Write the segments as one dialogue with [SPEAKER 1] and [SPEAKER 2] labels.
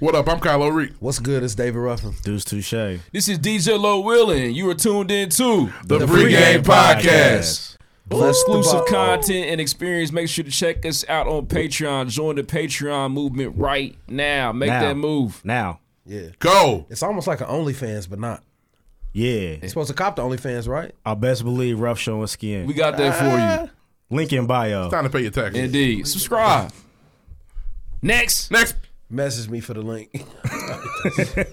[SPEAKER 1] What up? I'm Kylo Reed.
[SPEAKER 2] What's good? It's David Ruffin.
[SPEAKER 3] Deuce Touche.
[SPEAKER 4] This is DJ Low Willing. You are tuned in to
[SPEAKER 1] The,
[SPEAKER 3] Pregame Podcast.
[SPEAKER 2] Bless the
[SPEAKER 4] exclusive
[SPEAKER 2] ball.
[SPEAKER 4] content and experience. Make sure to check us out on Patreon. Join the Patreon movement right now. Make
[SPEAKER 3] Now.
[SPEAKER 4] that move.
[SPEAKER 3] Now.
[SPEAKER 2] Yeah.
[SPEAKER 1] Go.
[SPEAKER 2] It's almost like an OnlyFans, but not.
[SPEAKER 3] Yeah.
[SPEAKER 2] You're supposed to cop the OnlyFans, right?
[SPEAKER 3] I best believe rough showing skin.
[SPEAKER 4] We got that for
[SPEAKER 3] Link in bio.
[SPEAKER 1] Time to pay your
[SPEAKER 4] you.
[SPEAKER 1] taxes.
[SPEAKER 4] Indeed. Subscribe. Next.
[SPEAKER 1] Next,
[SPEAKER 2] Message me for the link.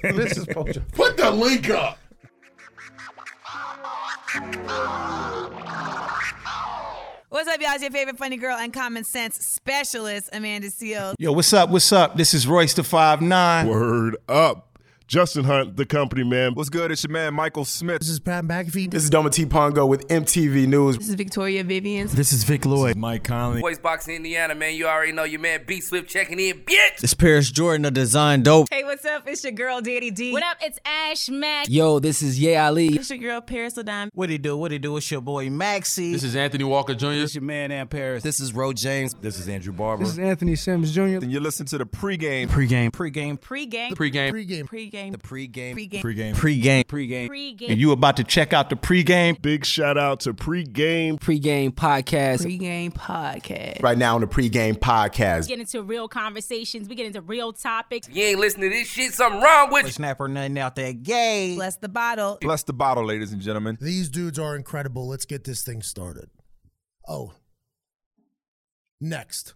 [SPEAKER 2] this is Poacher.
[SPEAKER 1] put the link up.
[SPEAKER 5] What's up, y'all? It's your favorite funny girl and common sense specialist, Amanda Seals.
[SPEAKER 6] Yo, what's up? What's up? This is Royce the Five Nine.
[SPEAKER 7] Word up. Justin Hunt, the company man.
[SPEAKER 8] What's good? It's your man Michael Smith.
[SPEAKER 9] This is Pat McAfee.
[SPEAKER 10] This is Doma T. Pongo with MTV News.
[SPEAKER 5] This is Victoria Vivian.
[SPEAKER 9] This is Vic Lloyd.
[SPEAKER 3] Mike Conley.
[SPEAKER 11] Voice Box Indiana, man. You already know your man B Swift checking in, bitch.
[SPEAKER 9] This Paris Jordan of Design Dope.
[SPEAKER 5] Hey, what's up? It's your girl, Daddy D.
[SPEAKER 11] What up? It's Ash Mack.
[SPEAKER 9] Yo, this is Ye Ali.
[SPEAKER 5] It's your girl, Paris Ladon.
[SPEAKER 9] What he do? What he do? It's your boy Maxie. This is
[SPEAKER 4] Anthony Walker Jr.
[SPEAKER 9] your man Ann Paris. This is Ro James.
[SPEAKER 8] This is Andrew Barber.
[SPEAKER 9] Anthony Sims Jr.
[SPEAKER 8] and you listen to the pregame.
[SPEAKER 9] Pre-game. Pre-game.
[SPEAKER 5] Pre-game.
[SPEAKER 4] Pre-game.
[SPEAKER 5] Pre-game. Pre-game.
[SPEAKER 9] Pre-game.
[SPEAKER 5] Pre-game.
[SPEAKER 9] Pre-game. Pre-game. Pre-game.
[SPEAKER 6] And you about to check out the pregame.
[SPEAKER 7] Big shout out to pregame.
[SPEAKER 9] Pre-game podcast.
[SPEAKER 5] Pre-game podcast.
[SPEAKER 10] Right now on the pregame podcast.
[SPEAKER 11] Get into real conversations. We get into real topics. If you ain't listening to this shit, something wrong with you.
[SPEAKER 9] Snapper nothing out there gay.
[SPEAKER 5] Bless the bottle.
[SPEAKER 8] Bless the bottle, ladies and gentlemen.
[SPEAKER 10] These dudes are incredible. Let's get this thing started. Oh. Next.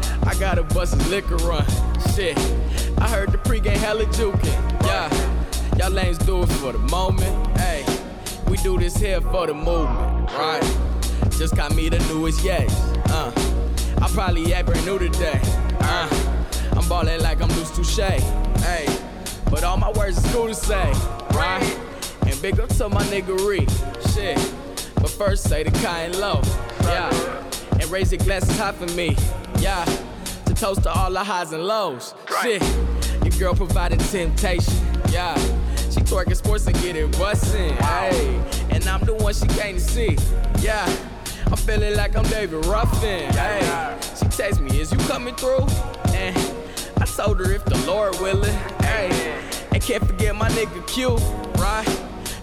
[SPEAKER 4] I got a busted liquor run. Shit. I heard the pregame hella jukin'. Yeah. Y'all lanes do it for the moment. Hey, we do this here for the movement. Right. Just got me the newest yes. Uh, I probably act brand new today. Uh, I'm ballin' like I'm loose touche. Hey, but all my words is cool to say, right? And big up to my niggery, shit. But first say the kind low, yeah. And raise your glasses high for me, yeah. To toast to all the highs and lows, shit. Your girl provided temptation, yeah. She twerking sports and get it bustin', hey. And I'm the one she came to see, yeah. I'm feeling like I'm David Ruffin. Hey, she text me, is you coming through? And I told her if the Lord willing. Hey, and can't forget my nigga Q, right?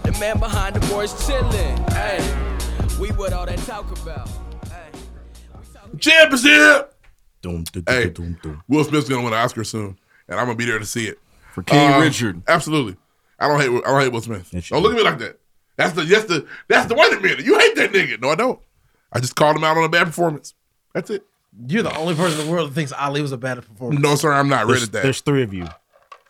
[SPEAKER 4] The man behind the boys chillin'. Hey, we what all that talk about. Hey.
[SPEAKER 1] Championship.
[SPEAKER 3] Doom, doom,
[SPEAKER 1] Hey,
[SPEAKER 3] doom, doom, doom.
[SPEAKER 1] Will Smith's gonna win an Oscar soon, and I'm gonna be there to see it.
[SPEAKER 4] For King
[SPEAKER 1] Uh,
[SPEAKER 4] Richard.
[SPEAKER 1] Absolutely. I don't hate. I don't hate Will Smith.
[SPEAKER 3] Yes, you
[SPEAKER 1] don't look at me like that. That's the. That's the. That's the. Wait a minute. You hate that nigga? No, I don't. I just called him out on a bad performance. That's it.
[SPEAKER 2] You're the only person in the world that thinks Ali was a bad performance.
[SPEAKER 1] No, sir. I'm not ready
[SPEAKER 3] There's,
[SPEAKER 1] at that.
[SPEAKER 3] there's three of you.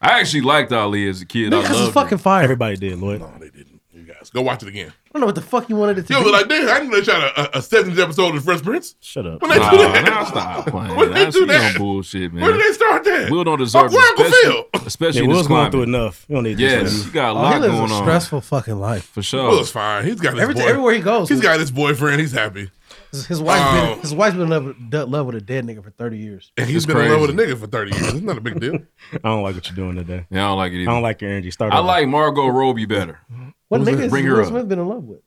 [SPEAKER 4] I actually liked Ali as a kid.
[SPEAKER 2] Because it's fucking fire. I
[SPEAKER 3] Everybody did, Lloyd.
[SPEAKER 1] no, they didn't. You guys go watch it again.
[SPEAKER 2] don't know what the fuck you wanted it to
[SPEAKER 1] You
[SPEAKER 2] be.
[SPEAKER 1] look like nigga. I didn't let y'all uh, a, a, a 70s episode of The Fresh Prince.
[SPEAKER 3] Shut up.
[SPEAKER 1] When they do that,
[SPEAKER 4] stop playing.
[SPEAKER 1] When they do that-
[SPEAKER 4] bullshit,
[SPEAKER 1] where did they start that? Where
[SPEAKER 4] it,
[SPEAKER 1] Uncle Phil?
[SPEAKER 4] especially
[SPEAKER 3] Yeah, Will's going through enough. You don't need this.
[SPEAKER 4] you got a
[SPEAKER 2] Oh, he lives a stressful fucking life.
[SPEAKER 4] for sure.
[SPEAKER 1] Will's fine. He's got his
[SPEAKER 2] Every,
[SPEAKER 1] boy.
[SPEAKER 2] everywhere he goes,
[SPEAKER 1] He's got his boyfriend. He's happy.
[SPEAKER 2] his, his wife's
[SPEAKER 1] Oh.
[SPEAKER 2] been his wife's been in love, with- in love with a dead nigga for thirty years.
[SPEAKER 1] And he's
[SPEAKER 4] It's
[SPEAKER 1] been in love
[SPEAKER 4] crazy.
[SPEAKER 1] with a nigga for 30 years. It's not a big deal.
[SPEAKER 3] I don't like what you're doing today.
[SPEAKER 4] Yeah, I don't like it
[SPEAKER 3] I
[SPEAKER 4] either.
[SPEAKER 3] don't like your energy. Start
[SPEAKER 4] I
[SPEAKER 3] over.
[SPEAKER 4] like Margot Robbie better.
[SPEAKER 2] What nigga has
[SPEAKER 4] Bring her
[SPEAKER 2] Will
[SPEAKER 4] up.
[SPEAKER 2] Smith been in love with?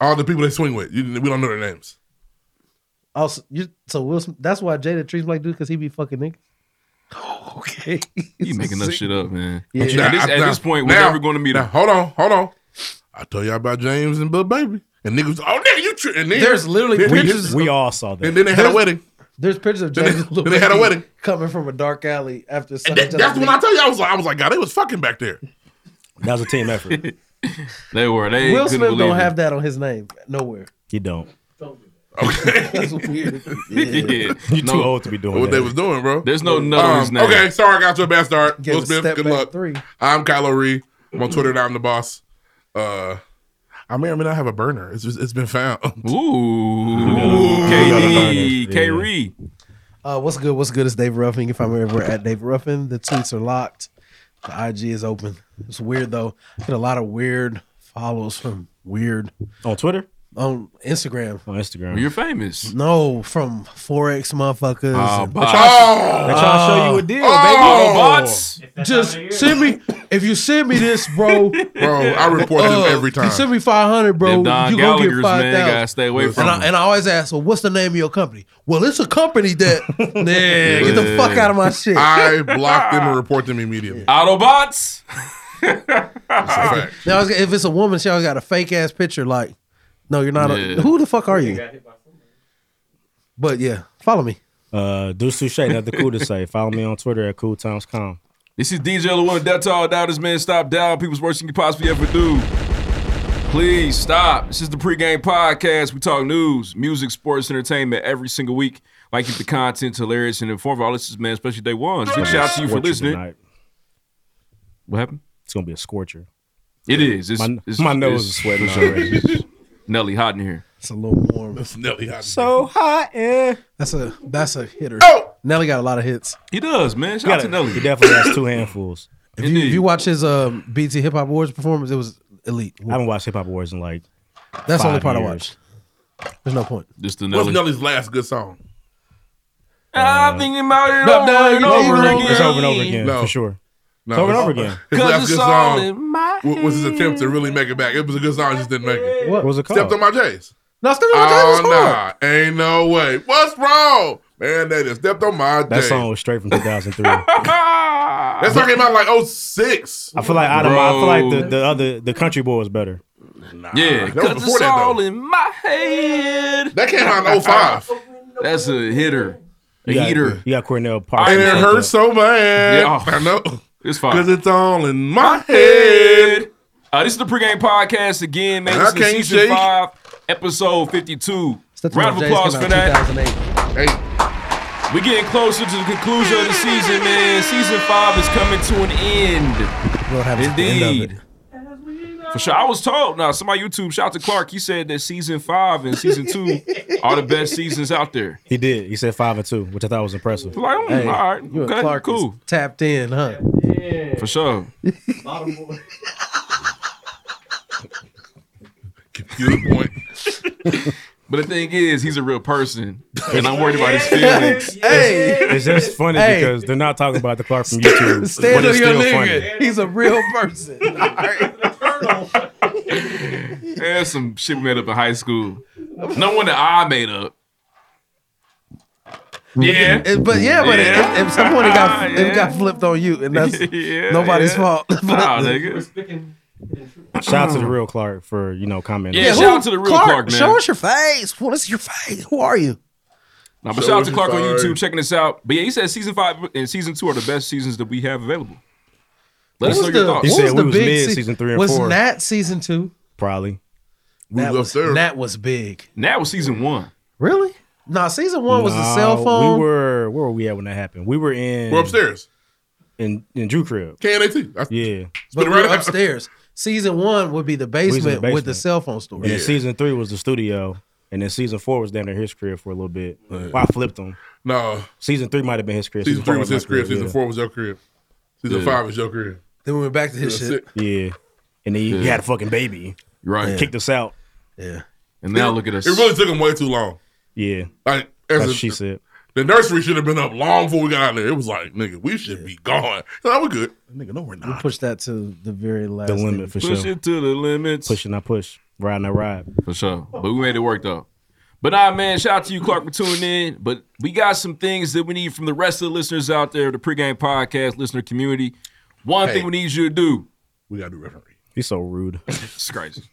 [SPEAKER 1] All the people they swing with, you, we don't know their names.
[SPEAKER 2] Also, you, so Will Smith, that's why Jada treats him like dude because he be fucking niggas. Okay,
[SPEAKER 4] You making that shit up, man.
[SPEAKER 2] Yeah.
[SPEAKER 4] At, this, at this point, we're
[SPEAKER 1] now-
[SPEAKER 4] never going to meet
[SPEAKER 1] now,
[SPEAKER 4] him.
[SPEAKER 1] Hold on, hold on. I tell y'all about James and Bill Baby. And niggas, oh, nigga, you tri-. And then,
[SPEAKER 2] There's literally
[SPEAKER 1] then,
[SPEAKER 2] pictures-
[SPEAKER 3] We all saw that.
[SPEAKER 1] And then they had a
[SPEAKER 2] There's-
[SPEAKER 1] wedding.
[SPEAKER 2] There's pictures of
[SPEAKER 1] Then they-
[SPEAKER 2] James
[SPEAKER 1] then they had a
[SPEAKER 2] Lewis
[SPEAKER 1] wedding.
[SPEAKER 2] coming from a dark alley after.
[SPEAKER 1] And that- that's when I tell you, I was like, I was like, God, they was fucking back there.
[SPEAKER 3] That was a team effort.
[SPEAKER 4] They were. They
[SPEAKER 2] Will
[SPEAKER 4] couldn't
[SPEAKER 2] Smith
[SPEAKER 4] believe
[SPEAKER 2] don't
[SPEAKER 4] it.
[SPEAKER 2] have that on his name nowhere.
[SPEAKER 3] you don't.
[SPEAKER 1] Okay,
[SPEAKER 2] That's weird.
[SPEAKER 4] yeah.
[SPEAKER 3] You're
[SPEAKER 4] No,
[SPEAKER 3] too old to be doing
[SPEAKER 1] what
[SPEAKER 3] that.
[SPEAKER 1] they was doing, bro.
[SPEAKER 4] There's no nut on his
[SPEAKER 1] Um,
[SPEAKER 4] name.
[SPEAKER 1] okay, sorry, I got to a bad start.
[SPEAKER 2] Gave
[SPEAKER 1] Will
[SPEAKER 2] a
[SPEAKER 1] Smith,
[SPEAKER 2] step
[SPEAKER 1] good
[SPEAKER 2] back
[SPEAKER 1] luck.
[SPEAKER 2] three.
[SPEAKER 1] I'm Kylo Ree. I'm on
[SPEAKER 3] Mm-hmm.
[SPEAKER 1] Twitter and I'm the boss. Uh, Oh, I may or may not have a burner. It's just, it's been found.
[SPEAKER 4] Ooh.
[SPEAKER 3] Yeah.
[SPEAKER 4] KD.
[SPEAKER 3] Yeah.
[SPEAKER 4] K. Reed.
[SPEAKER 2] Uh, what's good? What's good? It's Dave Ruffin. You can find me everywhere at Dave Ruffin. The tweets are locked. The IG is open. It's weird though. Get a lot of weird follows from weird
[SPEAKER 3] on Twitter,
[SPEAKER 2] on Instagram,
[SPEAKER 3] on Instagram.
[SPEAKER 12] Well, you're famous.
[SPEAKER 2] No, from forex motherfuckers.
[SPEAKER 1] Ah,
[SPEAKER 12] Oh,
[SPEAKER 4] Uh,
[SPEAKER 2] and-
[SPEAKER 12] bots. They tryna-
[SPEAKER 1] oh,
[SPEAKER 12] they tryna show you a deal, baby. Oh, bots.
[SPEAKER 2] Just send me if you send me this, bro. uh,
[SPEAKER 1] Bro, I report them every
[SPEAKER 2] You
[SPEAKER 1] time.
[SPEAKER 2] send me five hundred, bro.
[SPEAKER 12] Them Don
[SPEAKER 2] you gonna
[SPEAKER 12] Gallaghers,
[SPEAKER 2] get
[SPEAKER 12] man,
[SPEAKER 2] five
[SPEAKER 12] they
[SPEAKER 2] thousand.
[SPEAKER 12] gotta stay away
[SPEAKER 2] and
[SPEAKER 12] from
[SPEAKER 2] I,
[SPEAKER 12] them.
[SPEAKER 2] and I always ask, well, what's the name of your company? Well, it's a company that. nah, get the fuck out of my shit.
[SPEAKER 1] I block them and report them immediately.
[SPEAKER 12] Autobots.
[SPEAKER 2] Now, it's- if it's a woman, she always got a fake ass picture. Like, no, you're not.
[SPEAKER 3] Yeah.
[SPEAKER 2] A, who the fuck are you? But yeah, follow me.
[SPEAKER 3] Uh, Deuce Touche, nothing cool to say. Follow me on Twitter at cooltimescom.
[SPEAKER 12] This is DJ LaWinner. That's all. Now this man stop down. People's worst thing you possibly ever do. Please stop. This is the pregame podcast. We talk news, music, sports, entertainment every single week. Like keep the content hilarious and informative. All this is man, especially day one. Big shout out to you for
[SPEAKER 3] Scorcher
[SPEAKER 12] listening.
[SPEAKER 3] tonight.
[SPEAKER 12] What happened?
[SPEAKER 3] It's gonna be a scorcher.
[SPEAKER 12] It is. It's,
[SPEAKER 3] my,
[SPEAKER 12] it's-
[SPEAKER 3] my nose
[SPEAKER 12] it's-
[SPEAKER 3] is sweating
[SPEAKER 12] for sure.
[SPEAKER 3] already.
[SPEAKER 12] Nelly hot in here.
[SPEAKER 2] It's a little warm.
[SPEAKER 1] It's Nelly hot.
[SPEAKER 3] So hot air.
[SPEAKER 2] That's a that's a hitter. Oh, Nelly got a lot of hits.
[SPEAKER 12] He does, man. Shout out to Nelly.
[SPEAKER 3] He definitely has two handfuls.
[SPEAKER 2] If you, if you watch his um, BT Hip Hop Awards performance, it was elite.
[SPEAKER 3] I haven't watched Hip Hop Awards in like
[SPEAKER 2] That's the only
[SPEAKER 3] five
[SPEAKER 2] part I
[SPEAKER 3] years.
[SPEAKER 2] watched. There's no point.
[SPEAKER 12] Just
[SPEAKER 1] What's Nelly's last good song?
[SPEAKER 12] Uh, I'm thinking about it
[SPEAKER 1] Dub
[SPEAKER 12] over
[SPEAKER 1] Dub,
[SPEAKER 12] and
[SPEAKER 1] you
[SPEAKER 12] over
[SPEAKER 1] over and
[SPEAKER 12] again.
[SPEAKER 1] over. Uh, It's over and over again,
[SPEAKER 3] for sure.
[SPEAKER 1] No,
[SPEAKER 3] It's over and
[SPEAKER 1] his-
[SPEAKER 3] over again.
[SPEAKER 1] His
[SPEAKER 12] 'Cause
[SPEAKER 1] last
[SPEAKER 12] it's
[SPEAKER 1] good
[SPEAKER 12] all
[SPEAKER 1] song wa- was his attempt to really make it back. It was a good song, just didn't make it.
[SPEAKER 3] What was it
[SPEAKER 1] Stepped
[SPEAKER 3] called?
[SPEAKER 1] on my J's.
[SPEAKER 2] No, stepped
[SPEAKER 3] on my J's was
[SPEAKER 1] Oh, nah. Ain't no way. What's wrong? Man, they just stepped on my J's.
[SPEAKER 3] That song was straight from 2003. I
[SPEAKER 1] That song came out like 06.
[SPEAKER 3] feel like out of my, I feel like the, the other the country boy was better.
[SPEAKER 12] Yeah,
[SPEAKER 1] That was
[SPEAKER 12] cause
[SPEAKER 1] before
[SPEAKER 12] it's
[SPEAKER 1] that, though.
[SPEAKER 12] all in my head.
[SPEAKER 1] That came out in 05.
[SPEAKER 12] That's a hitter, a
[SPEAKER 3] You got,
[SPEAKER 12] heater.
[SPEAKER 3] You got Cornell Parks.
[SPEAKER 1] And it hurts so bad.
[SPEAKER 12] Yeah, oh,
[SPEAKER 1] I know.
[SPEAKER 12] It's fine.
[SPEAKER 1] Because it's all in my head.
[SPEAKER 12] head. Uh, this is the pregame podcast again, man.
[SPEAKER 1] And
[SPEAKER 12] This
[SPEAKER 1] I
[SPEAKER 12] is
[SPEAKER 1] can't
[SPEAKER 12] season
[SPEAKER 1] shake.
[SPEAKER 12] five, episode fifty-two. Round of applause for that. We getting closer to the conclusion of the season, man. Season five is coming to an end.
[SPEAKER 2] What happens at the end of
[SPEAKER 12] Indeed. For sure. I was told. Now, somebody YouTube, shout out to Clark. He said that season five and season two are the best seasons out there.
[SPEAKER 3] He did. He said five and two, which I thought was impressive.
[SPEAKER 12] Like, mm,
[SPEAKER 2] Hey,
[SPEAKER 12] all right,
[SPEAKER 2] you and
[SPEAKER 12] okay,
[SPEAKER 2] Clark
[SPEAKER 12] cool.
[SPEAKER 2] is tapped in, huh?
[SPEAKER 12] For sure. But the thing is, he's a real person, and I'm worried about his feelings.
[SPEAKER 2] Hey.
[SPEAKER 3] It's just funny
[SPEAKER 2] Hey.
[SPEAKER 3] because they're not talking about the Clark from YouTube.
[SPEAKER 2] Stand
[SPEAKER 3] but
[SPEAKER 2] on
[SPEAKER 3] it's
[SPEAKER 2] your
[SPEAKER 3] still
[SPEAKER 2] nigga.
[SPEAKER 3] funny.
[SPEAKER 2] He's a real person.
[SPEAKER 12] There's some shit we made up in high school. No one that I made up. Yeah,
[SPEAKER 2] It- but yeah, but If, if someone it got it got flipped on you, and that's
[SPEAKER 12] Yeah,
[SPEAKER 2] nobody's
[SPEAKER 12] yeah.
[SPEAKER 2] fault.
[SPEAKER 12] Nah, nigga.
[SPEAKER 3] Shout out
[SPEAKER 2] Mm.
[SPEAKER 3] to the real Clark for you know commenting.
[SPEAKER 12] Yeah, shout out to the real Clark, man.
[SPEAKER 2] Show us your face. What is your face? Who are you?
[SPEAKER 12] Nah,
[SPEAKER 2] So
[SPEAKER 12] but shout out
[SPEAKER 2] it's
[SPEAKER 12] to Clark on
[SPEAKER 2] fine.
[SPEAKER 12] YouTube checking us out. But yeah, he said season five and season two are the best seasons that we have available. Let us know
[SPEAKER 2] What was
[SPEAKER 12] your
[SPEAKER 2] the-
[SPEAKER 12] thoughts.
[SPEAKER 2] what was the big se- was Nat season two?
[SPEAKER 3] Probably.
[SPEAKER 2] That was, Nat was big.
[SPEAKER 12] Nat was season one.
[SPEAKER 2] Really? Nah, season one was the
[SPEAKER 3] No,
[SPEAKER 2] cell phone.
[SPEAKER 3] We were where were we at when that happened? We were in
[SPEAKER 1] We're upstairs.
[SPEAKER 3] in in Drew crib.
[SPEAKER 1] KNAT.
[SPEAKER 3] Yeah,
[SPEAKER 2] but we were upstairs. Season one would be the
[SPEAKER 3] We was
[SPEAKER 2] basement,
[SPEAKER 3] in the
[SPEAKER 2] with the
[SPEAKER 3] basement.
[SPEAKER 2] cell phone store.
[SPEAKER 3] And then season three was the studio, and then season four was down there his crib for a little bit. Well, I flipped him.
[SPEAKER 1] No,
[SPEAKER 3] season three might have been his crib.
[SPEAKER 1] Season
[SPEAKER 3] four
[SPEAKER 1] three was his
[SPEAKER 3] my
[SPEAKER 1] crib. Season
[SPEAKER 3] yeah.
[SPEAKER 1] four was your crib. Season
[SPEAKER 3] Yeah.
[SPEAKER 1] five was your crib.
[SPEAKER 2] Then we went back to his
[SPEAKER 1] Yeah,
[SPEAKER 2] shit.
[SPEAKER 1] sick.
[SPEAKER 3] Yeah, and he, he
[SPEAKER 1] Yeah.
[SPEAKER 3] had a fucking baby.
[SPEAKER 12] Right.
[SPEAKER 3] kicked us out.
[SPEAKER 2] Yeah,
[SPEAKER 12] and
[SPEAKER 1] now look at us. It really took him way too long.
[SPEAKER 3] Yeah,
[SPEAKER 1] Like
[SPEAKER 3] that's
[SPEAKER 1] a-
[SPEAKER 3] what she said.
[SPEAKER 1] The nursery should have been up long before we got out there. It was like, nigga, we should be gone. No, we're good. Nigga, no, we're
[SPEAKER 2] We
[SPEAKER 1] not.
[SPEAKER 2] pushed that to the very last
[SPEAKER 3] The
[SPEAKER 2] thing.
[SPEAKER 3] limit for
[SPEAKER 12] Push
[SPEAKER 3] sure.
[SPEAKER 12] it to the limits.
[SPEAKER 3] Pushing I push, riding I ride.
[SPEAKER 12] For sure. But we made it work though. But nah, man, shout out to you, Clark, for tuning in. But we got some things that we need from the rest of the listeners out there, the pregame podcast listener community. One
[SPEAKER 1] Hey.
[SPEAKER 12] thing we need you to do.
[SPEAKER 1] We gotta do referee.
[SPEAKER 3] He's so rude.
[SPEAKER 12] It's crazy.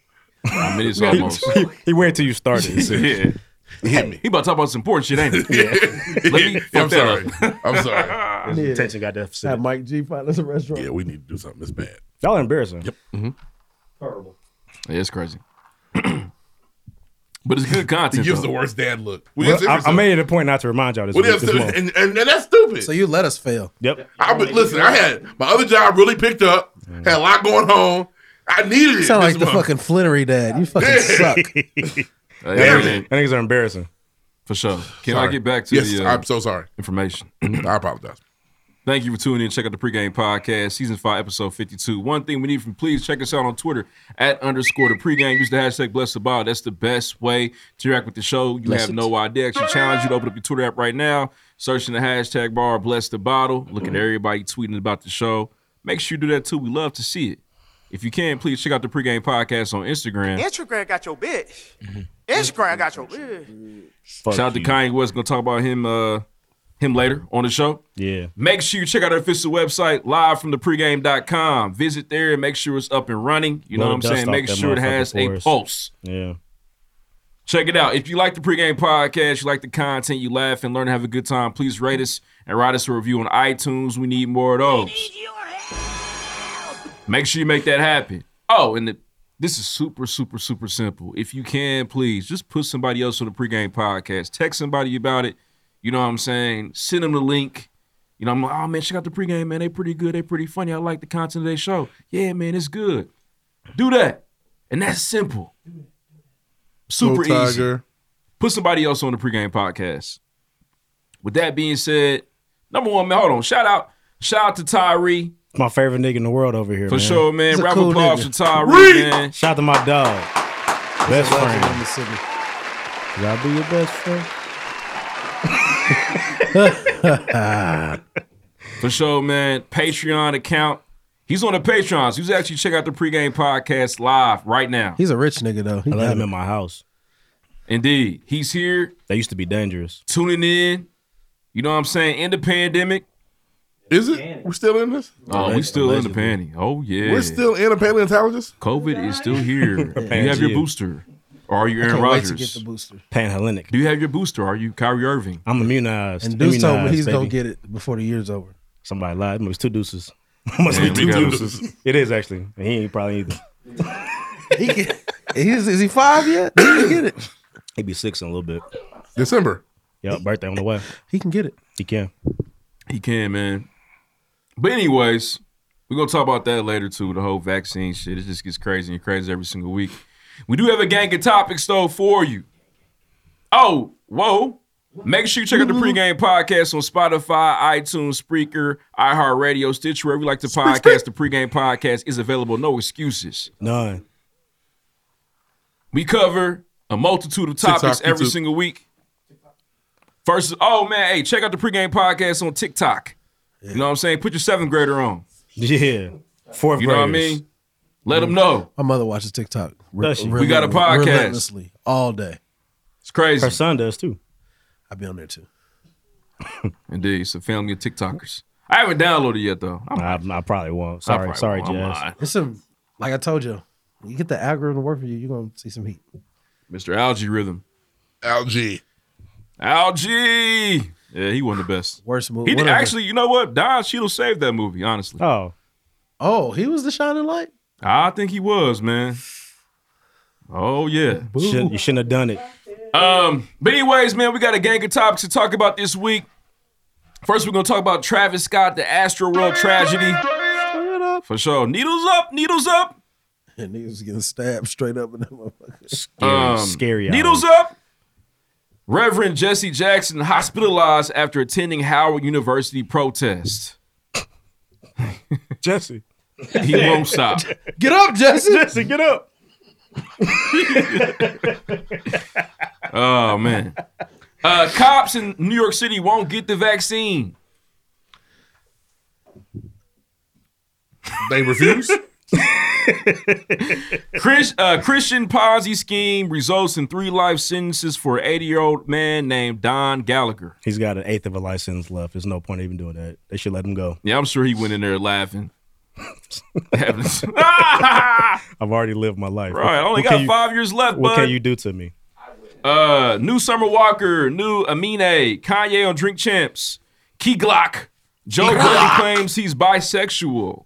[SPEAKER 12] I mean, it's almost.
[SPEAKER 3] he, he waited till you started.
[SPEAKER 12] yeah. Hit me. He about to talk about some important shit, ain't he? Let me.
[SPEAKER 1] I'm
[SPEAKER 12] fuck that
[SPEAKER 1] sorry.
[SPEAKER 12] up.
[SPEAKER 1] I'm sorry.
[SPEAKER 2] Yeah.
[SPEAKER 3] Attention got deficit.
[SPEAKER 2] Have Mike G find us a restaurant.
[SPEAKER 1] Yeah, we need to do something. It's bad.
[SPEAKER 3] Y'all are embarrassing. Yep.
[SPEAKER 2] Horrible.
[SPEAKER 12] Yeah, it's crazy. but it's good content.
[SPEAKER 1] He gives
[SPEAKER 12] though.
[SPEAKER 1] the worst dad look. We
[SPEAKER 3] Well,
[SPEAKER 1] upset
[SPEAKER 3] I, I
[SPEAKER 1] ourselves.
[SPEAKER 3] made it a point not to remind y'all this.
[SPEAKER 1] We
[SPEAKER 3] week,
[SPEAKER 1] upset-
[SPEAKER 3] this month.
[SPEAKER 1] and, and, and that's stupid.
[SPEAKER 2] So you let us fail.
[SPEAKER 3] Yep.
[SPEAKER 1] I been, listen, I had my other job really picked up, had a lot going on. I needed it.
[SPEAKER 2] You sound
[SPEAKER 1] this
[SPEAKER 2] like the
[SPEAKER 1] month.
[SPEAKER 2] fucking Flinnery dad. You fucking
[SPEAKER 1] Yeah.
[SPEAKER 2] suck.
[SPEAKER 3] That niggas- that niggas are embarrassing.
[SPEAKER 12] For sure. Can I
[SPEAKER 1] Sorry.
[SPEAKER 12] get back to
[SPEAKER 1] Yes,
[SPEAKER 12] the uh,
[SPEAKER 1] I'm so sorry.
[SPEAKER 12] Information.
[SPEAKER 1] I apologize.
[SPEAKER 12] Thank you for tuning in. Check out the pregame podcast, season five, episode 52. One thing we need from please check us out on Twitter at underscore the pregame. Use the hashtag bless the ball. That's the best way to interact with the show. You
[SPEAKER 13] Bless
[SPEAKER 12] have
[SPEAKER 13] it.
[SPEAKER 12] no idea. Actually, challenge you to open up your Twitter app right now, search in the hashtag bar bless the bottle. Look
[SPEAKER 13] Mm-hmm.
[SPEAKER 12] at everybody tweeting about the show. Make sure you do that too. We love to see it. If you can, please check out the pregame podcast on Instagram.
[SPEAKER 14] Instagram got your bitch. Instagram got your bitch.
[SPEAKER 12] Shout out to Kanye West. Gonna talk about him uh him later on the show.
[SPEAKER 3] Yeah.
[SPEAKER 12] Make sure you check out our official website, live from the pregame.com. Visit there and make sure it's up and running. You know
[SPEAKER 3] Blow
[SPEAKER 12] what I'm
[SPEAKER 3] the dust
[SPEAKER 12] saying?
[SPEAKER 3] off
[SPEAKER 12] Make
[SPEAKER 3] that
[SPEAKER 12] sure it has
[SPEAKER 3] motherfucker for
[SPEAKER 12] a
[SPEAKER 3] us.
[SPEAKER 12] pulse.
[SPEAKER 3] Yeah.
[SPEAKER 12] Check it out. If you like the pregame podcast, you like the content, you laugh and learn, have a good time, please rate us and write us a review on iTunes. We need more of those. Make sure you make that happen. Oh, and the, this is super, super, super simple. If you can, please just put somebody else on the pregame podcast. Text somebody about it. You know what I'm saying? Send them the link. You know, I'm like, oh man, check out the pregame, man. They pretty good. They pretty funny. I like the content of their show. Yeah, man, it's good. Do that. And that's simple. Super
[SPEAKER 1] Go
[SPEAKER 12] easy.
[SPEAKER 1] Tiger.
[SPEAKER 12] Put somebody else on the pregame podcast. With that being said, number one, man, hold on. Shout out, shout out to Tyree.
[SPEAKER 3] My favorite nigga in the world over here.
[SPEAKER 12] For
[SPEAKER 3] man.
[SPEAKER 12] sure, man.
[SPEAKER 3] He's a
[SPEAKER 12] Round
[SPEAKER 3] cool
[SPEAKER 12] of applause
[SPEAKER 3] nigga.
[SPEAKER 12] for Tyree, man.
[SPEAKER 3] Shout out to my dog. Best
[SPEAKER 2] a legend
[SPEAKER 3] friend.
[SPEAKER 2] in the city.
[SPEAKER 3] Y'all be your best friend.
[SPEAKER 12] For sure, man. Patreon account. He's on the Patreon. So you should actually check out the pregame podcast live right now.
[SPEAKER 2] He's a rich nigga though. He
[SPEAKER 3] I let
[SPEAKER 2] got
[SPEAKER 3] him
[SPEAKER 2] it.
[SPEAKER 3] in my house.
[SPEAKER 12] Indeed. He's here.
[SPEAKER 3] They used to be dangerous.
[SPEAKER 12] Tuning in. You know what I'm saying? In the pandemic. Is it? We're still in this? Oh, we
[SPEAKER 1] Allegedly.
[SPEAKER 12] still in the panty. Oh, yeah.
[SPEAKER 1] We're still in a paleontologist.
[SPEAKER 12] COVID is still here. you have your
[SPEAKER 3] Pangea.
[SPEAKER 12] booster. Or are you
[SPEAKER 3] I
[SPEAKER 12] Aaron
[SPEAKER 3] can't wait to
[SPEAKER 12] Rodgers?
[SPEAKER 3] get the
[SPEAKER 2] booster.
[SPEAKER 3] Panhellenic.
[SPEAKER 12] Do you have your booster? Are you Kyrie Irving?
[SPEAKER 3] I'm immunized.
[SPEAKER 2] And Deuce told me
[SPEAKER 3] Immunized,
[SPEAKER 2] he's gonna
[SPEAKER 3] baby.
[SPEAKER 2] get it before the year's over.
[SPEAKER 3] Somebody lied. It was two deuces. Must
[SPEAKER 12] Yeah,
[SPEAKER 3] be two
[SPEAKER 12] we got
[SPEAKER 3] deuces.
[SPEAKER 12] deuces.
[SPEAKER 3] It is actually. And he ain't probably either.
[SPEAKER 2] He get, is, is he five yet? He can get it.
[SPEAKER 3] He be six in a little bit.
[SPEAKER 1] December.
[SPEAKER 3] Yep, birthday on the way.
[SPEAKER 2] He can get it.
[SPEAKER 3] He can.
[SPEAKER 12] He can, man. But anyways, we're gonna talk about that later too. The whole vaccine shit. It just gets crazy and crazy every single week. We do have a gang of topics though for you. Oh, whoa. Make sure you check out the pregame podcast on Spotify, iTunes, Spreaker, iHeartRadio, Stitcher, wherever you like to podcast. The pregame podcast is available. No excuses.
[SPEAKER 3] None.
[SPEAKER 12] We cover a multitude of
[SPEAKER 3] TikTok,
[SPEAKER 12] topics every
[SPEAKER 3] YouTube.
[SPEAKER 12] single week. First, oh man, hey, check out the pregame podcast on TikTok. You know what I'm saying? Put your seventh grader on.
[SPEAKER 3] Yeah. Fourth
[SPEAKER 12] You know what I
[SPEAKER 3] graders.
[SPEAKER 12] mean? Let
[SPEAKER 3] Mm-hmm.
[SPEAKER 12] them know.
[SPEAKER 2] My mother watches TikTok. re-
[SPEAKER 3] Does she?
[SPEAKER 12] We got a podcast.
[SPEAKER 2] relentlessly all day.
[SPEAKER 12] It's crazy.
[SPEAKER 3] Her son does too.
[SPEAKER 2] I'll be on there too.
[SPEAKER 12] Indeed, it's a family of TikTokers. I haven't downloaded it yet though.
[SPEAKER 3] I, I probably won't. Sorry,
[SPEAKER 12] probably
[SPEAKER 3] sorry,
[SPEAKER 12] won't. I'm
[SPEAKER 3] Jazz.
[SPEAKER 2] It's a like I told you. when You get the algorithm to work for you, you're gonna see some heat.
[SPEAKER 12] Mr. Algae Rhythm. Algae. Algae. Yeah, he wasn't the best.
[SPEAKER 2] Worst movie.
[SPEAKER 12] He did,
[SPEAKER 2] whatever.
[SPEAKER 12] actually, you know what? Don Cheadle saved that movie, honestly.
[SPEAKER 3] Oh.
[SPEAKER 2] Oh, he was the shining light.
[SPEAKER 12] I think he was, man. Oh yeah.
[SPEAKER 3] Shouldn't- you shouldn't have done it.
[SPEAKER 12] Um, but anyways, man, we got a gang of topics to talk about this week. First, we're gonna talk about Travis Scott, the Astroworld tragedy. For sure. Needles up, needles up.
[SPEAKER 2] And niggas getting stabbed straight up in that motherfucker.
[SPEAKER 12] Um, Needles up. Reverend Jesse Jackson hospitalized after attending Howard University protest.
[SPEAKER 3] Jesse.
[SPEAKER 12] He won't stop.
[SPEAKER 2] Get up, Jesse.
[SPEAKER 3] Jesse, get up.
[SPEAKER 12] Oh man. Uh, cops in New York City won't get the vaccine.
[SPEAKER 1] They refuse.
[SPEAKER 12] Chris, uh, Christian Ponzi scheme results in three life sentences for an 80 year old man named Don Gallagher.
[SPEAKER 3] He's got an eighth of a license left. There's no point even doing that. They should let him go.
[SPEAKER 12] Yeah, I'm sure he went in there laughing. Having-
[SPEAKER 3] I've already lived my life.
[SPEAKER 12] Right, I only
[SPEAKER 3] can
[SPEAKER 12] got five years left,
[SPEAKER 3] What
[SPEAKER 12] bud.
[SPEAKER 3] can you do to me?
[SPEAKER 12] Uh, new Summer Walker, new Amine, Kanye on Drink Champs, Key Glock, Joe Budden claims he's bisexual.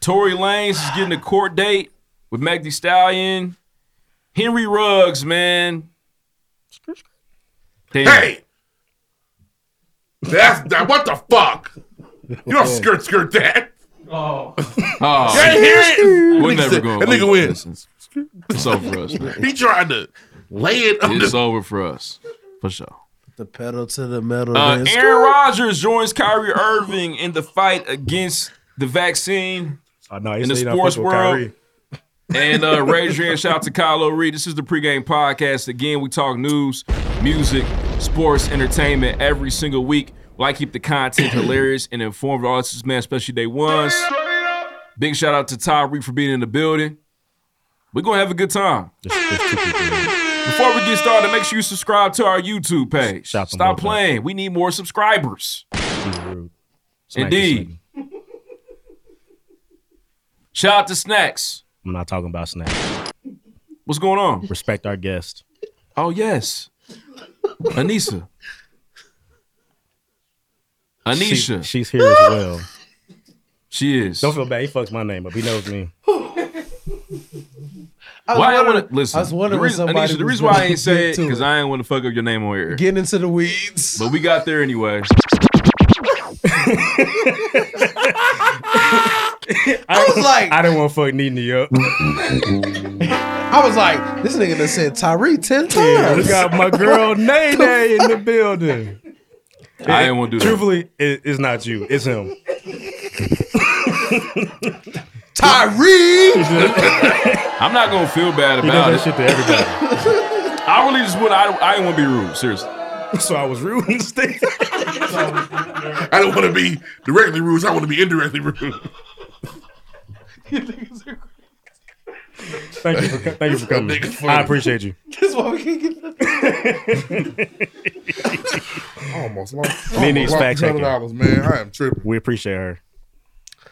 [SPEAKER 12] Tory Lanez is getting a court date with Meg Thee Stallion. Henry Ruggs, man. Damn.
[SPEAKER 1] Hey! That's that. What the fuck? You don't skirt skirt that.
[SPEAKER 12] Oh.
[SPEAKER 1] You ain't hear it?
[SPEAKER 12] We're
[SPEAKER 1] Nigga
[SPEAKER 12] never
[SPEAKER 1] said-
[SPEAKER 12] going
[SPEAKER 1] That
[SPEAKER 12] over
[SPEAKER 1] nigga wins.
[SPEAKER 12] this. It's over for us. man.
[SPEAKER 1] He tried to lay it under.
[SPEAKER 12] It's over for us.
[SPEAKER 13] For sure.
[SPEAKER 2] The pedal to the metal.
[SPEAKER 12] Uh,
[SPEAKER 2] then
[SPEAKER 12] Aaron Rodgers joins Kyrie Irving in the fight against the vaccine
[SPEAKER 3] no, he
[SPEAKER 12] in the
[SPEAKER 3] said he not
[SPEAKER 12] sports
[SPEAKER 3] fucking with
[SPEAKER 12] world. And uh, Ray Jan, shout out to Kylo Reed. This is the pregame podcast. Again, we talk news, music, sports, entertainment every single week. We like to keep the content hilarious and informative. All this is, man, especially day ones. Big shout out to Tyreek for being in the building. We're gonna have a good time. Before we get started, make sure you subscribe to our YouTube page.
[SPEAKER 3] Shout them both out.
[SPEAKER 12] Stop playing. We need more subscribers.
[SPEAKER 3] Smack this
[SPEAKER 12] Indeed. Shout out to Snacks.
[SPEAKER 3] I'm not talking about snacks.
[SPEAKER 12] What's going on?
[SPEAKER 3] Respect our guest.
[SPEAKER 12] Oh yes, Anissa.
[SPEAKER 3] She-
[SPEAKER 12] Anisha.
[SPEAKER 3] she's here as well.
[SPEAKER 12] She is.
[SPEAKER 3] Don't feel bad. He fucks my name up. He knows me.
[SPEAKER 2] I was
[SPEAKER 12] Why I
[SPEAKER 2] wondering-
[SPEAKER 12] want to listen?
[SPEAKER 2] I was wondering if
[SPEAKER 12] the reason,
[SPEAKER 2] somebody
[SPEAKER 12] Anisha, the
[SPEAKER 2] was
[SPEAKER 12] reason why I
[SPEAKER 2] gonna
[SPEAKER 12] ain't say
[SPEAKER 2] get
[SPEAKER 12] it
[SPEAKER 2] to
[SPEAKER 12] because I ain't want to fuck up your name on here.
[SPEAKER 2] Getting into the weeds.
[SPEAKER 12] But we got there anyway.
[SPEAKER 2] I was like,
[SPEAKER 3] I didn't want to fuck Nene up.
[SPEAKER 2] I was like, this nigga done said Tyree ten times.
[SPEAKER 3] we got my girl Nay Nay in the building.
[SPEAKER 12] I didn't want to do that.
[SPEAKER 3] Truthfully, it, it's not you. It's him.
[SPEAKER 2] Tyree.
[SPEAKER 12] I'm not gonna feel bad
[SPEAKER 3] He does
[SPEAKER 12] about
[SPEAKER 3] that
[SPEAKER 12] it.
[SPEAKER 3] shit to everybody.
[SPEAKER 12] I really just would. I I didn't want to be rude. Seriously.
[SPEAKER 3] So I was rude instead.
[SPEAKER 1] I don't want to be directly rude. I want to be indirectly rude.
[SPEAKER 3] Thank you for co- thank you for coming.
[SPEAKER 1] Nigga,
[SPEAKER 3] I appreciate you.
[SPEAKER 2] That's why we can't get
[SPEAKER 1] almost lost.
[SPEAKER 3] Nene's
[SPEAKER 1] almost
[SPEAKER 3] fact
[SPEAKER 1] lost
[SPEAKER 3] checking.
[SPEAKER 1] $100, man. I am tripping.
[SPEAKER 3] We appreciate her.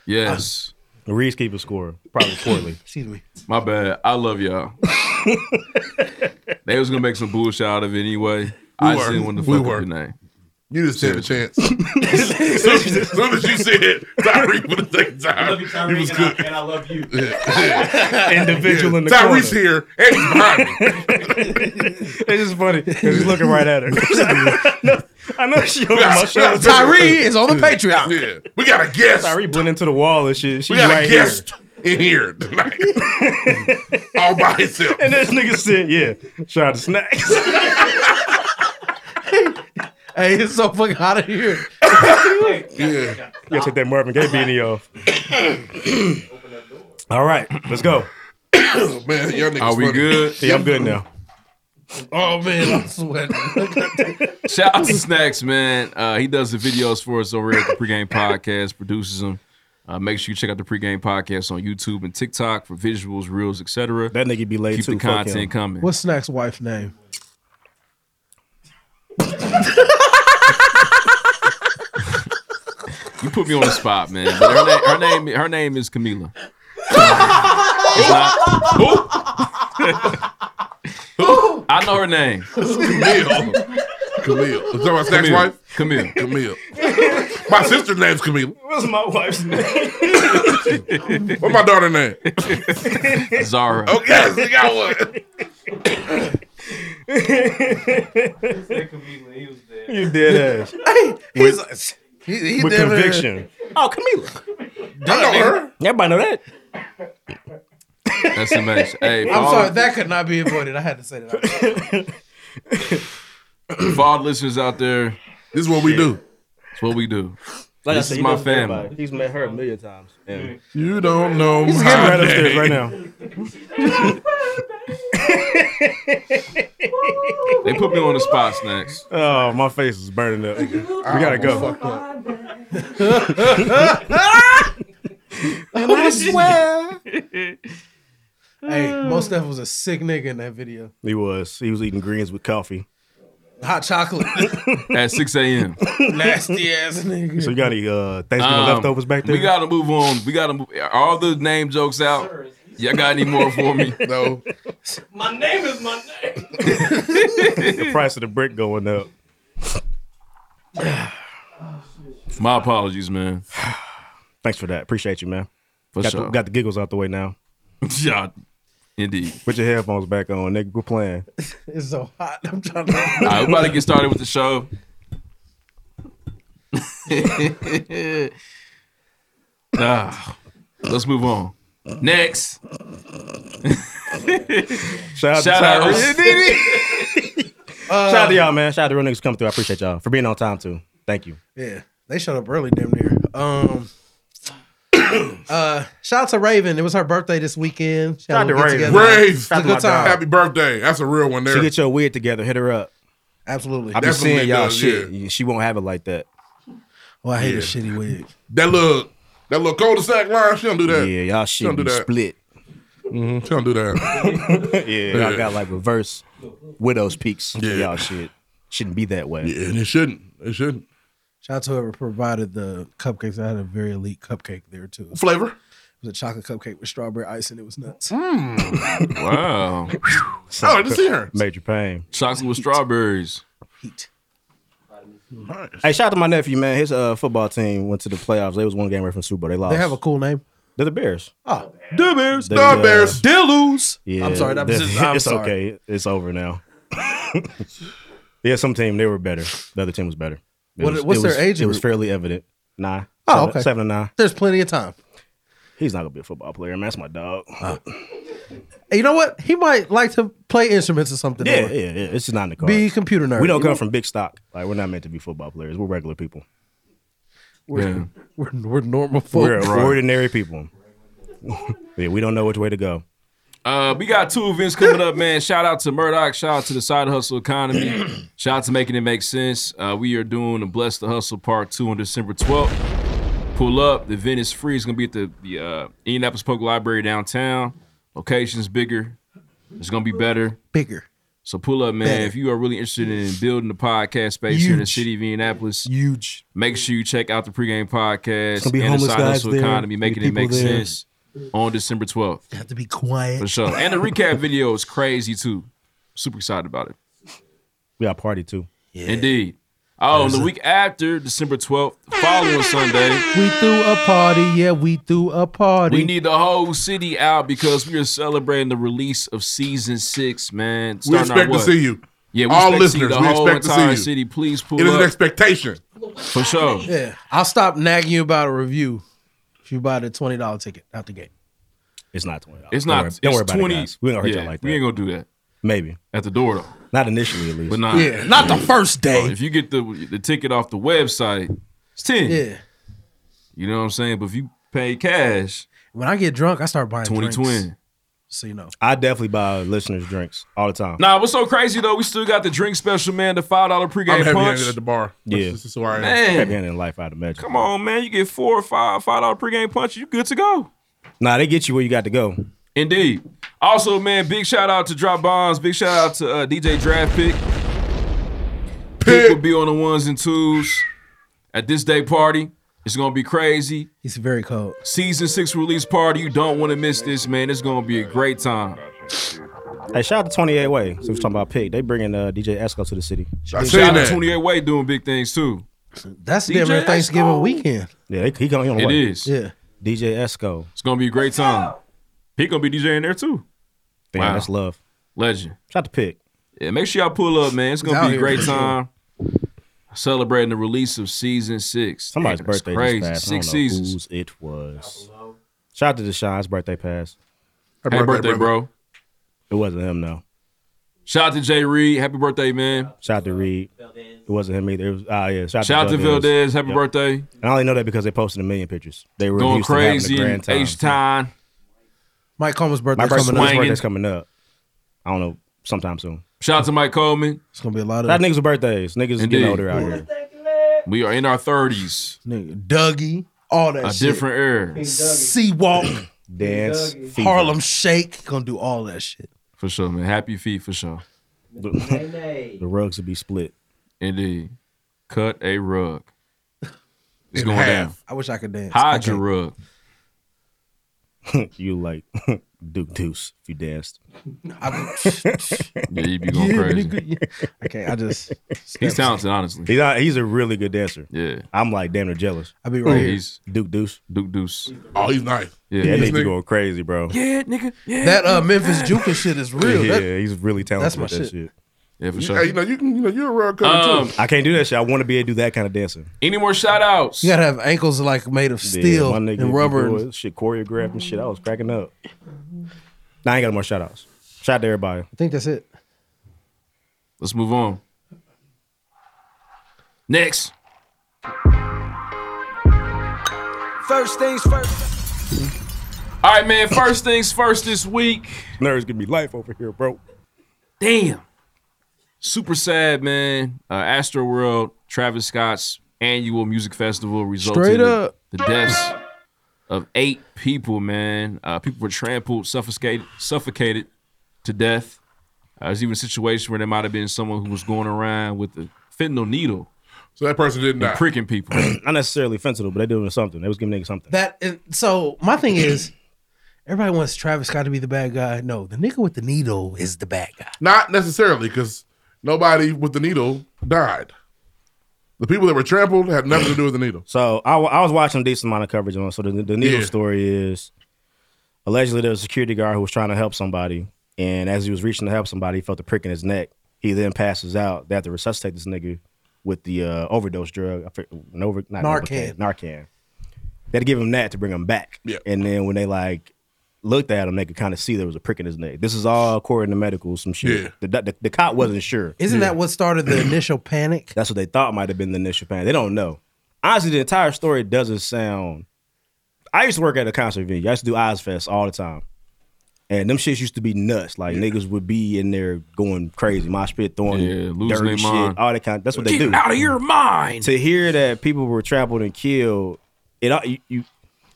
[SPEAKER 12] Yes.
[SPEAKER 3] Reese keep a score probably poorly.
[SPEAKER 2] Excuse me.
[SPEAKER 12] My bad. I love y'all. they was gonna make some bullshit out of it anyway. I just
[SPEAKER 1] were.
[SPEAKER 12] didn't want to
[SPEAKER 1] We
[SPEAKER 12] fuck up
[SPEAKER 1] were.
[SPEAKER 12] your name.
[SPEAKER 1] You just had a chance. as, soon as, as soon as you said Tyreek for the second time, you was good.
[SPEAKER 3] I love you.
[SPEAKER 1] Yeah.
[SPEAKER 3] Individual in the
[SPEAKER 1] Tyreek's
[SPEAKER 3] corner.
[SPEAKER 1] here and he's behind me.
[SPEAKER 3] It's just funny because he's looking right at her. No, I know she over my shoulder.
[SPEAKER 1] Tyree
[SPEAKER 2] is on the
[SPEAKER 1] Patreon. Yeah, we got a guest.
[SPEAKER 3] Tyree blend into the wall and shit. She's
[SPEAKER 1] we got
[SPEAKER 3] right
[SPEAKER 1] a guest in here tonight, all by himself.
[SPEAKER 3] here. And this nigga said, "Yeah, shout out to snacks."
[SPEAKER 2] hey, it's so fucking hot in here.
[SPEAKER 1] yeah,
[SPEAKER 3] you gotta take that Marvin Gaye beanie off. All right, let's go.
[SPEAKER 1] Oh, man, y'all niggas
[SPEAKER 12] Are we
[SPEAKER 1] funny.
[SPEAKER 12] good?
[SPEAKER 3] Yeah, I'm good now.
[SPEAKER 1] Oh man, I'm sweating.
[SPEAKER 12] Shout out to Snacks, man. Uh, he does the videos for us over here at the Pregame Podcast, produces them. Uh, make sure you check out the Pregame Podcast on YouTube and TikTok for visuals, reels, etc.
[SPEAKER 3] That nigga be late
[SPEAKER 12] Keep
[SPEAKER 3] too.
[SPEAKER 12] the
[SPEAKER 3] Fuck him.
[SPEAKER 12] content coming.
[SPEAKER 2] What's Snack's wife's name?
[SPEAKER 12] You put me on the spot, man. But her, na- her name, her name is Camila. It's not- I know her name.
[SPEAKER 1] Camille. Camille. Is that my snacks
[SPEAKER 12] Camille.
[SPEAKER 1] wife?
[SPEAKER 12] Camille.
[SPEAKER 1] Camille. My sister's name's Camille.
[SPEAKER 3] What's my wife's name?
[SPEAKER 1] What's my daughter's name?
[SPEAKER 12] Zara.
[SPEAKER 1] Oh yes, we got one.
[SPEAKER 3] you dead ass
[SPEAKER 2] He's with, he, he
[SPEAKER 3] with
[SPEAKER 2] damn near-
[SPEAKER 3] conviction. Oh, Camila.
[SPEAKER 1] I know her.
[SPEAKER 3] Everybody know that.
[SPEAKER 12] That's amazing. Hey, for
[SPEAKER 2] I'm
[SPEAKER 12] all,
[SPEAKER 2] sorry, that could not be avoided. I had to say that.
[SPEAKER 12] for all the listeners out there,
[SPEAKER 1] This is what we do.
[SPEAKER 12] that's what we do.
[SPEAKER 3] Like
[SPEAKER 12] this is my family.
[SPEAKER 3] He's met her a million times. Yeah.
[SPEAKER 1] You don't know my
[SPEAKER 2] He's getting
[SPEAKER 3] Right upstairs,
[SPEAKER 1] name.
[SPEAKER 3] right now.
[SPEAKER 12] They put me on the spot, Snacks.
[SPEAKER 3] Oh, my face is burning up. We gotta go.
[SPEAKER 2] hey, most Def was a sick nigga in that video.
[SPEAKER 3] He was. He was eating greens with coffee.
[SPEAKER 2] Hot chocolate,
[SPEAKER 12] At 6 a.m.
[SPEAKER 2] nasty ass nigga.
[SPEAKER 3] So you got any uh, Thanksgiving
[SPEAKER 12] Um,
[SPEAKER 3] leftovers back there?
[SPEAKER 12] We gotta move on. We gotta move are all the name jokes out. Y'all got any more for me?
[SPEAKER 1] No.
[SPEAKER 3] the price of the brick going up.
[SPEAKER 12] My apologies, man.
[SPEAKER 3] Thanks for that. Appreciate you, man.
[SPEAKER 12] For
[SPEAKER 3] got,
[SPEAKER 12] sure.
[SPEAKER 3] the, got the giggles out the way now.
[SPEAKER 12] yeah, indeed.
[SPEAKER 3] Put your headphones back on, nigga. We're playing.
[SPEAKER 2] It's so hot. I'm trying to.
[SPEAKER 12] All right, we're about to get started with the show. ah, let's move on. Next.
[SPEAKER 3] Shout out
[SPEAKER 12] Shout
[SPEAKER 3] to
[SPEAKER 12] out.
[SPEAKER 3] Tyrese.
[SPEAKER 1] Uh,
[SPEAKER 3] Shout out to y'all, man. Shout out to real niggas coming through. I appreciate y'all for being on time too. Thank you.
[SPEAKER 2] Yeah, they showed up early, damn near. Um, uh, shout out to Raven. It was her birthday this weekend. She had a little get-together. It
[SPEAKER 1] Rave.
[SPEAKER 2] was a good time.
[SPEAKER 1] Happy birthday. That's a real one there.
[SPEAKER 3] She get your weird together. Hit her up.
[SPEAKER 2] Absolutely.
[SPEAKER 3] I be
[SPEAKER 1] That's what
[SPEAKER 3] seeing
[SPEAKER 1] Meg
[SPEAKER 3] y'all
[SPEAKER 1] does,
[SPEAKER 3] shit. She won't have it like that.
[SPEAKER 2] Well, I hate
[SPEAKER 1] Yeah.
[SPEAKER 2] a shitty wig.
[SPEAKER 1] That little that little cul-de-sac line, she don't do that.
[SPEAKER 3] Yeah, y'all
[SPEAKER 1] She
[SPEAKER 3] shit
[SPEAKER 1] don't do
[SPEAKER 3] be
[SPEAKER 1] that.
[SPEAKER 3] split.
[SPEAKER 1] She don't do that.
[SPEAKER 3] yeah, y'all got like reverse widow's peaks. Yeah, y'all shit shouldn't be that way.
[SPEAKER 1] Yeah, and it shouldn't. It shouldn't.
[SPEAKER 2] Shout out to whoever provided the cupcakes. I had a very elite cupcake there too. What
[SPEAKER 1] flavor?
[SPEAKER 2] It was a chocolate cupcake with strawberry ice, and it was nuts.
[SPEAKER 3] Mm.
[SPEAKER 12] Wow.
[SPEAKER 2] Oh, I didn't see her.
[SPEAKER 3] Major pain.
[SPEAKER 12] Chocolate with strawberries.
[SPEAKER 3] Hey, shout out to my nephew, man. His uh, football team went to the playoffs. They was one game away from Super Bowl. They lost.
[SPEAKER 2] They have a cool name.
[SPEAKER 3] They're the Bears.
[SPEAKER 2] Oh, the Bears.
[SPEAKER 3] They, uh,
[SPEAKER 2] Dillos.
[SPEAKER 3] Yeah,
[SPEAKER 2] I'm sorry. That was
[SPEAKER 3] they-
[SPEAKER 2] I'm
[SPEAKER 3] it's
[SPEAKER 2] sorry.
[SPEAKER 3] okay. It's over now. yeah, some team they were better. The other team was better. It
[SPEAKER 2] What-
[SPEAKER 3] was-
[SPEAKER 2] what's
[SPEAKER 3] it
[SPEAKER 2] their
[SPEAKER 3] was-
[SPEAKER 2] age
[SPEAKER 3] It was
[SPEAKER 2] group?
[SPEAKER 3] fairly evident. Nah.
[SPEAKER 2] Oh,
[SPEAKER 3] Seven-
[SPEAKER 2] okay.
[SPEAKER 3] Seven to nine.
[SPEAKER 2] There's plenty of time.
[SPEAKER 3] He's not gonna be a football player, man. That's my dog.
[SPEAKER 2] And you know what? He might like to play instruments or something.
[SPEAKER 3] yeah, yeah,
[SPEAKER 2] or
[SPEAKER 3] yeah. It's just not in the car.
[SPEAKER 2] Be a computer nerd.
[SPEAKER 3] We don't
[SPEAKER 2] You
[SPEAKER 3] come
[SPEAKER 2] know?
[SPEAKER 3] from big stock. Like we're not meant to be football players. We're regular people.
[SPEAKER 2] We're,
[SPEAKER 3] Yeah.
[SPEAKER 2] we're, we're normal folk.
[SPEAKER 3] We're ordinary people. yeah, we don't know which way to go.
[SPEAKER 12] Uh, we got two events coming up, man. Shout out to Murdoch. Shout out to the Side Hustle Economy. shout out to Making It Make Sense. Uh, we are doing the Bless the Hustle Part 2 on December 12th. Pull up. The event is free. It's going to be at the, the uh, Indianapolis Public Library downtown. Location's bigger. It's going to be better.
[SPEAKER 2] Bigger.
[SPEAKER 12] So pull up, man.
[SPEAKER 2] Better.
[SPEAKER 12] If you are really interested in building the podcast space here in the
[SPEAKER 2] Huge.
[SPEAKER 12] city of Indianapolis,
[SPEAKER 2] huge.
[SPEAKER 12] Make sure you check out the pregame podcast
[SPEAKER 2] It's gonna be
[SPEAKER 12] and
[SPEAKER 2] homeless
[SPEAKER 12] the Side
[SPEAKER 2] guys
[SPEAKER 12] Hustle
[SPEAKER 2] there,
[SPEAKER 12] Economy,
[SPEAKER 2] be
[SPEAKER 12] making it
[SPEAKER 2] people
[SPEAKER 12] make
[SPEAKER 2] there.
[SPEAKER 12] sense on December 12th.
[SPEAKER 2] Have to be quiet.
[SPEAKER 12] For sure. And the recap video is crazy too. Super excited about it.
[SPEAKER 3] We got party too.
[SPEAKER 12] Indeed. Oh, and
[SPEAKER 2] There's
[SPEAKER 12] the
[SPEAKER 2] a-
[SPEAKER 12] week after, December 12th, the following Sunday,
[SPEAKER 2] We threw a party. Yeah, we threw a party.
[SPEAKER 12] we need the whole city out because we are celebrating the release of season six, man.
[SPEAKER 1] We
[SPEAKER 12] Starting our
[SPEAKER 1] expect to
[SPEAKER 12] what?
[SPEAKER 1] see you.
[SPEAKER 12] Yeah, we
[SPEAKER 1] All
[SPEAKER 12] expect to see
[SPEAKER 1] listeners,
[SPEAKER 12] the
[SPEAKER 1] we
[SPEAKER 12] whole
[SPEAKER 1] expect to see
[SPEAKER 12] entire
[SPEAKER 1] you.
[SPEAKER 12] city. Please pull
[SPEAKER 1] It is
[SPEAKER 12] up.
[SPEAKER 1] an expectation.
[SPEAKER 12] For sure.
[SPEAKER 2] Yeah. I'll stop nagging you about a review if you buy the twenty dollar ticket out the gate.
[SPEAKER 3] It's not twenty dollars.
[SPEAKER 12] It's not.
[SPEAKER 3] Don't worry, don't
[SPEAKER 12] it's
[SPEAKER 3] worry about
[SPEAKER 12] 20,
[SPEAKER 3] it, guys. We ain't gonna hurt
[SPEAKER 12] yeah,
[SPEAKER 3] y'all like
[SPEAKER 12] We
[SPEAKER 3] that.
[SPEAKER 12] ain't gonna do that.
[SPEAKER 3] Maybe
[SPEAKER 12] at the door though.
[SPEAKER 3] Not initially, at least.
[SPEAKER 12] But not.
[SPEAKER 2] Yeah, not the first day.
[SPEAKER 12] If you get the the ticket off the website, it's ten.
[SPEAKER 2] Yeah.
[SPEAKER 12] You know what I'm saying? But if you pay cash,
[SPEAKER 2] When I get drunk, I start buying
[SPEAKER 12] 20
[SPEAKER 2] drinks.
[SPEAKER 12] twin.
[SPEAKER 2] So you know.
[SPEAKER 3] I definitely buy listeners drinks all the time.
[SPEAKER 12] Nah, what's so crazy though? We still got the drink special, man. The five dollar pregame
[SPEAKER 3] I'm heavy-handed
[SPEAKER 12] punch
[SPEAKER 3] at the
[SPEAKER 1] bar.
[SPEAKER 3] Yeah,
[SPEAKER 1] This is who I am.
[SPEAKER 12] Man.
[SPEAKER 3] Happy ending in life, I'd imagine.
[SPEAKER 12] Come on, man. You get four or five five dollar pregame punch. You good to go.
[SPEAKER 3] Nah, they get you where you got to go.
[SPEAKER 12] Indeed. Also, man, big shout out to Drop Bombs. Big shout out to uh, DJ Draft Pick. Pick will be on the ones and twos at this day party. It's gonna be crazy.
[SPEAKER 2] It's very cold.
[SPEAKER 12] Season six release party. You don't want to miss this, man. It's gonna be a great time.
[SPEAKER 3] Hey, shout out to 28 Way. So we're talking about Pig. They bringing uh, DJ Esco to the city.
[SPEAKER 12] Shout out to 28 Way doing big things too.
[SPEAKER 2] That's damn near Thanksgiving weekend.
[SPEAKER 3] Yeah, they, he going on the
[SPEAKER 12] It
[SPEAKER 3] way.
[SPEAKER 12] is.
[SPEAKER 2] Yeah.
[SPEAKER 3] DJ Esco.
[SPEAKER 12] It's gonna be a great time. He gonna be DJing there too.
[SPEAKER 3] Damn, that's love.
[SPEAKER 12] Legend.
[SPEAKER 3] Shout out to Pick.
[SPEAKER 12] Yeah, make sure y'all pull up, man. It's
[SPEAKER 3] He's
[SPEAKER 12] gonna
[SPEAKER 3] out
[SPEAKER 12] be a
[SPEAKER 3] here
[SPEAKER 12] great
[SPEAKER 3] for sure.
[SPEAKER 12] time. Celebrating the release of season six.
[SPEAKER 3] Somebody's
[SPEAKER 12] Damn, that's
[SPEAKER 3] birthday
[SPEAKER 12] Crazy.
[SPEAKER 3] just passed.
[SPEAKER 12] Six
[SPEAKER 3] I don't know
[SPEAKER 12] seasons.
[SPEAKER 3] whose it was. Shout out to Deshaun's birthday pass.
[SPEAKER 12] Happy Happy birthday, birthday, brother.
[SPEAKER 3] It wasn't him, though.
[SPEAKER 12] Shout out to Jay Reed. Happy birthday, man.
[SPEAKER 3] Shout out to Reed. It wasn't him either. It was, ah, yeah. Shout,
[SPEAKER 12] Shout out to Valdez. Happy
[SPEAKER 3] Yep.
[SPEAKER 12] birthday.
[SPEAKER 3] And I only know that because they posted a million pictures. They were in
[SPEAKER 12] Going
[SPEAKER 3] Houston
[SPEAKER 12] crazy
[SPEAKER 3] having a
[SPEAKER 12] in
[SPEAKER 3] grand time.
[SPEAKER 12] H Town.
[SPEAKER 2] Mike Coleman's birthday
[SPEAKER 3] My birthday,
[SPEAKER 2] coming up.
[SPEAKER 3] his birthday's coming up. I don't know, sometime soon.
[SPEAKER 12] Shout out to Mike Coleman.
[SPEAKER 2] It's gonna be a lot of
[SPEAKER 3] That niggas' birthdays. Niggas is
[SPEAKER 12] Indeed.
[SPEAKER 3] getting older out here.
[SPEAKER 12] We are in our thirties.
[SPEAKER 2] Nigga, Dougie, all that
[SPEAKER 12] A
[SPEAKER 2] shit.
[SPEAKER 12] different era.
[SPEAKER 2] Sea walk,
[SPEAKER 3] Dance, fever.
[SPEAKER 2] Harlem Shake, gonna do all that shit.
[SPEAKER 12] For sure, man. Happy feet for sure.
[SPEAKER 3] The rugs will be split.
[SPEAKER 12] Indeed. Cut a rug. It's
[SPEAKER 2] In
[SPEAKER 12] going
[SPEAKER 2] half.
[SPEAKER 12] down.
[SPEAKER 2] I wish I could dance. I
[SPEAKER 12] Hide your
[SPEAKER 2] can't.
[SPEAKER 12] rug.
[SPEAKER 3] you like Duke Deuce if you danced.
[SPEAKER 2] I,
[SPEAKER 12] Yeah, you be going
[SPEAKER 2] Yeah,
[SPEAKER 12] crazy.
[SPEAKER 2] nigga, yeah. Okay, I just
[SPEAKER 12] He's talented, honestly.
[SPEAKER 3] He's a, he's a really good dancer.
[SPEAKER 12] Yeah.
[SPEAKER 3] I'm like damn near jealous.
[SPEAKER 2] I'll be right here.
[SPEAKER 12] Oh, He's
[SPEAKER 3] Duke Deuce.
[SPEAKER 12] Duke Deuce.
[SPEAKER 1] Oh, he's nice.
[SPEAKER 3] Yeah,
[SPEAKER 1] Yeah,
[SPEAKER 3] that
[SPEAKER 1] this
[SPEAKER 3] nigga be
[SPEAKER 1] nigga-
[SPEAKER 3] going crazy, bro.
[SPEAKER 12] Yeah, nigga. Yeah.
[SPEAKER 2] that uh, Memphis Juke and shit is real.
[SPEAKER 3] Yeah,
[SPEAKER 2] That-
[SPEAKER 3] he's really talented
[SPEAKER 2] that's my
[SPEAKER 3] with that shit.
[SPEAKER 2] shit.
[SPEAKER 12] Yeah, for
[SPEAKER 1] You,
[SPEAKER 12] sure.
[SPEAKER 1] hey, you know, you can you know you're a rug cutter
[SPEAKER 12] Um,
[SPEAKER 1] too.
[SPEAKER 3] I can't do that shit. I want to be able to do that kind of dancing.
[SPEAKER 12] Any more shout outs?
[SPEAKER 2] you gotta have ankles like made of steel
[SPEAKER 3] yeah, my nigga be
[SPEAKER 2] and Mm-hmm. rubber.
[SPEAKER 3] doing shit choreographed and shit. I was cracking up. Nah, I ain't got no more shout outs. Shout out to everybody.
[SPEAKER 2] I think that's it.
[SPEAKER 12] Let's move on. Next.
[SPEAKER 14] First things first.
[SPEAKER 12] All right, man. First things first this week. Nerds gonna be life over here, bro. Damn. Super sad, man. Uh, Astro World, Travis Scott's annual music festival resulted
[SPEAKER 2] Straight
[SPEAKER 12] in
[SPEAKER 2] up.
[SPEAKER 12] the deaths of eight people, man. Uh, people were trampled, suffocated, suffocated to death. Uh, there's even a situation where there might have been someone who was going around with a fentanyl needle.
[SPEAKER 1] So that person didn't
[SPEAKER 12] and
[SPEAKER 1] die.
[SPEAKER 12] Pricking people.
[SPEAKER 3] Not necessarily fentanyl, but they doing something. They was giving niggas something.
[SPEAKER 2] That is, so my thing is, everybody wants Travis Scott to be the bad guy. No, the nigga with the needle is the bad guy.
[SPEAKER 1] Not necessarily, because nobody with the needle died. The people that were trampled had nothing to do with the needle.
[SPEAKER 3] So I, wa- I was watching a decent amount of coverage on. it. So the, the needle
[SPEAKER 1] Yeah.
[SPEAKER 3] story is allegedly there was a security guard who was trying to help somebody, and as he was reaching to help somebody, he felt a prick in his neck. He then passes out. They have to resuscitate this nigga with the uh, overdose drug, I for- an over, not
[SPEAKER 2] Narcan.
[SPEAKER 3] Novocaine, Narcan. They had to give him that to bring him back. And then when they like looked at him, they could kind of see there was a prick in his neck. This is all according to medical, some shit.
[SPEAKER 2] Yeah.
[SPEAKER 3] The, doc- the, the cop wasn't sure.
[SPEAKER 2] Isn't that what started the initial panic?
[SPEAKER 3] That's what they thought might have been the initial panic. They don't know. Honestly, the entire story doesn't sound. I used to work at a concert venue. I used to do Ozfest all the time, and them shits used to be nuts. Like niggas would be in there going crazy, mosh pit, throwing
[SPEAKER 12] Yeah, losing
[SPEAKER 3] dirty
[SPEAKER 12] their
[SPEAKER 3] shit,
[SPEAKER 12] mind.
[SPEAKER 3] all that kind. that's what they
[SPEAKER 12] Get
[SPEAKER 3] do.
[SPEAKER 12] out of your mind.
[SPEAKER 3] To hear that people were trampled and killed, it uh, you you,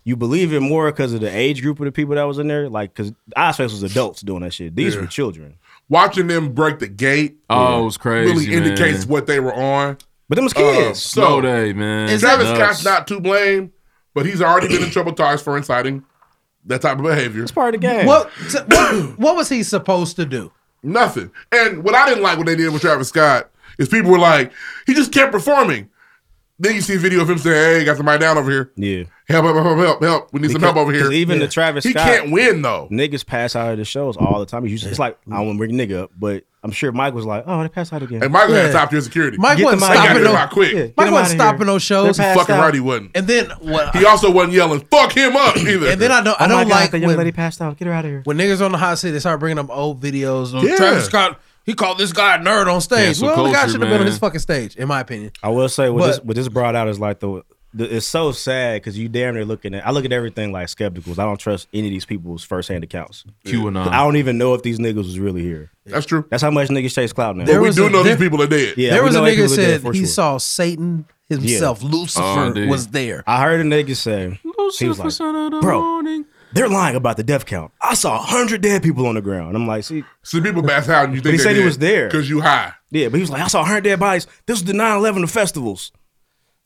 [SPEAKER 3] you believe it more because of the age group of the people that was in there. Like because Ozfest was adults doing that shit. These
[SPEAKER 1] Yeah.
[SPEAKER 3] were children.
[SPEAKER 1] Watching them break the gate
[SPEAKER 3] Oh, it was crazy,
[SPEAKER 1] really indicates
[SPEAKER 3] man.
[SPEAKER 1] what they were on.
[SPEAKER 3] But them was
[SPEAKER 1] Uh,
[SPEAKER 3] kids.
[SPEAKER 1] so
[SPEAKER 12] man.
[SPEAKER 1] Travis
[SPEAKER 12] Nuts.
[SPEAKER 1] Scott's not to blame, but he's already been in trouble twice for inciting that type of behavior. It's
[SPEAKER 3] part of the game.
[SPEAKER 2] What, so what what was he supposed to do?
[SPEAKER 1] Nothing. And what I didn't like what they did with Travis Scott is people were like, he just kept performing. Then you see a video of him saying, "Hey, got somebody down over here.
[SPEAKER 3] Yeah,
[SPEAKER 1] help, help, help, help, help. We need some help
[SPEAKER 3] Because-
[SPEAKER 1] over here."
[SPEAKER 3] 'cause Even the Travis
[SPEAKER 1] he
[SPEAKER 3] Scott,
[SPEAKER 1] can't win though.
[SPEAKER 2] Mm.
[SPEAKER 3] Niggas pass out of the shows all the time. He's used- It's like I want to bring nigga up, but I'm sure Mike was like, "Oh, they passed out again."
[SPEAKER 1] And Michael had top tier security.
[SPEAKER 3] Mike
[SPEAKER 1] Get
[SPEAKER 3] wasn't
[SPEAKER 1] them out of
[SPEAKER 3] stopping
[SPEAKER 1] here.
[SPEAKER 3] no-
[SPEAKER 1] They got quick.
[SPEAKER 3] Yeah, get Mike them wasn't outta here. stopping no shows. They're passed
[SPEAKER 1] fucking
[SPEAKER 3] out.
[SPEAKER 1] right, he wasn't.
[SPEAKER 2] And then what?
[SPEAKER 1] He also wasn't yelling "fuck him up" either.
[SPEAKER 2] And then I
[SPEAKER 3] Oh
[SPEAKER 2] don't I don't like when,
[SPEAKER 3] passed out. Get her out of here.
[SPEAKER 2] When niggas on the hot seat, they start bringing up old videos. Or
[SPEAKER 1] Yeah.
[SPEAKER 2] Travis Scott, he called this guy a nerd on stage.
[SPEAKER 3] Cancel
[SPEAKER 2] well, the guy
[SPEAKER 3] culture,
[SPEAKER 2] should have been on
[SPEAKER 3] man.
[SPEAKER 2] his fucking stage, in my opinion.
[SPEAKER 3] I will say what
[SPEAKER 2] But-
[SPEAKER 3] this what this brought out is like the, the it's so sad because you damn near looking at I look at everything like skepticals. I don't trust any of these people's firsthand accounts.
[SPEAKER 12] QAnon.
[SPEAKER 3] I don't even know if these niggas was really here.
[SPEAKER 1] That's true.
[SPEAKER 3] That's how much niggas chase clout now.
[SPEAKER 2] There But we was do a- know these there-
[SPEAKER 1] people are dead.
[SPEAKER 3] Yeah,
[SPEAKER 2] there
[SPEAKER 3] we
[SPEAKER 2] was a
[SPEAKER 3] know these
[SPEAKER 2] nigga
[SPEAKER 3] people are dead
[SPEAKER 2] said
[SPEAKER 3] for
[SPEAKER 2] he
[SPEAKER 3] sure.
[SPEAKER 2] saw Satan himself,
[SPEAKER 3] Yeah.
[SPEAKER 2] Lucifer, was there.
[SPEAKER 3] I heard a nigga say, he was like, bro, they're lying about the death count. I saw 100 dead people on the ground. I'm like, see.
[SPEAKER 1] See, people pass out and you
[SPEAKER 3] But
[SPEAKER 1] think
[SPEAKER 3] he
[SPEAKER 1] they
[SPEAKER 3] said he
[SPEAKER 1] dead
[SPEAKER 3] was there.
[SPEAKER 1] 'cause you high.
[SPEAKER 3] Yeah, but he was like, I saw 100 dead bodies. This was the 9 11 of festivals.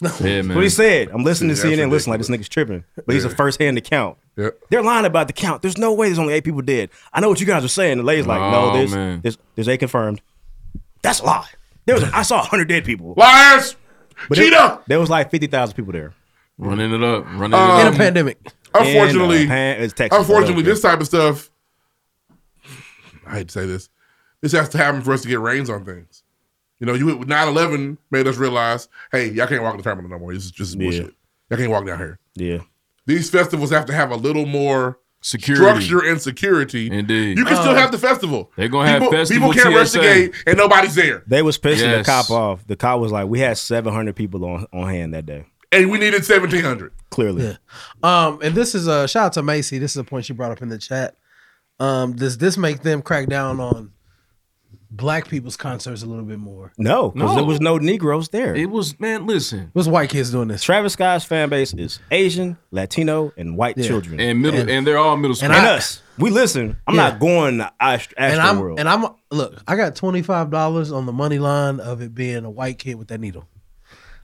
[SPEAKER 12] Yeah,
[SPEAKER 3] That's
[SPEAKER 12] man.
[SPEAKER 3] What he said. I'm listening
[SPEAKER 12] That's
[SPEAKER 3] to CNN, listening like this nigga's tripping. But he's a
[SPEAKER 12] Yeah.
[SPEAKER 3] first hand account. They're lying about the count. There's no way there's only eight people dead. I know what you guys are saying. The lady's like,
[SPEAKER 12] Oh,
[SPEAKER 3] no, there's,
[SPEAKER 12] man.
[SPEAKER 3] there's there's eight confirmed. That's a lie. There was I saw 100 dead people.
[SPEAKER 1] Liars!
[SPEAKER 3] But it- there was like 50,000 people there.
[SPEAKER 12] Running it up.
[SPEAKER 1] Um,
[SPEAKER 12] Running it up.
[SPEAKER 1] In a pandemic. Unfortunately,
[SPEAKER 3] And, uh, pan- it's Texas.
[SPEAKER 1] unfortunately,
[SPEAKER 3] Philadelphia.
[SPEAKER 1] this type of stuff. I hate to say this. This has to happen for us to get reins on things. You know, you 9-11 made us realize, hey, y'all can't walk the terminal no more. This is just bullshit. Y'all can't walk down here.
[SPEAKER 3] Yeah.
[SPEAKER 1] These festivals have to have a little more
[SPEAKER 12] Security.
[SPEAKER 1] structure and security.
[SPEAKER 12] Indeed.
[SPEAKER 1] You can still have the festival.
[SPEAKER 12] They're gonna have
[SPEAKER 1] people,
[SPEAKER 12] festival
[SPEAKER 1] People can't rush the
[SPEAKER 12] TSA.
[SPEAKER 1] gate and nobody's there.
[SPEAKER 3] They was pissing
[SPEAKER 1] Yes.
[SPEAKER 3] the cop off. The cop was like, "We had 700 people on on hand that day."
[SPEAKER 1] And we needed 1,700.
[SPEAKER 3] Clearly,
[SPEAKER 2] Um, and this is a shout out to Macy. This is a point she brought up in the chat. Um, does this make them crack down on black people's concerts a little bit more?
[SPEAKER 3] no, because
[SPEAKER 2] No.
[SPEAKER 3] there was no Negroes there.
[SPEAKER 12] It was man. Listen,
[SPEAKER 2] It was white kids doing this.
[SPEAKER 3] Travis Scott's fan base is Asian, Latino, and white
[SPEAKER 2] Yeah.
[SPEAKER 3] children,
[SPEAKER 12] and middle, and, they're all middle school.
[SPEAKER 3] and us. We listen. I'm
[SPEAKER 2] Yeah.
[SPEAKER 3] not going to Ast-
[SPEAKER 2] and
[SPEAKER 3] Astro
[SPEAKER 2] I'm
[SPEAKER 3] World.
[SPEAKER 2] and I'm look. I got twenty five dollars on the money line of it being a white kid with that needle.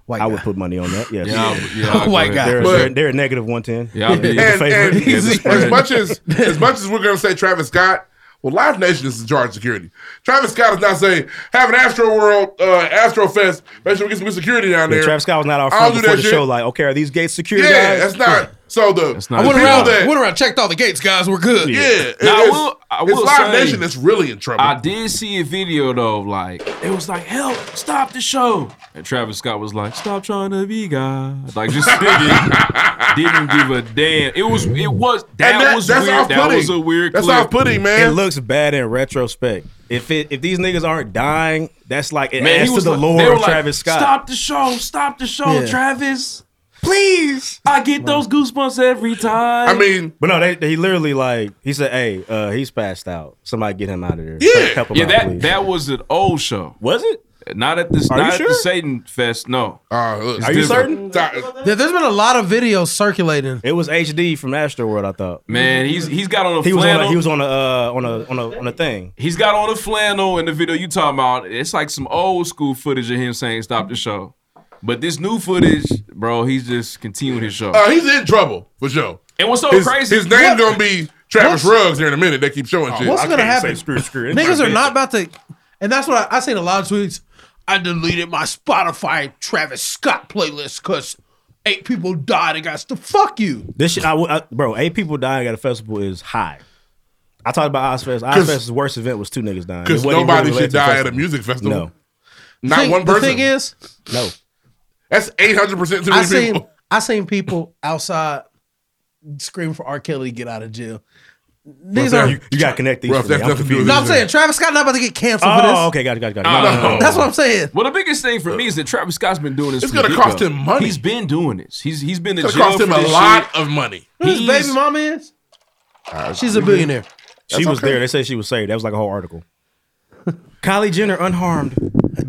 [SPEAKER 2] White
[SPEAKER 3] I
[SPEAKER 2] guy.
[SPEAKER 3] would put money on that. Yes.
[SPEAKER 2] Yeah, I would- yeah, I'd go White ahead. guy.
[SPEAKER 3] They're,
[SPEAKER 2] But-
[SPEAKER 3] they're, they're a negative 110.
[SPEAKER 12] Yeah, I'd be-
[SPEAKER 3] They're the
[SPEAKER 1] and,
[SPEAKER 3] favorite.
[SPEAKER 1] and as much as as much as we're gonna say Travis Scott, well, Live Nation is in charge of security. Travis Scott is not saying have an Astro World, uh, Astro Fest. Make sure we get some good security down
[SPEAKER 3] Yeah,
[SPEAKER 1] there.
[SPEAKER 3] Travis Scott was not our
[SPEAKER 1] I'll
[SPEAKER 3] friend
[SPEAKER 1] do
[SPEAKER 3] before
[SPEAKER 1] that
[SPEAKER 3] the
[SPEAKER 1] shit.
[SPEAKER 3] show. Like, okay, are these gates secure?
[SPEAKER 1] yeah,
[SPEAKER 3] guys?
[SPEAKER 1] that's not. So the, the
[SPEAKER 3] not his
[SPEAKER 1] people
[SPEAKER 3] job.
[SPEAKER 1] that
[SPEAKER 2] went around, checked all the gates, guys. We're good.
[SPEAKER 1] yeah,
[SPEAKER 12] Now, I
[SPEAKER 1] it's-
[SPEAKER 12] will, I
[SPEAKER 1] It's
[SPEAKER 12] will
[SPEAKER 1] Live
[SPEAKER 12] say,
[SPEAKER 1] Nation that's really in trouble.
[SPEAKER 12] I did see a video though, of, like it was like, "Help! Stop the show!" And Travis Scott was like, "Stop trying to be God." Like just singing, didn't give a damn. It was, it was that, was weird. That was a weird. clip.
[SPEAKER 3] It looks bad in retrospect. If it, if these niggas aren't dying, that's like it
[SPEAKER 12] Man,
[SPEAKER 3] adds
[SPEAKER 12] he
[SPEAKER 3] to
[SPEAKER 12] was
[SPEAKER 3] the
[SPEAKER 12] like-
[SPEAKER 3] lore
[SPEAKER 12] they were
[SPEAKER 3] of
[SPEAKER 12] like,
[SPEAKER 3] Travis Scott.
[SPEAKER 12] Stop the show! Stop the show,
[SPEAKER 3] Yeah.
[SPEAKER 12] Travis! Please, I get those goosebumps every time.
[SPEAKER 3] but no, they, he literally like he said, "Hey, uh, he's passed out. Somebody get him out of there. help him
[SPEAKER 12] yeah,
[SPEAKER 3] out,
[SPEAKER 12] that
[SPEAKER 3] please."
[SPEAKER 12] that was an old show.
[SPEAKER 3] Was it?
[SPEAKER 12] Not at this.
[SPEAKER 3] Are you
[SPEAKER 12] not at
[SPEAKER 3] sure?
[SPEAKER 12] the Satan Fest. No.
[SPEAKER 1] uh,
[SPEAKER 12] It's
[SPEAKER 3] Are you
[SPEAKER 12] different.
[SPEAKER 3] certain?
[SPEAKER 2] There, has been a lot of videos circulating.
[SPEAKER 3] It was HD from Astroworld, I thought.
[SPEAKER 12] Man, he's he's got on a
[SPEAKER 3] he was on
[SPEAKER 12] flannel.
[SPEAKER 3] a, he was on a uh, on a on a on a thing.
[SPEAKER 12] He's got on a flannel in the video you talking about. It's like some old school footage of him saying stop the show. But this new footage, bro, he's just continuing his show.
[SPEAKER 1] Uh, he's in trouble for sure.
[SPEAKER 12] And what's so
[SPEAKER 1] his,
[SPEAKER 12] crazy-
[SPEAKER 1] His name
[SPEAKER 12] What- Oh,
[SPEAKER 1] gonna be Travis Ruggs here in a minute. They keep showing shit.
[SPEAKER 2] What's gonna happen? Niggas are not about to, and that's what I, I seen a lot of tweets. I deleted my Spotify Travis Scott playlist because eight people died and got to fuck you.
[SPEAKER 3] This shit, I, w- I- bro, eight people dying at a festival is high. I talked about Ozfest. Ozfest's worst event was two niggas dying. It
[SPEAKER 1] Because
[SPEAKER 3] wasn't even
[SPEAKER 1] nobody
[SPEAKER 3] related
[SPEAKER 1] should
[SPEAKER 3] to the
[SPEAKER 1] die at a
[SPEAKER 3] festival.
[SPEAKER 1] music festival.
[SPEAKER 3] No,
[SPEAKER 1] Not
[SPEAKER 2] Thing-
[SPEAKER 1] one
[SPEAKER 2] the
[SPEAKER 1] person.
[SPEAKER 2] thing is-
[SPEAKER 3] no.
[SPEAKER 1] That's eight hundred percent too
[SPEAKER 2] I
[SPEAKER 1] many
[SPEAKER 2] seen
[SPEAKER 1] people.
[SPEAKER 2] I seen people outside screaming for R. Kelly to get out of jail. These
[SPEAKER 3] Ruff,
[SPEAKER 2] are
[SPEAKER 3] you, you got to connect these.
[SPEAKER 1] Ruff,
[SPEAKER 3] for
[SPEAKER 1] that's
[SPEAKER 3] me. I'm
[SPEAKER 1] nothing to do with
[SPEAKER 3] confused.
[SPEAKER 2] no. I'm saying Travis Scott not about to get canceled for this.
[SPEAKER 3] Oh, okay, got it, got it, got it. No, no,
[SPEAKER 1] Oh.
[SPEAKER 3] no.
[SPEAKER 2] That's what I'm saying.
[SPEAKER 12] Well, the biggest thing for me is that Travis Scott's been doing this.
[SPEAKER 2] It's
[SPEAKER 12] from the
[SPEAKER 2] gonna
[SPEAKER 12] get-go.
[SPEAKER 2] cost him money.
[SPEAKER 12] He's been doing this. He's he's been in
[SPEAKER 1] It's
[SPEAKER 12] jail
[SPEAKER 1] gonna cost him
[SPEAKER 12] for
[SPEAKER 1] a
[SPEAKER 12] this
[SPEAKER 1] lot
[SPEAKER 12] shit.
[SPEAKER 1] of money.
[SPEAKER 2] Who his
[SPEAKER 12] He's-
[SPEAKER 2] baby mama is?
[SPEAKER 12] Uh,
[SPEAKER 2] She's a billionaire.
[SPEAKER 3] She
[SPEAKER 2] That's
[SPEAKER 3] was
[SPEAKER 2] okay.
[SPEAKER 3] there. They said she was saved. That was like a whole article. Kylie Jenner unharmed.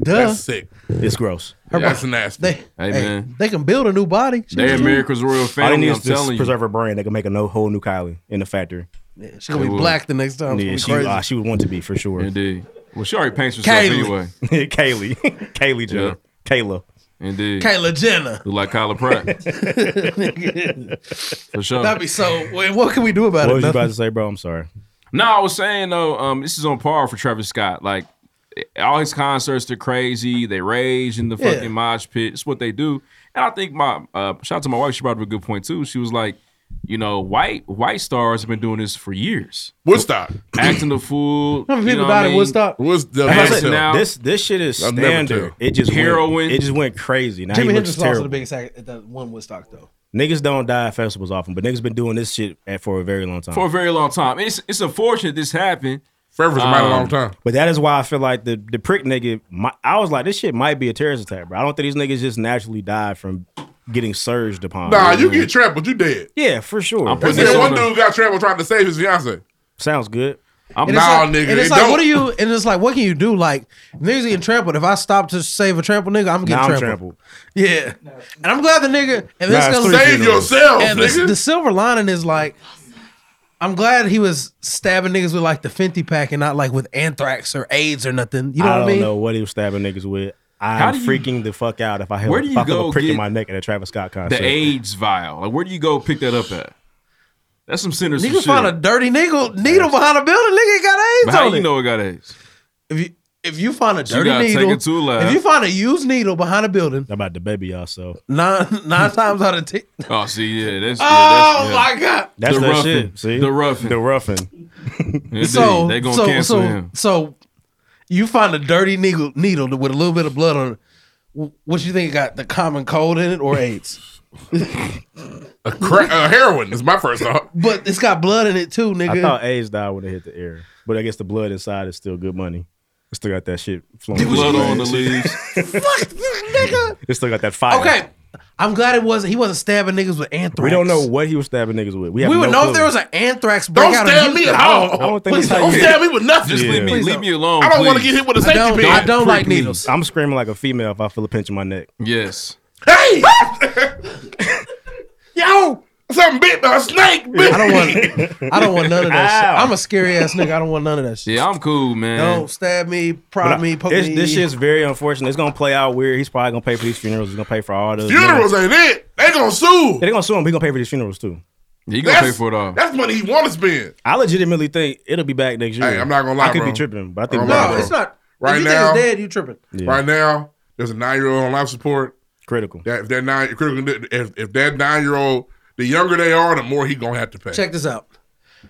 [SPEAKER 2] Duh.
[SPEAKER 1] That's sick.
[SPEAKER 3] It's gross.
[SPEAKER 2] Her
[SPEAKER 1] That's
[SPEAKER 2] body-
[SPEAKER 1] nasty.
[SPEAKER 2] They,
[SPEAKER 12] Hey,
[SPEAKER 2] hey,
[SPEAKER 12] man.
[SPEAKER 2] they can build a new body. She
[SPEAKER 12] They
[SPEAKER 2] was cute.
[SPEAKER 12] America's royal
[SPEAKER 3] All they
[SPEAKER 12] family.
[SPEAKER 3] need
[SPEAKER 12] I'm
[SPEAKER 3] is to
[SPEAKER 12] telling you.
[SPEAKER 3] preserve her brain. They can make a no, whole new Kylie in the factory.
[SPEAKER 2] she gonna be They black will. the next time. It's
[SPEAKER 3] Yeah,
[SPEAKER 2] gonna be
[SPEAKER 3] she,
[SPEAKER 2] crazy.
[SPEAKER 3] ah, she would want to be for sure.
[SPEAKER 12] Indeed. Well, she already paints herself
[SPEAKER 3] Kaylee.
[SPEAKER 12] anyway.
[SPEAKER 3] Kaylee. Kaylee Jenner. Kayla.
[SPEAKER 12] Indeed.
[SPEAKER 2] Kayla Jenner.
[SPEAKER 12] Look like Kyla Pratt. for sure.
[SPEAKER 2] That'd be so. wait, What can we do about
[SPEAKER 3] What
[SPEAKER 2] it?
[SPEAKER 3] was you about
[SPEAKER 2] Nothing.
[SPEAKER 3] to say, bro? I'm sorry.
[SPEAKER 12] No, I was saying though, um, this is on par for Travis Scott. Like eh, all his concerts, they're crazy. They rage in the
[SPEAKER 3] Yeah.
[SPEAKER 12] fucking mosh pit. It's what they do. And I think my uh, shout out to my wife. She brought up a good point too. She was like, you know, white white stars have been doing this for years.
[SPEAKER 1] Woodstock,
[SPEAKER 12] acting the fool.
[SPEAKER 2] How many
[SPEAKER 12] you
[SPEAKER 2] people
[SPEAKER 12] know what I
[SPEAKER 2] died at
[SPEAKER 12] mean?
[SPEAKER 2] Woodstock?
[SPEAKER 1] Woodstock.
[SPEAKER 3] That's
[SPEAKER 12] Passing
[SPEAKER 3] it.
[SPEAKER 12] out.
[SPEAKER 3] This this shit is
[SPEAKER 12] I'll never
[SPEAKER 3] standard.
[SPEAKER 12] tell.
[SPEAKER 3] It just
[SPEAKER 12] Heroin.
[SPEAKER 3] Went, it just went crazy. Now
[SPEAKER 2] Jimmy
[SPEAKER 3] he looks
[SPEAKER 2] Hendrix was also the
[SPEAKER 3] terrible.
[SPEAKER 2] biggest act at that one Woodstock though.
[SPEAKER 3] Niggas don't die at festivals often, but niggas been doing this shit at- for a very long time.
[SPEAKER 12] for a very long time. It's it's unfortunate this happened.
[SPEAKER 1] Forever's a mighty
[SPEAKER 3] Um,
[SPEAKER 1] long time.
[SPEAKER 3] But that is why I feel like the the prick nigga. My, I was like, this shit might be a terrorist attack, bro. I don't think these niggas just naturally die from getting surged upon.
[SPEAKER 1] Nah, you
[SPEAKER 3] know?
[SPEAKER 1] get trapped, but you dead.
[SPEAKER 3] Yeah, for sure.
[SPEAKER 1] They said one dude got trapped trying to save his fiance.
[SPEAKER 3] Sounds good.
[SPEAKER 1] I'm
[SPEAKER 2] And it's
[SPEAKER 1] nah,
[SPEAKER 2] like,
[SPEAKER 1] nigga.
[SPEAKER 2] And
[SPEAKER 1] they
[SPEAKER 2] it's like,
[SPEAKER 1] don't.
[SPEAKER 2] what do you? And it's like, what can you do? Like, niggas getting trampled. If I stop to save a trampled nigga, I'm getting
[SPEAKER 3] Nah, I'm
[SPEAKER 2] trampled.
[SPEAKER 3] trampled.
[SPEAKER 2] Yeah, and I'm glad the nigga. And
[SPEAKER 3] Nah,
[SPEAKER 2] this
[SPEAKER 3] it's
[SPEAKER 2] gonna
[SPEAKER 3] three Save funerals. yourself,
[SPEAKER 2] And the,
[SPEAKER 3] nigga.
[SPEAKER 2] the silver lining is like, I'm glad he was stabbing niggas with like the Fenty pack and not like with anthrax or AIDS or nothing. You know
[SPEAKER 3] I
[SPEAKER 2] what
[SPEAKER 3] don't
[SPEAKER 2] I mean?
[SPEAKER 3] know what he was stabbing niggas with.
[SPEAKER 12] How
[SPEAKER 3] I'm
[SPEAKER 12] do you-
[SPEAKER 3] freaking the fuck out if I had
[SPEAKER 12] Where do
[SPEAKER 3] if
[SPEAKER 12] you
[SPEAKER 3] I feel
[SPEAKER 12] go
[SPEAKER 3] a prick
[SPEAKER 12] get
[SPEAKER 3] in my neck at a Travis Scott concert.
[SPEAKER 12] The AIDS vial. Like, where do you go pick that up at? That's some sinners.
[SPEAKER 2] Nigga found a dirty nigga needle behind a building. Nigga got AIDS
[SPEAKER 12] But how
[SPEAKER 2] on
[SPEAKER 12] you
[SPEAKER 2] it.
[SPEAKER 12] know it got AIDS?
[SPEAKER 2] If you if you find a
[SPEAKER 12] You
[SPEAKER 2] dirty
[SPEAKER 12] gotta take
[SPEAKER 2] needle,
[SPEAKER 12] it to a lab.
[SPEAKER 2] if you find a used needle behind a building,
[SPEAKER 3] about the baby y'all so
[SPEAKER 2] nine nine times out of ten.
[SPEAKER 12] Oh, see, yeah, that's.
[SPEAKER 2] Oh,
[SPEAKER 12] yeah, that's,
[SPEAKER 2] my God.
[SPEAKER 3] That's
[SPEAKER 12] the
[SPEAKER 3] that
[SPEAKER 12] roughing.
[SPEAKER 3] shit. See
[SPEAKER 12] the roughing.
[SPEAKER 3] The roughing.
[SPEAKER 12] Indeed.
[SPEAKER 2] so
[SPEAKER 12] they gonna
[SPEAKER 2] so,
[SPEAKER 12] cancel
[SPEAKER 2] so,
[SPEAKER 12] him.
[SPEAKER 2] So you find a dirty needle needle with a little bit of blood on it. W- What you think it got? The common cold in it or AIDS?
[SPEAKER 1] a cra- uh, heroin is my first thought.
[SPEAKER 2] But it's got blood in it too,
[SPEAKER 3] I
[SPEAKER 2] nigga.
[SPEAKER 3] thought AIDS died when it hit the air, but I guess the blood inside is still good money. It still got that shit flowing.
[SPEAKER 12] The blood on the leaves.
[SPEAKER 3] It still got that fire.
[SPEAKER 2] okay, I'm glad it wasn't. He wasn't stabbing niggas with anthrax.
[SPEAKER 3] We don't know what he was stabbing niggas with. We,
[SPEAKER 2] We,
[SPEAKER 3] have
[SPEAKER 2] would
[SPEAKER 3] no
[SPEAKER 2] know if
[SPEAKER 3] clue.
[SPEAKER 2] there was an anthrax
[SPEAKER 1] Don't
[SPEAKER 2] breakout. in
[SPEAKER 1] stab me
[SPEAKER 2] Houston.
[SPEAKER 1] at all. I don't
[SPEAKER 3] think
[SPEAKER 2] Please
[SPEAKER 3] that's how
[SPEAKER 2] don't
[SPEAKER 3] you-
[SPEAKER 2] stab me with nothing.
[SPEAKER 12] Just leave me,
[SPEAKER 3] Please
[SPEAKER 12] leave
[SPEAKER 3] don't.
[SPEAKER 12] me alone.
[SPEAKER 1] I don't wanna
[SPEAKER 12] please.
[SPEAKER 1] get hit with a safety
[SPEAKER 2] don't-
[SPEAKER 1] pin.
[SPEAKER 2] I don't like
[SPEAKER 12] Prick me.
[SPEAKER 2] needles.
[SPEAKER 3] I'm screaming like a female if I feel a pinch in my neck.
[SPEAKER 12] Yes.
[SPEAKER 1] Hey, yo, something bit by a snake. Bit
[SPEAKER 2] I don't
[SPEAKER 1] me.
[SPEAKER 2] want. I don't want none of that.
[SPEAKER 3] Ow.
[SPEAKER 2] shit. I'm a scary ass nigga. I don't want none of that shit.
[SPEAKER 12] Yeah, I'm cool, man.
[SPEAKER 2] Don't stab me, prod
[SPEAKER 3] I-
[SPEAKER 2] me, poke
[SPEAKER 3] it's-
[SPEAKER 2] me.
[SPEAKER 3] this shit's very unfortunate. It's gonna play out weird. He's probably gonna pay for these funerals. He's gonna pay for all those
[SPEAKER 1] Funerals ain't it. They gonna sue.
[SPEAKER 3] They're gonna sue him. He's gonna pay for these funerals too.
[SPEAKER 12] Yeah, you
[SPEAKER 1] gonna That's- pay for it all. that's money he wanna spend.
[SPEAKER 3] I legitimately think it'll be back next year.
[SPEAKER 1] Hey, I'm not gonna lie,
[SPEAKER 3] I could
[SPEAKER 1] bro.
[SPEAKER 3] be tripping, but I
[SPEAKER 1] I'm
[SPEAKER 3] think
[SPEAKER 1] not
[SPEAKER 3] it'll be
[SPEAKER 1] gonna
[SPEAKER 3] back.
[SPEAKER 1] lie,
[SPEAKER 2] it's
[SPEAKER 1] bro.
[SPEAKER 2] not-
[SPEAKER 1] Right
[SPEAKER 2] if you
[SPEAKER 1] now,
[SPEAKER 2] think it's dead, you tripping.
[SPEAKER 3] Yeah.
[SPEAKER 1] Right now, there's a nine year old on life support.
[SPEAKER 3] Critical.
[SPEAKER 1] That if that nine critical, if, if that nine year old, the younger they are, the more he gonna have to pay.
[SPEAKER 2] Check this out.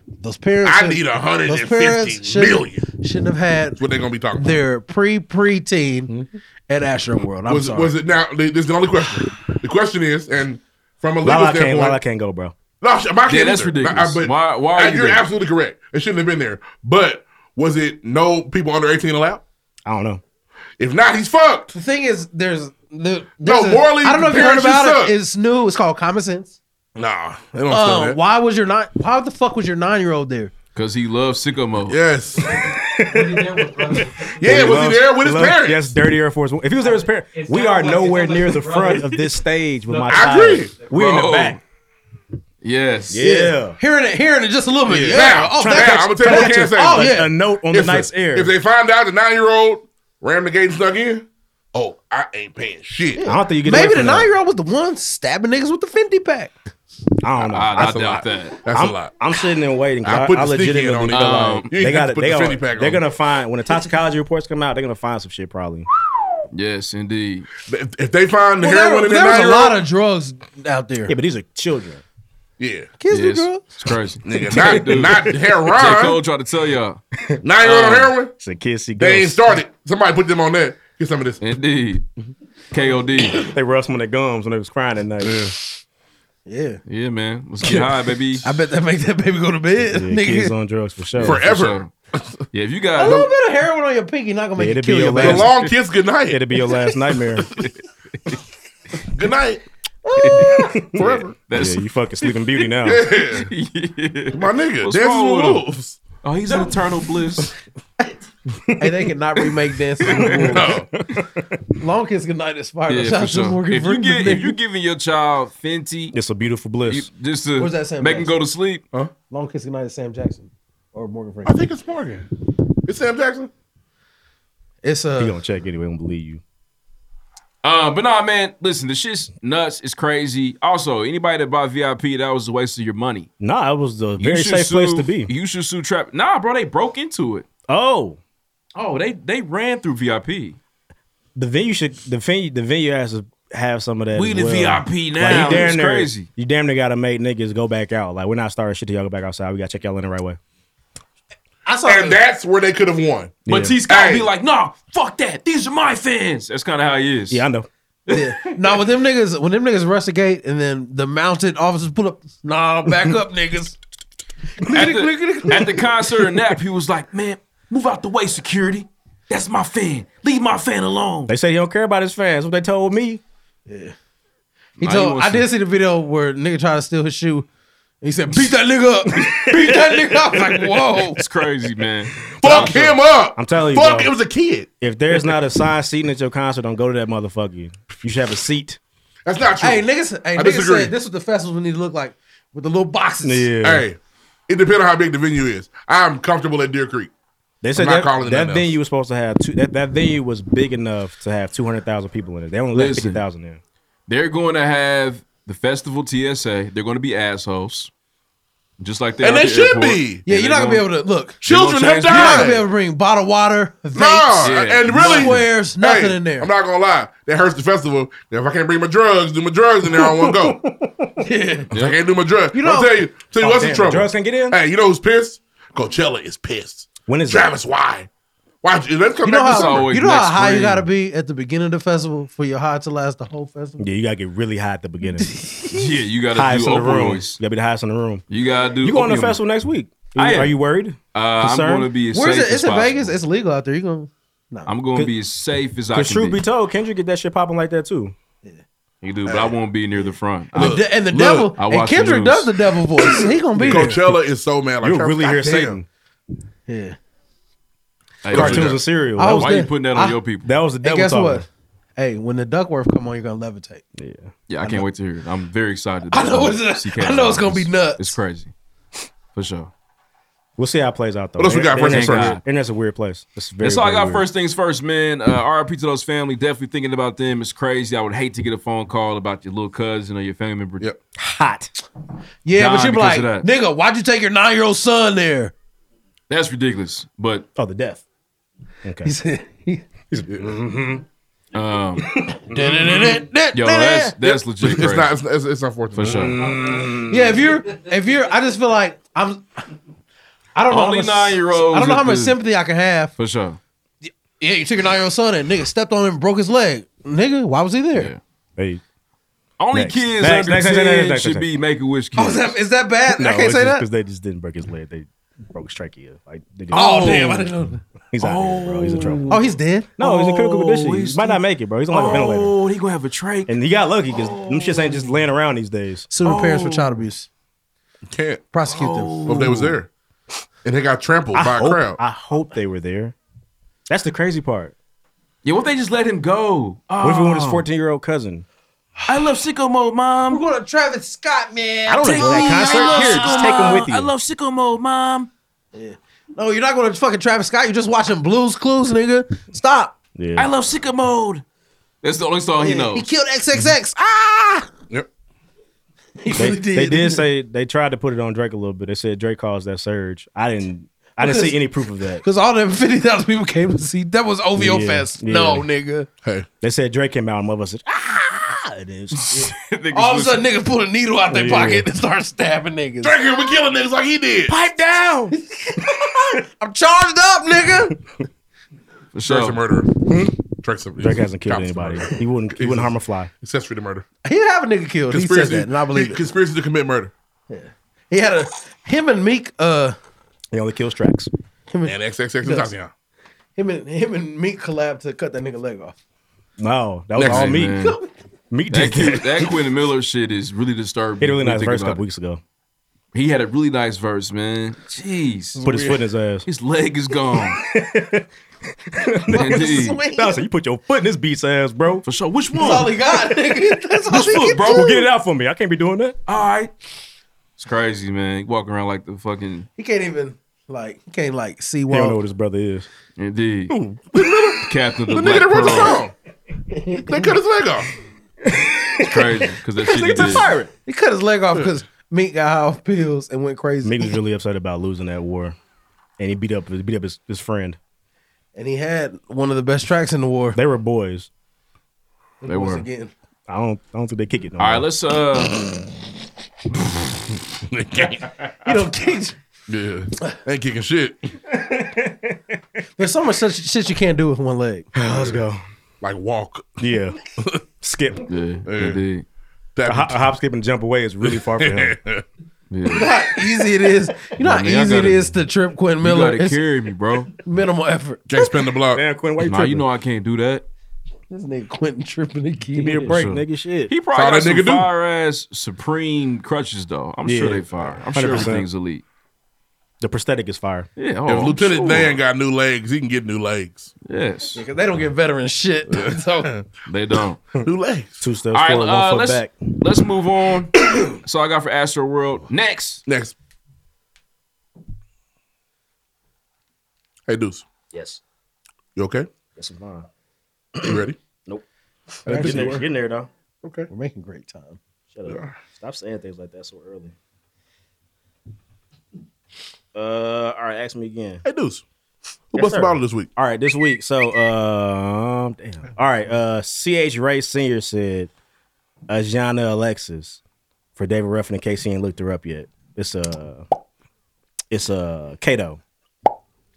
[SPEAKER 2] Those parents.
[SPEAKER 1] I
[SPEAKER 2] should-
[SPEAKER 1] need a hundred
[SPEAKER 2] those
[SPEAKER 1] and
[SPEAKER 2] parents
[SPEAKER 1] fifty
[SPEAKER 2] shouldn't-
[SPEAKER 1] million.
[SPEAKER 2] Shouldn't have had. That's
[SPEAKER 1] what they're gonna be talking.
[SPEAKER 2] Their pre preteen at Astro World. I'm
[SPEAKER 1] was
[SPEAKER 2] sorry.
[SPEAKER 1] was it now? th- This is the only question. the question is, and from a legal
[SPEAKER 3] Lala can't,
[SPEAKER 1] standpoint,
[SPEAKER 3] Lala can't go, bro.
[SPEAKER 1] No, sh- my
[SPEAKER 3] Yeah,
[SPEAKER 1] kid
[SPEAKER 3] that's
[SPEAKER 1] either.
[SPEAKER 3] ridiculous.
[SPEAKER 1] but
[SPEAKER 3] Why- why are
[SPEAKER 1] uh,
[SPEAKER 3] you
[SPEAKER 1] you're
[SPEAKER 3] there?
[SPEAKER 1] absolutely correct. It shouldn't have been there. But was it no people under 18 allowed?
[SPEAKER 3] I don't know.
[SPEAKER 1] If not, he's fucked.
[SPEAKER 2] The thing is, there's the
[SPEAKER 1] no
[SPEAKER 2] There's a-
[SPEAKER 1] morally.
[SPEAKER 2] I don't know if you heard
[SPEAKER 1] parents,
[SPEAKER 2] about
[SPEAKER 1] suck.
[SPEAKER 2] it. It's new. It's called Common Sense.
[SPEAKER 1] Nah, they don't sell
[SPEAKER 2] Um,
[SPEAKER 1] that.
[SPEAKER 2] why was your nine? Why the fuck was your nine year old there?
[SPEAKER 12] Because he loves sicko mode.
[SPEAKER 1] Yes.
[SPEAKER 3] He
[SPEAKER 12] was he
[SPEAKER 3] loves-
[SPEAKER 12] there with his
[SPEAKER 3] loves-
[SPEAKER 12] parents?
[SPEAKER 3] Yes, dirty Air Force. One. If he was there with his parents, we are nowhere near the front of this stage with my
[SPEAKER 12] I
[SPEAKER 3] child.
[SPEAKER 12] agree.
[SPEAKER 3] We're in the
[SPEAKER 12] Bro.
[SPEAKER 3] back.
[SPEAKER 12] Yes.
[SPEAKER 3] Yeah.
[SPEAKER 2] Hearing it, hearing it just a little bit. Yeah.
[SPEAKER 1] Now,
[SPEAKER 2] Oh,
[SPEAKER 1] now,
[SPEAKER 2] that-
[SPEAKER 1] I'm gonna tell you what I can say.
[SPEAKER 2] Oh, yeah.
[SPEAKER 1] If- If they find out the nine year old ram the gate and snuck in, oh, I ain't paying shit.
[SPEAKER 3] I don't think you get away
[SPEAKER 2] Maybe the
[SPEAKER 3] from that.
[SPEAKER 2] nine year old was the one stabbing niggas with the Fendi pack.
[SPEAKER 3] I don't know.
[SPEAKER 12] I- I
[SPEAKER 3] Ah, That's a
[SPEAKER 12] doubt
[SPEAKER 3] lot.
[SPEAKER 12] that.
[SPEAKER 1] That's a
[SPEAKER 3] I'm,
[SPEAKER 1] lot.
[SPEAKER 3] I'm sitting there waiting. 'cause
[SPEAKER 1] I
[SPEAKER 3] I,
[SPEAKER 1] put
[SPEAKER 3] I
[SPEAKER 1] the sticky
[SPEAKER 3] legitimately
[SPEAKER 1] on it.
[SPEAKER 3] feel
[SPEAKER 1] Um,
[SPEAKER 3] like
[SPEAKER 1] you
[SPEAKER 3] they
[SPEAKER 1] ain't
[SPEAKER 3] got
[SPEAKER 1] have to put
[SPEAKER 3] They
[SPEAKER 1] the
[SPEAKER 3] gonna,
[SPEAKER 1] fanny pack
[SPEAKER 3] they're
[SPEAKER 1] on.
[SPEAKER 3] gonna find when the toxicology reports come out. They're gonna find some shit probably.
[SPEAKER 12] Yes, indeed.
[SPEAKER 1] If, they find
[SPEAKER 2] Well, there- there was a lot of drugs out there.
[SPEAKER 3] Yeah, but these are children.
[SPEAKER 1] Yeah.
[SPEAKER 2] Kids do
[SPEAKER 12] Yes.
[SPEAKER 2] drugs.
[SPEAKER 12] It's crazy.
[SPEAKER 1] Nigga, not- not heroin.
[SPEAKER 12] J. Cole tried to tell y'all.
[SPEAKER 1] Nine year old on heroin,
[SPEAKER 3] It's a kissy.
[SPEAKER 1] they ain't started. Somebody put them on that. Get some of this.
[SPEAKER 12] Indeed. KOD.
[SPEAKER 3] they rushed when their gums when they was crying at night. Yeah.
[SPEAKER 2] Yeah.
[SPEAKER 12] Yeah, man. Let's get high, baby.
[SPEAKER 2] I bet that make that baby go to bed. nigga.
[SPEAKER 3] kids on drugs for sure.
[SPEAKER 1] Forever.
[SPEAKER 12] For sure. Yeah, if you
[SPEAKER 2] A
[SPEAKER 12] got
[SPEAKER 2] little bit of heroin on your pinky not gonna make
[SPEAKER 3] Yeah,
[SPEAKER 2] you
[SPEAKER 3] it'd be
[SPEAKER 2] kill
[SPEAKER 3] your
[SPEAKER 2] your
[SPEAKER 3] last.
[SPEAKER 2] baby.
[SPEAKER 1] kiss good night.
[SPEAKER 3] It'd be your last nightmare.
[SPEAKER 1] Good night. Forever.
[SPEAKER 3] yeah, you fucking Sleeping Beauty now.
[SPEAKER 1] My nigga,
[SPEAKER 12] What's
[SPEAKER 1] dancing with
[SPEAKER 12] wrong with him?
[SPEAKER 1] wolves.
[SPEAKER 12] Oh, he's in eternal bliss.
[SPEAKER 2] hey, they cannot remake Dancing with
[SPEAKER 1] the
[SPEAKER 2] Wolves. Long Kiss Goodnight is fire.
[SPEAKER 12] Yeah,
[SPEAKER 2] Shout
[SPEAKER 12] for
[SPEAKER 2] out to
[SPEAKER 12] sure.
[SPEAKER 2] Morgan
[SPEAKER 12] If you
[SPEAKER 2] Freeman,
[SPEAKER 12] get if
[SPEAKER 2] nigga.
[SPEAKER 12] you giving your child Fenty,
[SPEAKER 3] it's a beautiful bliss.
[SPEAKER 12] just to
[SPEAKER 2] Where's that Sam
[SPEAKER 12] make him
[SPEAKER 2] Jackson?
[SPEAKER 12] go to sleep.
[SPEAKER 3] Uh-huh.
[SPEAKER 12] Huh?
[SPEAKER 2] Long Kiss Goodnight is Sam Jackson or Morgan
[SPEAKER 1] I
[SPEAKER 2] Freeman.
[SPEAKER 1] think it's Morgan. It's Sam Jackson.
[SPEAKER 2] It's uh, a.
[SPEAKER 3] He gonna check anyway. Don't believe you.
[SPEAKER 12] Uh, but nah, man. Listen, the shit's nuts. It's crazy. Also, anybody that bought VIP, that was a waste of your money.
[SPEAKER 3] Nah, it was the
[SPEAKER 12] You
[SPEAKER 3] very
[SPEAKER 12] should
[SPEAKER 3] safe place
[SPEAKER 12] sue-
[SPEAKER 3] to be.
[SPEAKER 12] You should sue Trap. Nah, bro, they broke into it.
[SPEAKER 3] Oh,
[SPEAKER 12] oh, they they ran through VIP.
[SPEAKER 3] The venue should the venue the venue has to have some of that.
[SPEAKER 12] We
[SPEAKER 3] as
[SPEAKER 12] the
[SPEAKER 3] well.
[SPEAKER 12] VIP now.
[SPEAKER 3] you damn
[SPEAKER 12] It's
[SPEAKER 3] near-
[SPEAKER 12] crazy.
[SPEAKER 3] You damn near gotta make niggas go back out. Like we're not starting shit till y'all go back outside. We gotta check y'all in the right way.
[SPEAKER 2] I
[SPEAKER 1] saw and that's where they could have won.
[SPEAKER 3] Yeah.
[SPEAKER 12] But T Scott be like, nah, fuck that. These are my fans. That's kind of how he is. Yeah,
[SPEAKER 3] I know.
[SPEAKER 2] Yeah. Nah, when them niggas, when them niggas rush the gate and then the mounted officers pull up, nah, back up, niggas.
[SPEAKER 12] At the, at the concert in Nap, he was like, man, move out the way, security. That's my fan. Leave my fan alone.
[SPEAKER 3] They say he don't care about his fans. What they told me.
[SPEAKER 2] He
[SPEAKER 3] Nah, he
[SPEAKER 2] told.
[SPEAKER 3] wants
[SPEAKER 2] I did see the video where nigga tried to steal his shoe. He said, "Beat that nigga up, beat that nigga up." I was like, whoa,
[SPEAKER 12] it's crazy, man.
[SPEAKER 1] Fuck him up.
[SPEAKER 3] I'm telling you,
[SPEAKER 1] Fuck,
[SPEAKER 3] bro.
[SPEAKER 1] it was a kid.
[SPEAKER 3] If there's not a signed seating at your concert, don't go to that motherfucker. You should have a seat.
[SPEAKER 1] That's not true.
[SPEAKER 2] Hey, niggas, hey,
[SPEAKER 1] I
[SPEAKER 2] niggas
[SPEAKER 1] disagree.
[SPEAKER 2] said this was the festivals we need to look like with the little boxes.
[SPEAKER 1] Hey, it depends on how big the venue is. I'm comfortable at Deer Creek.
[SPEAKER 3] They said
[SPEAKER 1] I'm not
[SPEAKER 3] that,
[SPEAKER 1] calling it
[SPEAKER 3] that
[SPEAKER 1] nothing
[SPEAKER 3] venue was supposed to have two, that, that venue was big enough to have two hundred thousand people in it. They only let
[SPEAKER 12] Listen.
[SPEAKER 3] fifty thousand in.
[SPEAKER 12] They're going to have the festival TSA. They're going to be assholes. Just like they
[SPEAKER 2] And
[SPEAKER 12] are
[SPEAKER 2] they
[SPEAKER 12] at the
[SPEAKER 2] should
[SPEAKER 12] airport.
[SPEAKER 2] be. Yeah, you're not gonna be able to look.
[SPEAKER 12] Children have
[SPEAKER 2] You're not gonna
[SPEAKER 12] died.
[SPEAKER 2] be able to bring bottled water, vapes,
[SPEAKER 1] Nah, and really,
[SPEAKER 2] squares, nothing
[SPEAKER 1] Hey,
[SPEAKER 2] in there.
[SPEAKER 1] I'm not gonna lie. That hurts the festival. If I can't bring my drugs, do my drugs in there, I won't go. If I can't do my drugs,
[SPEAKER 2] You
[SPEAKER 1] you
[SPEAKER 2] know-
[SPEAKER 1] know, I'll tell you, tell you
[SPEAKER 3] Oh,
[SPEAKER 1] what's
[SPEAKER 3] damn,
[SPEAKER 1] the trouble.
[SPEAKER 3] drugs can't get in.
[SPEAKER 1] Hey, you know who's pissed? Coachella is pissed.
[SPEAKER 3] When is
[SPEAKER 1] Travis? Why? Why? Let's come
[SPEAKER 2] You know
[SPEAKER 1] back to
[SPEAKER 2] how,
[SPEAKER 1] summer.
[SPEAKER 2] you know how high you gotta be at the beginning of the festival for your high to last the whole festival.
[SPEAKER 3] Yeah, you gotta get really high at the beginning.
[SPEAKER 12] Yeah, you gotta
[SPEAKER 3] highest
[SPEAKER 12] do
[SPEAKER 3] in the room.
[SPEAKER 12] opioids.
[SPEAKER 3] You gotta be the highest in the room.
[SPEAKER 12] You gotta do.
[SPEAKER 3] You going to the
[SPEAKER 12] opium.
[SPEAKER 3] festival next week? Are
[SPEAKER 12] I
[SPEAKER 3] you,
[SPEAKER 12] am.
[SPEAKER 3] are you worried?
[SPEAKER 12] Uh, I'm gonna be as
[SPEAKER 2] Where's
[SPEAKER 12] safe
[SPEAKER 2] it? It's
[SPEAKER 12] as
[SPEAKER 2] in
[SPEAKER 12] possible.
[SPEAKER 2] Vegas. It's legal out there. You gonna
[SPEAKER 12] I'm going to be as safe as I
[SPEAKER 3] Because
[SPEAKER 12] can
[SPEAKER 3] truth
[SPEAKER 12] be.
[SPEAKER 3] be told, Kendrick get that shit popping like that too.
[SPEAKER 12] You do, but I won't be near the front.
[SPEAKER 2] The de- and the devil
[SPEAKER 12] I
[SPEAKER 2] and
[SPEAKER 12] watch the
[SPEAKER 2] Kendrick
[SPEAKER 12] news.
[SPEAKER 2] does the devil voice. He gonna be there.
[SPEAKER 1] Coachella is so mad. Like,
[SPEAKER 3] You'll
[SPEAKER 1] Travis,
[SPEAKER 3] really hear
[SPEAKER 1] goddamn.
[SPEAKER 3] Satan.
[SPEAKER 2] Yeah.
[SPEAKER 12] Hey,
[SPEAKER 3] Cartoons
[SPEAKER 12] don't do that.
[SPEAKER 3] and cereal.
[SPEAKER 2] I was
[SPEAKER 12] Why you
[SPEAKER 2] there.
[SPEAKER 12] putting that on
[SPEAKER 2] I-
[SPEAKER 12] your people?
[SPEAKER 3] That was the
[SPEAKER 2] And
[SPEAKER 3] devil
[SPEAKER 2] guess
[SPEAKER 3] talking.
[SPEAKER 2] what? Hey, when the Duckworth come on, you're gonna levitate.
[SPEAKER 3] Yeah.
[SPEAKER 12] Yeah, I can't wait to hear it. I'm very excited.
[SPEAKER 2] I know
[SPEAKER 12] to
[SPEAKER 2] it's-
[SPEAKER 12] see
[SPEAKER 2] I know it's gonna be
[SPEAKER 12] Cannonball.
[SPEAKER 2] nuts.
[SPEAKER 12] It's crazy, for sure.
[SPEAKER 3] We'll see how it plays out though.
[SPEAKER 12] What else we got
[SPEAKER 3] And- and that's
[SPEAKER 12] first things
[SPEAKER 3] a-
[SPEAKER 12] first?
[SPEAKER 3] And that's a weird place. That's very.
[SPEAKER 12] That's all I
[SPEAKER 3] very
[SPEAKER 12] got.
[SPEAKER 3] weird.
[SPEAKER 12] First things first, man. Uh, RIP to those family. Definitely thinking about them. It's crazy. I would hate to get a phone call about your little cousin or your family member. Yep.
[SPEAKER 3] Hot.
[SPEAKER 2] Yeah,
[SPEAKER 12] Nah,
[SPEAKER 2] but you're
[SPEAKER 12] because
[SPEAKER 2] like,
[SPEAKER 12] of
[SPEAKER 2] nigga, why'd you take your nine year old son there?
[SPEAKER 12] That's ridiculous. But
[SPEAKER 3] oh, the death. Okay.
[SPEAKER 12] mm-hmm. Um,
[SPEAKER 2] Yo,
[SPEAKER 12] yo, that's that's legit.
[SPEAKER 1] It's
[SPEAKER 12] crazy.
[SPEAKER 2] Mm.
[SPEAKER 1] not. It's, it's, it's unfortunate
[SPEAKER 12] For sure.
[SPEAKER 2] Yeah, if you're if you're I just feel like I'm I don't know. how
[SPEAKER 12] Only
[SPEAKER 2] much-
[SPEAKER 12] nine-year-olds
[SPEAKER 2] I don't know how
[SPEAKER 12] with
[SPEAKER 2] much
[SPEAKER 12] the-
[SPEAKER 2] sympathy I can have.
[SPEAKER 12] For sure.
[SPEAKER 2] Yeah, you took your nine year old son and nigga stepped on him and broke his leg. Nigga, why was he there?
[SPEAKER 3] Hey.
[SPEAKER 12] Only
[SPEAKER 3] Next.
[SPEAKER 12] kids
[SPEAKER 3] Next,
[SPEAKER 12] under
[SPEAKER 3] next, next,
[SPEAKER 12] 10
[SPEAKER 3] next, next,
[SPEAKER 12] should
[SPEAKER 3] next.
[SPEAKER 12] be make a wish kids.
[SPEAKER 2] Oh, is that- is that bad? I
[SPEAKER 3] No,
[SPEAKER 2] can't
[SPEAKER 3] it's
[SPEAKER 2] say
[SPEAKER 3] just
[SPEAKER 2] that.
[SPEAKER 3] Because they just didn't break his leg. They broke his trachea. Like, they didn't-
[SPEAKER 2] Oh, damn, I didn't know that.
[SPEAKER 3] He's out here, bro. He's in trouble.
[SPEAKER 2] Oh, he's dead.
[SPEAKER 3] No, he's in critical condition.
[SPEAKER 2] Oh,
[SPEAKER 3] He
[SPEAKER 2] he's
[SPEAKER 3] might not make it, bro. He's on like a ventilator.
[SPEAKER 12] Oh, he gonna have a trach.
[SPEAKER 3] And he got lucky because them shits ain't just laying around these days.
[SPEAKER 2] Sue the parents for child abuse.
[SPEAKER 1] Can't
[SPEAKER 2] prosecute them.
[SPEAKER 1] Hope they was there, and they got trampled by
[SPEAKER 3] I
[SPEAKER 1] a
[SPEAKER 3] hope,
[SPEAKER 1] crowd.
[SPEAKER 3] I hope they were there. That's the crazy part.
[SPEAKER 12] Yeah, what if they just let him go?
[SPEAKER 3] What if he went his
[SPEAKER 12] Oh.
[SPEAKER 3] 14 year old cousin?
[SPEAKER 12] I love sicko mode, mom.
[SPEAKER 2] We're going to Travis Scott, man.
[SPEAKER 3] I don't know that concert. Here, just take him with you.
[SPEAKER 12] love sicko mode, mom.
[SPEAKER 2] No, Oh, you're not going to fucking Travis Scott. You're just watching Blues Clues, nigga. Stop.
[SPEAKER 3] Yeah.
[SPEAKER 12] I love sicko mode. That's the only song he knows.
[SPEAKER 2] He killed XXX. Ah!
[SPEAKER 3] They,
[SPEAKER 2] really did.
[SPEAKER 3] they did say they tried to put it on Drake a little bit. They said Drake caused that surge. I didn't. I didn't see any proof of that.
[SPEAKER 2] Because all them 50,000 people came to see. That was OVO
[SPEAKER 3] Yeah,
[SPEAKER 2] Fest.
[SPEAKER 3] yeah.
[SPEAKER 2] No, nigga.
[SPEAKER 1] Hey,
[SPEAKER 3] they said Drake came out and mother said, "Ah!" It is.
[SPEAKER 2] All of a sudden, niggas pull a needle out their
[SPEAKER 3] Yeah.
[SPEAKER 2] pocket and start stabbing niggas.
[SPEAKER 1] Drinker, we killing niggas like he did.
[SPEAKER 2] Pipe down. I'm charged up, nigga.
[SPEAKER 12] For
[SPEAKER 1] sure. Drake's a murderer. Hmm? Drake's a,
[SPEAKER 3] Drake hasn't killed anybody. He wouldn't. He wouldn't harm a fly.
[SPEAKER 1] Accessory to murder.
[SPEAKER 2] He have a nigga killed. He said that, and I believe it.
[SPEAKER 1] Conspiracy to commit murder.
[SPEAKER 2] He had a him and Meek. Uh,
[SPEAKER 3] he only kills tracks.
[SPEAKER 2] Him and,
[SPEAKER 1] And XXX
[SPEAKER 2] No.
[SPEAKER 1] Tentacion.
[SPEAKER 2] him and him and Meek collab to cut that nigga leg off.
[SPEAKER 3] No, that was
[SPEAKER 12] Next
[SPEAKER 3] all
[SPEAKER 12] thing,
[SPEAKER 3] me.
[SPEAKER 12] man.
[SPEAKER 3] Meek did
[SPEAKER 12] That, kid,
[SPEAKER 3] that.
[SPEAKER 12] that Quentin Miller shit is really disturbing.
[SPEAKER 3] He had a really
[SPEAKER 12] when you
[SPEAKER 3] nice
[SPEAKER 12] think
[SPEAKER 3] verse a
[SPEAKER 12] about
[SPEAKER 3] couple
[SPEAKER 12] it.
[SPEAKER 3] weeks ago.
[SPEAKER 12] He had a really nice verse, man. Jeez.
[SPEAKER 3] Put his foot in his ass.
[SPEAKER 12] His leg is gone. Indeed.
[SPEAKER 3] That was like, you put your foot in this beat's ass, bro.
[SPEAKER 12] For sure. Which one?
[SPEAKER 2] That's all he got, nigga. That's all
[SPEAKER 12] Which
[SPEAKER 2] he got.
[SPEAKER 12] foot, bro?
[SPEAKER 3] Well, get it out for me. I can't be doing that.
[SPEAKER 12] All right. It's crazy, man. He walking around like the fucking
[SPEAKER 2] He can't even like he can't like see
[SPEAKER 3] He don't know
[SPEAKER 2] one.
[SPEAKER 3] what his brother is.
[SPEAKER 12] Indeed. captain of the,
[SPEAKER 1] The nigga
[SPEAKER 12] Black
[SPEAKER 1] that wrote the
[SPEAKER 12] Pearl.
[SPEAKER 1] song. They cut his leg off.
[SPEAKER 12] It's crazy because that shit he did.
[SPEAKER 2] He cut his leg off because Meek got high off pills and went crazy.
[SPEAKER 3] Meek was really upset about losing that war, and he beat up he beat up his, his friend.
[SPEAKER 2] And he had one of the best tracks in the war.
[SPEAKER 3] They were boys.
[SPEAKER 12] They
[SPEAKER 2] Once
[SPEAKER 12] were.
[SPEAKER 2] again.
[SPEAKER 3] I don't I don't think they kick it. No
[SPEAKER 12] All right,
[SPEAKER 3] more.
[SPEAKER 12] let's uh.
[SPEAKER 2] You don't kick.
[SPEAKER 1] Yeah. Ain't kicking shit.
[SPEAKER 2] There's so much such shit you can't do with one leg.
[SPEAKER 3] Let's go.
[SPEAKER 1] Like walk.
[SPEAKER 3] Yeah, skip.
[SPEAKER 12] Yeah, indeed.
[SPEAKER 3] A, ho- a hop, skip, and jump away is really far for him.
[SPEAKER 2] You know how easy it is. You know how
[SPEAKER 12] Man, y'all
[SPEAKER 2] easy it
[SPEAKER 12] gotta-
[SPEAKER 2] is to trip Quentin
[SPEAKER 12] You
[SPEAKER 2] Miller.
[SPEAKER 12] gotta
[SPEAKER 2] It's
[SPEAKER 12] carry me, bro.
[SPEAKER 2] minimal effort.
[SPEAKER 1] Can't spin the block.
[SPEAKER 3] Damn, Quinn, why you
[SPEAKER 12] Nah,
[SPEAKER 3] tripping?
[SPEAKER 12] you know I can't do that.
[SPEAKER 2] This nigga Quentin tripping again.
[SPEAKER 3] Give me a break,
[SPEAKER 12] sure.
[SPEAKER 3] nigga. Shit.
[SPEAKER 12] He
[SPEAKER 1] That's all
[SPEAKER 12] probably got
[SPEAKER 1] that
[SPEAKER 12] some
[SPEAKER 1] nigga do.
[SPEAKER 12] fire ass Supreme crutches though. I'm sure
[SPEAKER 3] Yeah.
[SPEAKER 12] they fire. I'm sure
[SPEAKER 3] 100%.
[SPEAKER 12] everything's elite.
[SPEAKER 3] the prosthetic is fire.
[SPEAKER 12] Yeah. Oh,
[SPEAKER 1] If
[SPEAKER 12] I'm
[SPEAKER 1] Lieutenant
[SPEAKER 12] sure.
[SPEAKER 1] Dan got new legs, he can get new legs.
[SPEAKER 12] Yes,
[SPEAKER 2] Because they don't get veteran shit. so
[SPEAKER 12] they don't.
[SPEAKER 1] New legs.
[SPEAKER 3] Two steps
[SPEAKER 12] All right,
[SPEAKER 3] forward,
[SPEAKER 12] uh,
[SPEAKER 3] one foot
[SPEAKER 12] let's
[SPEAKER 3] back.
[SPEAKER 12] let's move on. That's all I got for Astro World. Next,
[SPEAKER 1] Next. Hey, Deuce.
[SPEAKER 3] Yes.
[SPEAKER 1] You okay?
[SPEAKER 3] Yes, I'm fine.
[SPEAKER 1] You ready?
[SPEAKER 3] Nope.
[SPEAKER 1] I didn't think
[SPEAKER 3] Getting
[SPEAKER 1] you
[SPEAKER 3] there,
[SPEAKER 1] were.
[SPEAKER 3] getting there though.
[SPEAKER 1] Okay.
[SPEAKER 2] we're making great time.
[SPEAKER 3] Shut up. Stop saying things like that so early. Uh, all right. Ask me again.
[SPEAKER 1] Hey, Deuce. Who
[SPEAKER 3] Yes,
[SPEAKER 1] busted
[SPEAKER 3] sir.
[SPEAKER 1] bottle this week?
[SPEAKER 3] All right, this week. So, um, damn. All right, uh, C.H. Ray Sr. said, Ajana Alexis for David Ruffin in case he ain't looked her up yet. It's uh, it's uh, Kato.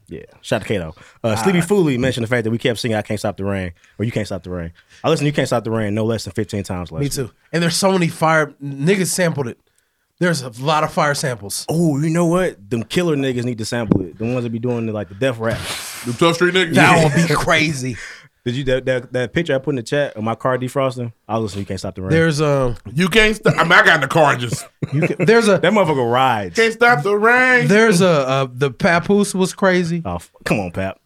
[SPEAKER 3] Yeah, shout out to Kato. Uh,
[SPEAKER 2] Ah.
[SPEAKER 3] Sleepy Fooley mentioned the fact that we kept singing "I Can't Stop the Rain" or "You Can't Stop the Rain." I listened to "You Can't Stop the Rain" no less than fifteen times last.
[SPEAKER 2] Me too. And there's so many fire niggas sampled it. There's a lot of fire samples.
[SPEAKER 3] Oh, you know what? Them killer niggas need to sample it. The ones that be doing the, like the death rap.
[SPEAKER 1] The tough street nigga?
[SPEAKER 2] That would be crazy.
[SPEAKER 3] Did you that, that that picture I put in the chat of my car defrosting? I was listening. to You can't stop the rain.
[SPEAKER 2] There's um
[SPEAKER 1] You can't stop. I mean, I got in the car and just
[SPEAKER 2] you can, there's a
[SPEAKER 3] that motherfucker rides.
[SPEAKER 1] can't stop the rain.
[SPEAKER 2] there's a uh, the papoose was crazy
[SPEAKER 3] Oh, f- come on, Pap.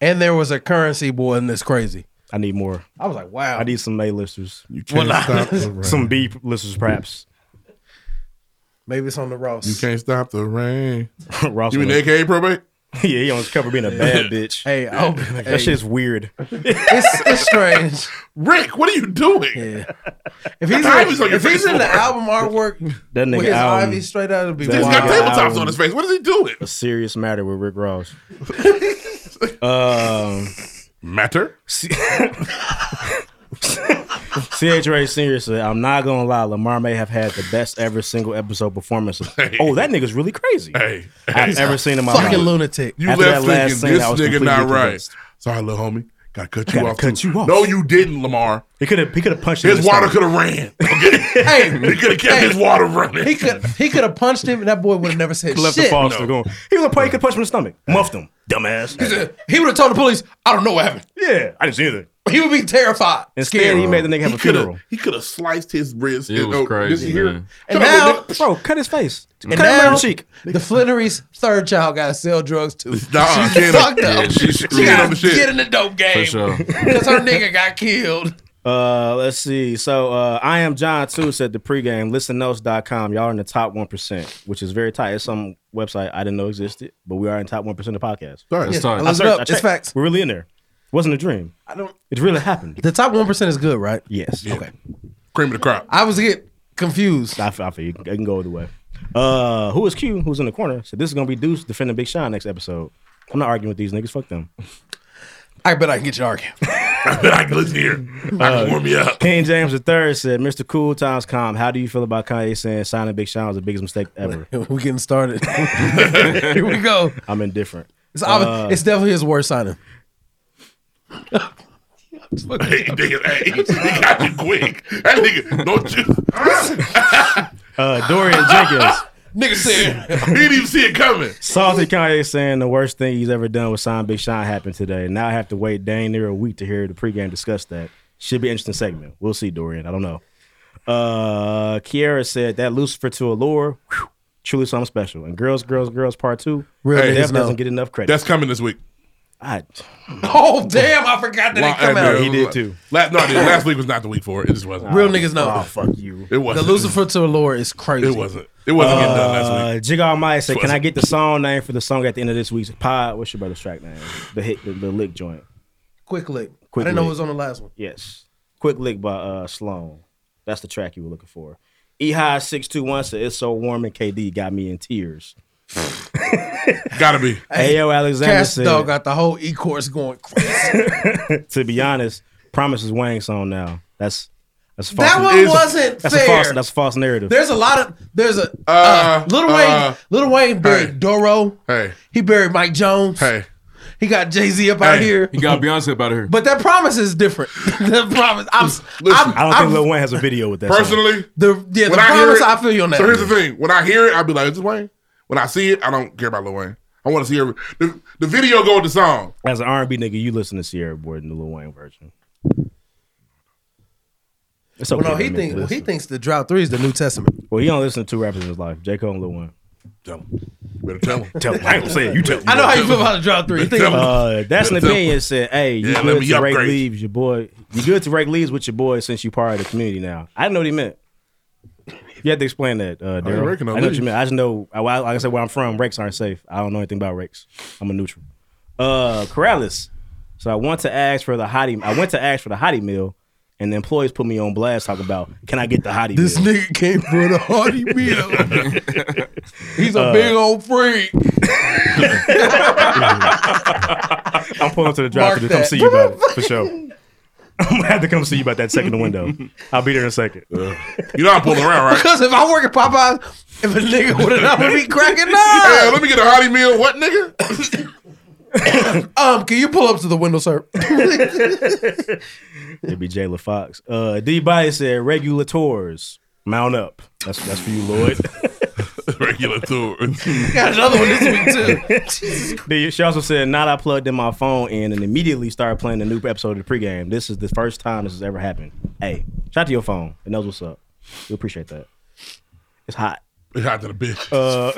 [SPEAKER 2] and there was a currency boy in this crazy.
[SPEAKER 3] I need more.
[SPEAKER 2] I was like, wow.
[SPEAKER 3] I need some A listers,
[SPEAKER 1] You
[SPEAKER 2] Well,
[SPEAKER 1] can't
[SPEAKER 2] nah.
[SPEAKER 1] stop the rain.
[SPEAKER 3] some B listers, perhaps.
[SPEAKER 2] Maybe it's on the Ross.
[SPEAKER 1] You can't stop the rain.
[SPEAKER 3] Ross
[SPEAKER 1] You mean
[SPEAKER 3] Wilson.
[SPEAKER 1] AKA probate?
[SPEAKER 3] yeah, he on his cover being a bad bitch.
[SPEAKER 2] Hey, I hope hey,
[SPEAKER 3] That shit's weird.
[SPEAKER 2] it's, it's strange.
[SPEAKER 1] Rick, what are you doing?
[SPEAKER 2] Yeah. If he's,
[SPEAKER 1] Got Ivy's on
[SPEAKER 2] in,
[SPEAKER 1] your
[SPEAKER 2] if he's
[SPEAKER 1] face
[SPEAKER 2] in the
[SPEAKER 1] more.
[SPEAKER 2] album artwork
[SPEAKER 3] That
[SPEAKER 2] with
[SPEAKER 3] nigga
[SPEAKER 2] his
[SPEAKER 3] album-
[SPEAKER 2] Ivy straight out, it'd be
[SPEAKER 3] That
[SPEAKER 1] He's
[SPEAKER 2] wild.
[SPEAKER 1] got
[SPEAKER 3] Wow.
[SPEAKER 1] tabletops on his face. What is he doing?
[SPEAKER 3] A serious matter with Rick Ross. um,
[SPEAKER 1] Matter?
[SPEAKER 3] C- CH Ray Senior said, "I'm not gonna lie, Lamar may have had the best ever single episode performance. of- oh, that nigga's really crazy. I've
[SPEAKER 1] He's
[SPEAKER 3] ever
[SPEAKER 1] a
[SPEAKER 3] seen in my
[SPEAKER 1] fucking
[SPEAKER 3] life.
[SPEAKER 1] lunatic. You left thinking, this nigga not right. Sorry, little homie, gotta cut you off.
[SPEAKER 3] Cut
[SPEAKER 1] too.
[SPEAKER 3] you off.
[SPEAKER 1] No, you didn't, Lamar.
[SPEAKER 3] He could have. He could have punched.
[SPEAKER 1] His water could have ran.
[SPEAKER 2] Hey,
[SPEAKER 1] he could have kept his water running.
[SPEAKER 2] He could he could have punched him, and that boy would have never said
[SPEAKER 3] Left
[SPEAKER 2] shit.
[SPEAKER 3] the foster going. He would have probably could punch him in the stomach. Muffed him. Dumbass.
[SPEAKER 2] He said- He would have told the police, "I don't know what happened."
[SPEAKER 3] Yeah, I didn't see anything.
[SPEAKER 2] He would be terrified.
[SPEAKER 3] Instead, he made the nigga have
[SPEAKER 1] He
[SPEAKER 3] a
[SPEAKER 1] coulda-
[SPEAKER 3] funeral.
[SPEAKER 1] He could have sliced his wrist. oh,
[SPEAKER 12] It was crazy, man.
[SPEAKER 2] And now,
[SPEAKER 3] bro, cut his face.
[SPEAKER 2] And
[SPEAKER 3] Cut his
[SPEAKER 2] now,
[SPEAKER 3] left cheek.
[SPEAKER 2] the Flannery's third child got to sell drugs too.
[SPEAKER 1] Nah,
[SPEAKER 2] she
[SPEAKER 1] can't-
[SPEAKER 2] fucked
[SPEAKER 1] yeah,
[SPEAKER 2] up.
[SPEAKER 1] she
[SPEAKER 2] she
[SPEAKER 1] screwed up
[SPEAKER 2] got to
[SPEAKER 1] and Oh, shit.
[SPEAKER 2] get in the dope game
[SPEAKER 3] sure.
[SPEAKER 2] because her nigga got killed.
[SPEAKER 3] Uh, let's see. So, uh, I am John too said the pregame listennotes.com. Y'all are in the top 1%, which is very tight. It's some website I didn't know existed, but we are in top 1% of podcasts.
[SPEAKER 2] Sorry. That's Yeah, tight. I
[SPEAKER 3] I
[SPEAKER 2] looked it
[SPEAKER 3] searched-
[SPEAKER 2] up.
[SPEAKER 3] I
[SPEAKER 2] It's
[SPEAKER 3] checked.
[SPEAKER 2] facts.
[SPEAKER 3] We're really in there. Wasn't a dream.
[SPEAKER 2] I don't.
[SPEAKER 3] It really happened.
[SPEAKER 2] The top one percent is good, right?
[SPEAKER 3] Yes.
[SPEAKER 2] Okay.
[SPEAKER 1] Cream of the crop.
[SPEAKER 2] I was get confused.
[SPEAKER 3] I, feel- I feel you. It can go either way. Uh, who is Q? Who's in the corner? So, this is going to be Deuce defending Big Sean next episode. I'm not arguing with these niggas. Fuck them.
[SPEAKER 2] I bet I can get you arguing.
[SPEAKER 1] I bet I can listen here. I can warm you up.
[SPEAKER 3] King James III said, Mr. Cool Times Calm, how do you feel about Kanye saying signing Big Sean was the biggest mistake ever?
[SPEAKER 2] We're getting started. Here we go.
[SPEAKER 3] I'm indifferent.
[SPEAKER 2] It's, obvi-
[SPEAKER 3] Uh,
[SPEAKER 2] it's definitely his worst signing.
[SPEAKER 1] Hey, nigga, hey, he got you quick. That nigga, don't you?
[SPEAKER 3] uh, Dorian Jenkins.
[SPEAKER 2] Nigga said
[SPEAKER 1] he didn't even see it coming.
[SPEAKER 3] Salty Kanye saying the worst thing he's ever done with sign Big Sean happened today. Now I have to wait dang near a week to hear the pregame discuss that. Should be an interesting segment. We'll see, Dorian. I don't know. Uh Kiara said that Lucifer to Allure, whew, truly something special. And Girls, Girls, Girls Part Two,
[SPEAKER 1] Real
[SPEAKER 3] Def
[SPEAKER 1] niggas
[SPEAKER 3] doesn't
[SPEAKER 1] know.
[SPEAKER 3] get enough credit.
[SPEAKER 1] That's coming this week.
[SPEAKER 3] I,
[SPEAKER 2] Oh damn! I forgot that it come out.
[SPEAKER 1] He did too. Last, no, I didn't. last week was not the week for it. It just wasn't.
[SPEAKER 2] Real niggas know.
[SPEAKER 3] Oh, fuck you.
[SPEAKER 1] It wasn't.
[SPEAKER 2] The Lucifer to Allure is crazy.
[SPEAKER 1] It wasn't. It wasn't getting done last
[SPEAKER 3] Uh, Jig Almighty said,
[SPEAKER 1] It
[SPEAKER 3] "Can I
[SPEAKER 1] wasn't.
[SPEAKER 3] get the song name for the song at the end of this week's pod? What's your brother's track name? The hit, the, the lick joint.
[SPEAKER 2] Quick lick.
[SPEAKER 3] Quick
[SPEAKER 2] I didn't know
[SPEAKER 3] lick.
[SPEAKER 2] it was on the last one.
[SPEAKER 3] Yes. Quick Lick by uh Sloan. That's the track you were looking for. E High 621 said it's so warm and KD got me in tears.
[SPEAKER 2] Uh,
[SPEAKER 1] Gotta be.
[SPEAKER 3] Ayo Alexander
[SPEAKER 2] Cash
[SPEAKER 3] said
[SPEAKER 2] Dog got the whole e course going crazy.
[SPEAKER 3] to be honest, Promise is Wang's song now. That's that's false.
[SPEAKER 2] That one wasn't
[SPEAKER 3] that's A
[SPEAKER 2] fair.
[SPEAKER 3] false, that's a false narrative.
[SPEAKER 2] There's a lot of there's a uh, Little Wayne. Little Wayne buried Doro.
[SPEAKER 1] Hey.
[SPEAKER 2] He buried Mike Jones.
[SPEAKER 1] Hey.
[SPEAKER 2] He got Jay Z up out here.
[SPEAKER 12] He got Beyonce up out of here.
[SPEAKER 2] But that promise is different. the promise. I'm, I'm,
[SPEAKER 3] I don't
[SPEAKER 2] I'm,
[SPEAKER 3] think Lil Wayne has a video with that. song.
[SPEAKER 1] Personally,
[SPEAKER 2] the yeah, the
[SPEAKER 1] when hear
[SPEAKER 2] promise,
[SPEAKER 1] it-
[SPEAKER 2] I feel you on that.
[SPEAKER 1] So here's the thing: when I hear it, I'll be like, "Is this Wayne?" When I see it, I don't care about Lil Wayne. I want to see every the, the video go with the song.
[SPEAKER 3] as an R and B nigga, you listen to Sierra Borden, the Lil Wayne version. It's okay.
[SPEAKER 2] Well, no, he
[SPEAKER 3] I mean,
[SPEAKER 2] think well, he
[SPEAKER 3] listen.
[SPEAKER 2] thinks the drought three is the New Testament.
[SPEAKER 3] Well, he don't listen to two rappers in his life, J Cole and Lil Wayne.
[SPEAKER 1] Tell him. Better tell him.
[SPEAKER 3] Tell him. I ain't gonna say it. You tell him.
[SPEAKER 2] I know how you feel about the drought three. You think
[SPEAKER 3] Uh, that's an
[SPEAKER 2] Tell him.
[SPEAKER 3] opinion. Said, hey, you
[SPEAKER 1] Yeah, let
[SPEAKER 3] good
[SPEAKER 1] me
[SPEAKER 3] to rake
[SPEAKER 1] upgrade.
[SPEAKER 3] leaves, your boy. You good to rake leaves with your boy since you part of the community now. I didn't know what he meant. You had to explain that, uh,
[SPEAKER 1] ain't
[SPEAKER 3] Daryl. I
[SPEAKER 1] raking
[SPEAKER 3] know
[SPEAKER 1] no
[SPEAKER 3] what
[SPEAKER 1] leaves.
[SPEAKER 3] you meant. I just know, I, well, like I said, where I'm from, rakes aren't safe. I don't know anything about rakes. I'm a neutral. Uh, Corrales. So I want to ask for the hottie. I went to ask for the hottie meal, and the employees put me on blast talking about, can I get the hottie
[SPEAKER 2] This
[SPEAKER 3] meal?
[SPEAKER 2] nigga came for the hearty meal. He's a
[SPEAKER 3] Uh,
[SPEAKER 2] big old freak.
[SPEAKER 3] I'm pulling up to the drive
[SPEAKER 2] Mark
[SPEAKER 3] to come
[SPEAKER 2] that.
[SPEAKER 3] see you about it for sure. I'm gonna have to come see you about that second window. I'll be there in a second.
[SPEAKER 1] You know I'm pulling around, right?
[SPEAKER 2] Because if I work at Popeyes, if a nigga would have, I would be cracking up.
[SPEAKER 1] Hey, let me get a hottie meal. What nigga?
[SPEAKER 2] Um, can you pull up to the window, sir?
[SPEAKER 3] It'd be Jayla Fox. Uh, D Body said, "Regulators, mount up." That's that's for you, Lloyd.
[SPEAKER 1] Regular tour.
[SPEAKER 2] Got another one this week too.
[SPEAKER 3] Then she also said, "Not I plugged in my phone in and immediately started playing the new episode of the pregame. This is the first time this has ever happened. Hey, shout out to your phone. It knows what's up. We appreciate that. It's hot.
[SPEAKER 1] It's hot to the bitch.
[SPEAKER 3] Uh,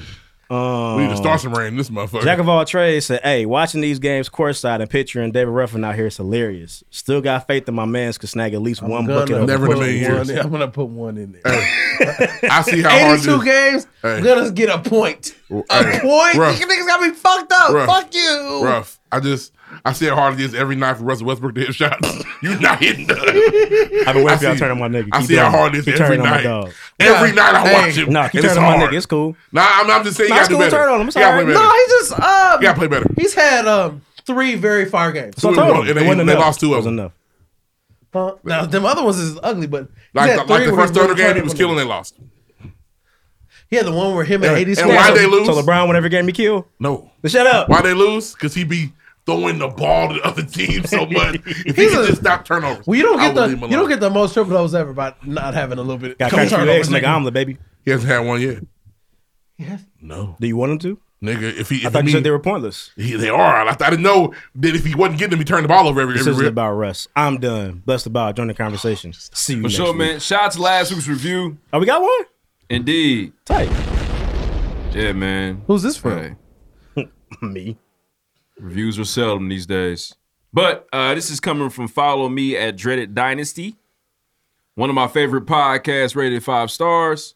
[SPEAKER 1] we need to start some rain. in This motherfucker.
[SPEAKER 3] Jack of all trades said, "Hey, watching these games courtside and picturing David Ruffin out here is hilarious. Still got faith that my man's could snag at least one bucket. over
[SPEAKER 2] Never
[SPEAKER 3] the
[SPEAKER 2] put
[SPEAKER 3] course of the
[SPEAKER 2] one
[SPEAKER 3] years.
[SPEAKER 2] in- I'm gonna put one in there.
[SPEAKER 1] I see how hard
[SPEAKER 2] 82
[SPEAKER 1] this-
[SPEAKER 2] games.
[SPEAKER 1] Hey.
[SPEAKER 2] Gonna get a point. A
[SPEAKER 1] Hey,
[SPEAKER 2] point.
[SPEAKER 1] rough.
[SPEAKER 2] You niggas got me fucked up.
[SPEAKER 1] Rough.
[SPEAKER 2] Fuck you.
[SPEAKER 1] Rough. I just I see how hard it is every night for Russell Westbrook to hit shots. You're not hitting none. I've
[SPEAKER 3] I've been waiting for y'all to turn on my nigga.
[SPEAKER 1] I
[SPEAKER 3] Keep
[SPEAKER 1] see how
[SPEAKER 3] doing it.
[SPEAKER 1] hard it is
[SPEAKER 3] Keep
[SPEAKER 1] every
[SPEAKER 3] turning on my
[SPEAKER 1] night.
[SPEAKER 3] dog.
[SPEAKER 1] Every
[SPEAKER 3] Nah,
[SPEAKER 1] night I
[SPEAKER 3] hey.
[SPEAKER 1] watch him.
[SPEAKER 3] Nah, keep
[SPEAKER 1] and it's
[SPEAKER 3] turning on my
[SPEAKER 1] hard.
[SPEAKER 3] nigga. It's cool.
[SPEAKER 1] Nah, I'm, I'm just saying
[SPEAKER 3] Nah,
[SPEAKER 1] you gotta
[SPEAKER 3] it's
[SPEAKER 1] do
[SPEAKER 3] cool.
[SPEAKER 1] better.
[SPEAKER 3] Turn on him. It's
[SPEAKER 1] You gotta
[SPEAKER 3] all
[SPEAKER 1] play
[SPEAKER 3] right.
[SPEAKER 1] better.
[SPEAKER 2] No, he just um.
[SPEAKER 1] You gotta play better.
[SPEAKER 2] He's had um three very fire games.
[SPEAKER 1] So I told him, it wasn't enough.
[SPEAKER 3] It wasn't enough.
[SPEAKER 2] Huh? Now them other ones is ugly, but he
[SPEAKER 1] Like
[SPEAKER 2] had
[SPEAKER 1] the, like
[SPEAKER 2] three
[SPEAKER 1] the
[SPEAKER 2] where
[SPEAKER 1] first
[SPEAKER 2] he
[SPEAKER 1] third of the game,
[SPEAKER 2] played
[SPEAKER 1] he was
[SPEAKER 2] him.
[SPEAKER 1] killing. They lost.
[SPEAKER 2] He had the one where him and,
[SPEAKER 1] And-
[SPEAKER 2] AD
[SPEAKER 1] and why'd they lose?
[SPEAKER 3] So LeBron won every game he killed?
[SPEAKER 1] No.
[SPEAKER 3] shut up.
[SPEAKER 1] Why they lose? Because he be throwing the ball to the other team so much. if he
[SPEAKER 2] He's
[SPEAKER 1] could
[SPEAKER 2] a-
[SPEAKER 1] just stop turnovers.
[SPEAKER 2] Well, you don't
[SPEAKER 1] I
[SPEAKER 2] get
[SPEAKER 1] would
[SPEAKER 2] the
[SPEAKER 1] leave him
[SPEAKER 2] you don't
[SPEAKER 1] alone.
[SPEAKER 2] get the most triple doubles ever by not having a little bit.
[SPEAKER 1] Got
[SPEAKER 2] couple
[SPEAKER 1] catch few
[SPEAKER 2] turnovers,
[SPEAKER 1] eggs, make
[SPEAKER 2] nigga.
[SPEAKER 1] omelet,
[SPEAKER 3] baby.
[SPEAKER 1] He hasn't had one yet.
[SPEAKER 2] Yes.
[SPEAKER 1] No.
[SPEAKER 3] Do you want him to?
[SPEAKER 1] Nigga, if he, if
[SPEAKER 3] I thought
[SPEAKER 1] he
[SPEAKER 3] you said
[SPEAKER 1] mean-
[SPEAKER 3] they were pointless.
[SPEAKER 1] He- they are. I, I didn't know that if he wasn't getting them, he turned the ball over every
[SPEAKER 3] This
[SPEAKER 1] every.
[SPEAKER 3] isn't
[SPEAKER 1] rip.
[SPEAKER 3] about Russ. I'm done. Blessed about. Join the conversation. See you
[SPEAKER 12] For
[SPEAKER 3] next
[SPEAKER 12] sure,
[SPEAKER 3] week.
[SPEAKER 12] man. Shout out to last week's review.
[SPEAKER 3] Oh, we got one?
[SPEAKER 12] Indeed.
[SPEAKER 3] Tight.
[SPEAKER 12] Yeah, man.
[SPEAKER 2] Who's this from?
[SPEAKER 3] Me.
[SPEAKER 12] Reviews are seldom these days. But uh, this is coming from Follow Me at Dreaded Dynasty, one of my favorite podcasts rated five stars.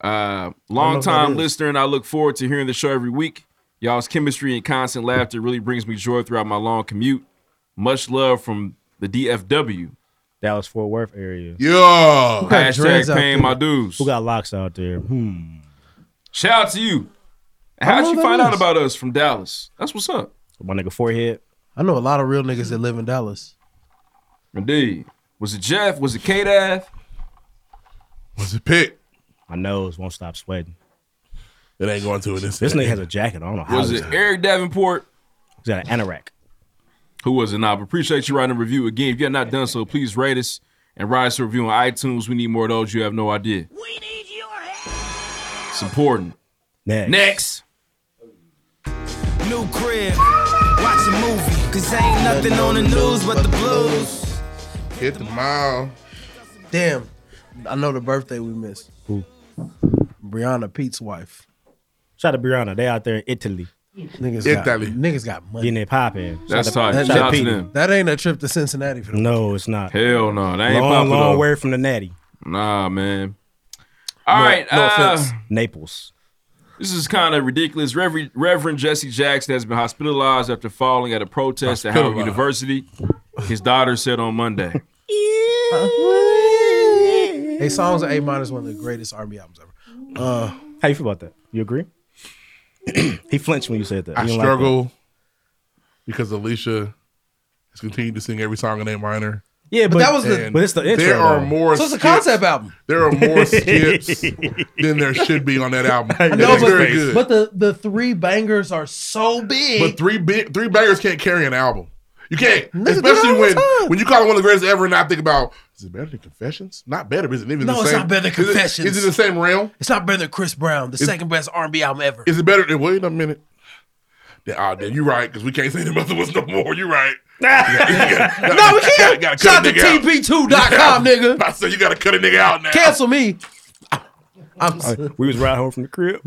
[SPEAKER 12] Uh, long
[SPEAKER 8] that
[SPEAKER 12] time
[SPEAKER 8] is.
[SPEAKER 12] listener, and I look forward to hearing the show every week. Y'all's chemistry and constant laughter really brings me joy throughout my long commute. Much love from the DFW.
[SPEAKER 3] Dallas Fort Worth area.
[SPEAKER 1] Yeah.
[SPEAKER 3] Who got dreads
[SPEAKER 12] Hashtag
[SPEAKER 3] out
[SPEAKER 12] paying
[SPEAKER 3] there?
[SPEAKER 12] my dues.
[SPEAKER 3] Who got locks out there? Hmm.
[SPEAKER 12] Shout out to you.
[SPEAKER 3] I
[SPEAKER 12] How'd
[SPEAKER 3] know
[SPEAKER 12] you
[SPEAKER 3] that
[SPEAKER 12] find out
[SPEAKER 3] is.
[SPEAKER 12] about us from Dallas? That's what's up.
[SPEAKER 3] My nigga forehead.
[SPEAKER 2] I know a lot of real niggas that live in Dallas.
[SPEAKER 12] Indeed. Was it Jeff? Was it Kadath?
[SPEAKER 1] Was it Pick?
[SPEAKER 3] My nose won't stop sweating.
[SPEAKER 1] It ain't going to it. This,
[SPEAKER 3] this nigga has a jacket. I don't know how.
[SPEAKER 12] Was
[SPEAKER 3] this-
[SPEAKER 12] it Eric Davenport?
[SPEAKER 3] He's got an anorak.
[SPEAKER 12] Who was it? Nah, but appreciate you writing a review again. If you have not done so, please rate us and write us a review on iTunes. We need more of those. You have no idea. We need your help. It's important.
[SPEAKER 3] Next.
[SPEAKER 12] Next.
[SPEAKER 13] New crib, watch a movie, cause ain't nothing on the news but the blues.
[SPEAKER 1] Hit the mile.
[SPEAKER 2] Damn, I know the birthday we missed. Who? Brianna Pete's wife.
[SPEAKER 3] Shout out to Brianna. They out there in Italy.
[SPEAKER 2] Niggas Italy. Got, niggas got money.
[SPEAKER 3] Getting it popping.
[SPEAKER 12] That's
[SPEAKER 3] Shout out shout
[SPEAKER 12] tight. Shout out to
[SPEAKER 3] Petey.
[SPEAKER 12] them.
[SPEAKER 2] That ain't a trip to Cincinnati for them.
[SPEAKER 3] No, it's not.
[SPEAKER 12] Hell no. That ain't
[SPEAKER 3] long,
[SPEAKER 12] popular.
[SPEAKER 3] long way from the natty.
[SPEAKER 12] Nah, man. All
[SPEAKER 3] No-
[SPEAKER 12] right.
[SPEAKER 3] no
[SPEAKER 12] uh,
[SPEAKER 3] offense. Naples.
[SPEAKER 12] This is kind of ridiculous. Reverend, Reverend Jesse Jackson has been hospitalized after falling at a protest at Howard University. His daughter said on Monday.
[SPEAKER 2] Hey, songs of A minor is one of the greatest R&B albums ever.
[SPEAKER 3] Uh, how you feel about that? You agree? he flinched when you said that.
[SPEAKER 1] I
[SPEAKER 3] He didn't like that.
[SPEAKER 1] struggle because Alicia has continued to sing every song in A minor.
[SPEAKER 3] Yeah, but,
[SPEAKER 1] And
[SPEAKER 3] but it's the intro.
[SPEAKER 1] There are
[SPEAKER 3] though.
[SPEAKER 1] more.
[SPEAKER 2] So it's a
[SPEAKER 1] skips-
[SPEAKER 2] concept album.
[SPEAKER 1] There are more skips than there should be on that album.
[SPEAKER 2] I
[SPEAKER 1] And
[SPEAKER 2] know,
[SPEAKER 1] it's
[SPEAKER 2] but,
[SPEAKER 1] very good.
[SPEAKER 2] but the, the three bangers are so big.
[SPEAKER 1] But three big three bangers can't carry an album. You can't,
[SPEAKER 2] Niggas do
[SPEAKER 1] especially
[SPEAKER 2] it all
[SPEAKER 1] when
[SPEAKER 2] the time.
[SPEAKER 1] when you call it one of the greatest ever, and I think about is it better than Confessions? Not better, but is it even
[SPEAKER 2] no,
[SPEAKER 1] the
[SPEAKER 2] it's
[SPEAKER 1] same?
[SPEAKER 2] not better than
[SPEAKER 1] Is it-
[SPEAKER 2] Confessions.
[SPEAKER 1] Is it, the same realm?
[SPEAKER 2] It's not better than Chris Brown, the
[SPEAKER 1] Is-
[SPEAKER 2] second best R&B album ever.
[SPEAKER 1] Is it better than? Wait a minute. Yeah, ah, then you're right because we can't say the mother was no more. You're right.
[SPEAKER 2] no, we can't. Shout to TP2.com, nigga.
[SPEAKER 1] I said you gotta cut a nigga out now.
[SPEAKER 2] Cancel me. I'm,
[SPEAKER 3] All right, uh, we was right home from the crib.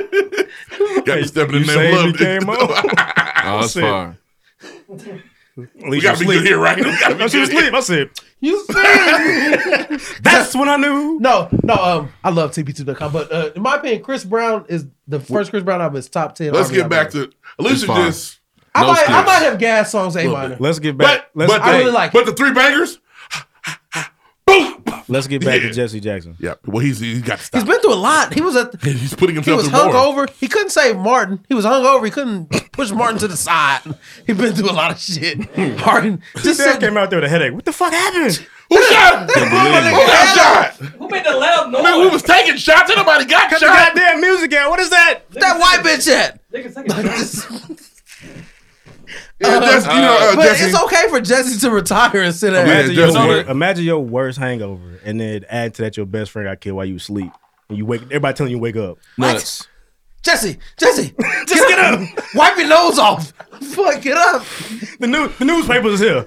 [SPEAKER 1] Got to step in the
[SPEAKER 3] You saved
[SPEAKER 1] name of
[SPEAKER 3] me,
[SPEAKER 1] love.
[SPEAKER 3] came
[SPEAKER 12] Oh, that's
[SPEAKER 3] said-
[SPEAKER 12] fine.
[SPEAKER 1] We gotta be good here, right? We gotta be
[SPEAKER 3] I should
[SPEAKER 1] good here.
[SPEAKER 3] sleep. I said,
[SPEAKER 2] You said
[SPEAKER 3] That's when I knew.
[SPEAKER 2] No, no, um, I love TP2.com, but uh, in my opinion, Chris Brown is the first Chris Brown album is top ten.
[SPEAKER 1] Let's
[SPEAKER 3] Oh,
[SPEAKER 2] R&B
[SPEAKER 1] get
[SPEAKER 2] album
[SPEAKER 1] back
[SPEAKER 2] ever.
[SPEAKER 1] to Alicia.
[SPEAKER 2] fine.
[SPEAKER 1] Just
[SPEAKER 2] I
[SPEAKER 1] no
[SPEAKER 2] might, I
[SPEAKER 1] skips.
[SPEAKER 2] might have gas songs A
[SPEAKER 1] Little
[SPEAKER 2] minor.
[SPEAKER 3] Let's get back.
[SPEAKER 1] But,
[SPEAKER 3] let's,
[SPEAKER 1] but,
[SPEAKER 2] I really
[SPEAKER 1] they-
[SPEAKER 2] like
[SPEAKER 1] but the three bangers.
[SPEAKER 3] let's get back
[SPEAKER 1] Yeah.
[SPEAKER 3] to Jesse Jackson.
[SPEAKER 1] Yeah, well, he's he's got to
[SPEAKER 2] He's
[SPEAKER 1] stop.
[SPEAKER 2] been through a lot. He was a
[SPEAKER 1] He's putting
[SPEAKER 2] he
[SPEAKER 1] himself
[SPEAKER 2] was
[SPEAKER 1] through more.
[SPEAKER 2] hungover. He couldn't save Martin. He was hungover. He couldn't push Martin to the side. He's been throrough a lot of shit.
[SPEAKER 1] Hmm.
[SPEAKER 2] Martin just said,
[SPEAKER 3] came out there with a headache. What the fuck happened?
[SPEAKER 1] Who shot? Who got shot?
[SPEAKER 2] Who made the loud noise?
[SPEAKER 1] Man, we was taking shots. Ain't nobody got
[SPEAKER 3] Cut the
[SPEAKER 1] shot.
[SPEAKER 3] goddamn music out. What is that?
[SPEAKER 2] that white bitch at?
[SPEAKER 1] Yeah, that's- you know, uh,
[SPEAKER 2] but
[SPEAKER 1] Jesse-
[SPEAKER 2] it's okay for Jesse to retire and sit down.
[SPEAKER 3] Imagine, your wor- imagine your worst hangover, and then add to that your best friend got killed while you sleep, and you wake. Everybody telling you to wake up.
[SPEAKER 12] Nuts.
[SPEAKER 2] Jesse, Jesse, just get up. Wipe your nose off. Fuck, get up.
[SPEAKER 3] The new the newspapers is here.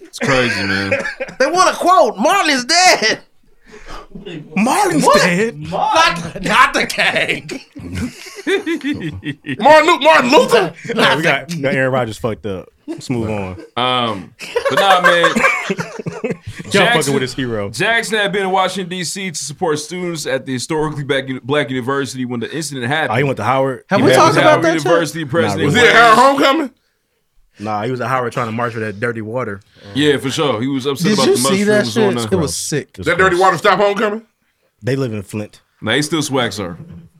[SPEAKER 12] It's crazy, man.
[SPEAKER 2] They want to quote, Marley's dead.
[SPEAKER 3] Marlon's dead.
[SPEAKER 2] Not, not the cake.
[SPEAKER 1] Martin, Lu- Martin Luther.
[SPEAKER 3] Yeah, we got, we got Aaron Rodgers fucked up. Let's move on.
[SPEAKER 12] Um, but nah, man.
[SPEAKER 3] Y'all fucking with his hero.
[SPEAKER 12] Jackson had been in Washington D.C. to support students at the historically black, black university when the incident happened.
[SPEAKER 3] Oh, he went to Howard.
[SPEAKER 12] Have
[SPEAKER 3] He
[SPEAKER 12] we
[SPEAKER 3] met
[SPEAKER 12] talked
[SPEAKER 3] with
[SPEAKER 12] about
[SPEAKER 3] Howard
[SPEAKER 12] that shit? University president. Was he at
[SPEAKER 1] Howard Homecoming?
[SPEAKER 3] Nah, he was at Howard trying to march for that dirty water.
[SPEAKER 12] Yeah, for sure. He was upset
[SPEAKER 3] Did
[SPEAKER 12] about
[SPEAKER 3] you
[SPEAKER 12] the
[SPEAKER 3] see
[SPEAKER 12] mushrooms
[SPEAKER 3] that shit?
[SPEAKER 12] on the.
[SPEAKER 3] It was sick. It was
[SPEAKER 1] That dirty
[SPEAKER 3] gross.
[SPEAKER 1] water stop homecoming.
[SPEAKER 3] They live in Flint.
[SPEAKER 12] Nah, they still swag, sir.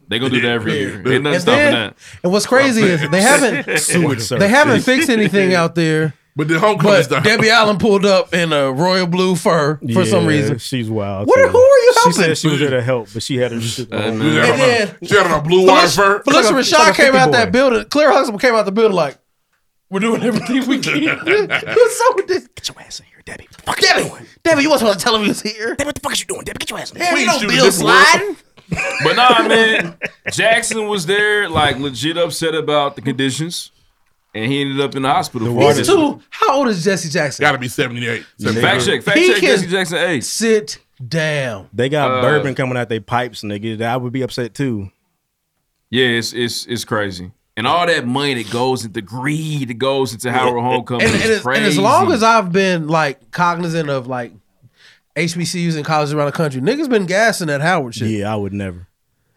[SPEAKER 12] They gonna do that every year.
[SPEAKER 3] Yeah.
[SPEAKER 12] Ain't nothing
[SPEAKER 3] And
[SPEAKER 12] stopping
[SPEAKER 3] then-
[SPEAKER 12] that.
[SPEAKER 2] And what's crazy is they haven't
[SPEAKER 3] Sewage service.
[SPEAKER 2] they haven't fixed anything out there.
[SPEAKER 1] But the homecoming
[SPEAKER 2] But
[SPEAKER 1] stuff.
[SPEAKER 2] Debbie Allen pulled up in a royal blue fur for some
[SPEAKER 3] Yeah,
[SPEAKER 2] reason.
[SPEAKER 3] She's wild.
[SPEAKER 2] What?
[SPEAKER 3] too.
[SPEAKER 2] Are, who are you
[SPEAKER 3] She
[SPEAKER 2] helping?
[SPEAKER 3] said she was there to help, but she had her shit.
[SPEAKER 12] Uh,
[SPEAKER 2] And
[SPEAKER 3] then-
[SPEAKER 2] then
[SPEAKER 1] she had on a blue wire fur.
[SPEAKER 2] Felicia
[SPEAKER 3] It's
[SPEAKER 2] Rashad
[SPEAKER 3] like a
[SPEAKER 2] came
[SPEAKER 3] 50
[SPEAKER 2] out
[SPEAKER 3] boy.
[SPEAKER 2] that building. Claire Huxtable came out the building like, "We're doing everything we can." it was so ridiculous. Get your ass in here, Debbie. What the fuck Debbie, Debbie, you wasn't supposed to tell him you was here. Debbie, what the fuck is you doing, Debbie? Get your ass in
[SPEAKER 12] here.
[SPEAKER 2] Debbie, you don't
[SPEAKER 12] Please shoot a
[SPEAKER 2] bill
[SPEAKER 12] different
[SPEAKER 2] sliding.
[SPEAKER 12] But nah, man, Jackson was there, like legit upset about the conditions, and he ended up in the hospital. for
[SPEAKER 2] He's
[SPEAKER 12] this.
[SPEAKER 2] two. How old is Jesse Jackson?
[SPEAKER 1] Gotta be 78.
[SPEAKER 12] Fact check, fact
[SPEAKER 2] He
[SPEAKER 12] check,
[SPEAKER 2] can-
[SPEAKER 12] Jesse Jackson. Hey,
[SPEAKER 2] sit down.
[SPEAKER 3] They got
[SPEAKER 12] Uh,
[SPEAKER 3] bourbon coming out their pipes, nigga. I would be upset too.
[SPEAKER 12] Yeah, it's it's it's crazy, and all that money that goes into greed, that goes into Howard Homecoming,
[SPEAKER 2] and, and
[SPEAKER 12] is
[SPEAKER 2] as,
[SPEAKER 12] crazy.
[SPEAKER 2] and as long as I've been like cognizant of like HBCUs and colleges around the country, niggas been gassing that Howard shit.
[SPEAKER 3] Yeah, I would never.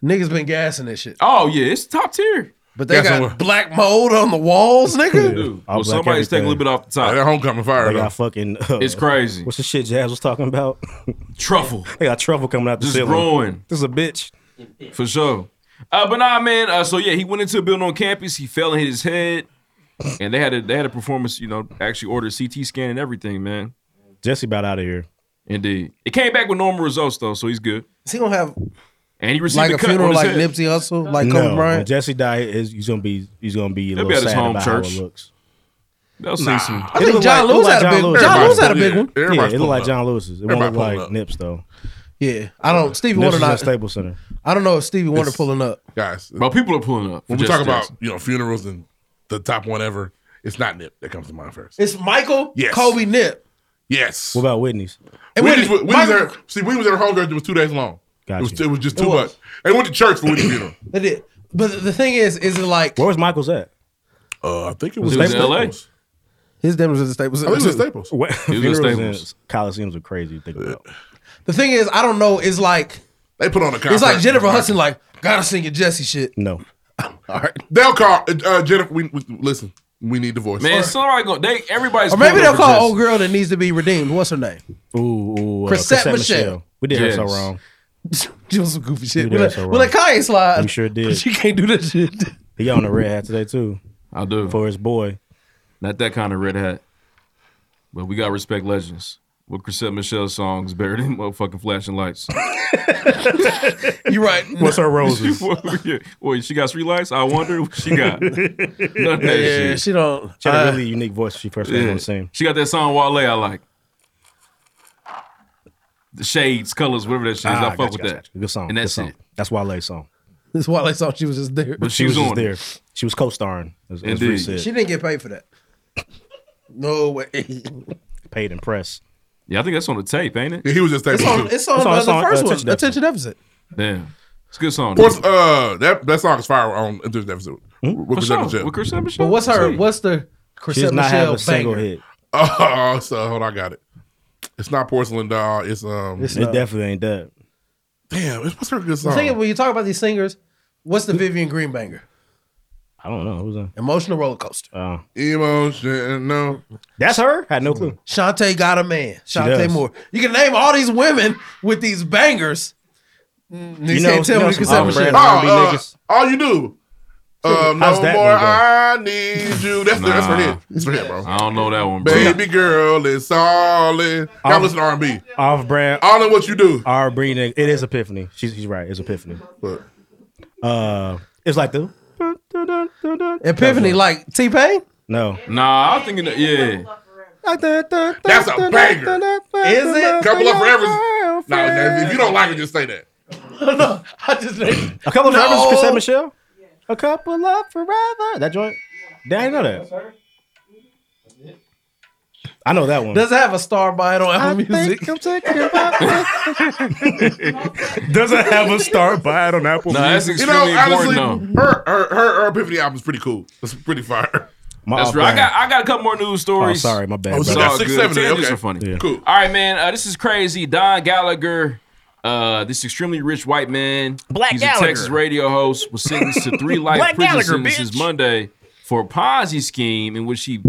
[SPEAKER 2] Niggas been gassing that shit.
[SPEAKER 12] oh yeah, it's top tier.
[SPEAKER 2] But they got black mold on the walls, nigga.
[SPEAKER 12] Well, somebody's taking a little bit off the top.
[SPEAKER 1] that homecoming fire.
[SPEAKER 3] They
[SPEAKER 12] though.
[SPEAKER 3] got fucking. uh,
[SPEAKER 12] It's crazy.
[SPEAKER 3] What's the shit Jazz was talking about?
[SPEAKER 12] Truffle.
[SPEAKER 3] they got truffle coming out the
[SPEAKER 12] Just
[SPEAKER 3] ceiling.
[SPEAKER 12] growing.
[SPEAKER 3] This is a bitch.
[SPEAKER 12] For sure. Uh, but nah, man. Uh, so yeah, he went into a building on campus. He fell and hit his head, and they had a they had a performance. You know, actually ordered a CT scan and everything, man.
[SPEAKER 3] Jesse about out of here.
[SPEAKER 12] Indeed, it came back with normal results though, so he's good.
[SPEAKER 2] Is he gonna have
[SPEAKER 12] And he received
[SPEAKER 2] like a
[SPEAKER 12] cut on
[SPEAKER 2] funeral
[SPEAKER 12] his
[SPEAKER 2] like
[SPEAKER 12] head.
[SPEAKER 2] Nipsey Hussle, like
[SPEAKER 3] no,
[SPEAKER 2] Kobe
[SPEAKER 3] When
[SPEAKER 2] Bryant?
[SPEAKER 3] Jesse died, is he's gonna be he's gonna be a
[SPEAKER 12] He'll
[SPEAKER 3] little
[SPEAKER 12] be at his
[SPEAKER 3] sad
[SPEAKER 12] home
[SPEAKER 3] about
[SPEAKER 12] church.
[SPEAKER 3] how it looks.
[SPEAKER 12] They'll see
[SPEAKER 3] Nah.
[SPEAKER 12] some.
[SPEAKER 3] It look it look Lewis.
[SPEAKER 2] John Lewis had a big one.
[SPEAKER 3] Yeah, it looked like John Lewis's. It won't look like Nips though.
[SPEAKER 2] Yeah, I don't. Stevie
[SPEAKER 3] Nips
[SPEAKER 2] Wonder
[SPEAKER 3] is at
[SPEAKER 2] not.
[SPEAKER 3] Staples Center.
[SPEAKER 2] I don't know if Stevie Wonder
[SPEAKER 1] It's-
[SPEAKER 2] pulling up.
[SPEAKER 1] Guys.
[SPEAKER 12] But people are pulling up.
[SPEAKER 1] When
[SPEAKER 12] for
[SPEAKER 1] we
[SPEAKER 12] Jesse
[SPEAKER 1] talk about,
[SPEAKER 12] Jackson.
[SPEAKER 1] you know, funerals and the top one ever, it's not Nip that comes to mind first.
[SPEAKER 2] It's Michael,
[SPEAKER 1] Yes.
[SPEAKER 2] Kobe, Nip.
[SPEAKER 1] Yes.
[SPEAKER 3] What about Whitney's?
[SPEAKER 1] And
[SPEAKER 2] Whitney-
[SPEAKER 1] Whitney's, Whitney's
[SPEAKER 2] Michael-
[SPEAKER 1] there, see, we was at her home it was two days long. It, was, it was just too much. They went to church for Whitney's funeral.
[SPEAKER 2] They did. But the thing is, is it like
[SPEAKER 3] where was Michael's at?
[SPEAKER 1] Uh, I think it
[SPEAKER 3] Was
[SPEAKER 1] was,
[SPEAKER 3] it in LA?
[SPEAKER 1] Staples.
[SPEAKER 2] His dinner was at the Staples.
[SPEAKER 12] Oh,
[SPEAKER 1] I think it was at Staples.
[SPEAKER 3] What?
[SPEAKER 1] He was at Staples.
[SPEAKER 3] Coliseums are crazy to think about.
[SPEAKER 2] The thing is, I don't know. It's like
[SPEAKER 1] they put on a
[SPEAKER 2] It's like
[SPEAKER 1] concert.
[SPEAKER 2] Jennifer Hudson, like gotta sing your Jesse shit.
[SPEAKER 3] No.
[SPEAKER 1] All right. They'll call uh, uh, Jennifer. We, we listen. We need the voice.
[SPEAKER 12] man, somebody go. They everybody's.
[SPEAKER 2] Or maybe
[SPEAKER 12] pulling
[SPEAKER 2] they'll
[SPEAKER 12] up for
[SPEAKER 2] call
[SPEAKER 12] Jesse.
[SPEAKER 2] old girl that needs to be redeemed. What's her name?
[SPEAKER 3] Ooh, ooh uh,
[SPEAKER 2] Chrisette
[SPEAKER 3] Chrisette
[SPEAKER 2] Michele.
[SPEAKER 3] We did her
[SPEAKER 2] Yes.
[SPEAKER 3] so wrong.
[SPEAKER 2] She was some goofy shit.
[SPEAKER 3] did
[SPEAKER 2] We
[SPEAKER 3] her
[SPEAKER 2] let,
[SPEAKER 3] so
[SPEAKER 2] we let
[SPEAKER 3] wrong.
[SPEAKER 2] Kanye slide.
[SPEAKER 3] We sure did.
[SPEAKER 2] But she can't do that shit.
[SPEAKER 3] He got on a red hat today too.
[SPEAKER 12] I do
[SPEAKER 3] for his boy.
[SPEAKER 12] Not that kind of red hat. But we got respect legends. What Chrisette Michelle's songs better than motherfucking flashing lights.
[SPEAKER 2] You're right.
[SPEAKER 3] What's her roses?
[SPEAKER 12] Wait, she got three lights? I wonder what she got. None of that
[SPEAKER 2] yeah,
[SPEAKER 12] shit.
[SPEAKER 2] she don't.
[SPEAKER 3] She had a
[SPEAKER 2] uh,
[SPEAKER 3] really unique voice when she first came
[SPEAKER 12] Yeah.
[SPEAKER 3] on the scene.
[SPEAKER 12] She got that song Wale I like. The shades, colors, whatever that shit
[SPEAKER 3] Ah,
[SPEAKER 12] is. I
[SPEAKER 3] gotcha,
[SPEAKER 12] fuck with
[SPEAKER 3] gotcha,
[SPEAKER 12] that.
[SPEAKER 3] gotcha. Good song.
[SPEAKER 12] And that's
[SPEAKER 3] good song.
[SPEAKER 12] it.
[SPEAKER 3] That's Wale's song.
[SPEAKER 2] That's why they thought she was just there.
[SPEAKER 12] But she was
[SPEAKER 3] just
[SPEAKER 12] on it.
[SPEAKER 3] there. She was co-starring. As, as
[SPEAKER 12] Indeed.
[SPEAKER 3] Reese said.
[SPEAKER 2] She didn't get paid for that. No way. It's
[SPEAKER 3] paid in press.
[SPEAKER 12] Yeah, I think that's on the tape, ain't it?
[SPEAKER 1] Yeah, he was just tape.
[SPEAKER 2] on, it's on,
[SPEAKER 3] It's on-
[SPEAKER 2] uh,
[SPEAKER 3] it's
[SPEAKER 2] the
[SPEAKER 3] on, uh,
[SPEAKER 2] first one,
[SPEAKER 3] Attention Deficit.
[SPEAKER 2] Attention Deficit.
[SPEAKER 12] Damn. It's a good song.
[SPEAKER 1] Of course, uh, that, that song is fire on Interest Deficit.
[SPEAKER 3] Hmm?
[SPEAKER 1] With
[SPEAKER 12] sure.
[SPEAKER 1] Chrisette Michele.
[SPEAKER 12] With Chrisette Michele.
[SPEAKER 2] But what's her? What's the
[SPEAKER 1] She
[SPEAKER 2] Chrisette
[SPEAKER 1] does not have
[SPEAKER 2] Michelle
[SPEAKER 1] a single
[SPEAKER 2] banger?
[SPEAKER 3] hit.
[SPEAKER 1] Oh, so hold on, I got it. It's not porcelain doll. It's um.
[SPEAKER 3] it
[SPEAKER 2] uh,
[SPEAKER 3] definitely ain't that.
[SPEAKER 1] Damn, it's, what's her good
[SPEAKER 2] The
[SPEAKER 1] song?
[SPEAKER 2] thing is, when you talk about these singers, what's the Vivian Green banger?
[SPEAKER 3] I don't know. Who's that?
[SPEAKER 2] Emotional roller coaster.
[SPEAKER 3] Oh.
[SPEAKER 1] Emotion, no.
[SPEAKER 3] That's her? Had no clue.
[SPEAKER 2] Shantae got a man.
[SPEAKER 3] She
[SPEAKER 2] Shantae
[SPEAKER 3] does.
[SPEAKER 2] Moore. You can name all these women with these bangers. Mm, You,
[SPEAKER 3] know-
[SPEAKER 2] can't tell
[SPEAKER 3] you know
[SPEAKER 2] me
[SPEAKER 3] some
[SPEAKER 2] Chrisette
[SPEAKER 3] off-brand
[SPEAKER 1] Oh,
[SPEAKER 2] Michelle.
[SPEAKER 3] R&B
[SPEAKER 1] uh, all you do. Um,
[SPEAKER 3] How's
[SPEAKER 1] no
[SPEAKER 3] that
[SPEAKER 1] more.
[SPEAKER 3] one go?
[SPEAKER 1] I need you. That's the, that's for
[SPEAKER 12] Nah.
[SPEAKER 1] him. That's for him, bro.
[SPEAKER 12] I don't know that one, bro.
[SPEAKER 1] Baby girl, it's all in. Y'all
[SPEAKER 3] Um,
[SPEAKER 1] listen to R and B.
[SPEAKER 3] Off brand.
[SPEAKER 1] All in what you do.
[SPEAKER 3] Our breeding. It is epiphany. She's he's right. It's epiphany.
[SPEAKER 1] What?
[SPEAKER 3] Uh it's like the
[SPEAKER 2] Epiphany, like T Pain?
[SPEAKER 3] no.
[SPEAKER 12] Nah, I was thinking that, yeah.
[SPEAKER 1] That's a banger.
[SPEAKER 2] Is it?
[SPEAKER 1] Couple of forever. Nah, nah, if you don't like it, just say that.
[SPEAKER 2] no, I just named
[SPEAKER 3] A couple of
[SPEAKER 2] No.
[SPEAKER 3] forever is Chrisette Michelle? A couple of forever. That joint? Dang, I know that. I know that one.
[SPEAKER 2] Does it have a star by it on Apple Music?
[SPEAKER 3] Doesn't have a star by it on Apple
[SPEAKER 12] Nah, that's
[SPEAKER 1] You
[SPEAKER 12] extremely
[SPEAKER 1] know, honestly,
[SPEAKER 12] important, though.
[SPEAKER 1] her, her her her epiphany album's pretty cool. It's pretty fire.
[SPEAKER 12] That's right. I got I got a couple more news stories.
[SPEAKER 3] Oh, sorry, my bad, Oh, so
[SPEAKER 12] It's
[SPEAKER 3] you got
[SPEAKER 12] all
[SPEAKER 1] six,
[SPEAKER 12] good.
[SPEAKER 1] seven,
[SPEAKER 12] Tangents
[SPEAKER 1] okay.
[SPEAKER 12] are funny.
[SPEAKER 1] Yeah. Cool.
[SPEAKER 12] All right, man. Uh, this is crazy. Don Gallagher, uh, this extremely rich white man,
[SPEAKER 13] Black
[SPEAKER 12] he's
[SPEAKER 13] Gallagher.
[SPEAKER 12] a Texas radio host, was sentenced to three life
[SPEAKER 13] Black
[SPEAKER 12] prison
[SPEAKER 13] Gallagher,
[SPEAKER 12] sentences
[SPEAKER 13] bitch.
[SPEAKER 12] Monday for a Ponzi scheme in which he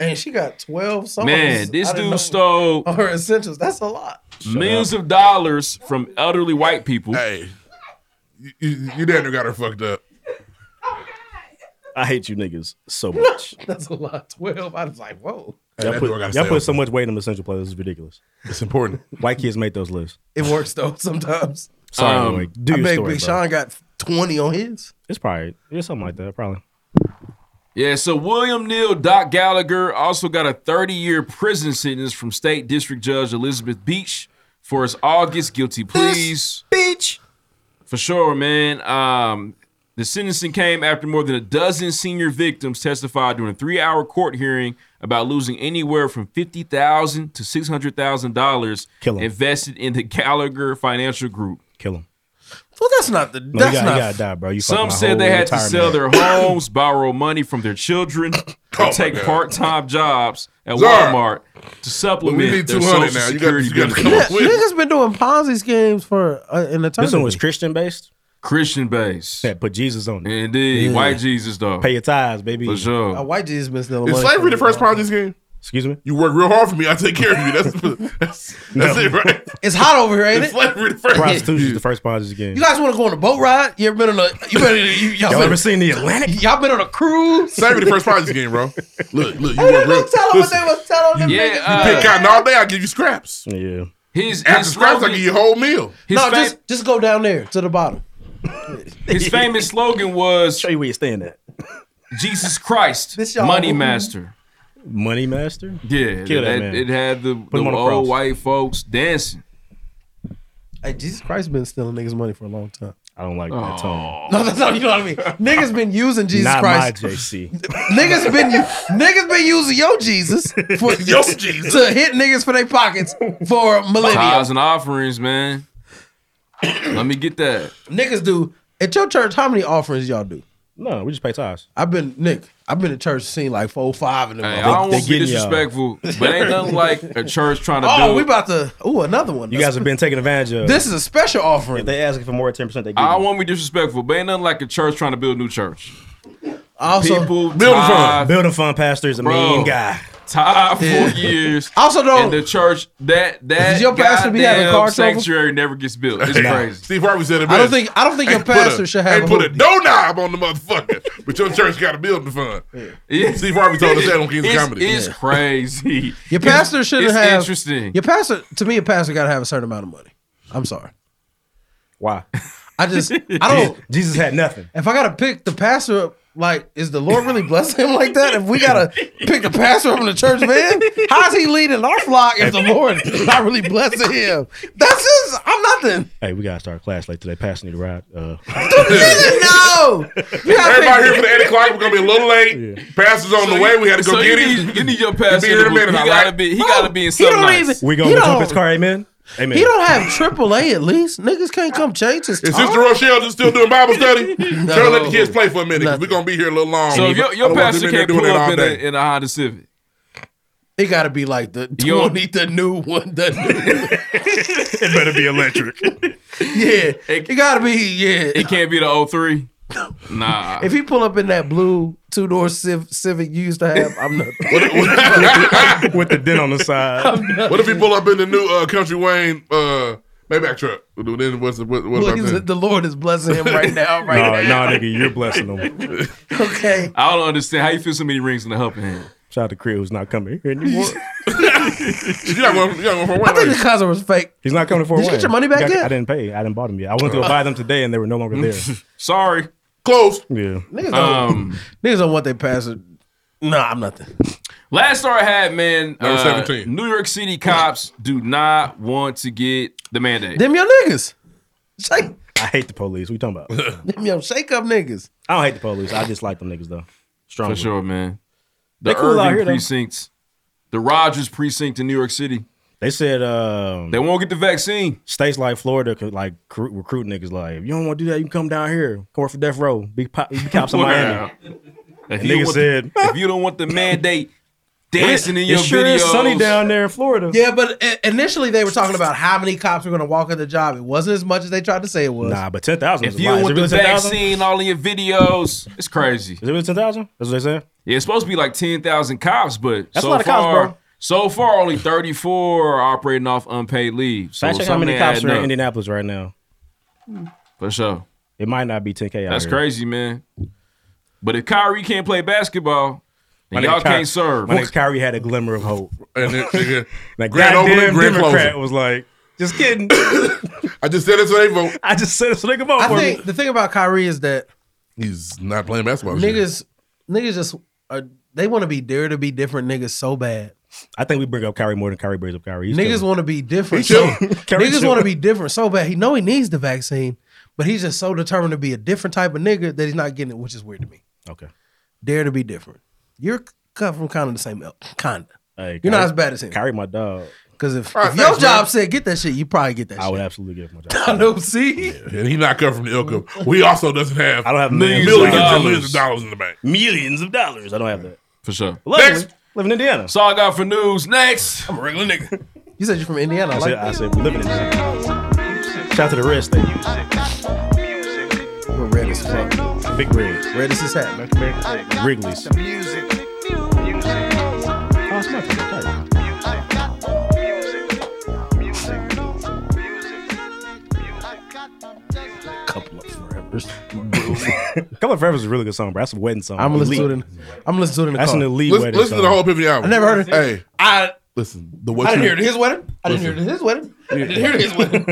[SPEAKER 2] And she got 12 songs.
[SPEAKER 12] man, this
[SPEAKER 2] Oh, I didn't
[SPEAKER 12] dude
[SPEAKER 2] know Oh,
[SPEAKER 12] stole
[SPEAKER 2] on her essentials. That's a lot.
[SPEAKER 12] millions of dollars from elderly white people.
[SPEAKER 1] Hey, you, you damn near got her fucked up.
[SPEAKER 3] I hate you niggas so much.
[SPEAKER 2] That's a lot. Twelve. I was like, whoa.
[SPEAKER 3] y'all put, y'all put so much weight in essential players. It's ridiculous.
[SPEAKER 1] It's important.
[SPEAKER 3] White kids made those lists.
[SPEAKER 2] It works though sometimes.
[SPEAKER 3] Sorry, Malik. Do
[SPEAKER 2] I
[SPEAKER 3] your
[SPEAKER 2] bet
[SPEAKER 3] story,
[SPEAKER 2] Big
[SPEAKER 3] bro.
[SPEAKER 2] Sean got twenty on his.
[SPEAKER 3] It's probably yeah, something like that. Probably.
[SPEAKER 12] Yeah, so William Neal, Doc Gallagher also got a 30 year prison sentence from State District Judge Elizabeth Beach for his August guilty pleas.
[SPEAKER 3] Beach!
[SPEAKER 12] For sure, man. Um, the sentencing came after more than a dozen senior victims testified during a three hour court hearing about losing anywhere from $50,000 to $600,000 invested in the Gallagher Financial Group.
[SPEAKER 3] Kill him.
[SPEAKER 2] Well, that's not the.
[SPEAKER 3] No, you
[SPEAKER 2] that's
[SPEAKER 3] gotta-
[SPEAKER 2] not.
[SPEAKER 3] you gotta die, bro. You fucked
[SPEAKER 12] Some
[SPEAKER 3] my
[SPEAKER 12] said they
[SPEAKER 3] whole
[SPEAKER 12] had to
[SPEAKER 3] retirement.
[SPEAKER 12] sell their homes, borrow money from their children,
[SPEAKER 1] Oh my
[SPEAKER 12] or take
[SPEAKER 1] God.
[SPEAKER 12] part time jobs at
[SPEAKER 1] Zara,
[SPEAKER 12] Walmart to supplement
[SPEAKER 1] we need
[SPEAKER 12] their
[SPEAKER 1] 200
[SPEAKER 12] social
[SPEAKER 1] now. You got-
[SPEAKER 12] security
[SPEAKER 1] you got to
[SPEAKER 12] benefits.
[SPEAKER 1] come up with
[SPEAKER 2] Niggas been doing Ponzi schemes for uh, an eternity.
[SPEAKER 3] This one was Christian based.
[SPEAKER 12] Christian based.
[SPEAKER 3] Yeah, put Jesus on it.
[SPEAKER 12] Indeed, white Jesus though.
[SPEAKER 3] Pay your tithes, baby.
[SPEAKER 12] For sure.
[SPEAKER 2] Uh, white Jesus missed the
[SPEAKER 1] Is
[SPEAKER 2] money.
[SPEAKER 1] slavery the first part of this game?
[SPEAKER 3] Excuse me.
[SPEAKER 1] You work real hard for me. I take care of you. That's that's, that's it, right?
[SPEAKER 2] It's hot over here, ain't
[SPEAKER 1] Is
[SPEAKER 2] it?
[SPEAKER 1] slavery the first.
[SPEAKER 3] Prostitution's the first part of this game.
[SPEAKER 2] You guys want to go on a boat ride? You ever been on a? You been, you, y'all,
[SPEAKER 3] Y'all
[SPEAKER 2] been-
[SPEAKER 3] ever seen the Atlantic?
[SPEAKER 2] Y'all been on a cruise?
[SPEAKER 1] Slavery the first part of this game, bro. Look, look. You
[SPEAKER 2] Hey,
[SPEAKER 1] work
[SPEAKER 2] they
[SPEAKER 1] real.
[SPEAKER 2] don't tell them what
[SPEAKER 1] listen,
[SPEAKER 2] they was telling them.
[SPEAKER 12] Yeah,
[SPEAKER 2] niggas.
[SPEAKER 12] uh,
[SPEAKER 1] you pick cotton all day. I give you scraps.
[SPEAKER 3] Yeah.
[SPEAKER 12] His
[SPEAKER 1] After
[SPEAKER 12] his
[SPEAKER 1] scraps, I
[SPEAKER 12] slogan-
[SPEAKER 1] give you a whole meal.
[SPEAKER 12] His
[SPEAKER 2] no,
[SPEAKER 12] fa-
[SPEAKER 2] just just go down there to the bottom.
[SPEAKER 12] His famous slogan was
[SPEAKER 3] Show you where you're staying at.
[SPEAKER 12] Jesus Christ,
[SPEAKER 2] This y'all-
[SPEAKER 12] Money Master.
[SPEAKER 3] Money Master?
[SPEAKER 12] Yeah,
[SPEAKER 3] Kill
[SPEAKER 12] it,
[SPEAKER 3] that
[SPEAKER 12] had-
[SPEAKER 3] man.
[SPEAKER 12] it had the, the
[SPEAKER 3] him on a
[SPEAKER 12] old
[SPEAKER 3] cross.
[SPEAKER 12] white folks dancing.
[SPEAKER 2] Hey, Jesus Christ been stealing niggas' money for a long time.
[SPEAKER 3] I don't like that tone.
[SPEAKER 2] No, that's not you know what I mean. Niggas been using Jesus
[SPEAKER 3] Not
[SPEAKER 2] Christ.
[SPEAKER 3] my JC.
[SPEAKER 2] Niggas been u- niggas been using yo Jesus for
[SPEAKER 1] Yo Jesus.
[SPEAKER 2] to hit niggas for their pockets for millennia.
[SPEAKER 12] Tithes and offerings, man. Let me get that.
[SPEAKER 2] Niggas do at your church. How many offerings y'all do?
[SPEAKER 3] No, we just pay tithes.
[SPEAKER 2] I've been Nick. I've been to church seen like four, five in the.
[SPEAKER 12] Hey, I don't want to be
[SPEAKER 3] getting y'all.
[SPEAKER 12] disrespectful, but ain't nothing like a church trying to
[SPEAKER 2] Oh,
[SPEAKER 12] do.
[SPEAKER 2] we about to. Ooh, another one.
[SPEAKER 3] You guys have been taken advantage of.
[SPEAKER 2] This is a special offering.
[SPEAKER 3] if they asking for more than 10%, they give
[SPEAKER 12] I
[SPEAKER 3] you.
[SPEAKER 12] won't be disrespectful, but ain't nothing like a church trying to build a new church.
[SPEAKER 2] Also,
[SPEAKER 12] People
[SPEAKER 3] Building
[SPEAKER 12] tithe,
[SPEAKER 3] fund. Building fund pastor is a
[SPEAKER 12] Bro.
[SPEAKER 3] mean guy.
[SPEAKER 12] tithe for years.
[SPEAKER 2] Also, though-
[SPEAKER 12] and the church that that
[SPEAKER 2] Does your pastor be having
[SPEAKER 12] goddamn
[SPEAKER 2] car trouble?
[SPEAKER 12] sanctuary never gets built. It's
[SPEAKER 1] Nah.
[SPEAKER 12] crazy.
[SPEAKER 1] Steve Harvey said it best.
[SPEAKER 2] I don't think I don't think your
[SPEAKER 1] Hey, put a-
[SPEAKER 2] pastor should have.
[SPEAKER 1] hey,
[SPEAKER 2] a
[SPEAKER 1] put a
[SPEAKER 2] hoopty.
[SPEAKER 1] dough knob on the motherfucker, but your church got a building fund.
[SPEAKER 12] Yeah.
[SPEAKER 1] Steve Harvey told us that on Kings of
[SPEAKER 12] It's-
[SPEAKER 1] Comedy.
[SPEAKER 12] It's crazy.
[SPEAKER 2] Your pastor shouldn't
[SPEAKER 12] it's
[SPEAKER 2] have.
[SPEAKER 12] interesting.
[SPEAKER 2] Your pastor, to me, a pastor got to have a certain amount of money. I'm sorry.
[SPEAKER 3] Why?
[SPEAKER 2] I just, I
[SPEAKER 12] Oh.
[SPEAKER 2] don't.
[SPEAKER 3] Jesus had nothing.
[SPEAKER 2] If I gotta pick the pastor up, like, is the Lord really blessing him like that? If we gotta pick the pastor up in the church, man, how's he leading our flock if the Lord is not really blessing him? That's just, I'm nothing.
[SPEAKER 3] Hey, we gotta start class late today. Pastor need a ride. Uh,
[SPEAKER 2] Nigga, no. You
[SPEAKER 1] Everybody
[SPEAKER 2] gotta pick-
[SPEAKER 1] here for the 8 o'clock. We're going to be a little late. Pastor's on the way. We had to go
[SPEAKER 12] so
[SPEAKER 1] get
[SPEAKER 12] you
[SPEAKER 1] him.
[SPEAKER 12] Need, you need your
[SPEAKER 1] be
[SPEAKER 12] pastor.
[SPEAKER 1] here in a
[SPEAKER 12] to be-
[SPEAKER 1] minute,
[SPEAKER 12] he
[SPEAKER 1] all
[SPEAKER 12] gotta
[SPEAKER 1] right?
[SPEAKER 12] be. He gotta be in
[SPEAKER 2] He
[SPEAKER 12] something
[SPEAKER 2] don't
[SPEAKER 12] nice.
[SPEAKER 2] even.
[SPEAKER 3] we
[SPEAKER 2] he
[SPEAKER 3] gonna lift up
[SPEAKER 2] don't-
[SPEAKER 3] his car, amen? Amen.
[SPEAKER 2] He don't have AAA at least. Niggas can't come change his
[SPEAKER 1] Is
[SPEAKER 2] time.
[SPEAKER 12] Oh.
[SPEAKER 1] Sister Rochelle just still doing Bible study? Tell her let the kids play for a minute because we're going to be here a little long.
[SPEAKER 12] So if your, your
[SPEAKER 1] Otherwise,
[SPEAKER 12] pastor
[SPEAKER 1] we've been there
[SPEAKER 12] can't pull
[SPEAKER 1] doing it
[SPEAKER 12] up
[SPEAKER 1] all
[SPEAKER 12] in
[SPEAKER 1] day.
[SPEAKER 12] a, in a Honda Civic.
[SPEAKER 2] It gotta be like the
[SPEAKER 12] Yo.
[SPEAKER 2] 20, the new one, the new
[SPEAKER 1] It better be electric.
[SPEAKER 2] Yeah. It gotta be, yeah.
[SPEAKER 12] It can't be the 03. Nah.
[SPEAKER 2] If he pull up in that blue two door civ- Civic you used to have, I'm not.
[SPEAKER 3] with the dent on the side.
[SPEAKER 1] What if he pull up in the new uh, Country Wayne uh, Maybach truck? Then what's the, what, what
[SPEAKER 2] Look,
[SPEAKER 1] about
[SPEAKER 2] he's-
[SPEAKER 1] that?
[SPEAKER 2] the Lord is blessing him right now.
[SPEAKER 3] No,
[SPEAKER 2] Right
[SPEAKER 3] no, nigga, you're blessing them.
[SPEAKER 2] now. Okay.
[SPEAKER 12] I don't understand how you feel so many rings in the helping hand.
[SPEAKER 3] Shout out to Creel who's not coming here anymore.
[SPEAKER 1] You're not going you're not going for
[SPEAKER 2] I
[SPEAKER 1] a
[SPEAKER 2] think
[SPEAKER 1] Wayne.
[SPEAKER 2] the cousin was fake.
[SPEAKER 3] He's not coming for
[SPEAKER 2] Did you
[SPEAKER 3] a
[SPEAKER 2] get your money back
[SPEAKER 3] I,
[SPEAKER 2] yet?
[SPEAKER 3] I didn't pay. I didn't buy them yet. I went to go buy them today and they were no longer there.
[SPEAKER 12] Sorry.
[SPEAKER 1] Close.
[SPEAKER 3] Yeah.
[SPEAKER 2] Niggas don't,
[SPEAKER 12] Um,
[SPEAKER 2] niggas don't want their pastor. Nah, I'm nothing.
[SPEAKER 12] last story I had, man.
[SPEAKER 1] Number
[SPEAKER 12] uh,
[SPEAKER 1] 17.
[SPEAKER 12] New York City cops do not want to get the mandate.
[SPEAKER 2] Them your niggas. Shake
[SPEAKER 3] I hate the police. What you talking about?
[SPEAKER 2] them your shake up niggas.
[SPEAKER 3] I don't hate the police. I just like them niggas though. Strong.
[SPEAKER 12] For sure, man. The
[SPEAKER 3] They cool out
[SPEAKER 12] Irving
[SPEAKER 3] here, though.
[SPEAKER 12] precincts, the Rogers precinct in New York City.
[SPEAKER 3] They said um,
[SPEAKER 12] They won't get the vaccine.
[SPEAKER 3] states like Florida could like cru- recruit niggas like if you don't want to do that, you can come down here, come work for death row, be, pop, be cops in Miami.
[SPEAKER 12] Wow. If
[SPEAKER 3] And
[SPEAKER 12] you,
[SPEAKER 3] nigga
[SPEAKER 12] want
[SPEAKER 3] said-
[SPEAKER 12] the, if you don't want the mandate dancing in
[SPEAKER 3] It
[SPEAKER 12] your
[SPEAKER 3] sure
[SPEAKER 12] videos,
[SPEAKER 3] is sunny down there in Florida.
[SPEAKER 2] Yeah, but i- initially they were talking about how many cops were going to walk in the job. It wasn't as much as they tried to say it was.
[SPEAKER 3] Nah, but ten thousand.
[SPEAKER 12] if you want the vaccine, all of your videos, it's crazy.
[SPEAKER 3] Is it really ten thousand? That's what they saying.
[SPEAKER 12] Yeah, it's supposed to be like ten thousand cops, but
[SPEAKER 3] That's a
[SPEAKER 12] so
[SPEAKER 3] lot of cops,
[SPEAKER 12] far,
[SPEAKER 3] bro.
[SPEAKER 12] so far only thirty four are operating off unpaid leave. So
[SPEAKER 3] Fact check how many
[SPEAKER 12] something
[SPEAKER 3] cops
[SPEAKER 12] adding
[SPEAKER 3] are in
[SPEAKER 12] up.
[SPEAKER 3] Indianapolis right now.
[SPEAKER 12] For sure,
[SPEAKER 3] It might not be ten k.
[SPEAKER 12] that's crazy, man. But if Kyrie can't play basketball,
[SPEAKER 3] My
[SPEAKER 12] then
[SPEAKER 3] nigga
[SPEAKER 12] y'all
[SPEAKER 3] Ky-
[SPEAKER 12] can't serve.
[SPEAKER 3] My nigga Kyrie had a glimmer of hope.
[SPEAKER 1] And then, nigga,
[SPEAKER 3] like,
[SPEAKER 1] grand
[SPEAKER 3] goddamn
[SPEAKER 1] opening, grand
[SPEAKER 3] Democrat
[SPEAKER 1] closing.
[SPEAKER 3] was like, just kidding.
[SPEAKER 1] I just said it so they vote.
[SPEAKER 3] I just said it so they can vote
[SPEAKER 2] I think the thing about Kyrie is that
[SPEAKER 1] He's not playing basketball. this year.
[SPEAKER 2] niggas, niggas just are, they want to be dare to be different niggas so bad.
[SPEAKER 3] I think we bring up Kyrie more than Kyrie brings up Kyrie. He's
[SPEAKER 2] niggas
[SPEAKER 3] chilling.
[SPEAKER 2] want to be different.
[SPEAKER 3] He
[SPEAKER 2] So,
[SPEAKER 3] chilling. Kyrie
[SPEAKER 2] niggas
[SPEAKER 3] chilling.
[SPEAKER 2] want to be different so bad. He know he needs the vaccine, but he's just so determined to be a different type of nigga that he's not getting it, which is weird to me.
[SPEAKER 3] Okay.
[SPEAKER 2] Dare to be different. You're cut from kind of the same ilk, kind of.
[SPEAKER 3] Hey,
[SPEAKER 2] You're not
[SPEAKER 3] Kyrie-
[SPEAKER 2] as bad as him.
[SPEAKER 3] Kyrie, my dog.
[SPEAKER 2] Because if,
[SPEAKER 3] All right,
[SPEAKER 2] if your
[SPEAKER 3] thanks,
[SPEAKER 2] job
[SPEAKER 3] man.
[SPEAKER 2] said get that shit, you probably get that
[SPEAKER 3] I
[SPEAKER 2] shit.
[SPEAKER 3] would absolutely give him a job.
[SPEAKER 2] I know. See,
[SPEAKER 1] and he not come from the ilk of. We also doesn't have. I don't have
[SPEAKER 3] millions
[SPEAKER 1] millions,
[SPEAKER 3] of
[SPEAKER 1] and
[SPEAKER 3] dollars.
[SPEAKER 1] millions of dollars in the bank.
[SPEAKER 3] Millions of dollars. I don't have that.
[SPEAKER 12] For sure.
[SPEAKER 3] Next. Live in Indiana.
[SPEAKER 12] That's all I got for news. Next. I'm a regular nigga.
[SPEAKER 2] You said you're from Indiana.
[SPEAKER 3] I
[SPEAKER 2] like
[SPEAKER 3] said, I said we living in Indiana. Shout out to the Red State.
[SPEAKER 2] We're red as
[SPEAKER 3] fuck. Big Red.
[SPEAKER 2] Red as his hat,
[SPEAKER 3] man. Wrigley's. Couple of Forever's. Couple of Forever's is a really good song, bro. That's a wedding song.
[SPEAKER 2] I'm gonna listen to it. In,
[SPEAKER 3] Elite.
[SPEAKER 2] I'm gonna listen to it in the
[SPEAKER 3] That's
[SPEAKER 2] car.
[SPEAKER 3] an elite
[SPEAKER 1] Listen,
[SPEAKER 3] wedding
[SPEAKER 1] listen to the
[SPEAKER 3] song.
[SPEAKER 1] whole Epiphany album.
[SPEAKER 2] I never heard it.
[SPEAKER 1] Hey,
[SPEAKER 2] I
[SPEAKER 1] listen. The
[SPEAKER 2] I
[SPEAKER 1] what
[SPEAKER 2] didn't
[SPEAKER 1] you
[SPEAKER 2] hear it at his wedding. I didn't hear it at his wedding. I didn't hear it at his wedding.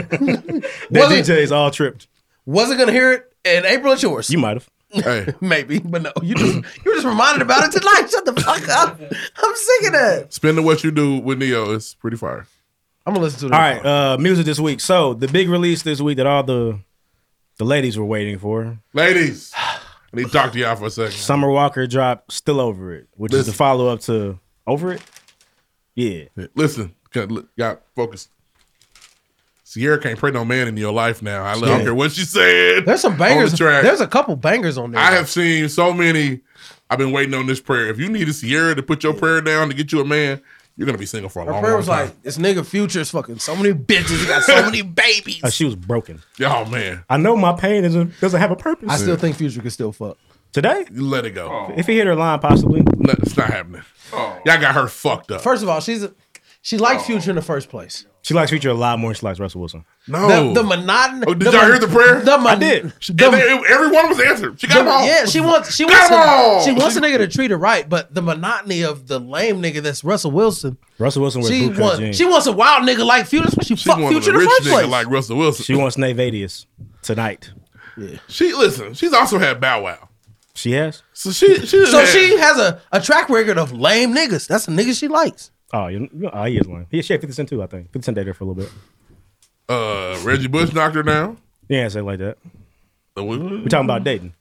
[SPEAKER 3] That
[SPEAKER 2] Wasn't-
[SPEAKER 3] DJ's all tripped.
[SPEAKER 2] Wasn't gonna hear it in April at yours.
[SPEAKER 3] You might have.
[SPEAKER 1] Hey.
[SPEAKER 2] Maybe, but no. You just you were just reminded about it tonight. Shut the fuck up. I'm sick of that.
[SPEAKER 1] Spending what you do with Neo is pretty fire.
[SPEAKER 2] I'm gonna listen to it.
[SPEAKER 3] All right, uh, music this week. So the big release this week that all the the ladies were waiting for.
[SPEAKER 1] Ladies, I need to talk to y'all for a second.
[SPEAKER 3] Summer Walker dropped "Still Over It," which is the follow up to "Over It." Yeah.
[SPEAKER 1] Listen, got- got focused. Sierra can't pray no man into your life now. I don't
[SPEAKER 2] Yeah.
[SPEAKER 1] care what she said.
[SPEAKER 2] There's some
[SPEAKER 1] on
[SPEAKER 2] bangers.
[SPEAKER 1] The track.
[SPEAKER 2] There's a couple bangers on there.
[SPEAKER 1] I have seen so many. I've been waiting on this prayer. If you need a Sierra to put your prayer down to get you a man, you're gonna be single for a
[SPEAKER 2] Her
[SPEAKER 1] long,
[SPEAKER 2] prayer
[SPEAKER 1] long
[SPEAKER 2] was
[SPEAKER 1] time.
[SPEAKER 2] like, "This nigga future is fucking so many bitches. He got so many babies."
[SPEAKER 3] Oh, she was broken.
[SPEAKER 1] Oh man,
[SPEAKER 3] I know my pain isn't, doesn't have a purpose.
[SPEAKER 2] I still think Future could still fuck.
[SPEAKER 3] today.
[SPEAKER 1] Let it go.
[SPEAKER 2] Oh.
[SPEAKER 3] If he hit her line, possibly.
[SPEAKER 1] No, it's not happening. Y'all got her fucked up.
[SPEAKER 2] First of all, she's a, she
[SPEAKER 1] Oh.
[SPEAKER 2] liked Future in the first place.
[SPEAKER 3] She likes Future a lot more. than She likes Russell Wilson.
[SPEAKER 1] No.
[SPEAKER 2] the, the monotonous.
[SPEAKER 1] Oh, did y'all hear the prayer?
[SPEAKER 2] The mon-
[SPEAKER 1] I did. And they- every one was answered. She got
[SPEAKER 2] the-
[SPEAKER 1] them all.
[SPEAKER 2] Yeah, she wants she
[SPEAKER 1] Got
[SPEAKER 2] wants
[SPEAKER 1] them all.
[SPEAKER 2] a, she wants a nigga to treat her right, but the monotony of the lame nigga that's Russell Wilson.
[SPEAKER 3] Russell Wilson wears
[SPEAKER 2] She
[SPEAKER 3] bootcut
[SPEAKER 2] wants
[SPEAKER 3] jeans.
[SPEAKER 2] she wants a wild nigga like Future. That's why she, fucked
[SPEAKER 1] wanted
[SPEAKER 2] Future
[SPEAKER 1] a
[SPEAKER 2] in the
[SPEAKER 1] rich
[SPEAKER 2] first
[SPEAKER 1] nigga
[SPEAKER 2] place.
[SPEAKER 1] like Russell Wilson.
[SPEAKER 3] She wants Nate Vadius tonight.
[SPEAKER 1] She listen. She's also had Bow Wow.
[SPEAKER 3] She has.
[SPEAKER 1] So she, she
[SPEAKER 2] so
[SPEAKER 1] had-
[SPEAKER 2] she has a, a track record of lame niggas. That's the niggas she likes.
[SPEAKER 3] Oh, you you- oh, he is lame. He she had Fifty Cent too. I think Fifty Cent dated her for a little bit.
[SPEAKER 1] Uh, Reggie Bush knocked her down.
[SPEAKER 3] You ain't say it like that.
[SPEAKER 1] We're
[SPEAKER 3] talking about dating.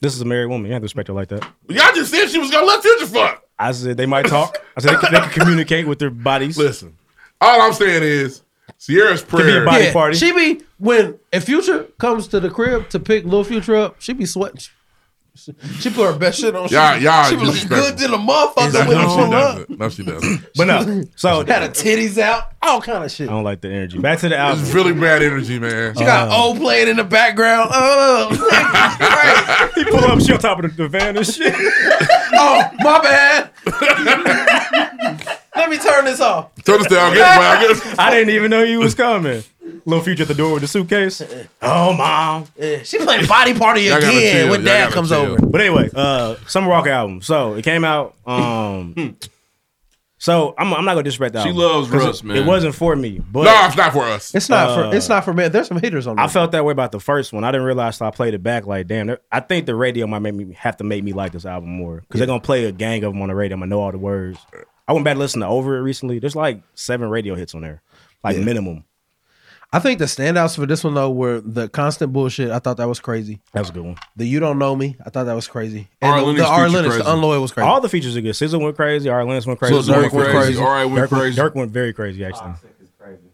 [SPEAKER 3] This is a married woman. You have to respect her like that.
[SPEAKER 1] Y'all just said she was gonna let Future fuck.
[SPEAKER 3] I said they might talk. I said they can, they can communicate with their bodies.
[SPEAKER 1] Listen, all I'm saying is Sierra's prayer.
[SPEAKER 2] Yeah, She be when if Future comes to the crib to pick Lil Future up, she be sweating. She, she put her best shit on. She,
[SPEAKER 1] Y'all-
[SPEAKER 2] be-
[SPEAKER 1] y'all
[SPEAKER 2] she be looking
[SPEAKER 1] disrespectful.
[SPEAKER 2] good to the motherfucker when
[SPEAKER 1] no,
[SPEAKER 2] you
[SPEAKER 1] she
[SPEAKER 2] pull up.
[SPEAKER 1] doesn't. No, she doesn't.
[SPEAKER 3] But no, so
[SPEAKER 2] Had her titties out, all kind of shit.
[SPEAKER 3] I don't like the energy. Back to the album.
[SPEAKER 1] It's really bad energy, man.
[SPEAKER 2] She got old playing in the background. Oh,
[SPEAKER 3] He pull up, she on top of the, the van and shit.
[SPEAKER 2] oh, my bad. Let me turn this off.
[SPEAKER 1] Turn this down. Get it, man. Get it.
[SPEAKER 3] I didn't even know you was coming. Little future at the door with the suitcase. Oh, mom.
[SPEAKER 2] Yeah, she playing body party
[SPEAKER 3] Y'all gotta
[SPEAKER 2] again
[SPEAKER 3] chill.
[SPEAKER 2] when
[SPEAKER 3] Y'all
[SPEAKER 2] dad
[SPEAKER 3] gotta
[SPEAKER 2] comes
[SPEAKER 3] chill.
[SPEAKER 2] over.
[SPEAKER 3] But anyway, uh, Summer Walker album. So it came out. Um, so I'm, I'm not gonna disrespect that.
[SPEAKER 12] Hmm. She loves Russ,
[SPEAKER 3] it,
[SPEAKER 12] man.
[SPEAKER 3] It wasn't for me, but
[SPEAKER 1] No, it's not for us.
[SPEAKER 2] It's not
[SPEAKER 3] Uh,
[SPEAKER 2] for it's not for men. There's some haters on
[SPEAKER 3] I
[SPEAKER 2] that.
[SPEAKER 3] felt that way about the first one. I didn't realize till I played it back. Like, damn, there- I think the radio might make me have to make me like this album more because they're gonna play a gang of them on the radio. I'm gonna know all the words. I went back to listen to Over It recently. There's like seven radio hits on there, like minimum.
[SPEAKER 2] I think the standouts for this one though were the constant bullshit. I thought that was crazy.
[SPEAKER 3] That was a good one.
[SPEAKER 2] The you don't know me. I thought that was crazy. And
[SPEAKER 3] R.
[SPEAKER 2] the, the
[SPEAKER 3] Lennox
[SPEAKER 2] R.
[SPEAKER 3] feature
[SPEAKER 2] Lennox, the
[SPEAKER 3] crazy.
[SPEAKER 2] unloyal was crazy.
[SPEAKER 3] All the features are good. SZA went crazy. R. Lennox went crazy.
[SPEAKER 2] SZA went
[SPEAKER 3] Dirk
[SPEAKER 2] crazy. R.I.
[SPEAKER 12] went
[SPEAKER 3] Dirk
[SPEAKER 12] crazy.
[SPEAKER 3] Dirk went very crazy actually.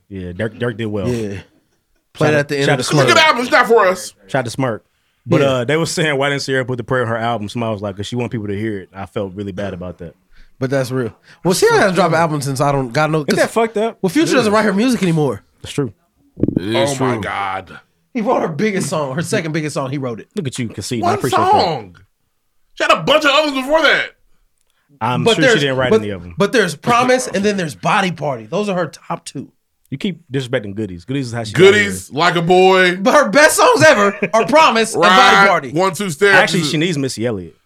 [SPEAKER 3] Yeah, Dirk Dirk did well.
[SPEAKER 2] Yeah.
[SPEAKER 3] Shout
[SPEAKER 2] Played
[SPEAKER 3] out-
[SPEAKER 2] at the end
[SPEAKER 3] shout
[SPEAKER 2] of the
[SPEAKER 3] out to
[SPEAKER 2] club.
[SPEAKER 3] Smirk.
[SPEAKER 1] Good album. It's not for us.
[SPEAKER 3] Shout out to Smirk. But
[SPEAKER 2] Yeah.
[SPEAKER 3] uh, they were saying why didn't Sierra put the prayer in her album? Somebody was like, because she wanted people to hear it. I felt really bad about that.
[SPEAKER 2] But that's real. Well, she hasn't dropped an album since I don't got no.
[SPEAKER 3] Isn't that fucked up?
[SPEAKER 2] Well, Future doesn't write her music anymore.
[SPEAKER 3] That's true.
[SPEAKER 1] Oh my God.
[SPEAKER 2] He wrote her biggest song, her second biggest song. He wrote it.
[SPEAKER 3] Look at you conceding. I
[SPEAKER 1] One
[SPEAKER 3] appreciate that.
[SPEAKER 1] song. She had a bunch of others before that.
[SPEAKER 3] I'm
[SPEAKER 2] But
[SPEAKER 3] sure she
[SPEAKER 2] there's-
[SPEAKER 3] didn't write
[SPEAKER 2] but-
[SPEAKER 3] any of them.
[SPEAKER 2] But there's promise, and then there's body party. Those are her top two.
[SPEAKER 3] You keep disrespecting goodies. Goodies is how she got
[SPEAKER 1] Goodies, like a boy.
[SPEAKER 2] But her best songs ever are Promise and Body Party.
[SPEAKER 1] One, two, step.
[SPEAKER 3] Actually, she needs Missy Elliott.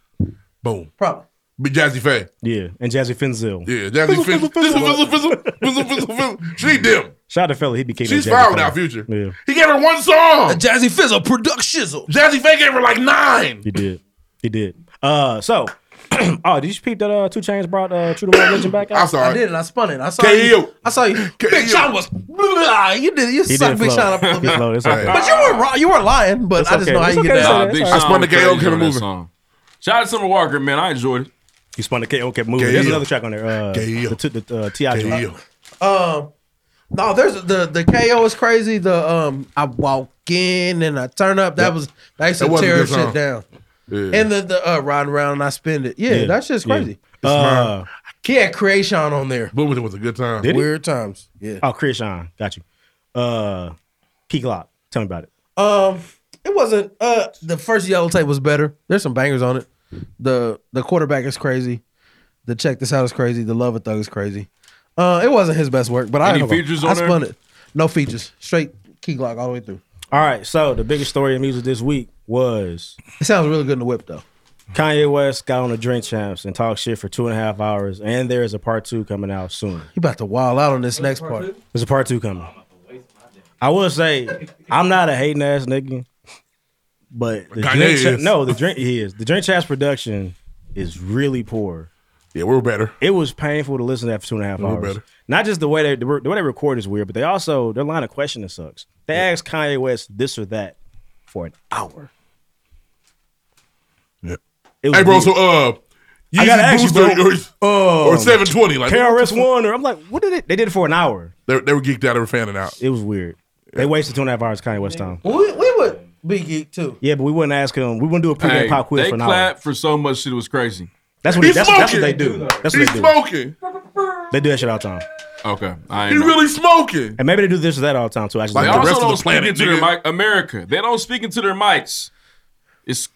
[SPEAKER 1] Boom.
[SPEAKER 2] Probably.
[SPEAKER 1] But Jazzy Faye.
[SPEAKER 3] Yeah, and Jazzy Finzel.
[SPEAKER 1] Yeah, Jazzy Finzel. Fizzle, fizzle, fizzle, fizzle, fizzle, fizzle. She need them.
[SPEAKER 3] Shout out to fella, he became. a
[SPEAKER 1] She's
[SPEAKER 3] Jazzy
[SPEAKER 1] fine
[SPEAKER 3] Faye.
[SPEAKER 1] without Future.
[SPEAKER 3] Yeah,
[SPEAKER 1] He gave her one song.
[SPEAKER 2] A Jazzy Fizzle, Product Shizzle.
[SPEAKER 1] Jazzy Faye gave her like nine.
[SPEAKER 3] he did. He did. Uh, so, oh, did you peep that uh, Two Chains brought uh, True to World Legend back out?
[SPEAKER 1] I saw
[SPEAKER 2] I did, and I spun it. I saw
[SPEAKER 3] E
[SPEAKER 2] you. I saw you. Big Sean was. Blah, you did. You
[SPEAKER 3] He
[SPEAKER 2] sucked
[SPEAKER 3] did
[SPEAKER 2] Big
[SPEAKER 3] flow.
[SPEAKER 2] Sean up a little
[SPEAKER 3] He
[SPEAKER 2] bit.
[SPEAKER 3] flowed, it's okay.
[SPEAKER 2] But you were wrong. You were lying. But
[SPEAKER 3] It's
[SPEAKER 2] I just
[SPEAKER 3] okay.
[SPEAKER 2] know how
[SPEAKER 3] It's
[SPEAKER 2] you
[SPEAKER 3] okay
[SPEAKER 2] get
[SPEAKER 3] to
[SPEAKER 2] down.
[SPEAKER 3] say that. It's all right.
[SPEAKER 12] Sean was
[SPEAKER 3] KO
[SPEAKER 12] crazy
[SPEAKER 3] kept
[SPEAKER 12] on
[SPEAKER 3] it
[SPEAKER 12] that
[SPEAKER 3] moving.
[SPEAKER 12] song. Shout out to Summer Walker, man. I enjoyed it.
[SPEAKER 3] He spun the KO kept moving. There's another track on there. Uh, the t- the uh, Ti joint.
[SPEAKER 2] Um, no, there's the the KO is crazy. The um, I walk in and I turn up. That was that used
[SPEAKER 3] That
[SPEAKER 2] to
[SPEAKER 3] was a
[SPEAKER 2] tear
[SPEAKER 3] good
[SPEAKER 2] shit
[SPEAKER 3] song.
[SPEAKER 2] down.
[SPEAKER 3] Yeah.
[SPEAKER 2] And the the uh, ride around and I spend it. Yeah,
[SPEAKER 3] Yeah,
[SPEAKER 2] that shit's
[SPEAKER 3] yeah.
[SPEAKER 2] crazy.
[SPEAKER 3] It's Uh, mine.
[SPEAKER 2] he had Creation on there.
[SPEAKER 1] Boom, it was a good time.
[SPEAKER 3] Did he?
[SPEAKER 2] Weird times. Yeah.
[SPEAKER 3] Oh, Chris Sean, got you. Uh, Key Glock, tell me about it.
[SPEAKER 2] Um, it wasn't. Uh, the first yellow tape was better. There's some bangers on it. The the quarterback is crazy. The check this out is crazy. The love a thug is crazy. Uh, it wasn't his best work, but I
[SPEAKER 3] Any
[SPEAKER 2] ain't gonna-
[SPEAKER 3] features
[SPEAKER 2] I
[SPEAKER 3] on there?
[SPEAKER 2] spun it. No features. Straight key Glock all the way through.
[SPEAKER 3] All right, so the biggest story in music this week was
[SPEAKER 2] It sounds really good in the whip though.
[SPEAKER 3] Kanye West got on the Drink Champs and talked shit for two and a half hours, and there is a part two coming out soon.
[SPEAKER 2] You about to wild out on this next part.
[SPEAKER 3] There's a part two coming. I will say I'm not a hating ass nigga, but the
[SPEAKER 1] Kanye
[SPEAKER 3] drink
[SPEAKER 1] is.
[SPEAKER 3] no, the drink he is the drink chats production is really poor.
[SPEAKER 1] Yeah, we're better.
[SPEAKER 3] It was painful to listen to that for two and a half
[SPEAKER 1] We're
[SPEAKER 3] hours.
[SPEAKER 1] better.
[SPEAKER 3] Not just the way they the way they record is weird, but they also their line of questioning sucks. They asked Kanye West this or that for an hour.
[SPEAKER 1] Yeah.
[SPEAKER 3] It was
[SPEAKER 1] Hey, bro.
[SPEAKER 3] weird.
[SPEAKER 1] So, uh,
[SPEAKER 3] I gotta
[SPEAKER 1] Yeezy
[SPEAKER 3] ask you,
[SPEAKER 1] Boost or,
[SPEAKER 3] bro.
[SPEAKER 1] or, or
[SPEAKER 3] Um,
[SPEAKER 1] seven twenty. Like
[SPEAKER 3] KRS One, or I'm like, what did it? They did it for an hour.
[SPEAKER 1] They, they were geeked out. They were fanning out.
[SPEAKER 3] It was weird. They wasted two and a half hours of Kanye West time.
[SPEAKER 2] We, we would be geek too.
[SPEAKER 3] Yeah, but we wouldn't ask him. We wouldn't do a pre-game
[SPEAKER 12] Hey,
[SPEAKER 3] pop quiz
[SPEAKER 12] they
[SPEAKER 3] for an hour.
[SPEAKER 12] clapped for so much shit. It was crazy.
[SPEAKER 3] That's what,
[SPEAKER 12] He's
[SPEAKER 3] that's, that's what they
[SPEAKER 12] smoking.
[SPEAKER 3] do. That's what
[SPEAKER 12] He's
[SPEAKER 3] they do.
[SPEAKER 1] smoking.
[SPEAKER 3] They do that shit all the time.
[SPEAKER 12] Okay, I
[SPEAKER 1] He
[SPEAKER 12] ain't know.
[SPEAKER 1] really smoking.
[SPEAKER 3] And maybe they do this or that all the time too. I just
[SPEAKER 12] they
[SPEAKER 3] don't know.
[SPEAKER 12] also don't speak into their mic. America, they don't speak into their mics. It's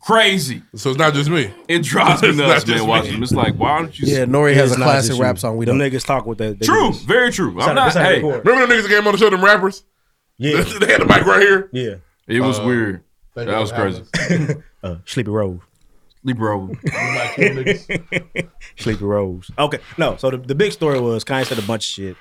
[SPEAKER 12] crazy.
[SPEAKER 1] So it's not just me.
[SPEAKER 12] It drives me
[SPEAKER 1] It's
[SPEAKER 12] nuts,
[SPEAKER 1] not just
[SPEAKER 12] man.
[SPEAKER 1] me.
[SPEAKER 12] Watching them, it's like, why don't you?
[SPEAKER 2] Yeah, Nori has a
[SPEAKER 3] It's not
[SPEAKER 2] classic
[SPEAKER 3] just
[SPEAKER 2] rap
[SPEAKER 3] you.
[SPEAKER 2] song. We
[SPEAKER 3] Them
[SPEAKER 2] don't.
[SPEAKER 3] niggas talk with that. they do
[SPEAKER 12] True,
[SPEAKER 3] this.
[SPEAKER 12] very true.
[SPEAKER 3] It's
[SPEAKER 12] I'm
[SPEAKER 3] not-
[SPEAKER 12] not.
[SPEAKER 3] it's not
[SPEAKER 12] Hey,
[SPEAKER 3] recorded.
[SPEAKER 1] Remember them niggas that came on the show, them rappers?
[SPEAKER 3] Yeah.
[SPEAKER 1] they had the mic right here.
[SPEAKER 3] Yeah.
[SPEAKER 12] it was
[SPEAKER 1] Uh,
[SPEAKER 12] weird.
[SPEAKER 1] thank
[SPEAKER 12] That
[SPEAKER 1] you
[SPEAKER 12] was
[SPEAKER 1] for having
[SPEAKER 12] crazy.
[SPEAKER 3] Uh, Sleepy Rose.
[SPEAKER 12] Libro.
[SPEAKER 3] Sleepy Rose. Okay. No. So the, the big story was Kanye said a bunch of shit.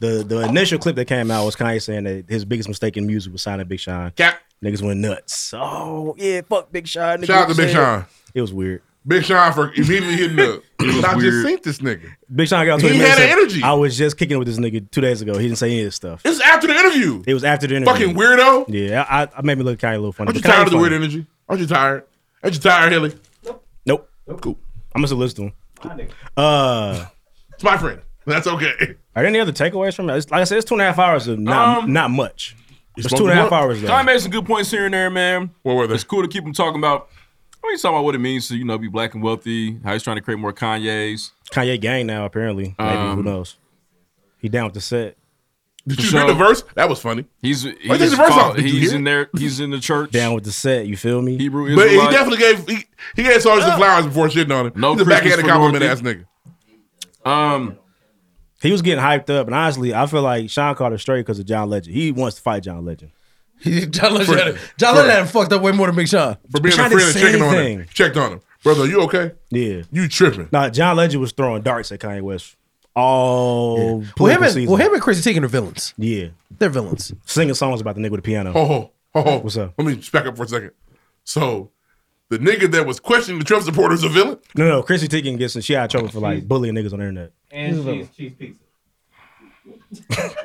[SPEAKER 3] The the initial clip that came out was Kanye saying that his biggest mistake in music was signing Big Sean.
[SPEAKER 1] Cap.
[SPEAKER 3] Niggas went nuts. Oh yeah, fuck Big Sean. nigga,
[SPEAKER 1] Shout out to
[SPEAKER 3] you
[SPEAKER 1] Big Sean.
[SPEAKER 3] said- It was weird.
[SPEAKER 1] Big Sean for immediately hitting up.
[SPEAKER 12] was
[SPEAKER 1] I just
[SPEAKER 12] weird.
[SPEAKER 1] seen this nigga.
[SPEAKER 3] Big Sean got on
[SPEAKER 1] He
[SPEAKER 3] Twitter and
[SPEAKER 1] had
[SPEAKER 3] said,
[SPEAKER 1] energy.
[SPEAKER 3] I was just kicking it with this nigga two days ago. He didn't say any of this stuff.
[SPEAKER 1] This is after the interview.
[SPEAKER 3] It was after the interview.
[SPEAKER 1] Fucking weirdo.
[SPEAKER 3] Yeah, I, I, I made me look Kanye a little funny.
[SPEAKER 1] Aren't you
[SPEAKER 3] but Kanye
[SPEAKER 1] tired of the
[SPEAKER 3] funny.
[SPEAKER 1] weird energy? Aren't you tired? Aren't you tired, Hilly?
[SPEAKER 3] Nope.
[SPEAKER 1] Cool.
[SPEAKER 3] I'm just listening. Uh,
[SPEAKER 1] It's my friend. That's okay.
[SPEAKER 3] are there any other takeaways from it? It's, like I said, it's two and a half hours of not
[SPEAKER 12] Um,
[SPEAKER 3] not much.
[SPEAKER 1] You
[SPEAKER 3] It's
[SPEAKER 1] spoke
[SPEAKER 3] two and a
[SPEAKER 1] to
[SPEAKER 3] half
[SPEAKER 1] what?
[SPEAKER 3] hours
[SPEAKER 12] Kanye
[SPEAKER 3] though.
[SPEAKER 12] made some good points here and there, man.
[SPEAKER 1] What were they?
[SPEAKER 12] It's cool to keep him talking about. I mean, he's talking about what it means to you know be black and wealthy. How he's trying to create more Kanyes.
[SPEAKER 3] Kanye gang now apparently. Maybe
[SPEAKER 12] Um,
[SPEAKER 3] who knows? He down with the set.
[SPEAKER 1] Did
[SPEAKER 12] For
[SPEAKER 1] you
[SPEAKER 12] sure.
[SPEAKER 1] hear the verse? That was funny.
[SPEAKER 12] He's
[SPEAKER 1] I think
[SPEAKER 12] he's,
[SPEAKER 1] the verse
[SPEAKER 12] follow-
[SPEAKER 1] off. Did you
[SPEAKER 12] he's
[SPEAKER 1] hear
[SPEAKER 12] in there. He's in the church.
[SPEAKER 3] Down with the set. You feel me?
[SPEAKER 12] Hebrew
[SPEAKER 1] But he
[SPEAKER 12] Israelite.
[SPEAKER 1] definitely gave he, he gave Sarge
[SPEAKER 3] Ah.
[SPEAKER 1] some flowers before shitting on him.
[SPEAKER 12] No
[SPEAKER 1] He's a
[SPEAKER 12] Christmas
[SPEAKER 1] backhanded
[SPEAKER 12] for
[SPEAKER 1] compliment ass
[SPEAKER 12] Dorothy.
[SPEAKER 1] nigga.
[SPEAKER 12] Um,
[SPEAKER 3] He was getting hyped up, and honestly, I feel like Sean Carter straight because of John Legend. He wants to fight John Legend.
[SPEAKER 2] John Legend, had,
[SPEAKER 1] For-
[SPEAKER 2] John Legend had him fucked up way more than Big Sean.
[SPEAKER 1] For being
[SPEAKER 3] Sean
[SPEAKER 1] a friend and
[SPEAKER 3] didn't say
[SPEAKER 1] checking on
[SPEAKER 3] anything.
[SPEAKER 1] him. Checked on him. Brother, you okay?
[SPEAKER 3] Yeah.
[SPEAKER 1] You tripping.
[SPEAKER 3] Nah, John Legend was throwing darts at Kanye West all
[SPEAKER 2] Well, him
[SPEAKER 3] political
[SPEAKER 2] and
[SPEAKER 3] season.
[SPEAKER 2] well, him and Chrissy Teigen are villains.
[SPEAKER 3] yeah,
[SPEAKER 2] They're villains.
[SPEAKER 3] singing songs about the nigga with the piano.
[SPEAKER 1] Ho ho ho ho.
[SPEAKER 3] What's up?
[SPEAKER 1] Let me just back up for a second. So the nigga that was questioning the Trump supporters a villain?
[SPEAKER 3] No, no, Chrissy Teigen gets and she out of trouble for like bullying niggas on the internet.
[SPEAKER 1] And cheese, cheese pizza.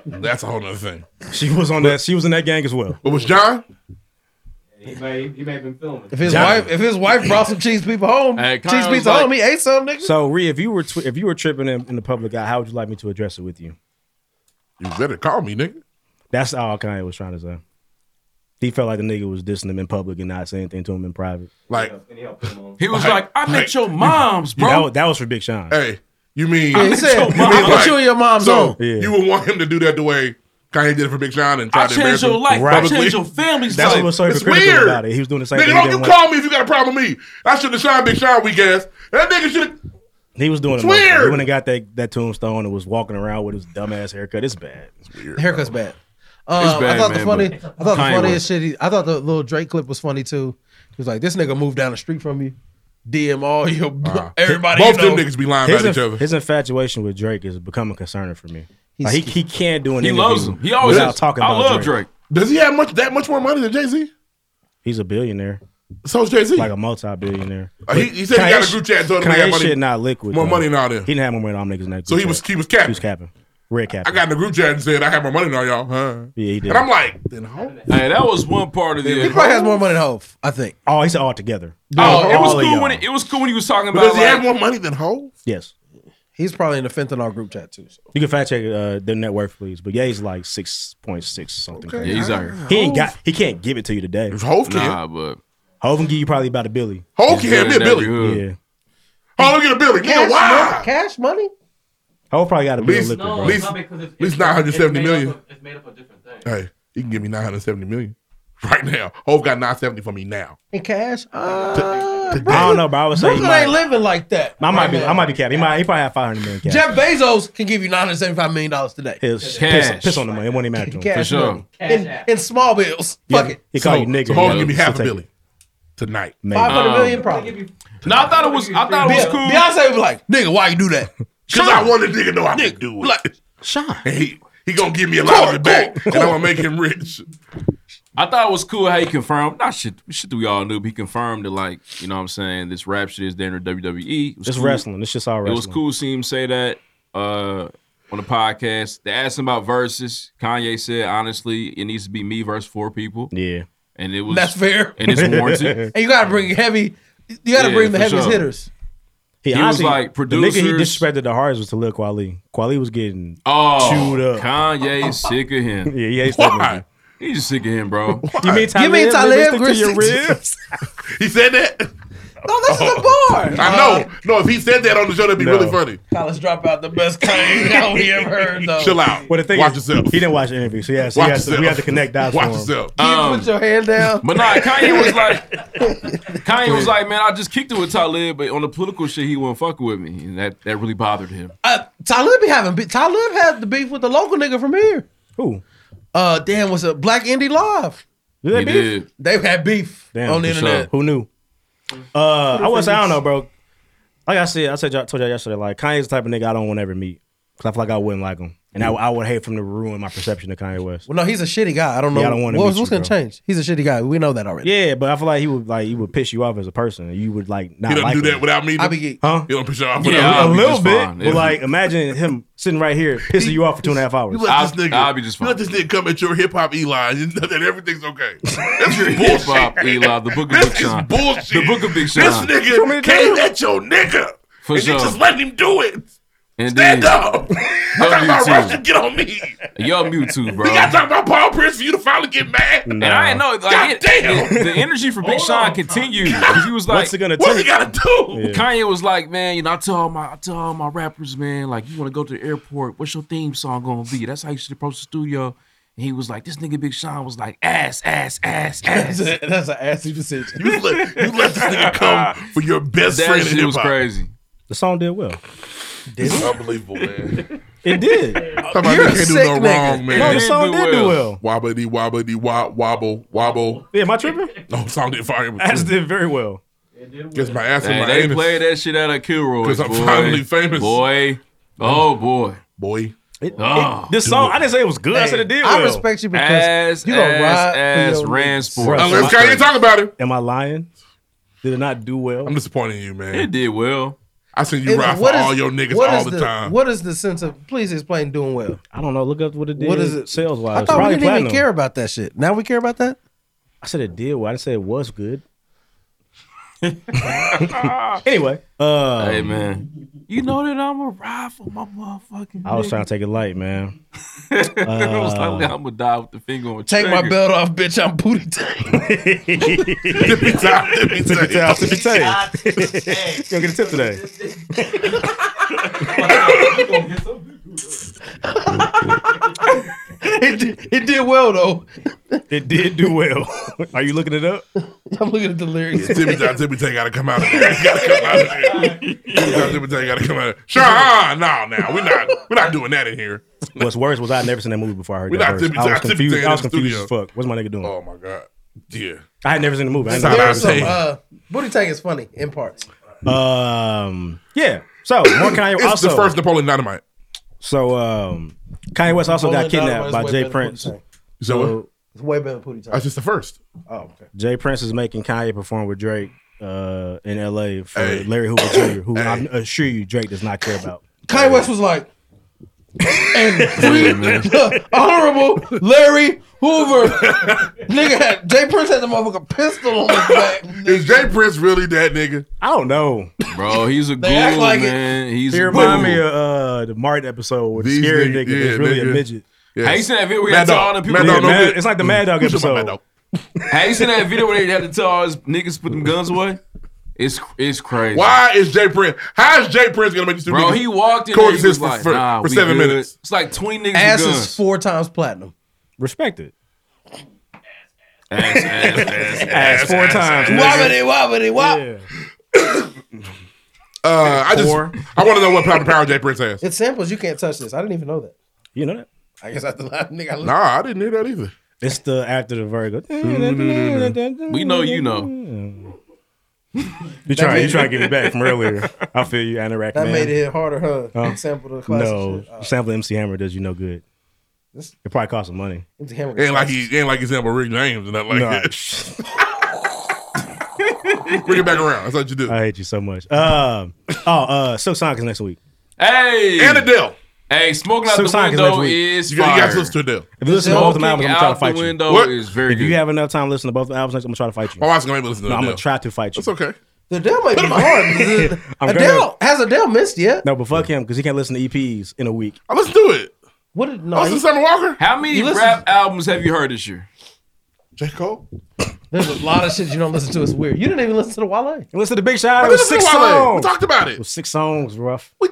[SPEAKER 1] That's a whole nother thing.
[SPEAKER 3] She was on that. She was in that gang as well.
[SPEAKER 1] But was John?
[SPEAKER 15] He may, he may have been filming.
[SPEAKER 2] If his
[SPEAKER 3] John-
[SPEAKER 2] wife, if his wife brought some cheese pizza home,
[SPEAKER 12] Hey, Kanye
[SPEAKER 2] cheese
[SPEAKER 12] was
[SPEAKER 2] pizza
[SPEAKER 12] like-
[SPEAKER 2] home, he ate some nigga.
[SPEAKER 3] So, Ree, if you were tw- if you were tripping in, in the public eye, how would you like me to address it with you?
[SPEAKER 1] You better call me, nigga.
[SPEAKER 3] That's all Kanye was trying to say. He felt like the nigga was dissing him in public and not saying anything to him in private.
[SPEAKER 1] Like
[SPEAKER 12] he was like, "I met your moms,
[SPEAKER 3] Yeah, that, was,
[SPEAKER 12] bro."
[SPEAKER 3] that was for Big Sean.
[SPEAKER 1] Hey, you mean,
[SPEAKER 2] Yeah, he
[SPEAKER 1] you
[SPEAKER 2] said,
[SPEAKER 12] your
[SPEAKER 2] "Put
[SPEAKER 12] mom-
[SPEAKER 1] mean
[SPEAKER 12] I
[SPEAKER 1] like-
[SPEAKER 2] you and your mom
[SPEAKER 1] so
[SPEAKER 2] so,
[SPEAKER 3] Yeah.
[SPEAKER 1] you would want him to do that the way Kanye did it for Big Sean and
[SPEAKER 12] I
[SPEAKER 1] try to embarrass
[SPEAKER 12] changed your
[SPEAKER 1] him
[SPEAKER 12] life. I
[SPEAKER 1] publicly?
[SPEAKER 12] changed your family's
[SPEAKER 3] That's
[SPEAKER 12] life.
[SPEAKER 3] what was so
[SPEAKER 1] It's
[SPEAKER 3] hypocritical
[SPEAKER 1] weird.
[SPEAKER 3] about it. He was doing the same
[SPEAKER 1] Nigga,
[SPEAKER 3] thing.
[SPEAKER 1] don't
[SPEAKER 3] he
[SPEAKER 1] you
[SPEAKER 3] didn't want-
[SPEAKER 1] call me if you got a problem with me. I should have shined Big Sean weak ass. That nigga should have
[SPEAKER 3] He was doing
[SPEAKER 2] It's
[SPEAKER 3] it. like-
[SPEAKER 2] weird.
[SPEAKER 3] He went and got that, that tombstone and was walking around with his dumbass haircut. It's bad. It's
[SPEAKER 2] weird. Haircut's bad. Um, I thought the funny, I thought the funniest shit. He, I thought the little Drake clip was funny too. He was like, "This nigga moved down the street from you, DM all your everybody." you know."
[SPEAKER 3] His inf- His infatuation with Drake is becoming concerning for me. Like, he, he can't do anything.
[SPEAKER 1] He loves him. He always is.
[SPEAKER 3] without talking
[SPEAKER 1] I
[SPEAKER 3] about
[SPEAKER 1] love Drake. Does he have much that much more money than Jay Z?
[SPEAKER 3] He's a billionaire.
[SPEAKER 1] So's Jay Z.
[SPEAKER 3] Like a multi-billionaire.
[SPEAKER 1] Uh, he- he said he got a group chat told him they got
[SPEAKER 3] Kanye's
[SPEAKER 1] money-
[SPEAKER 3] shit not liquid.
[SPEAKER 1] more
[SPEAKER 3] though.
[SPEAKER 1] money than all them.
[SPEAKER 3] He didn't have more money than all them niggas in that
[SPEAKER 1] So
[SPEAKER 3] group
[SPEAKER 1] he was-
[SPEAKER 3] chat.
[SPEAKER 1] he was capping.
[SPEAKER 3] He was capping. Red capping.
[SPEAKER 1] I got in the group chat and said I have more money than all y'all, huh?
[SPEAKER 3] Yeah, he did.
[SPEAKER 1] And I'm like, then how?
[SPEAKER 12] Hey, that was one part of the.
[SPEAKER 1] He probably has
[SPEAKER 2] more money than Hove, I think.
[SPEAKER 3] Oh, he said all together.
[SPEAKER 12] Oh, it was
[SPEAKER 3] All of
[SPEAKER 12] cool
[SPEAKER 3] y'all.
[SPEAKER 12] when it, it was cool when he was talking about.
[SPEAKER 1] Because he
[SPEAKER 12] like,
[SPEAKER 1] had more money than Ho.
[SPEAKER 3] Yes.
[SPEAKER 2] He's probably in the fentanyl group chat too. So.
[SPEAKER 3] You can fact check uh, their net worth, please. But yeah, he's like six point six something.
[SPEAKER 2] Okay.
[SPEAKER 3] crazy.
[SPEAKER 2] Yeah, he's all
[SPEAKER 12] right.
[SPEAKER 3] He ain't got. He can't give it to you today.
[SPEAKER 1] Hov can.
[SPEAKER 12] Nah, but
[SPEAKER 3] Hov can give you probably about a billy.
[SPEAKER 1] Hov can hand me a billy.
[SPEAKER 3] Yeah.
[SPEAKER 1] Hov get a billy. Yeah,
[SPEAKER 2] Cash
[SPEAKER 1] why?
[SPEAKER 2] money- Cash money?
[SPEAKER 3] Hov probably got a billy.
[SPEAKER 1] Least-
[SPEAKER 3] liquid, bro.
[SPEAKER 1] least- At least nine hundred seventy million. Hey, you can give me nine hundred seventy million right now. Hove got nine seventy for me now.
[SPEAKER 2] In cash? Uh,
[SPEAKER 3] I don't know, bro. I would say he
[SPEAKER 2] Brooklyn ain't
[SPEAKER 3] might,
[SPEAKER 2] living like that.
[SPEAKER 3] I might be. I might be capping. He might. He probably have five hundred million cash.
[SPEAKER 2] Jeff Bezos can give you nine hundred seventy-five million dollars today.
[SPEAKER 3] Piss, piss, piss on the money. It won't even matter to him.
[SPEAKER 2] Cash money. In, in small bills. Fuck it.
[SPEAKER 3] He called you nigga.
[SPEAKER 1] So Hov can
[SPEAKER 3] you
[SPEAKER 1] give me
[SPEAKER 3] know,
[SPEAKER 1] half
[SPEAKER 3] so
[SPEAKER 1] a
[SPEAKER 3] take
[SPEAKER 1] billion tonight.
[SPEAKER 3] Maybe.
[SPEAKER 2] Five hundred
[SPEAKER 1] Um,
[SPEAKER 2] million probably.
[SPEAKER 12] No, I thought it was. I thought it was
[SPEAKER 2] Be-
[SPEAKER 12] cool.
[SPEAKER 2] Beyonce would be like, "Nigga, why you do that?"
[SPEAKER 1] Because I want a nigga to know I can do it.
[SPEAKER 3] Sean.
[SPEAKER 1] He, he gonna give me a lot of it back, and I'm gonna make him rich.
[SPEAKER 12] I thought it was cool how he confirmed. Not shit, shit that we all knew, but he confirmed that, like, you know what I'm saying, this rap shit is there in the WWE. It was
[SPEAKER 3] It's
[SPEAKER 12] cool.
[SPEAKER 3] wrestling. It's just all
[SPEAKER 12] It was
[SPEAKER 3] wrestling.
[SPEAKER 12] cool seeing him say that uh, on the podcast. They asked him about verses. Kanye said, honestly, it needs to be me versus four people.
[SPEAKER 3] Yeah.
[SPEAKER 12] And it was.
[SPEAKER 2] That's fair.
[SPEAKER 12] And it's warranted.
[SPEAKER 2] and you gotta bring heavy. You gotta
[SPEAKER 12] Yeah,
[SPEAKER 2] bring the
[SPEAKER 12] for
[SPEAKER 2] heaviest
[SPEAKER 12] sure.
[SPEAKER 2] hitters.
[SPEAKER 3] He,
[SPEAKER 12] He was
[SPEAKER 3] honestly,
[SPEAKER 12] like,
[SPEAKER 3] The nigga he
[SPEAKER 12] producers-
[SPEAKER 3] disrespected the hardest was Talib Kweli. Kweli was getting
[SPEAKER 12] Oh,
[SPEAKER 3] chewed up.
[SPEAKER 12] Kanye's sick of him.
[SPEAKER 3] Yeah, he hates that Why?
[SPEAKER 12] He's just sick of him, bro.
[SPEAKER 3] You mean Talib?
[SPEAKER 2] Give me
[SPEAKER 3] Nigga,
[SPEAKER 2] Talib
[SPEAKER 3] stick to your
[SPEAKER 2] Grissett.
[SPEAKER 3] ribs.
[SPEAKER 1] He said that.
[SPEAKER 2] No, this is a bar.
[SPEAKER 1] Oh. I
[SPEAKER 12] Uh-huh.
[SPEAKER 1] know. No, if he said that on the show, that'd be
[SPEAKER 3] No.
[SPEAKER 1] really funny.
[SPEAKER 2] College dropout, the best Kanye album we ever heard.
[SPEAKER 12] Oh.
[SPEAKER 2] Though.
[SPEAKER 1] Chill out.
[SPEAKER 3] Well, the thing
[SPEAKER 1] Watch
[SPEAKER 3] is,
[SPEAKER 1] yourself.
[SPEAKER 3] he didn't watch the interview, so yeah, so
[SPEAKER 1] Watch
[SPEAKER 3] he has to, we
[SPEAKER 1] yourself.
[SPEAKER 3] had to connect dots.
[SPEAKER 1] Watch
[SPEAKER 3] for him.
[SPEAKER 1] yourself. Uh-huh.
[SPEAKER 2] Can you
[SPEAKER 12] Um,
[SPEAKER 2] put your hand down?
[SPEAKER 12] But nah, Kanye was like, Kanye was like, man, I just kicked it with Talib, but on the political shit, he wasn't fucking with me, and that that really bothered him.
[SPEAKER 2] Uh, Talib be having be- Talib had the beef with the local nigga from here.
[SPEAKER 3] Who?
[SPEAKER 2] Uh, damn, was a Black Indie Live.
[SPEAKER 3] Did they He beef? did.
[SPEAKER 2] They had beef
[SPEAKER 3] Damn,
[SPEAKER 2] on the
[SPEAKER 3] for sure.
[SPEAKER 2] internet.
[SPEAKER 3] Who knew? Uh, I was. I don't know, bro. Like I said, I said y'all, told y'all yesterday. Like Kanye's the type of nigga I don't want to ever meet because I feel like I wouldn't like him, and I, I would hate for him to ruin my perception of Kanye West.
[SPEAKER 2] Well, no, he's a shitty guy. I don't know.
[SPEAKER 3] Yeah, I don't wanna
[SPEAKER 2] what's
[SPEAKER 3] meet
[SPEAKER 2] what's
[SPEAKER 3] you,
[SPEAKER 2] gonna
[SPEAKER 3] bro.
[SPEAKER 2] change? He's a shitty guy. We know that already.
[SPEAKER 3] Yeah, but I feel like he would like he would piss you off as a person. You would like not
[SPEAKER 1] He doesn't
[SPEAKER 3] like
[SPEAKER 1] do
[SPEAKER 3] him.
[SPEAKER 1] that without me.
[SPEAKER 2] I be geek.
[SPEAKER 3] Huh?
[SPEAKER 1] You don't push off.
[SPEAKER 3] Yeah, a little bit. But
[SPEAKER 1] If-
[SPEAKER 3] like, imagine him sitting right here pissing you off for two and a half hours.
[SPEAKER 1] You let this nigga. You let this nigga come at your hip hop Eli. You know that everything's okay. This is
[SPEAKER 12] Hip
[SPEAKER 1] bullshit.
[SPEAKER 12] hop, Eli, the book of Big Sean,
[SPEAKER 1] bullshit.
[SPEAKER 12] the book of Big
[SPEAKER 1] This
[SPEAKER 12] Sean.
[SPEAKER 1] nigga came at your nigga.
[SPEAKER 12] For
[SPEAKER 1] and
[SPEAKER 12] sure.
[SPEAKER 1] you just letting him do it.
[SPEAKER 12] Indeed.
[SPEAKER 1] Stand up. I'm talking about
[SPEAKER 12] Yo,
[SPEAKER 1] Rush to get on me.
[SPEAKER 12] Yo, Mewtwo, bro.
[SPEAKER 1] We gotta talk about Paul Prince for you to finally get mad.
[SPEAKER 12] And I didn't know. Like,
[SPEAKER 1] God
[SPEAKER 12] it-
[SPEAKER 1] damn.
[SPEAKER 12] The, the energy for Big Sean continued. 'cause He was like,
[SPEAKER 3] What's it gonna What's it take?
[SPEAKER 1] gotta do?
[SPEAKER 3] Yeah.
[SPEAKER 12] Kanye was like, man, you know, I tell all my, I tell all my rappers, man, like, you want to go to the airport? What's your theme song gonna be? That's how you should approach the studio. And he was like, this nigga Big Sean was like, ass, ass, ass, ass.
[SPEAKER 2] That's, a, that's an assy decision.
[SPEAKER 1] You let, you let this nigga come for your best
[SPEAKER 12] That
[SPEAKER 1] friend in
[SPEAKER 12] shit
[SPEAKER 1] hip
[SPEAKER 12] was
[SPEAKER 1] hop.
[SPEAKER 12] crazy.
[SPEAKER 3] The song did well.
[SPEAKER 1] This is unbelievable, man.
[SPEAKER 3] It did.
[SPEAKER 1] Somebody
[SPEAKER 3] You're a
[SPEAKER 1] can't do
[SPEAKER 3] sick
[SPEAKER 1] no
[SPEAKER 3] nigga.
[SPEAKER 1] wrong, man.
[SPEAKER 3] No, the It song did do did do well.
[SPEAKER 1] Wobbly wobbly wob wobble wobble.
[SPEAKER 3] Yeah, am I tripping?
[SPEAKER 1] No, the song did fire.
[SPEAKER 3] As did very well.
[SPEAKER 1] Gets my ass in
[SPEAKER 12] Hey,
[SPEAKER 1] my
[SPEAKER 12] they
[SPEAKER 1] anus.
[SPEAKER 12] played that shit out of Kilroy.
[SPEAKER 1] 'Cause I'm
[SPEAKER 12] boy.
[SPEAKER 1] finally famous.
[SPEAKER 12] Boy. Oh, boy.
[SPEAKER 1] Boy.
[SPEAKER 12] oh,
[SPEAKER 3] This song, I didn't say it was good. I said it did well.
[SPEAKER 2] I respect you because
[SPEAKER 12] Ass,
[SPEAKER 2] you gonna
[SPEAKER 12] ass,
[SPEAKER 2] ride
[SPEAKER 12] ass,
[SPEAKER 2] for your
[SPEAKER 12] ran
[SPEAKER 2] niggas.
[SPEAKER 12] sports.
[SPEAKER 1] talk about it.
[SPEAKER 3] Am I lying? Did it not do well? I'm
[SPEAKER 1] disappointed in you, man.
[SPEAKER 12] It did well.
[SPEAKER 1] I seen
[SPEAKER 2] Is- what is- what is
[SPEAKER 3] time.
[SPEAKER 2] What is the sense of? Please explain doing well.
[SPEAKER 3] I don't know. Look up what it did.
[SPEAKER 2] What is it?
[SPEAKER 3] sales wise?
[SPEAKER 2] I thought we didn't even care about that shit. Now we care about that.
[SPEAKER 3] I said it did well. I didn't say it was good. anyway,
[SPEAKER 1] Oh.
[SPEAKER 3] uh,
[SPEAKER 12] hey man, You know that I'm a rifle, my motherfucking.
[SPEAKER 3] I was trying to take it light, man.
[SPEAKER 12] I was
[SPEAKER 3] Uh,
[SPEAKER 12] like, I'm gonna die with the finger on.
[SPEAKER 2] Take my
[SPEAKER 12] trigger.
[SPEAKER 2] belt off, bitch. I'm booty
[SPEAKER 3] tippy
[SPEAKER 1] top, tippy
[SPEAKER 3] top, tippy top. You gonna get a tip today?
[SPEAKER 2] it, did, it did well though.
[SPEAKER 3] It did do well. Are you looking it up?
[SPEAKER 2] I'm looking at the lyrics.
[SPEAKER 1] Timmy John Timmy Tay gotta come out of there. gotta come out of there. Timmy John Timmy Tay gotta come out of there. Sean, no, now we're not we're not doing that in here.
[SPEAKER 3] What's worse was I had never seen that movie before I heard
[SPEAKER 1] We
[SPEAKER 3] that.
[SPEAKER 1] not
[SPEAKER 3] verse.
[SPEAKER 1] Timmy
[SPEAKER 3] I was
[SPEAKER 1] Tom- Timmy
[SPEAKER 3] confused.
[SPEAKER 1] Tam
[SPEAKER 3] I was
[SPEAKER 1] in the
[SPEAKER 3] confused as
[SPEAKER 1] studio.
[SPEAKER 3] fuck. What's my nigga doing? Oh
[SPEAKER 1] my god. Yeah.
[SPEAKER 3] I had never seen the movie. I
[SPEAKER 2] There
[SPEAKER 3] didn't know
[SPEAKER 2] was
[SPEAKER 3] that
[SPEAKER 2] some,
[SPEAKER 3] was-
[SPEAKER 2] uh, booty tank is funny in parts.
[SPEAKER 3] Um, yeah. So more Kanye
[SPEAKER 2] It's the
[SPEAKER 3] also
[SPEAKER 2] first
[SPEAKER 1] Napoleon Dynamite.
[SPEAKER 3] So um, Kanye West also got
[SPEAKER 2] Napoleon Dynamite's
[SPEAKER 3] kidnapped by
[SPEAKER 2] way
[SPEAKER 3] Jay
[SPEAKER 2] better than
[SPEAKER 3] Prince.
[SPEAKER 2] Booty Tank.
[SPEAKER 3] So
[SPEAKER 2] It's way better than booty tank.
[SPEAKER 1] That's just the first.
[SPEAKER 2] Oh, okay.
[SPEAKER 3] Jay Prince is making Kanye perform with Drake uh, in L.A. for Larry Hoover Jr., who I assure you Drake does not care about.
[SPEAKER 2] Kanye West was like, and free the honorable Larry Hoover. nigga had Jay Prince had the motherfucker pistol on his back.
[SPEAKER 1] Is Jay Prince really that nigga?
[SPEAKER 3] I don't know.
[SPEAKER 12] Bro, he's a ghoul,
[SPEAKER 3] They act like it.
[SPEAKER 12] man. He's
[SPEAKER 3] he
[SPEAKER 12] a
[SPEAKER 3] remind
[SPEAKER 12] ghoul.
[SPEAKER 3] me of uh, the Martin episode with the
[SPEAKER 12] These
[SPEAKER 3] scary
[SPEAKER 12] nigga-
[SPEAKER 3] nigga, that's
[SPEAKER 12] yeah,
[SPEAKER 3] really
[SPEAKER 12] nigga.
[SPEAKER 3] a midget.
[SPEAKER 12] Yeah. Have you seen that video where he
[SPEAKER 3] Mad
[SPEAKER 12] had to
[SPEAKER 3] Dog.
[SPEAKER 12] all them
[SPEAKER 3] Mad
[SPEAKER 12] people- Yeah,
[SPEAKER 3] Dog,
[SPEAKER 12] Mad-
[SPEAKER 3] it's like the Mad Dog episode.
[SPEAKER 12] Have you seen that video where they had to tell all his niggas put them guns away? It's it's crazy.
[SPEAKER 1] Why is Jay Prince? How is Jay Prince gonna make these two
[SPEAKER 12] Bro,
[SPEAKER 1] niggas
[SPEAKER 12] he walked in there, he
[SPEAKER 1] coexist for,
[SPEAKER 12] was like,
[SPEAKER 1] for,
[SPEAKER 12] nah,
[SPEAKER 1] for
[SPEAKER 12] we
[SPEAKER 1] seven
[SPEAKER 12] good.
[SPEAKER 1] minutes?
[SPEAKER 12] It's like twenty niggas with
[SPEAKER 2] Ass
[SPEAKER 12] guns.
[SPEAKER 2] is four times platinum.
[SPEAKER 3] Respected.
[SPEAKER 12] Ass, ass, ass, ass, ass, ass, ass.
[SPEAKER 2] Wobbity, wobbity, wop.
[SPEAKER 1] Uh, I just I want to know what pound of power Jay Prince has.
[SPEAKER 2] It's samples. You can't touch this. I didn't even know that.
[SPEAKER 3] You know that?
[SPEAKER 2] I guess I have to lie. Nigga, I
[SPEAKER 1] Nah, I didn't hear that either.
[SPEAKER 3] It's the after the vertigo.
[SPEAKER 12] We know you know.
[SPEAKER 3] You try, you try to get it back from earlier. I feel you, Anorak.
[SPEAKER 2] That
[SPEAKER 3] man.
[SPEAKER 2] made it harder, huh? Sample the classic
[SPEAKER 3] No,
[SPEAKER 2] shit. Oh.
[SPEAKER 3] sample MC Hammer does you no good.
[SPEAKER 2] This-
[SPEAKER 3] It probably cost some money.
[SPEAKER 2] MC Hammer
[SPEAKER 1] Ain't like he ain't like he's sampled Rick James and nothing like
[SPEAKER 3] Nah.
[SPEAKER 1] that. Bring it back around. That's what you do.
[SPEAKER 3] I hate you so much. Um, oh, uh, Silk Sonic is next week.
[SPEAKER 12] Hey,
[SPEAKER 1] and Adele.
[SPEAKER 12] Hey, smoking out
[SPEAKER 3] Silk
[SPEAKER 12] the
[SPEAKER 3] Sonic is
[SPEAKER 12] window
[SPEAKER 3] next week.
[SPEAKER 12] is
[SPEAKER 3] You got- you got to
[SPEAKER 12] fire.
[SPEAKER 3] listen to Adele. If you listen to both of them albums, I'm gonna
[SPEAKER 12] Smoking
[SPEAKER 3] try
[SPEAKER 12] out
[SPEAKER 3] to fight
[SPEAKER 12] the
[SPEAKER 3] you.
[SPEAKER 12] window
[SPEAKER 3] What?
[SPEAKER 12] is very
[SPEAKER 3] if
[SPEAKER 12] good.
[SPEAKER 3] you have enough time to listen to both albums, next, I'm gonna try to fight you.
[SPEAKER 1] My wife's gonna make me listen to
[SPEAKER 3] No, I'm gonna
[SPEAKER 1] Adele.
[SPEAKER 3] try to fight you. It's
[SPEAKER 1] okay.
[SPEAKER 2] The Adele might be hard.
[SPEAKER 3] I'm
[SPEAKER 2] Adele has Adele missed yet?
[SPEAKER 3] No, but fuck him because he can't listen to EPs in a week.
[SPEAKER 1] I listen to Uh, it.
[SPEAKER 2] What? Did,
[SPEAKER 3] Oh,
[SPEAKER 1] no, Listen to Summer Walker.
[SPEAKER 12] How many
[SPEAKER 1] You listen-
[SPEAKER 12] rap albums have you heard this year?
[SPEAKER 1] J. Cole.
[SPEAKER 2] There's a lot of shit you don't listen to. It's weird. You didn't even listen to the Wale.
[SPEAKER 3] Listen to Big
[SPEAKER 2] I
[SPEAKER 3] Shot. It was
[SPEAKER 2] listened to
[SPEAKER 3] six
[SPEAKER 2] Wale. We
[SPEAKER 3] songs.
[SPEAKER 1] talked about uh,
[SPEAKER 3] it. was six songs. Rough.
[SPEAKER 1] No, no, no.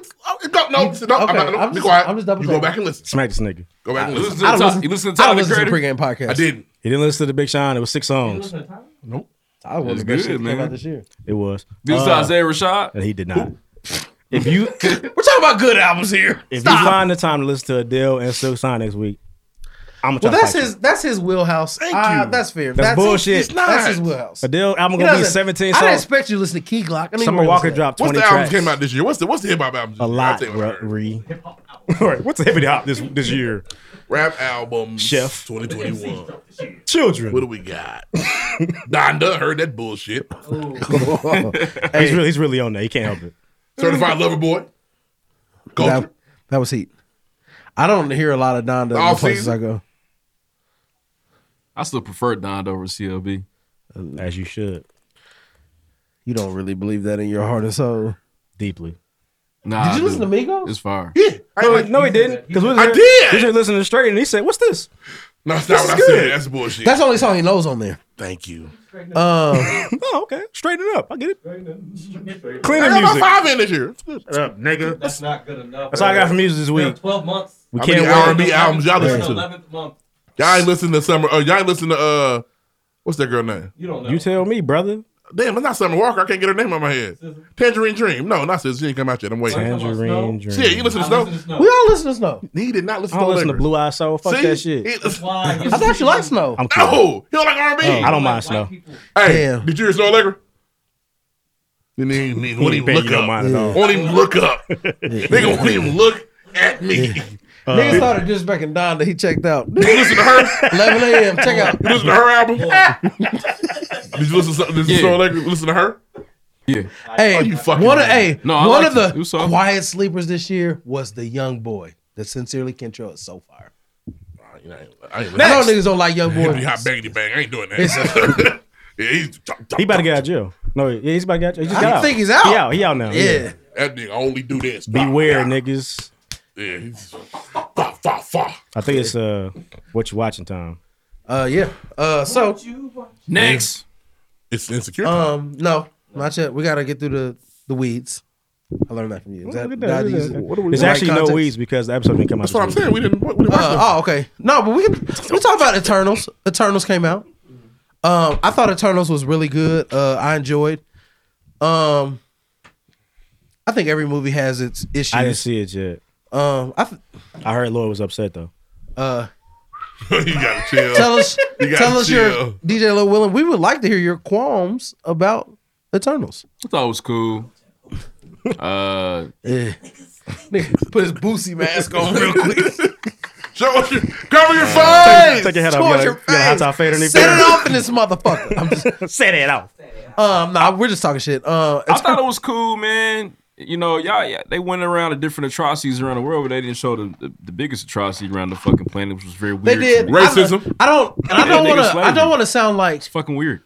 [SPEAKER 1] I'm not, no
[SPEAKER 2] I'm
[SPEAKER 1] be
[SPEAKER 2] just-
[SPEAKER 1] quiet.
[SPEAKER 2] I'm just double
[SPEAKER 1] You go
[SPEAKER 2] checking.
[SPEAKER 1] back and listen.
[SPEAKER 3] Smack this nigga.
[SPEAKER 1] Go back and
[SPEAKER 3] You
[SPEAKER 1] listen.
[SPEAKER 3] listen to the I don't top- listen- you
[SPEAKER 2] listen to I don't Tyler, the listen to Creator? pregame podcast.
[SPEAKER 1] I didn't.
[SPEAKER 3] He didn't listen to Big Sean. It was six songs.
[SPEAKER 2] Nope. I
[SPEAKER 12] It's
[SPEAKER 2] was the best
[SPEAKER 12] good,
[SPEAKER 2] shit that came
[SPEAKER 12] man.
[SPEAKER 2] out this year.
[SPEAKER 3] It was.
[SPEAKER 12] This is
[SPEAKER 3] Uh,
[SPEAKER 12] Isaiah Rashad.
[SPEAKER 3] And he did not. If you
[SPEAKER 2] We're talking about good albums here.
[SPEAKER 3] if you
[SPEAKER 2] Stop.
[SPEAKER 3] find the time to listen to Adele and Silk Sonic next week, I'm gonna try
[SPEAKER 2] well, that's
[SPEAKER 3] to fight
[SPEAKER 2] his. That's his wheelhouse. Thank
[SPEAKER 3] you.
[SPEAKER 2] That's fair.
[SPEAKER 3] That's bullshit.
[SPEAKER 2] His,
[SPEAKER 3] It's not.
[SPEAKER 2] That's his wheelhouse.
[SPEAKER 3] you. Adele album
[SPEAKER 2] He
[SPEAKER 3] gonna be
[SPEAKER 2] doesn't-
[SPEAKER 3] 17
[SPEAKER 2] I didn't
[SPEAKER 3] songs.
[SPEAKER 2] expect you to listen to Key Glock. I mean,
[SPEAKER 3] Summer Walker dropped 20
[SPEAKER 1] What's the albums
[SPEAKER 3] tracks.
[SPEAKER 1] came out this year? What's the what's the hip hop albums?
[SPEAKER 3] A lot,
[SPEAKER 1] I'll tell you
[SPEAKER 3] bro. Re. All right, what's the hippity hop this this year?
[SPEAKER 1] Rap albums.
[SPEAKER 3] Chef.
[SPEAKER 1] 2021.
[SPEAKER 3] Children.
[SPEAKER 1] What do we got? Donda heard that bullshit.
[SPEAKER 2] Oh,
[SPEAKER 3] he's really he's really on that. He can't help it.
[SPEAKER 1] Certified Lover Boy.
[SPEAKER 2] That, that was heat. I don't hear a lot of Donda in the
[SPEAKER 12] All
[SPEAKER 2] places
[SPEAKER 12] season?
[SPEAKER 2] I go.
[SPEAKER 12] I still prefer Don over CLB.
[SPEAKER 3] As you should.
[SPEAKER 2] You don't really believe that in your heart and soul.
[SPEAKER 3] Deeply.
[SPEAKER 12] Nah,
[SPEAKER 2] Did you
[SPEAKER 12] I
[SPEAKER 2] listen
[SPEAKER 12] do.
[SPEAKER 2] to Migos?
[SPEAKER 12] It's fire.
[SPEAKER 1] Yeah.
[SPEAKER 3] No, no, he didn't. Because
[SPEAKER 2] I
[SPEAKER 3] did. We just listening to straight, and he said, "What's this?"
[SPEAKER 1] No, that's
[SPEAKER 3] This
[SPEAKER 1] not
[SPEAKER 3] is
[SPEAKER 1] what I
[SPEAKER 3] good.
[SPEAKER 1] said. That's bullshit.
[SPEAKER 2] That's the only song he knows on there.
[SPEAKER 1] Thank you.
[SPEAKER 2] Um,
[SPEAKER 3] oh, okay. Straighten it up. I get it.
[SPEAKER 1] I
[SPEAKER 3] Clean the
[SPEAKER 1] got about
[SPEAKER 3] music.
[SPEAKER 1] five in this year.
[SPEAKER 3] Shut up, nigga.
[SPEAKER 15] That's not good enough.
[SPEAKER 3] That's all I got for music this
[SPEAKER 15] We have
[SPEAKER 3] week.
[SPEAKER 15] 12 months.
[SPEAKER 3] We
[SPEAKER 1] How
[SPEAKER 3] can't
[SPEAKER 1] many
[SPEAKER 3] wait.
[SPEAKER 1] R&B albums y'all listen to?
[SPEAKER 15] 11th month.
[SPEAKER 1] Y'all ain't listen to summer. Uh, y'all ain't listen to uh, what's that girl name?
[SPEAKER 15] You don't know.
[SPEAKER 3] You tell me, brother.
[SPEAKER 1] Damn, it's not Summer Walker. I can't get her name on my head. Tangerine Dream. No, not Scissor. She ain't come out yet. I'm waiting.
[SPEAKER 3] Tangerine Dream.
[SPEAKER 1] Shit, you listen to
[SPEAKER 3] I
[SPEAKER 1] Snow?
[SPEAKER 3] listen to Snow.
[SPEAKER 2] we all listen to Snow.
[SPEAKER 1] He did not listen
[SPEAKER 3] I
[SPEAKER 1] to
[SPEAKER 3] don't listen to
[SPEAKER 1] Blue.
[SPEAKER 3] Blue Eye Soul. Fuck
[SPEAKER 1] See?
[SPEAKER 3] that shit.
[SPEAKER 2] I thought you liked Snow.
[SPEAKER 3] I'm kidding.
[SPEAKER 1] No, he don't like R&B.
[SPEAKER 3] Oh. I don't mind Snow.
[SPEAKER 1] Hey,
[SPEAKER 2] Damn.
[SPEAKER 1] did you hear Snow Allegra? You didn't even, won't even
[SPEAKER 3] bet
[SPEAKER 1] look
[SPEAKER 3] you don't
[SPEAKER 1] up.
[SPEAKER 3] mind at all.
[SPEAKER 1] Won't even look up. Nigga won't even look at me.
[SPEAKER 2] Niggas started disrespecting Donda. He checked out.
[SPEAKER 1] Did you listen to her?
[SPEAKER 2] 11 a.m. Check out.
[SPEAKER 1] You listen to her album? Did you listen to, did you Snow Allegra? Listen to her?
[SPEAKER 12] Yeah.
[SPEAKER 2] Hey,
[SPEAKER 1] Oh, you fucking
[SPEAKER 2] one of
[SPEAKER 1] right.
[SPEAKER 2] hey,
[SPEAKER 1] No, I
[SPEAKER 2] one of
[SPEAKER 1] liked it. It
[SPEAKER 2] the
[SPEAKER 1] was solid.
[SPEAKER 2] quiet sleepers this year was the young boy. The sincerely Kentro is so far.
[SPEAKER 1] I ain't
[SPEAKER 2] I know niggas don't like young boys.
[SPEAKER 1] Hippity hop, bangity bang. I ain't doing that. yeah, he's
[SPEAKER 3] He about to get out of jail. No, yeah, he's about to get out. of jail. He just
[SPEAKER 1] I
[SPEAKER 3] got
[SPEAKER 1] think
[SPEAKER 3] out.
[SPEAKER 1] he's out.
[SPEAKER 3] He out. He out now.
[SPEAKER 1] That nigga only do this.
[SPEAKER 3] Beware, niggas.
[SPEAKER 1] Yeah, he's fa fa fa.
[SPEAKER 3] I think it's uh what you watching time.
[SPEAKER 2] Uh yeah. Uh so
[SPEAKER 12] Next.
[SPEAKER 1] It's insecure.
[SPEAKER 2] Um no, not yet. We gotta get through the the weeds. I learned that from you. Is that, did I use
[SPEAKER 3] There's
[SPEAKER 2] it? Right
[SPEAKER 3] actually no
[SPEAKER 2] context?
[SPEAKER 3] weeds because the episode didn't come out.
[SPEAKER 1] That's what I'm saying. We didn't. We didn't watch
[SPEAKER 2] Uh, oh, okay. No, but we can we talk about Eternals. Eternals came out. Um, I thought Eternals was really good. Uh, I enjoyed. Um, I think every movie has its issues.
[SPEAKER 3] I didn't see it yet.
[SPEAKER 2] Um, I th-
[SPEAKER 3] I heard Lloyd was upset though.
[SPEAKER 2] Uh,
[SPEAKER 1] you gotta chill.
[SPEAKER 2] Tell us,
[SPEAKER 1] You gotta
[SPEAKER 2] tell us
[SPEAKER 1] chill.
[SPEAKER 2] your DJ Lil Willem. We would like to hear your qualms about Eternals.
[SPEAKER 12] I thought it was cool. Uh,
[SPEAKER 2] Nigga, put his Boosie mask on real quick.
[SPEAKER 1] Show us your, cover your
[SPEAKER 2] face.
[SPEAKER 3] Take your head off.
[SPEAKER 2] Show us
[SPEAKER 3] You got a-
[SPEAKER 2] your
[SPEAKER 3] you got a hot
[SPEAKER 2] face.
[SPEAKER 3] top fade underneath
[SPEAKER 2] Set
[SPEAKER 3] there.
[SPEAKER 2] it off in this motherfucker. I'm just
[SPEAKER 3] set it off.
[SPEAKER 2] Um, nah, we're just talking shit. Uh,
[SPEAKER 12] I thought it was cool, man. You know, y'all, yeah, they went around to different atrocities around the world, but they didn't show the, the, the biggest atrocity around the fucking planet, which was very weird.
[SPEAKER 2] They did
[SPEAKER 12] to me.
[SPEAKER 2] I, I don't. And I
[SPEAKER 12] Yeah,
[SPEAKER 2] don't
[SPEAKER 12] nigga,
[SPEAKER 2] want to. I
[SPEAKER 12] slavery.
[SPEAKER 2] don't want to sound like it's
[SPEAKER 12] fucking weird.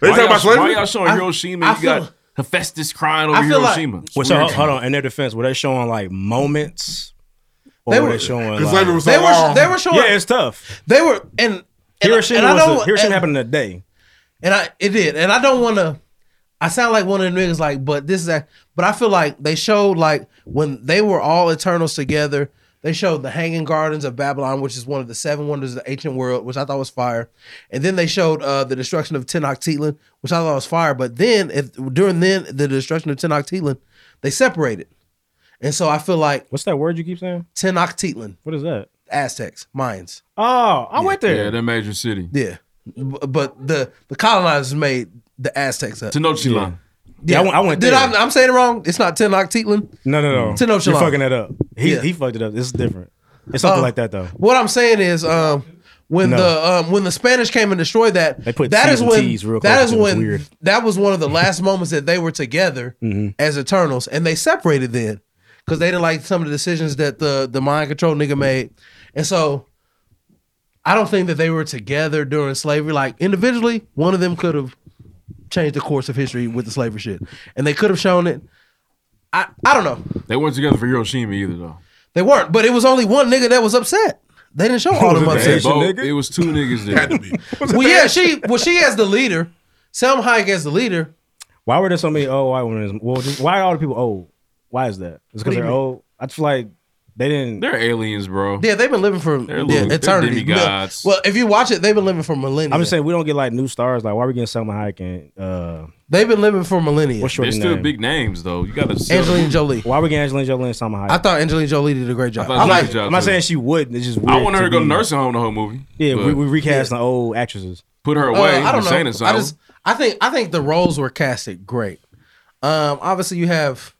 [SPEAKER 2] They
[SPEAKER 12] why
[SPEAKER 2] talking
[SPEAKER 12] y'all,
[SPEAKER 2] about slavery?
[SPEAKER 12] Why y'all showing
[SPEAKER 2] I-
[SPEAKER 12] Hiroshima?
[SPEAKER 2] I
[SPEAKER 12] you
[SPEAKER 2] feel-
[SPEAKER 12] got Hephaestus crying over
[SPEAKER 2] I feel like-
[SPEAKER 12] Hiroshima. It's
[SPEAKER 3] Wait, so
[SPEAKER 12] weird
[SPEAKER 3] hold,
[SPEAKER 12] to
[SPEAKER 3] hold
[SPEAKER 12] me.
[SPEAKER 3] on. In their defense, were they showing like moments? Or
[SPEAKER 2] They
[SPEAKER 3] were,
[SPEAKER 2] were-
[SPEAKER 3] they showing?
[SPEAKER 2] Because
[SPEAKER 3] like-
[SPEAKER 2] slavery was so They were- long. they were showing-
[SPEAKER 3] Yeah, it's tough.
[SPEAKER 2] They were and, and
[SPEAKER 3] Hiroshima.
[SPEAKER 2] and I
[SPEAKER 3] was a-
[SPEAKER 2] don't-
[SPEAKER 3] Hiroshima
[SPEAKER 2] and-
[SPEAKER 3] happened in a day.
[SPEAKER 2] And I it did. And I don't want to. I sound like one of the niggas like, but this is that. But I feel like they showed like when they were all Eternals together. They showed the Hanging Gardens of Babylon, which is one of the seven wonders of the ancient world, which I thought was fire. And then they showed uh, the destruction of Tenochtitlan, which I thought was fire. But then, if during then the destruction of Tenochtitlan, they separated. And so I feel like
[SPEAKER 3] what's that word you keep saying?
[SPEAKER 2] Tenochtitlan.
[SPEAKER 3] What is that?
[SPEAKER 2] Aztecs, Mayans.
[SPEAKER 3] Oh, I went there.
[SPEAKER 12] Yeah, that major city.
[SPEAKER 2] Yeah, B- but the the colonizers made the Aztecs up.
[SPEAKER 12] Tenochtitlan.
[SPEAKER 3] Yeah, I went- I went
[SPEAKER 2] Did
[SPEAKER 3] there.
[SPEAKER 2] I, am saying it wrong? It's not Tenochtitlan.
[SPEAKER 3] No, no, no.
[SPEAKER 2] Tenochtitlan.
[SPEAKER 3] You're fucking that up. He
[SPEAKER 2] Yeah.
[SPEAKER 3] he fucked it up. This is different. It's something
[SPEAKER 2] Uh,
[SPEAKER 3] like that though.
[SPEAKER 2] What I'm saying is, um, when
[SPEAKER 3] No.
[SPEAKER 2] the um, when the Spanish came and destroyed that,
[SPEAKER 3] They put
[SPEAKER 2] that
[SPEAKER 3] T's
[SPEAKER 2] is
[SPEAKER 3] and
[SPEAKER 2] when
[SPEAKER 3] T's real
[SPEAKER 2] that
[SPEAKER 3] close.
[SPEAKER 2] is
[SPEAKER 3] It was
[SPEAKER 2] when
[SPEAKER 3] weird.
[SPEAKER 2] that was one of the last moments that they were together
[SPEAKER 3] Mhm.
[SPEAKER 2] as Eternals, and they separated then because they didn't like some of the decisions that the the mind control nigga made, and so. I don't think that they were together during slavery. Like individually, one of them could have changed the course of history with the slavery shit, and they could have shown it. I I don't know.
[SPEAKER 12] They weren't together for Hiroshima either, though.
[SPEAKER 2] They weren't, but it was only one nigga that was upset. They didn't show all of them
[SPEAKER 12] They
[SPEAKER 2] upset.
[SPEAKER 12] both- It was two niggas there.
[SPEAKER 2] Well, yeah, she well she as the leader. Selma Hayek as the leader.
[SPEAKER 3] Why were there so many old white women? Well, just, why are all the people old? Why is that?
[SPEAKER 2] What do
[SPEAKER 3] It's because
[SPEAKER 2] you
[SPEAKER 3] they're
[SPEAKER 2] mean?
[SPEAKER 3] old. I just feel like they didn't.
[SPEAKER 12] They're aliens, bro.
[SPEAKER 2] Yeah, they've been living for
[SPEAKER 3] They're
[SPEAKER 2] yeah,
[SPEAKER 3] little- they're
[SPEAKER 2] eternity.
[SPEAKER 3] demigods.
[SPEAKER 2] Well, if you watch it, they've been living for millennia.
[SPEAKER 3] I'm just saying we don't get like new stars. Like why are we getting Selma Hayek and uh,
[SPEAKER 2] they've been living for millennia.
[SPEAKER 3] what's your
[SPEAKER 12] They're still
[SPEAKER 3] name?
[SPEAKER 12] big names, though. You got to
[SPEAKER 2] Angelina Jolie.
[SPEAKER 3] Why are we getting Angelina Jolie and Selma Hayek?
[SPEAKER 2] I thought Angelina Jolie did a great job.
[SPEAKER 12] I thought she
[SPEAKER 2] I'm
[SPEAKER 12] did a
[SPEAKER 2] like-
[SPEAKER 12] good job,
[SPEAKER 3] I'm not
[SPEAKER 12] too.
[SPEAKER 3] saying she wouldn't. It's just weird
[SPEAKER 12] I want her to go
[SPEAKER 3] be-
[SPEAKER 12] to nursing home the whole movie.
[SPEAKER 3] Yeah, we,
[SPEAKER 12] but
[SPEAKER 3] we recast the old actresses.
[SPEAKER 12] put her
[SPEAKER 2] Uh,
[SPEAKER 12] away.
[SPEAKER 2] I don't
[SPEAKER 12] Insane
[SPEAKER 2] know. I
[SPEAKER 12] asylum.
[SPEAKER 2] just I think I think the roles were casted great. Um, obviously you have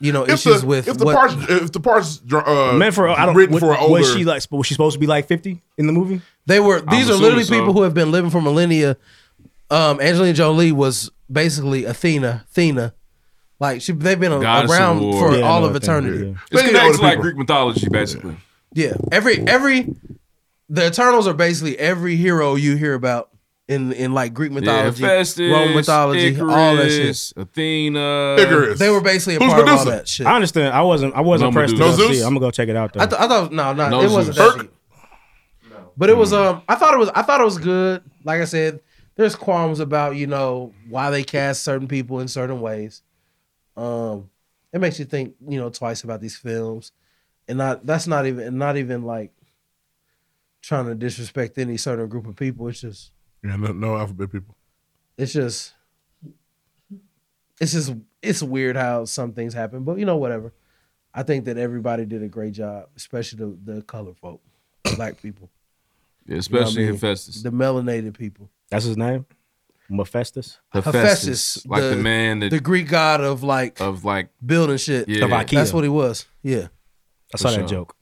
[SPEAKER 2] you know
[SPEAKER 1] If
[SPEAKER 2] issues
[SPEAKER 1] the,
[SPEAKER 2] with
[SPEAKER 1] if the
[SPEAKER 2] what-
[SPEAKER 1] parts if the parts dr- uh,
[SPEAKER 3] Meant for I don't.
[SPEAKER 1] written
[SPEAKER 3] what-
[SPEAKER 1] for an older
[SPEAKER 3] was she like? Was she supposed to be like 50 in the movie?
[SPEAKER 2] They were.
[SPEAKER 3] I'm
[SPEAKER 2] These are
[SPEAKER 3] assuming
[SPEAKER 2] literally
[SPEAKER 3] so.
[SPEAKER 2] people who have been living for millennia. Um, Angelina Jolie was basically Athena. Athena, like she, they've been a-
[SPEAKER 12] Goddess of
[SPEAKER 2] around
[SPEAKER 12] war.
[SPEAKER 2] for
[SPEAKER 12] Yeah, I
[SPEAKER 2] all
[SPEAKER 12] know
[SPEAKER 2] of
[SPEAKER 12] Athena,
[SPEAKER 2] eternity.
[SPEAKER 12] yeah. It's connects like Greek mythology, basically.
[SPEAKER 2] Yeah, every every the Eternals are basically every hero you hear about in in like Greek mythology,
[SPEAKER 12] yeah, Hephaestus,
[SPEAKER 2] Roman mythology,
[SPEAKER 12] Icarus,
[SPEAKER 2] all that shit.
[SPEAKER 12] Athena,
[SPEAKER 3] uh,
[SPEAKER 2] They were basically a part of all that shit.
[SPEAKER 3] I understand. I wasn't. I wasn't
[SPEAKER 12] Numa
[SPEAKER 3] impressed.
[SPEAKER 12] Zeus.
[SPEAKER 3] to go
[SPEAKER 12] No
[SPEAKER 3] see it.
[SPEAKER 12] Zeus?
[SPEAKER 3] I'm gonna go check it out though.
[SPEAKER 2] I, th- I thought no, no,
[SPEAKER 3] No
[SPEAKER 2] it wasn't
[SPEAKER 3] Zeus.
[SPEAKER 2] that deep. But it was um, I thought it was I thought it was good. Like I said, there's qualms about you know why they cast certain people in certain ways. Um, it makes you think you know twice about these films, and not that's not even and not even like trying to disrespect any certain group of people. It's just
[SPEAKER 1] yeah, no, no alphabet people.
[SPEAKER 2] it's just it's just it's weird how some things happen but you know whatever i think that everybody did a great job especially the, the color folk black people You know what
[SPEAKER 12] Yeah,
[SPEAKER 2] I
[SPEAKER 12] especially
[SPEAKER 2] mean?
[SPEAKER 12] Hephaestus.
[SPEAKER 2] the melanated people
[SPEAKER 3] That's his name. Mephistus.
[SPEAKER 2] Hephaestus,
[SPEAKER 12] like the, man that
[SPEAKER 2] the greek god of like
[SPEAKER 12] of like
[SPEAKER 2] building shit
[SPEAKER 12] Yeah. Of Ikea.
[SPEAKER 2] that's what he was yeah
[SPEAKER 3] I saw that joke.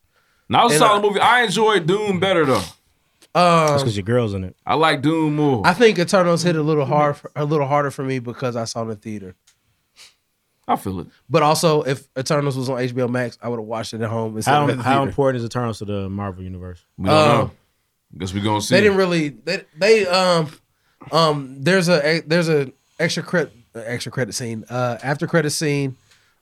[SPEAKER 12] Now it's a
[SPEAKER 2] And, uh,
[SPEAKER 12] solid movie. I enjoyed Doom better though.
[SPEAKER 3] That's
[SPEAKER 2] um,
[SPEAKER 3] because your girl's in it.
[SPEAKER 12] I like Doom more.
[SPEAKER 2] i think eternals hit a little hard for, a little harder for me because i saw it in the theater
[SPEAKER 12] I feel it.
[SPEAKER 2] but also if eternals was on hbo max i would have watched it at home instead
[SPEAKER 3] How,
[SPEAKER 2] of at the
[SPEAKER 3] how
[SPEAKER 2] theater.
[SPEAKER 3] important is Eternals to the Marvel universe?
[SPEAKER 12] We don't
[SPEAKER 2] Um,
[SPEAKER 12] know. Guess we gonna see.
[SPEAKER 2] They didn't really. They, they um um. There's a there's a extra credit extra credit scene. Uh, after credit scene,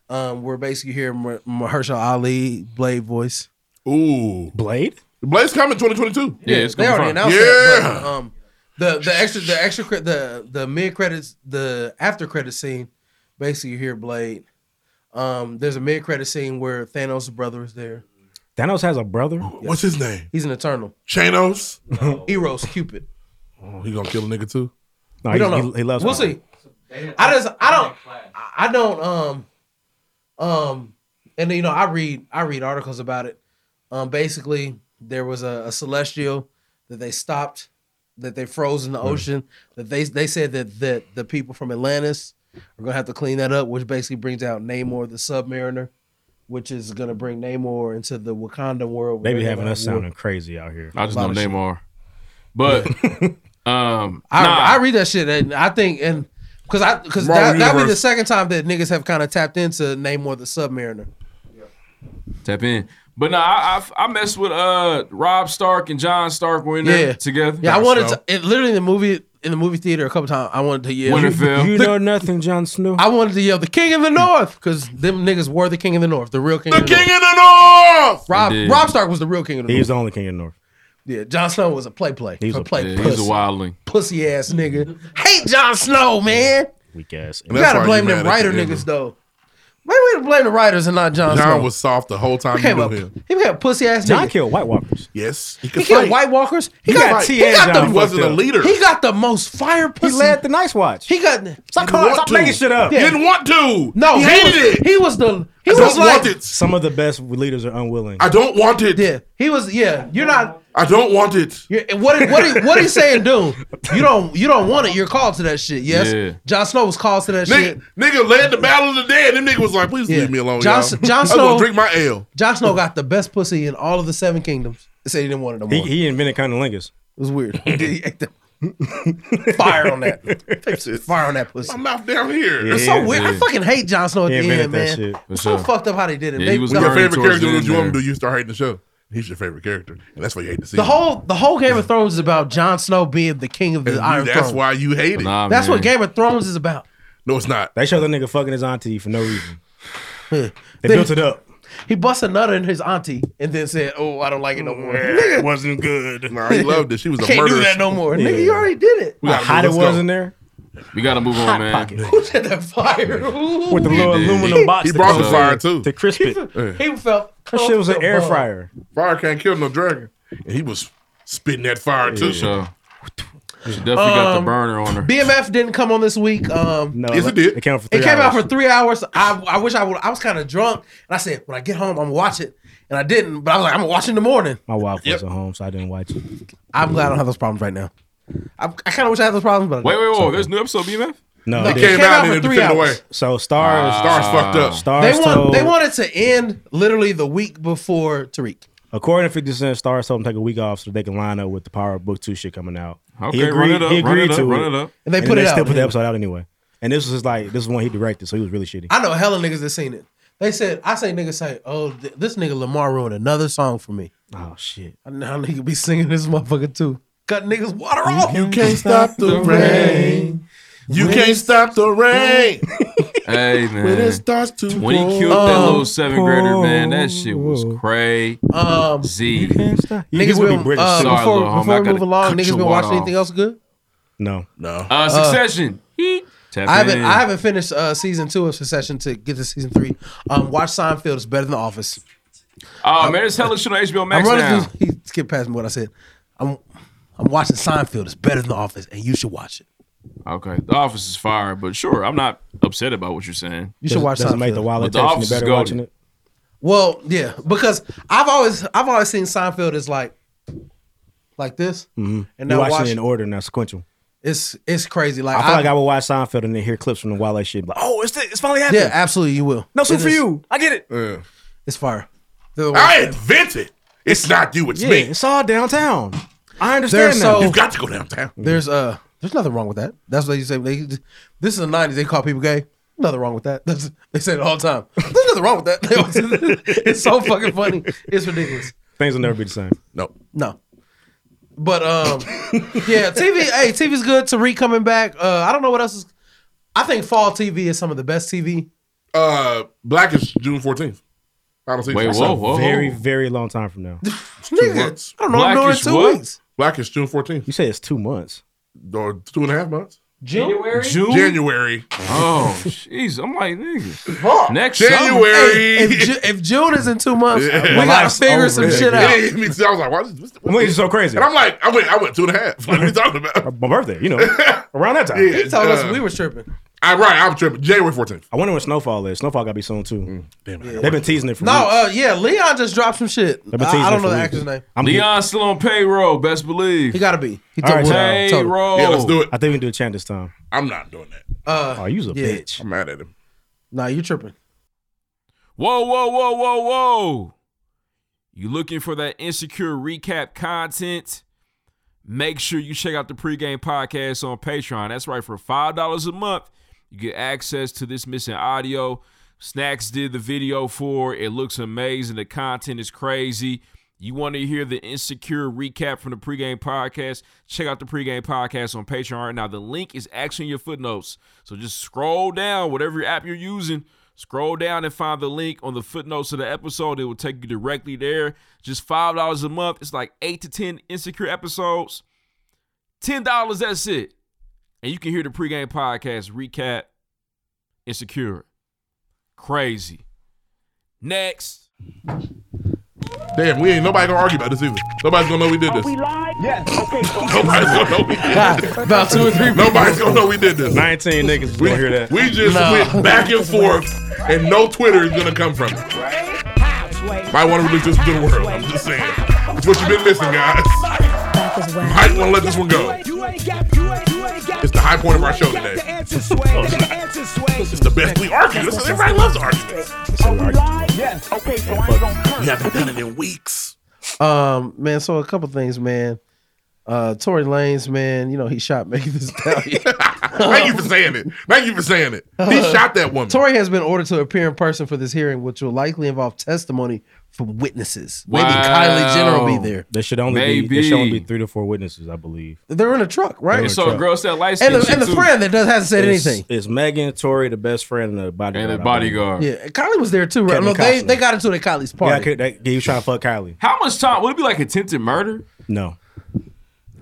[SPEAKER 2] um, we're basically here Maher- Mahershala Ali Blade voice.
[SPEAKER 1] Ooh,
[SPEAKER 3] Blade.
[SPEAKER 1] Blade's coming 2022.
[SPEAKER 12] Yeah, it's
[SPEAKER 2] they
[SPEAKER 12] gonna be
[SPEAKER 2] already
[SPEAKER 12] fun.
[SPEAKER 2] announced
[SPEAKER 1] Yeah.
[SPEAKER 2] that. But, um, the the extra the extra cre- the the mid credits the after credit scene, basically you hear Blade. Um, there's a mid credit scene where Thanos' brother is there.
[SPEAKER 3] Thanos has a brother.
[SPEAKER 1] What's his name?
[SPEAKER 2] He's an Eternal.
[SPEAKER 1] Chanos.
[SPEAKER 2] Eros Cupid.
[SPEAKER 1] Oh, he gonna kill a nigga too?
[SPEAKER 3] No,
[SPEAKER 2] we don't know. we'll see. I just I don't I- I don't um um and you know I read I read articles about it. Um basically there was a, a celestial that they stopped that they froze in the
[SPEAKER 16] Hmm.
[SPEAKER 2] ocean that they they said that that the people from Atlantis are gonna have to clean that up, which basically brings out Namor the Submariner, which is gonna bring Namor into the Wakanda world. where
[SPEAKER 3] They be
[SPEAKER 2] they're
[SPEAKER 3] having
[SPEAKER 2] gonna
[SPEAKER 3] us
[SPEAKER 2] have war.
[SPEAKER 3] sounding crazy out
[SPEAKER 12] Uh,
[SPEAKER 3] here.
[SPEAKER 2] I just know
[SPEAKER 12] Neymar. But um,
[SPEAKER 2] I,
[SPEAKER 12] nah,
[SPEAKER 2] I read that shit and I think and because I because
[SPEAKER 12] Marvel
[SPEAKER 2] that that'd be the
[SPEAKER 12] Universe.
[SPEAKER 2] second time that niggas have kind of tapped into Namor the Submariner.
[SPEAKER 12] tap in. But no, I, I I messed with uh Rob Stark and John Stark were in there
[SPEAKER 2] Yeah.
[SPEAKER 12] together.
[SPEAKER 2] Yeah, I wanted
[SPEAKER 12] So,
[SPEAKER 2] to it, literally in the movie in the movie theater a couple times. I wanted to yell.
[SPEAKER 12] Winterfell. You know
[SPEAKER 2] nothing, John Snow. I wanted to yell the King of the North because them niggas were the King of the North, the real King. The of the King
[SPEAKER 1] of the North.
[SPEAKER 2] Rob
[SPEAKER 12] Indeed.
[SPEAKER 2] Rob Stark was the real King of the
[SPEAKER 3] He's the
[SPEAKER 2] North.
[SPEAKER 3] only king of the north.
[SPEAKER 2] yeah, John Snow was a play play.
[SPEAKER 3] He's
[SPEAKER 2] a
[SPEAKER 3] a-
[SPEAKER 2] play.
[SPEAKER 12] yeah, he's a
[SPEAKER 2] puss.
[SPEAKER 12] wildling.
[SPEAKER 2] pussy ass nigga. Hate John Snow, man.
[SPEAKER 3] Weak ass.
[SPEAKER 2] You gotta blame them writer niggas though. Maybe we blame the writers and not John. Snow.
[SPEAKER 1] John was soft the whole time
[SPEAKER 2] He
[SPEAKER 1] you
[SPEAKER 2] became
[SPEAKER 1] knew
[SPEAKER 2] a-
[SPEAKER 1] him.
[SPEAKER 2] He became a pussy ass nigga.
[SPEAKER 1] John
[SPEAKER 3] killed White Walkers.
[SPEAKER 1] Yes, he
[SPEAKER 2] He
[SPEAKER 1] could
[SPEAKER 2] killed
[SPEAKER 1] fight.
[SPEAKER 2] White Walkers. He
[SPEAKER 1] You
[SPEAKER 2] got,
[SPEAKER 1] got
[SPEAKER 2] he
[SPEAKER 1] T.A.
[SPEAKER 2] got the
[SPEAKER 1] John wasn't a leader.
[SPEAKER 2] He got the most fire pussy. He led
[SPEAKER 3] the Nice Watch.
[SPEAKER 2] He got
[SPEAKER 3] Stop,
[SPEAKER 1] calling- stop making shit up. Didn't want to.
[SPEAKER 2] No,
[SPEAKER 1] He
[SPEAKER 2] he,
[SPEAKER 1] hated
[SPEAKER 2] was,
[SPEAKER 1] it.
[SPEAKER 2] He was the. He
[SPEAKER 1] I
[SPEAKER 2] was
[SPEAKER 1] don't
[SPEAKER 2] like.
[SPEAKER 1] want it.
[SPEAKER 3] Some of the best leaders are unwilling.
[SPEAKER 1] I don't want it.
[SPEAKER 2] Yeah, he was. Yeah, you're not.
[SPEAKER 1] I don't want it.
[SPEAKER 2] You're, and what did- what did- what he saying? Do you don't you don't want it? You're called to that shit. Yes,
[SPEAKER 1] Yeah.
[SPEAKER 2] Jon Snow was called to that shit.
[SPEAKER 1] Nigga, nigga led the battle of the dead. Them nigga was like, please leave me alone.
[SPEAKER 2] Jon,
[SPEAKER 1] y'all.
[SPEAKER 2] Jon
[SPEAKER 1] I'm gonna
[SPEAKER 2] Snow
[SPEAKER 1] drink my ale.
[SPEAKER 2] Jon Snow got the best pussy in all of the Seven Kingdoms. They said he didn't want it no
[SPEAKER 3] He,
[SPEAKER 2] more.
[SPEAKER 3] he invented cunnilingus. It
[SPEAKER 2] was weird. he ate the fire on that. Fire on that pussy.
[SPEAKER 1] My mouth down here.
[SPEAKER 2] it's so weird. I fucking hate Jon Snow at
[SPEAKER 1] He
[SPEAKER 2] the end,
[SPEAKER 1] invented that
[SPEAKER 2] man.
[SPEAKER 1] shit. For
[SPEAKER 2] It's so
[SPEAKER 1] sure.
[SPEAKER 2] fucked up how they did it.
[SPEAKER 1] Yeah,
[SPEAKER 2] they,
[SPEAKER 1] he was
[SPEAKER 2] the,
[SPEAKER 1] your favorite
[SPEAKER 12] towards
[SPEAKER 1] character.
[SPEAKER 12] the
[SPEAKER 1] What
[SPEAKER 12] end
[SPEAKER 1] you want him to
[SPEAKER 12] there.
[SPEAKER 1] do? You start hating the show. He's your favorite character, and that's why you hate to see.
[SPEAKER 2] the
[SPEAKER 1] him.
[SPEAKER 2] whole the whole Game of Thrones is about Jon Snow being the king of the
[SPEAKER 1] And
[SPEAKER 2] Iron
[SPEAKER 1] that's
[SPEAKER 2] Throne.
[SPEAKER 1] why you hate it.
[SPEAKER 3] Nah,
[SPEAKER 2] That's what
[SPEAKER 3] man.
[SPEAKER 2] Game of Thrones is about.
[SPEAKER 1] No, it's not.
[SPEAKER 3] They show the nigga fucking his auntie for no reason.
[SPEAKER 2] they
[SPEAKER 3] built it up.
[SPEAKER 2] He busts a nut in his auntie and then said, "Oh, I don't like it no more." Nigga,
[SPEAKER 1] wasn't good. Nah, he loved it. She was a
[SPEAKER 2] Can't do
[SPEAKER 1] murderess.
[SPEAKER 2] that no more. Nigga,
[SPEAKER 1] Yeah.
[SPEAKER 2] you already did it.
[SPEAKER 1] We gotta
[SPEAKER 3] How hot
[SPEAKER 1] move.
[SPEAKER 3] it
[SPEAKER 1] Let's
[SPEAKER 3] was
[SPEAKER 1] go.
[SPEAKER 3] in there?
[SPEAKER 12] we gotta move on, Oh, man.
[SPEAKER 2] Who said that fire? Ooh.
[SPEAKER 3] With the little
[SPEAKER 12] He did.
[SPEAKER 3] aluminum
[SPEAKER 12] He-
[SPEAKER 3] box.
[SPEAKER 12] he
[SPEAKER 3] that
[SPEAKER 12] brought
[SPEAKER 3] comes
[SPEAKER 12] the
[SPEAKER 3] in
[SPEAKER 12] fire, too.
[SPEAKER 3] To crisp it.
[SPEAKER 2] He felt
[SPEAKER 3] That shit was an air fryer.
[SPEAKER 1] Fire can't kill no dragon. And he was spitting that fire too.
[SPEAKER 12] So she definitely got the
[SPEAKER 2] Um,
[SPEAKER 12] burner on her.
[SPEAKER 2] BMF didn't come on this week. Um,
[SPEAKER 3] No,
[SPEAKER 12] Yes, it did. it came out for
[SPEAKER 2] it
[SPEAKER 12] three
[SPEAKER 2] came out
[SPEAKER 12] hours.
[SPEAKER 2] for three hours. I, I wish I would. I was kind of drunk, and I said, when I get home, I'm gonna watch it, and I didn't. But I was like, I'm gonna watch it in the morning.
[SPEAKER 3] My wife wasn't home, so I didn't watch it.
[SPEAKER 2] I'm glad I don't have those problems right now. I, I kind of wish I had those problems, but I
[SPEAKER 12] Wait,
[SPEAKER 2] don't.
[SPEAKER 12] wait, wait! There's a new episode, BMF.
[SPEAKER 3] No,
[SPEAKER 2] No,
[SPEAKER 3] it
[SPEAKER 2] it
[SPEAKER 3] didn't.
[SPEAKER 2] came out and it was taken away.
[SPEAKER 3] So stars,
[SPEAKER 12] Ah. Stars fucked up.
[SPEAKER 3] Stars
[SPEAKER 2] they want
[SPEAKER 3] told,
[SPEAKER 2] they wanted to end literally the week before Tariq.
[SPEAKER 3] According to 50 Cent, stars told him to take a week off so they can line up with the Power Book Two shit coming out.
[SPEAKER 12] Okay, run it up, run it up, run it up.
[SPEAKER 2] And they put it
[SPEAKER 3] Still
[SPEAKER 2] out.
[SPEAKER 3] put the episode out anyway. And this was just like this is one he directed, so he was really shitty.
[SPEAKER 2] I know hella niggas that seen it. They said I say niggas say, oh th- this nigga Lamar ruined another song for me.
[SPEAKER 3] Oh shit!
[SPEAKER 2] I know how nigga be singing this motherfucker too. Cut niggas water off.
[SPEAKER 1] You can't stop the rain. You can't stop the rain.
[SPEAKER 12] Hey man,
[SPEAKER 1] When it starts to
[SPEAKER 12] when he
[SPEAKER 1] pour.
[SPEAKER 12] killed that little
[SPEAKER 1] Um,
[SPEAKER 12] seven grader, man, that shit was crazy.
[SPEAKER 2] Um,
[SPEAKER 12] Z.
[SPEAKER 2] Niggas been uh,
[SPEAKER 12] Sorry,
[SPEAKER 2] before,
[SPEAKER 12] little
[SPEAKER 2] before
[SPEAKER 12] homie, I
[SPEAKER 2] we
[SPEAKER 12] gotta
[SPEAKER 2] move along.
[SPEAKER 12] cut
[SPEAKER 2] Niggas
[SPEAKER 12] your
[SPEAKER 2] been
[SPEAKER 12] water
[SPEAKER 2] watching anything else good?
[SPEAKER 3] No, no.
[SPEAKER 12] off. Uh, Succession. Tap
[SPEAKER 2] I haven't
[SPEAKER 12] in.
[SPEAKER 2] I haven't finished uh, season two of Succession to get to season three. Um, watch Seinfeld. It's better than The Office.
[SPEAKER 12] Oh man, there's hella shit on HBO Max
[SPEAKER 2] I'm
[SPEAKER 12] now.
[SPEAKER 2] running through. He skipped past me what I said. I'm I'm watching Seinfeld. It's better than The Office, and you should watch it.
[SPEAKER 12] Okay, The Office is fire, but sure, I'm not upset about what you're saying.
[SPEAKER 2] You should Does- watch does it Seinfeld. make the wallet
[SPEAKER 12] But The
[SPEAKER 2] taste any
[SPEAKER 12] Office is
[SPEAKER 2] better
[SPEAKER 12] golden.
[SPEAKER 2] watching
[SPEAKER 3] it?
[SPEAKER 2] Well, yeah, because I've always I've always seen Seinfeld as like like this,
[SPEAKER 3] Mm-hmm.
[SPEAKER 2] and
[SPEAKER 3] you
[SPEAKER 2] now
[SPEAKER 3] watching
[SPEAKER 2] watch
[SPEAKER 3] it in order now, sequential.
[SPEAKER 2] it's it's crazy. Like
[SPEAKER 3] I feel like I would watch Seinfeld and then hear clips from the Wale shit. Like, oh, it's it's finally happening.
[SPEAKER 2] yeah, absolutely you will.
[SPEAKER 3] No soup
[SPEAKER 2] It
[SPEAKER 3] for
[SPEAKER 2] is-
[SPEAKER 3] you. I get it.
[SPEAKER 2] It's fire. The-
[SPEAKER 1] I invented. It's not you. It's
[SPEAKER 3] yeah,
[SPEAKER 1] me.
[SPEAKER 3] it's all downtown. I
[SPEAKER 2] They're
[SPEAKER 3] understand
[SPEAKER 2] so
[SPEAKER 3] now.
[SPEAKER 1] You've got to go downtown.
[SPEAKER 3] Mm-hmm.
[SPEAKER 2] There's uh there's nothing wrong with that. That's what they say. They this is the '90s. They call people gay. Nothing wrong with that. That's, they say it all the time. There's nothing wrong with that. They always- it's so fucking funny. It's ridiculous.
[SPEAKER 3] Things will never be the same.
[SPEAKER 1] No.
[SPEAKER 2] No. But um, yeah, TV. Hey, TV's good. Tariq coming back. Uh, I don't know what else is. I think fall TV is some of the best TV.
[SPEAKER 1] Uh, Black is June 14th. Final season.
[SPEAKER 3] That's a
[SPEAKER 2] Oh.
[SPEAKER 3] Very, very long time from now.
[SPEAKER 1] Two months.
[SPEAKER 2] I don't know. I'm doing two weeks.
[SPEAKER 1] Black is June 14th.
[SPEAKER 3] You say it's two months.
[SPEAKER 1] Or two and a half months.
[SPEAKER 2] June? January? June?
[SPEAKER 1] January.
[SPEAKER 12] Oh, jeez. I'm like, nigga.
[SPEAKER 2] Fuck.
[SPEAKER 12] Next
[SPEAKER 2] Hey, if, Ju- if June is in two months, we gotta figure some shit out.
[SPEAKER 1] Yeah, me too. I was like, why is this?
[SPEAKER 3] When is it so crazy?
[SPEAKER 1] And I'm like, I went, I went two and a half. What are you talking about?
[SPEAKER 3] My birthday, you know, around that time.
[SPEAKER 1] Yeah, He told us uh, we
[SPEAKER 2] were tripping.
[SPEAKER 1] I right, I'm tripping. January 14th.
[SPEAKER 3] I wonder when snowfall is. Snowfall got to be soon
[SPEAKER 12] Mm.
[SPEAKER 3] too. damn
[SPEAKER 2] it.
[SPEAKER 3] They've been teasing it for
[SPEAKER 2] No,
[SPEAKER 3] weeks.
[SPEAKER 2] uh, yeah, Leon just dropped some shit.
[SPEAKER 3] They've been
[SPEAKER 2] I,
[SPEAKER 3] teasing
[SPEAKER 2] I
[SPEAKER 3] it
[SPEAKER 2] don't
[SPEAKER 3] for
[SPEAKER 2] know the
[SPEAKER 3] weeks.
[SPEAKER 2] actor's name.
[SPEAKER 3] I'm
[SPEAKER 12] Leon's still on payroll, best believe. He
[SPEAKER 2] got to be. He
[SPEAKER 3] All right, y'all. Tell him.
[SPEAKER 12] payroll.
[SPEAKER 3] I think we can do a chant this time.
[SPEAKER 1] I'm not doing that.
[SPEAKER 2] Uh,
[SPEAKER 3] Oh, you's a
[SPEAKER 2] yeah.
[SPEAKER 3] bitch.
[SPEAKER 1] I'm mad at him.
[SPEAKER 2] Nah, you tripping.
[SPEAKER 12] Whoa, whoa, whoa, whoa, whoa. You looking for that insecure recap content? Make sure you check out the pregame podcast on Patreon. That's right, for $5 a month, you get access to this missing audio. Snacks did the video for it. It looks amazing. The content is crazy. You want to hear the insecure recap from the pregame podcast? Check out the pregame podcast on Patreon right now. The link is actually in your footnotes. So just scroll down, whatever app you're using, Scroll down and find the link on the footnotes of the episode. It will take you directly there. Just five dollars a month. It's like eight to ten insecure episodes. Ten dollars. That's it. And you can hear the pregame podcast recap. Insecure. Crazy. Next.
[SPEAKER 1] Damn, we ain't nobody gonna argue about this either. Nobody's gonna know we did this.
[SPEAKER 13] live? Yes. Okay. So
[SPEAKER 1] Nobody's gonna know we did this.
[SPEAKER 2] About two or three.
[SPEAKER 1] Nobody's gonna know we did this.
[SPEAKER 3] 19 niggas
[SPEAKER 1] We,
[SPEAKER 3] gonna hear that.
[SPEAKER 1] we just
[SPEAKER 3] Nah.
[SPEAKER 1] went back and forth, and no Twitter is gonna come from it. Might want to release this to the world. I'm just saying. It's what you've been missing, guys. Might want to let this one go. It's the high point of our show today.
[SPEAKER 2] Oh,
[SPEAKER 1] It's the best we argue. This is- Everybody loves arguing.
[SPEAKER 13] Yes. Okay. So I
[SPEAKER 1] We haven't done it in weeks.
[SPEAKER 2] Um, man, so a couple things, man. Uh, Tory Lanez, man, you know he shot Megan Thee Stallion.
[SPEAKER 1] Thank you for saying it. Thank you for saying it. He shot that woman.
[SPEAKER 2] Tory has been ordered to appear in person for this hearing, which will likely involve testimony from witnesses. Maybe Kylie Jenner will be there.
[SPEAKER 3] There should only be there
[SPEAKER 2] Maybe.
[SPEAKER 3] should only be three to four witnesses, I believe.
[SPEAKER 2] They're in a truck, right?
[SPEAKER 3] And so a girl said
[SPEAKER 12] light
[SPEAKER 2] and the, and the friend that does, hasn't said
[SPEAKER 3] It's-
[SPEAKER 2] anything.
[SPEAKER 3] It's Megan, Tori, the best friend, and the bodyguard.
[SPEAKER 12] And the bodyguard.
[SPEAKER 2] Yeah, and Kylie was there too, right?
[SPEAKER 3] Kevin
[SPEAKER 2] No, they,
[SPEAKER 3] Costner.
[SPEAKER 2] they got into the Kylie's
[SPEAKER 3] Yeah, I
[SPEAKER 2] party.
[SPEAKER 3] could, that, he was trying to fuck Kylie.
[SPEAKER 12] How much time? Would it be like attempted murder?
[SPEAKER 3] No.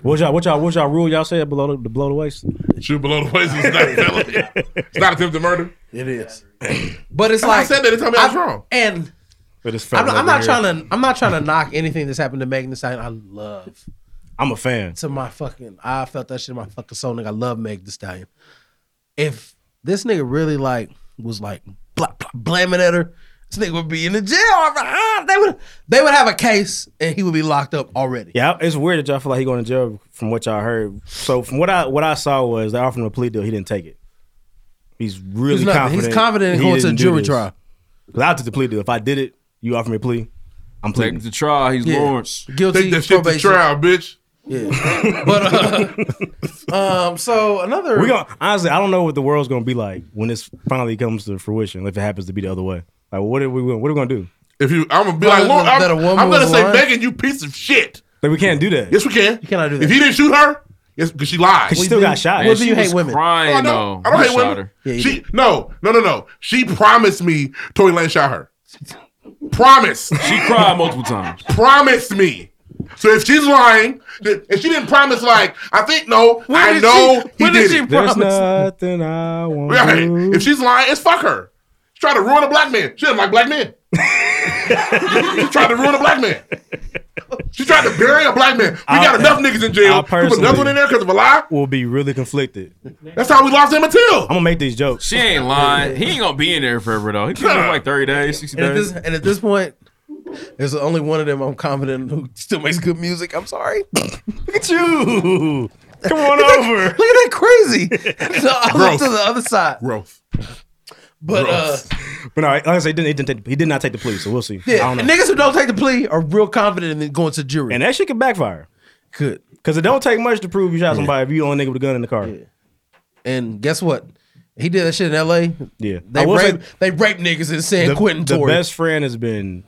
[SPEAKER 3] What y'all? What y'all? What y'all rule? Y'all said below the, the below the waist.
[SPEAKER 1] Shoot below the waist is not a felony. It's not attempted murder.
[SPEAKER 2] It is. but
[SPEAKER 1] That's
[SPEAKER 2] it's
[SPEAKER 1] why I
[SPEAKER 2] like
[SPEAKER 1] said that. They told me I was
[SPEAKER 2] I-
[SPEAKER 1] wrong.
[SPEAKER 2] And
[SPEAKER 3] But it's
[SPEAKER 2] I'm, I'm not trying to. I'm not trying to knock anything that's happened to Megan Thee Stallion. I love.
[SPEAKER 3] I'm a fan.
[SPEAKER 2] To my fucking, I felt that shit in my fucking soul, nigga. I love Meg Thee Stallion. If this nigga really like was like blah, blah, blaming at her, this nigga would be in the jail. Ah, They would, they would have a case, and he would be locked up already.
[SPEAKER 3] Yeah, it's weird that y'all feel like he going to jail from what y'all heard. So from what I what I saw was they offered him a plea deal. He didn't take it. He's really
[SPEAKER 2] He's nothing.
[SPEAKER 3] confident.
[SPEAKER 2] He's confident in
[SPEAKER 3] he
[SPEAKER 2] going to
[SPEAKER 3] didn't
[SPEAKER 2] a
[SPEAKER 3] do
[SPEAKER 2] jury
[SPEAKER 3] this.
[SPEAKER 2] trial.
[SPEAKER 3] 'Cause I took the plea deal. If I did it, you offer me a plea. I'm
[SPEAKER 12] Take
[SPEAKER 3] pleading.
[SPEAKER 12] it to trial. He's
[SPEAKER 2] Yeah.
[SPEAKER 12] Lawrence.
[SPEAKER 2] Guilty,
[SPEAKER 12] Take that shit to
[SPEAKER 2] probation.
[SPEAKER 12] trial,
[SPEAKER 1] bitch.
[SPEAKER 2] Yeah, but uh, um, so another
[SPEAKER 3] We gonna honestly, I don't know what the world's gonna be like when this finally comes to fruition. If it happens to be the other way, like what are we what are we gonna do?
[SPEAKER 1] If you, I'm gonna be like, Lord, I'm, I'm gonna say, Megan, you piece of shit.
[SPEAKER 3] But we can't do that.
[SPEAKER 1] Yes, we can.
[SPEAKER 2] You cannot do that.
[SPEAKER 1] If he didn't shoot her, yes, because she lied.
[SPEAKER 3] She still got shot.
[SPEAKER 1] Whether I
[SPEAKER 12] Crying,
[SPEAKER 1] don't,
[SPEAKER 12] though.
[SPEAKER 1] Oh, I don't
[SPEAKER 12] You
[SPEAKER 1] hate
[SPEAKER 12] shot
[SPEAKER 1] women.
[SPEAKER 12] her.
[SPEAKER 1] she no, no, no, no. She promised me Tory Lane shot her. Promise.
[SPEAKER 12] She cried multiple times.
[SPEAKER 1] promised me. So if she's lying, th- and she didn't promise, like I think no, I
[SPEAKER 3] did
[SPEAKER 1] know
[SPEAKER 3] she-
[SPEAKER 1] he
[SPEAKER 3] when
[SPEAKER 1] did,
[SPEAKER 3] did she
[SPEAKER 1] it.
[SPEAKER 3] There's promise? nothing I want.
[SPEAKER 1] Right. If she's lying, it's fuck her. She tried to ruin a black man. She doesn't like black men. she tried to ruin a black man. She tried to bury a black man. We got
[SPEAKER 3] I-
[SPEAKER 1] enough niggas in jail.
[SPEAKER 3] I
[SPEAKER 1] We put another one in there because of a lie.
[SPEAKER 3] We'll be really conflicted.
[SPEAKER 1] That's how we lost him until. I'm
[SPEAKER 3] gonna make these jokes.
[SPEAKER 12] She ain't lying. He ain't gonna be in there forever though. He been there for like thirty days, sixty
[SPEAKER 2] And at, this,
[SPEAKER 12] days.
[SPEAKER 2] and at this point, there's only one of them I'm confident who still makes good music. I'm sorry. Look at you.
[SPEAKER 3] Come on
[SPEAKER 2] Look at-
[SPEAKER 3] over.
[SPEAKER 2] Look at that crazy. So I look
[SPEAKER 3] Growth.
[SPEAKER 2] to the other side.
[SPEAKER 1] Growth.
[SPEAKER 2] But uh,
[SPEAKER 3] But no, like I said, he didn't, he didn't take, he did not take the plea, so we'll see.
[SPEAKER 2] yeah,
[SPEAKER 3] I don't know.
[SPEAKER 2] niggas who don't take the plea are real confident in going to jury.
[SPEAKER 3] and that shit could backfire.
[SPEAKER 2] Could.
[SPEAKER 3] Because it don't take much to prove you shot somebody if you own a nigga with a gun in the car.
[SPEAKER 2] And guess what? He did that shit in L.A.
[SPEAKER 3] Yeah. I
[SPEAKER 2] They
[SPEAKER 3] will say
[SPEAKER 2] rape, they rape niggas in San
[SPEAKER 3] the,
[SPEAKER 2] Quentin.
[SPEAKER 3] the
[SPEAKER 2] Tory.
[SPEAKER 3] best friend has been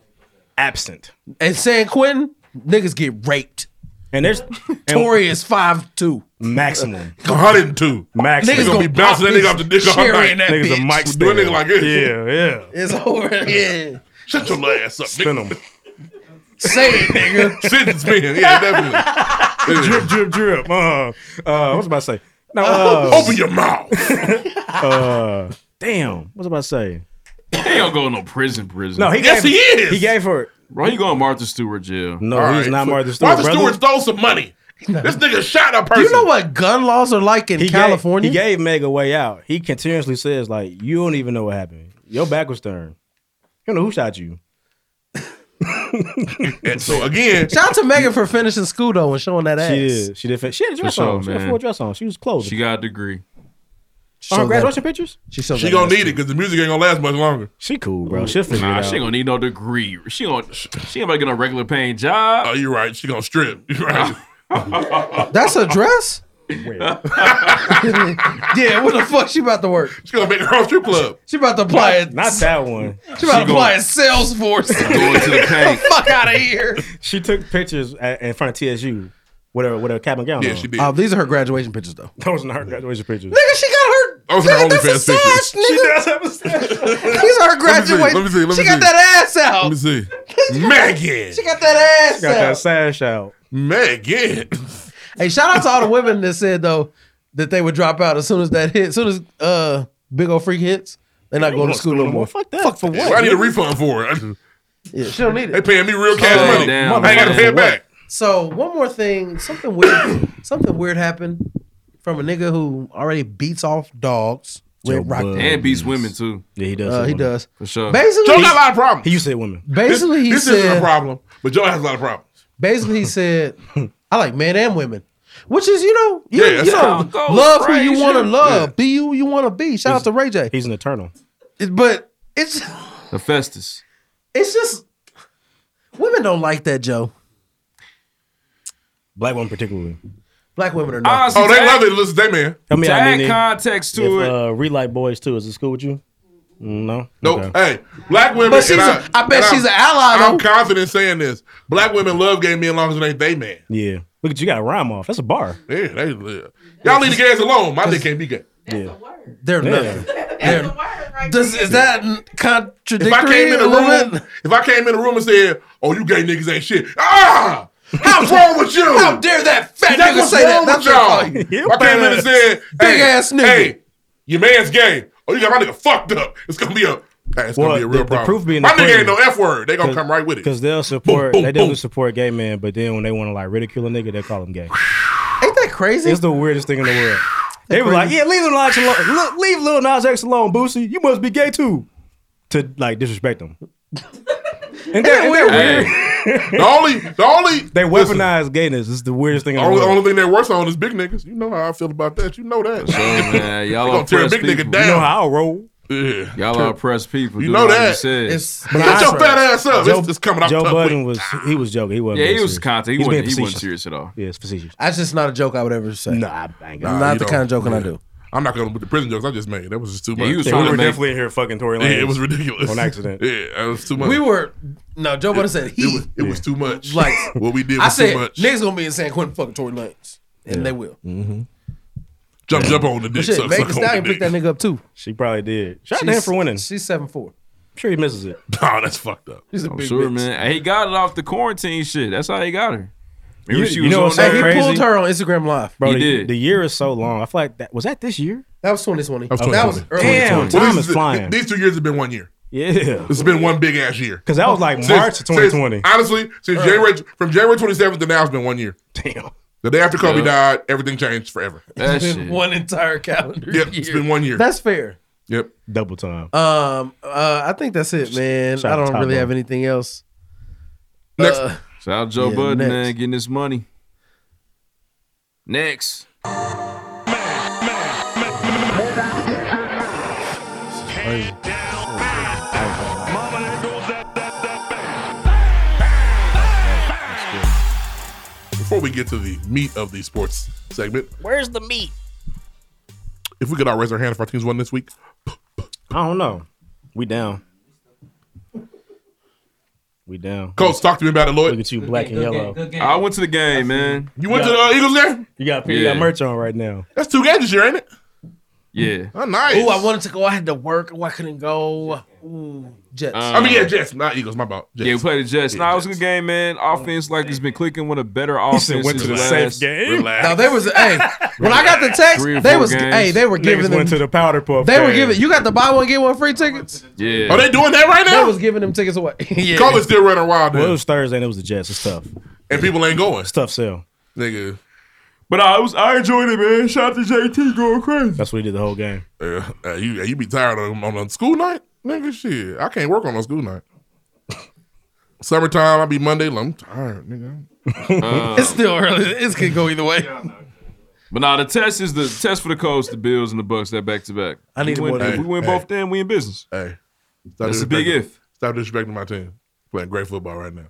[SPEAKER 3] absent.
[SPEAKER 2] And San Quentin, niggas get raped.
[SPEAKER 3] And there's
[SPEAKER 2] Tory is five two
[SPEAKER 3] maximum.
[SPEAKER 1] 102.
[SPEAKER 3] Maximum.
[SPEAKER 2] Niggas gonna be bouncing that nigga off the dick all night.
[SPEAKER 3] Niggas a
[SPEAKER 2] bitch.
[SPEAKER 3] mic
[SPEAKER 1] Do a nigga
[SPEAKER 3] stand.
[SPEAKER 1] like this.
[SPEAKER 3] Yeah, yeah.
[SPEAKER 2] It's over. Yeah.
[SPEAKER 1] Shut your little ass up,
[SPEAKER 3] Spin
[SPEAKER 1] nigga.
[SPEAKER 3] them.
[SPEAKER 2] Say it, nigga.
[SPEAKER 1] Sentence me. Yeah, definitely.
[SPEAKER 3] drip, drip, drip. Uh-huh. Uh, uh, what was I about to say? No,
[SPEAKER 2] Oh.
[SPEAKER 1] Uh, Open your mouth.
[SPEAKER 3] uh, damn. What's about to say?
[SPEAKER 12] He don't go to no prison. Prison.
[SPEAKER 3] No, he
[SPEAKER 1] Yes,
[SPEAKER 3] gave,
[SPEAKER 1] he is.
[SPEAKER 3] He gave her.
[SPEAKER 12] Bro, he going Martha Stewart jail.
[SPEAKER 3] No,
[SPEAKER 1] All
[SPEAKER 3] he's
[SPEAKER 1] right,
[SPEAKER 3] not
[SPEAKER 1] so-
[SPEAKER 3] Martha Stewart.
[SPEAKER 1] Martha
[SPEAKER 3] brother.
[SPEAKER 1] Stewart stole some money. This nigga shot a person.
[SPEAKER 2] Do you know what gun laws are like in
[SPEAKER 3] He gave-
[SPEAKER 2] California?
[SPEAKER 3] he gave Meg a way out. He continuously says like, "You don't even know what happened. Your back was turned. You don't know who shot you."
[SPEAKER 1] And so again,
[SPEAKER 2] Shout out to Megan for finishing school though and showing that ass.
[SPEAKER 3] She did. She did. fin- She had a
[SPEAKER 12] For
[SPEAKER 3] dress
[SPEAKER 12] sure,
[SPEAKER 3] on. She had a
[SPEAKER 12] man.
[SPEAKER 3] full dress on. She was clothed.
[SPEAKER 12] She got a degree.
[SPEAKER 3] on her graduation pictures.
[SPEAKER 2] She
[SPEAKER 1] She gonna need it because the music ain't gonna last much longer.
[SPEAKER 3] She cool, bro. She'll figure
[SPEAKER 12] Nah,
[SPEAKER 3] it
[SPEAKER 12] she
[SPEAKER 3] out.
[SPEAKER 12] ain't gonna need no degree. She gonna she ain't about to get a regular paying job.
[SPEAKER 1] Oh, you're right. She gonna strip. You're right.
[SPEAKER 2] That's a dress? yeah, what the fuck she about to work?
[SPEAKER 1] She gonna make her own strip club.
[SPEAKER 2] She about to apply it.
[SPEAKER 3] Not that one.
[SPEAKER 2] She about to
[SPEAKER 3] She
[SPEAKER 2] apply
[SPEAKER 3] gonna-
[SPEAKER 2] it Salesforce.
[SPEAKER 12] Going to the paint.
[SPEAKER 2] fuck out of here.
[SPEAKER 3] She took pictures at, in front of TSU with her with her cap and gown.
[SPEAKER 1] Yeah,
[SPEAKER 3] on.
[SPEAKER 1] she did.
[SPEAKER 2] Oh, these are her graduation pictures though.
[SPEAKER 3] Those are not her graduation pictures.
[SPEAKER 2] Nigga, she got her.
[SPEAKER 1] Those are her
[SPEAKER 2] nigga, that's a
[SPEAKER 1] OnlyFans pictures.
[SPEAKER 2] sash, nigga.
[SPEAKER 3] She does have a stash.
[SPEAKER 2] These are her
[SPEAKER 1] Let me see,
[SPEAKER 2] graduation.
[SPEAKER 1] let me see, let
[SPEAKER 2] she
[SPEAKER 1] me
[SPEAKER 2] got
[SPEAKER 1] see.
[SPEAKER 2] that ass out.
[SPEAKER 1] Let me see. Megan.
[SPEAKER 2] She got that ass
[SPEAKER 3] Got that
[SPEAKER 2] out.
[SPEAKER 3] sash out.
[SPEAKER 1] Megan.
[SPEAKER 2] Hey, shout out to all the women that said though that they would drop out as soon as that hit, as soon as uh big old freak hits. They're not going to school no more.
[SPEAKER 3] Fuck that.
[SPEAKER 2] Fuck for what?
[SPEAKER 1] Well, I need a refund for it.
[SPEAKER 2] Yeah, she don't need
[SPEAKER 1] They
[SPEAKER 2] it.
[SPEAKER 1] paying me real cash
[SPEAKER 12] Oh,
[SPEAKER 1] money.
[SPEAKER 12] damn.
[SPEAKER 1] I ain't gotta pay it
[SPEAKER 3] Motherfucker,
[SPEAKER 1] back.
[SPEAKER 2] So one more thing, something weird, something weird happened from a nigga who already beats off dogs.
[SPEAKER 3] Joe
[SPEAKER 2] Red Rock.
[SPEAKER 3] Budden.
[SPEAKER 12] and beats women too
[SPEAKER 3] Yeah, he does.
[SPEAKER 2] Uh,
[SPEAKER 3] say
[SPEAKER 2] he
[SPEAKER 3] women.
[SPEAKER 2] does.
[SPEAKER 12] for sure.
[SPEAKER 1] Joe
[SPEAKER 2] Basically,
[SPEAKER 1] got a lot of problems.
[SPEAKER 3] He used to say women.
[SPEAKER 2] basically he
[SPEAKER 1] this isn't a
[SPEAKER 2] said.
[SPEAKER 1] problem, but Joe has a lot of problems.
[SPEAKER 2] Basically, he said, "I like men and women." Which is, you know, you,
[SPEAKER 1] Yeah, that's
[SPEAKER 2] you know,
[SPEAKER 1] how
[SPEAKER 12] it goes,
[SPEAKER 2] love who
[SPEAKER 12] right?
[SPEAKER 2] you want to
[SPEAKER 12] Shit.
[SPEAKER 2] love, be who you want to be. Shout out to Ray J.
[SPEAKER 3] He's an eternal.
[SPEAKER 2] It- But it's
[SPEAKER 12] The Festus.
[SPEAKER 2] it's just women don't like that, Joe.
[SPEAKER 3] Black woman particularly.
[SPEAKER 2] Black women are not.
[SPEAKER 12] Honestly,
[SPEAKER 1] Oh, they
[SPEAKER 12] to
[SPEAKER 1] love
[SPEAKER 12] add-
[SPEAKER 1] it. Listen, they man.
[SPEAKER 3] I mean,
[SPEAKER 12] To
[SPEAKER 3] I mean,
[SPEAKER 12] add
[SPEAKER 3] if-
[SPEAKER 12] context to
[SPEAKER 3] if,
[SPEAKER 12] it,
[SPEAKER 3] uh, Relight Boys too. Is it cool with you? No.
[SPEAKER 1] Nope.
[SPEAKER 3] Okay.
[SPEAKER 1] Hey, black women.
[SPEAKER 2] But she's
[SPEAKER 1] and
[SPEAKER 2] a- I bet
[SPEAKER 1] and
[SPEAKER 2] she's an ally,
[SPEAKER 1] I'm
[SPEAKER 2] though.
[SPEAKER 1] confident saying this. Black women love gay men as long as it ain't they man.
[SPEAKER 3] Yeah. Look at you got a rhyme off. That's a bar.
[SPEAKER 1] Yeah, they live. Y'all leave the gays alone. My dick can't be gay.
[SPEAKER 3] Yeah.
[SPEAKER 2] They're
[SPEAKER 3] Yeah.
[SPEAKER 2] nothing. They're, does, is that n- contradictory?
[SPEAKER 1] If I came in
[SPEAKER 2] a
[SPEAKER 1] the
[SPEAKER 2] little
[SPEAKER 1] room,
[SPEAKER 2] bit?
[SPEAKER 1] if I came in the room and said, "Oh, you gay niggas ain't shit," ah, how's wrong with you?
[SPEAKER 2] How dare that fat
[SPEAKER 1] That's
[SPEAKER 2] nigga
[SPEAKER 1] what's
[SPEAKER 2] say that?
[SPEAKER 1] wrong
[SPEAKER 2] That's
[SPEAKER 1] with
[SPEAKER 2] what
[SPEAKER 1] y'all.
[SPEAKER 2] I'm calling you.
[SPEAKER 1] If I came in and said,
[SPEAKER 2] Big
[SPEAKER 1] hey,
[SPEAKER 2] ass nigga.
[SPEAKER 1] Hey, your man's gay. Oh, you got my nigga fucked up. It's gonna be a. Hey, it's
[SPEAKER 3] Well,
[SPEAKER 1] gonna be a
[SPEAKER 3] the-
[SPEAKER 1] real
[SPEAKER 3] the
[SPEAKER 1] problem.
[SPEAKER 3] proof being
[SPEAKER 1] my
[SPEAKER 3] the pudding.
[SPEAKER 1] nigga ain't no f word. They gonna come right with it.
[SPEAKER 3] Because they'll support,
[SPEAKER 1] boom,
[SPEAKER 3] they definitely
[SPEAKER 1] boom.
[SPEAKER 3] support gay men, but then when they want to like ridicule a nigga, they call him gay.
[SPEAKER 2] Ain't that crazy?
[SPEAKER 3] It's the weirdest thing in the world. They were like, yeah, leave Lil Nas alone. Look, leave Lil Nas X alone, Boosie. You must be gay too. To like disrespect them. and they're, and they're
[SPEAKER 12] Hey,
[SPEAKER 3] weird.
[SPEAKER 1] The only, the only
[SPEAKER 3] They
[SPEAKER 1] listen,
[SPEAKER 3] weaponize gayness. It's the weirdest thing in
[SPEAKER 1] The
[SPEAKER 3] the
[SPEAKER 1] only,
[SPEAKER 3] world.
[SPEAKER 1] only thing they're worse on is big niggas. You know how I feel about that. You know that.
[SPEAKER 12] so man,
[SPEAKER 1] They
[SPEAKER 12] y'all
[SPEAKER 1] gonna
[SPEAKER 12] are
[SPEAKER 1] tear a
[SPEAKER 12] oppressed
[SPEAKER 1] big nigga
[SPEAKER 12] people.
[SPEAKER 1] down.
[SPEAKER 3] you know how I roll.
[SPEAKER 1] Yeah.
[SPEAKER 12] Y'all are oppressed people.
[SPEAKER 1] You
[SPEAKER 12] Do
[SPEAKER 1] know
[SPEAKER 12] what
[SPEAKER 1] that.
[SPEAKER 12] said.
[SPEAKER 2] It's
[SPEAKER 1] Get your fat ass up.
[SPEAKER 3] Joe,
[SPEAKER 1] it's, it's coming off
[SPEAKER 3] Joe
[SPEAKER 1] tough
[SPEAKER 3] Budden
[SPEAKER 1] quick.
[SPEAKER 3] was he was joking. He wasn't.
[SPEAKER 12] yeah,
[SPEAKER 3] being
[SPEAKER 12] he was
[SPEAKER 3] serious.
[SPEAKER 12] content. He
[SPEAKER 3] He's
[SPEAKER 12] wasn't,
[SPEAKER 3] being
[SPEAKER 12] he wasn't
[SPEAKER 3] facetious.
[SPEAKER 12] serious at all.
[SPEAKER 3] Yeah, it's facetious.
[SPEAKER 2] That's just not a joke I would ever say.
[SPEAKER 3] Nah, I ain't
[SPEAKER 1] Nah,
[SPEAKER 2] not
[SPEAKER 1] you
[SPEAKER 2] the kind of
[SPEAKER 1] don't.
[SPEAKER 2] joking I
[SPEAKER 1] Yeah.
[SPEAKER 2] do.
[SPEAKER 1] I'm not gonna put the prison jokes I just made. That was just too much.
[SPEAKER 12] he was
[SPEAKER 3] yeah,
[SPEAKER 12] trying
[SPEAKER 3] we
[SPEAKER 12] to
[SPEAKER 3] were
[SPEAKER 12] make-
[SPEAKER 3] definitely in here fucking Tory
[SPEAKER 1] Yeah,
[SPEAKER 3] Lanez.
[SPEAKER 1] it was ridiculous.
[SPEAKER 3] On accident.
[SPEAKER 1] Yeah, that was too much.
[SPEAKER 2] We were no. Joe Budden said
[SPEAKER 1] It
[SPEAKER 2] he.
[SPEAKER 1] was, it was too much.
[SPEAKER 2] Like,
[SPEAKER 1] what we did was
[SPEAKER 2] I said
[SPEAKER 1] too much.
[SPEAKER 2] niggas gonna be in San Quentin fucking Tory Lanez, and they will.
[SPEAKER 1] jump, jump on the dick.
[SPEAKER 2] Shit,
[SPEAKER 1] suck, suck
[SPEAKER 2] Megan
[SPEAKER 1] on
[SPEAKER 2] Stallion
[SPEAKER 1] the dick.
[SPEAKER 2] picked that nigga up too.
[SPEAKER 3] She probably did. Shout out to him for winning.
[SPEAKER 2] She's seven four.
[SPEAKER 3] I'm sure he misses it.
[SPEAKER 1] Nah, that's fucked up.
[SPEAKER 2] She's a big
[SPEAKER 12] Sure,
[SPEAKER 2] bitch.
[SPEAKER 12] man. He got it off the quarantine shit. That's how he got her. Maybe
[SPEAKER 3] You-
[SPEAKER 12] she
[SPEAKER 3] you
[SPEAKER 12] was
[SPEAKER 3] know
[SPEAKER 12] on
[SPEAKER 3] what's so
[SPEAKER 2] Hey,
[SPEAKER 12] that.
[SPEAKER 2] he
[SPEAKER 3] crazy?
[SPEAKER 2] pulled her on Instagram Live.
[SPEAKER 3] Bro,
[SPEAKER 12] He
[SPEAKER 3] the,
[SPEAKER 12] did.
[SPEAKER 3] the year is so long. I feel like that was that this year.
[SPEAKER 2] That was 2020.
[SPEAKER 1] That was
[SPEAKER 2] That was
[SPEAKER 1] 2020.
[SPEAKER 2] early.
[SPEAKER 3] Damn,
[SPEAKER 2] 2020.
[SPEAKER 1] Well,
[SPEAKER 3] time
[SPEAKER 1] this
[SPEAKER 3] is flying.
[SPEAKER 1] These two years have been one year.
[SPEAKER 3] Yeah,
[SPEAKER 1] It's been one big ass year.
[SPEAKER 3] because that was like March of
[SPEAKER 1] Since-
[SPEAKER 3] 2020.
[SPEAKER 1] Since, honestly, since January from January 27th to now, it's been one year.
[SPEAKER 3] Damn.
[SPEAKER 1] The day after Kobe
[SPEAKER 12] Yeah.
[SPEAKER 1] died, everything changed forever.
[SPEAKER 12] That
[SPEAKER 2] It's
[SPEAKER 12] shit.
[SPEAKER 2] been one entire calendar.
[SPEAKER 1] Yep,
[SPEAKER 2] year.
[SPEAKER 1] it's been one year.
[SPEAKER 2] That's fair.
[SPEAKER 1] yep.
[SPEAKER 3] Double time.
[SPEAKER 2] Um, uh, I think that's it, man.
[SPEAKER 3] Shout
[SPEAKER 2] I
[SPEAKER 3] out
[SPEAKER 2] don't
[SPEAKER 3] to
[SPEAKER 2] really
[SPEAKER 3] Tybo.
[SPEAKER 2] have anything else.
[SPEAKER 1] Next.
[SPEAKER 2] Uh,
[SPEAKER 12] Shout out Joe
[SPEAKER 2] Yeah,
[SPEAKER 12] Budden,
[SPEAKER 2] next.
[SPEAKER 12] man, getting this money. Next.
[SPEAKER 1] Before we get to the meat of the sports segment, where's the meat? If we could all raise our hand if our teams won this week,
[SPEAKER 3] I don't know. We down. We down.
[SPEAKER 1] Coach, talk to me about it,
[SPEAKER 3] Look
[SPEAKER 1] Lloyd.
[SPEAKER 3] at you, black and yellow.
[SPEAKER 12] I went to the game, man.
[SPEAKER 1] You went to the Eagles game?
[SPEAKER 3] You got you got
[SPEAKER 12] Yeah.
[SPEAKER 3] merch on right now.
[SPEAKER 1] That's two games this year, ain't it?
[SPEAKER 12] Yeah.
[SPEAKER 1] Oh, nice.
[SPEAKER 2] Ooh, I wanted to go. I had to work. Oh, I couldn't go. Ooh, Jets.
[SPEAKER 1] I mean, yeah, Jets, not Eagles. My bad.
[SPEAKER 12] Um, Yeah, we played the Jets. nah, it was a good game, man. Offense like it's been clicking with a better offense.
[SPEAKER 2] went to
[SPEAKER 12] since
[SPEAKER 2] the safe
[SPEAKER 12] last-
[SPEAKER 2] game.
[SPEAKER 12] Relax.
[SPEAKER 2] No, they was hey. When I got the text,
[SPEAKER 12] Three or
[SPEAKER 2] they
[SPEAKER 12] four
[SPEAKER 2] was
[SPEAKER 12] games.
[SPEAKER 2] hey, they were
[SPEAKER 12] Niggas
[SPEAKER 2] giving them.
[SPEAKER 12] went to the powder puff
[SPEAKER 2] They were
[SPEAKER 12] fast.
[SPEAKER 2] giving. You got the buy one get one free tickets.
[SPEAKER 12] Yeah.
[SPEAKER 1] Are Oh, they doing that right now?
[SPEAKER 2] They was giving them tickets away. yeah.
[SPEAKER 1] College still running wild.
[SPEAKER 3] Well, it was Thursday and it was the Jets. It's tough.
[SPEAKER 1] And people ain't going. It's
[SPEAKER 3] tough sell.
[SPEAKER 1] Nigga.
[SPEAKER 12] But I was I enjoyed it, man. Shout out to JT going crazy.
[SPEAKER 3] That's what he did the whole game.
[SPEAKER 1] Yeah, uh, you, you be tired of them on a school night, nigga. Shit, I can't work on a school night. Summertime, I be Monday. like, I'm tired, nigga.
[SPEAKER 12] Um, It's still early.
[SPEAKER 2] It could go either way.
[SPEAKER 12] But nah, the test is the test for the Colts, the Bills, and the Bucks that back to back.
[SPEAKER 1] I need
[SPEAKER 12] We win,
[SPEAKER 1] more than-
[SPEAKER 12] if we win
[SPEAKER 1] Hey.
[SPEAKER 12] both, then we in business.
[SPEAKER 1] Hey,
[SPEAKER 12] That's a big
[SPEAKER 1] disrespecting-
[SPEAKER 12] if.
[SPEAKER 1] Stop disrespecting my team. Playing great football right now.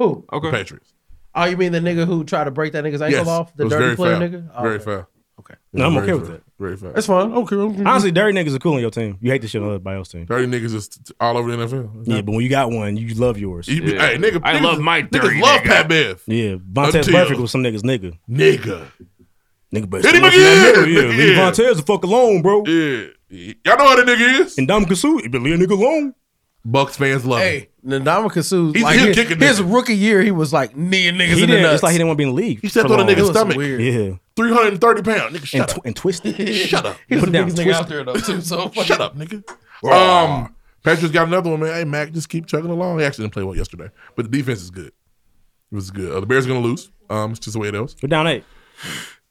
[SPEAKER 2] Who?
[SPEAKER 1] Okay. Patriots.
[SPEAKER 2] Oh, you mean the nigga who tried to break that nigga's ankle
[SPEAKER 1] Yes.
[SPEAKER 2] off? The
[SPEAKER 1] It was
[SPEAKER 2] dirty
[SPEAKER 1] very
[SPEAKER 2] player
[SPEAKER 1] foul.
[SPEAKER 2] nigga? Oh,
[SPEAKER 1] Very
[SPEAKER 2] okay.
[SPEAKER 1] foul.
[SPEAKER 2] Okay.
[SPEAKER 3] No, I'm
[SPEAKER 1] Very
[SPEAKER 3] okay with
[SPEAKER 1] fair.
[SPEAKER 3] that.
[SPEAKER 1] Very fair.
[SPEAKER 2] That's fine. Okay.
[SPEAKER 3] Honestly, dirty niggas are cool on your team. You hate the shit on everybody else's team.
[SPEAKER 1] Dirty niggas is t- all over the NFL.
[SPEAKER 3] Yeah, but when you got one, you love yours.
[SPEAKER 1] You be- Hey, nigga. niggas- niggas love Pat Bev.
[SPEAKER 3] Yeah, Vontez
[SPEAKER 1] Until-
[SPEAKER 3] Perfect was some niggas nigga.
[SPEAKER 1] Nigga.
[SPEAKER 3] Nigga, but
[SPEAKER 1] Hit him again.
[SPEAKER 3] Yeah, leave
[SPEAKER 1] Yeah.
[SPEAKER 3] Vontez the fuck alone, bro.
[SPEAKER 1] Yeah. Y'all know how that nigga is.
[SPEAKER 3] And Dom Kasu, you been leave a nigga alone.
[SPEAKER 1] Bucks fans love
[SPEAKER 2] Hey, Ndama Kasu,
[SPEAKER 3] He's-
[SPEAKER 2] like
[SPEAKER 3] he'll
[SPEAKER 2] his,
[SPEAKER 3] kick a
[SPEAKER 2] his rookie year, he was like kneeing niggas
[SPEAKER 3] He
[SPEAKER 2] in the
[SPEAKER 3] didn't-
[SPEAKER 2] nuts.
[SPEAKER 3] it's like he didn't want to be in the league.
[SPEAKER 1] He
[SPEAKER 3] for
[SPEAKER 1] stepped on a
[SPEAKER 3] long.
[SPEAKER 1] nigga's stomach.
[SPEAKER 3] Yeah.
[SPEAKER 1] 330 pounds. Nigga, shut
[SPEAKER 3] And,
[SPEAKER 1] up.
[SPEAKER 3] tw- and twisted.
[SPEAKER 1] Shut up.
[SPEAKER 3] Put it down. Twist it.
[SPEAKER 2] there though too. So
[SPEAKER 1] shut up, nigga. Um, Patriots got another one, man. Hey, Mac, just keep chugging along. He actually didn't play well yesterday, but the defense is good. It was good. Uh, the Bears are gonna lose. Um, it's just the way it is.
[SPEAKER 3] We're down eight.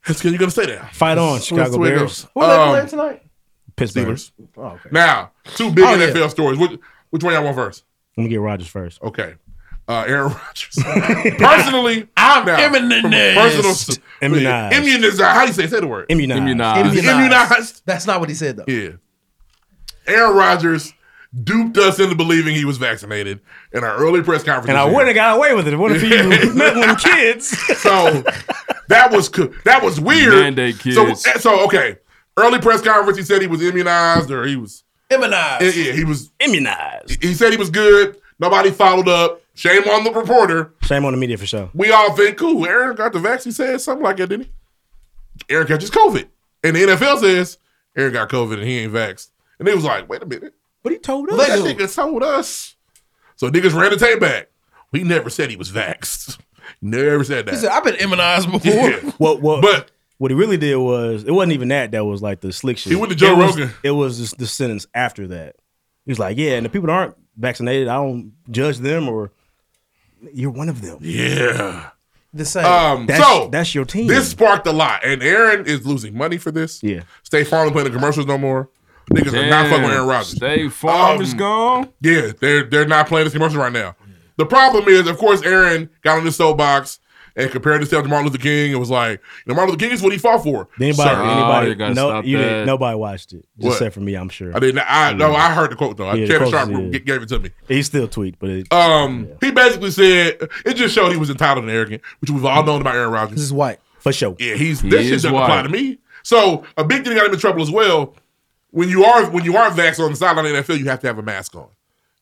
[SPEAKER 1] It's good. You're gonna stay there.
[SPEAKER 3] Fight on,
[SPEAKER 1] That's- that's
[SPEAKER 3] Chicago
[SPEAKER 1] the way it
[SPEAKER 3] Bears.
[SPEAKER 1] goes.
[SPEAKER 2] Who they
[SPEAKER 1] Um,
[SPEAKER 2] playing tonight?
[SPEAKER 3] Pittsburgh.
[SPEAKER 1] Steelers.
[SPEAKER 2] Oh, okay.
[SPEAKER 1] Now, two big
[SPEAKER 2] Oh, yeah.
[SPEAKER 1] NFL stories. Which, which one y'all want first?
[SPEAKER 3] Let me get Rodgers first.
[SPEAKER 1] Okay. Uh, Aaron Rodgers. Personally, I'm now, from a Personal,
[SPEAKER 3] Immunized.
[SPEAKER 1] Immunized. How do you say, say the word?
[SPEAKER 3] Immunized.
[SPEAKER 1] Immunized. Immunized.
[SPEAKER 2] That's not what he said though.
[SPEAKER 1] Yeah. Aaron Rodgers duped us into believing he was vaccinated in our early press conference.
[SPEAKER 3] And
[SPEAKER 1] this
[SPEAKER 3] I
[SPEAKER 1] year.
[SPEAKER 3] wouldn't have got away with it. What if you met one kids?
[SPEAKER 1] So that was co- that was weird.
[SPEAKER 12] Mandate
[SPEAKER 1] So eh,
[SPEAKER 12] kids.
[SPEAKER 1] so okay. Early press conference, he said he was immunized or he was
[SPEAKER 2] immunized.
[SPEAKER 1] Yeah, he was
[SPEAKER 3] immunized.
[SPEAKER 1] He said he was good. Nobody followed up. Shame on the reporter.
[SPEAKER 3] Shame on the media for sure.
[SPEAKER 1] We all think, cool, Aaron got the vaccine. He said something like that, didn't he? Aaron catches COVID. And the NFL says Aaron got COVID and he ain't vaxxed. And they was like, wait a minute.
[SPEAKER 3] But he told
[SPEAKER 1] us. That nigga told us. So niggas ran the tape back. We never said he was vaxxed. Never said that.
[SPEAKER 2] He said, I've been immunized before.
[SPEAKER 1] Yeah.
[SPEAKER 3] What? What?
[SPEAKER 1] But
[SPEAKER 3] what he really did was it wasn't even that that was like the slick shit.
[SPEAKER 1] He went to Joe
[SPEAKER 3] it was-
[SPEAKER 1] Rogan.
[SPEAKER 3] it was just the sentence after that. He was like, "Yeah, and the people that aren't vaccinated, I don't judge them or you're one of them."
[SPEAKER 1] Yeah.
[SPEAKER 2] The same.
[SPEAKER 1] Um,
[SPEAKER 3] That's-
[SPEAKER 1] so
[SPEAKER 3] that's your team.
[SPEAKER 1] This sparked a lot, and Aaron is losing money for this.
[SPEAKER 3] Yeah,
[SPEAKER 1] State Farm ain't playing the commercials no more. Niggas are not
[SPEAKER 12] Damn,
[SPEAKER 1] fucking with Aaron Rodgers. Um,
[SPEAKER 12] State Farm is
[SPEAKER 1] gone. Yeah, they're they're not playing this commercial right now. The problem is, of course, Aaron got on this soapbox and compared himself to Martin Luther King and was like, you know, "Martin Luther King is what he fought for."
[SPEAKER 3] Did anybody?
[SPEAKER 1] Sir.
[SPEAKER 3] anybody? no, you didn't, nobody watched it just
[SPEAKER 1] What?
[SPEAKER 3] except for me. I'm sure.
[SPEAKER 1] I didn't. I
[SPEAKER 3] Yeah.
[SPEAKER 1] no. I heard the quote though.
[SPEAKER 3] Yeah, the
[SPEAKER 1] Kevin
[SPEAKER 3] quote
[SPEAKER 1] Sharp
[SPEAKER 3] is-
[SPEAKER 1] g- gave it to me.
[SPEAKER 3] He still tweet, but it,
[SPEAKER 1] Um, he basically said it just showed he was entitled and arrogant, which we've all known about Aaron Rodgers.
[SPEAKER 2] This is white
[SPEAKER 3] for sure.
[SPEAKER 1] Yeah, he's
[SPEAKER 3] He
[SPEAKER 1] that
[SPEAKER 3] is
[SPEAKER 1] shit doesn't
[SPEAKER 3] white.
[SPEAKER 1] apply to me. So a big thing got him in trouble as well. When you are when you are vaxxed on the sideline of the NFL, you have to have a mask on.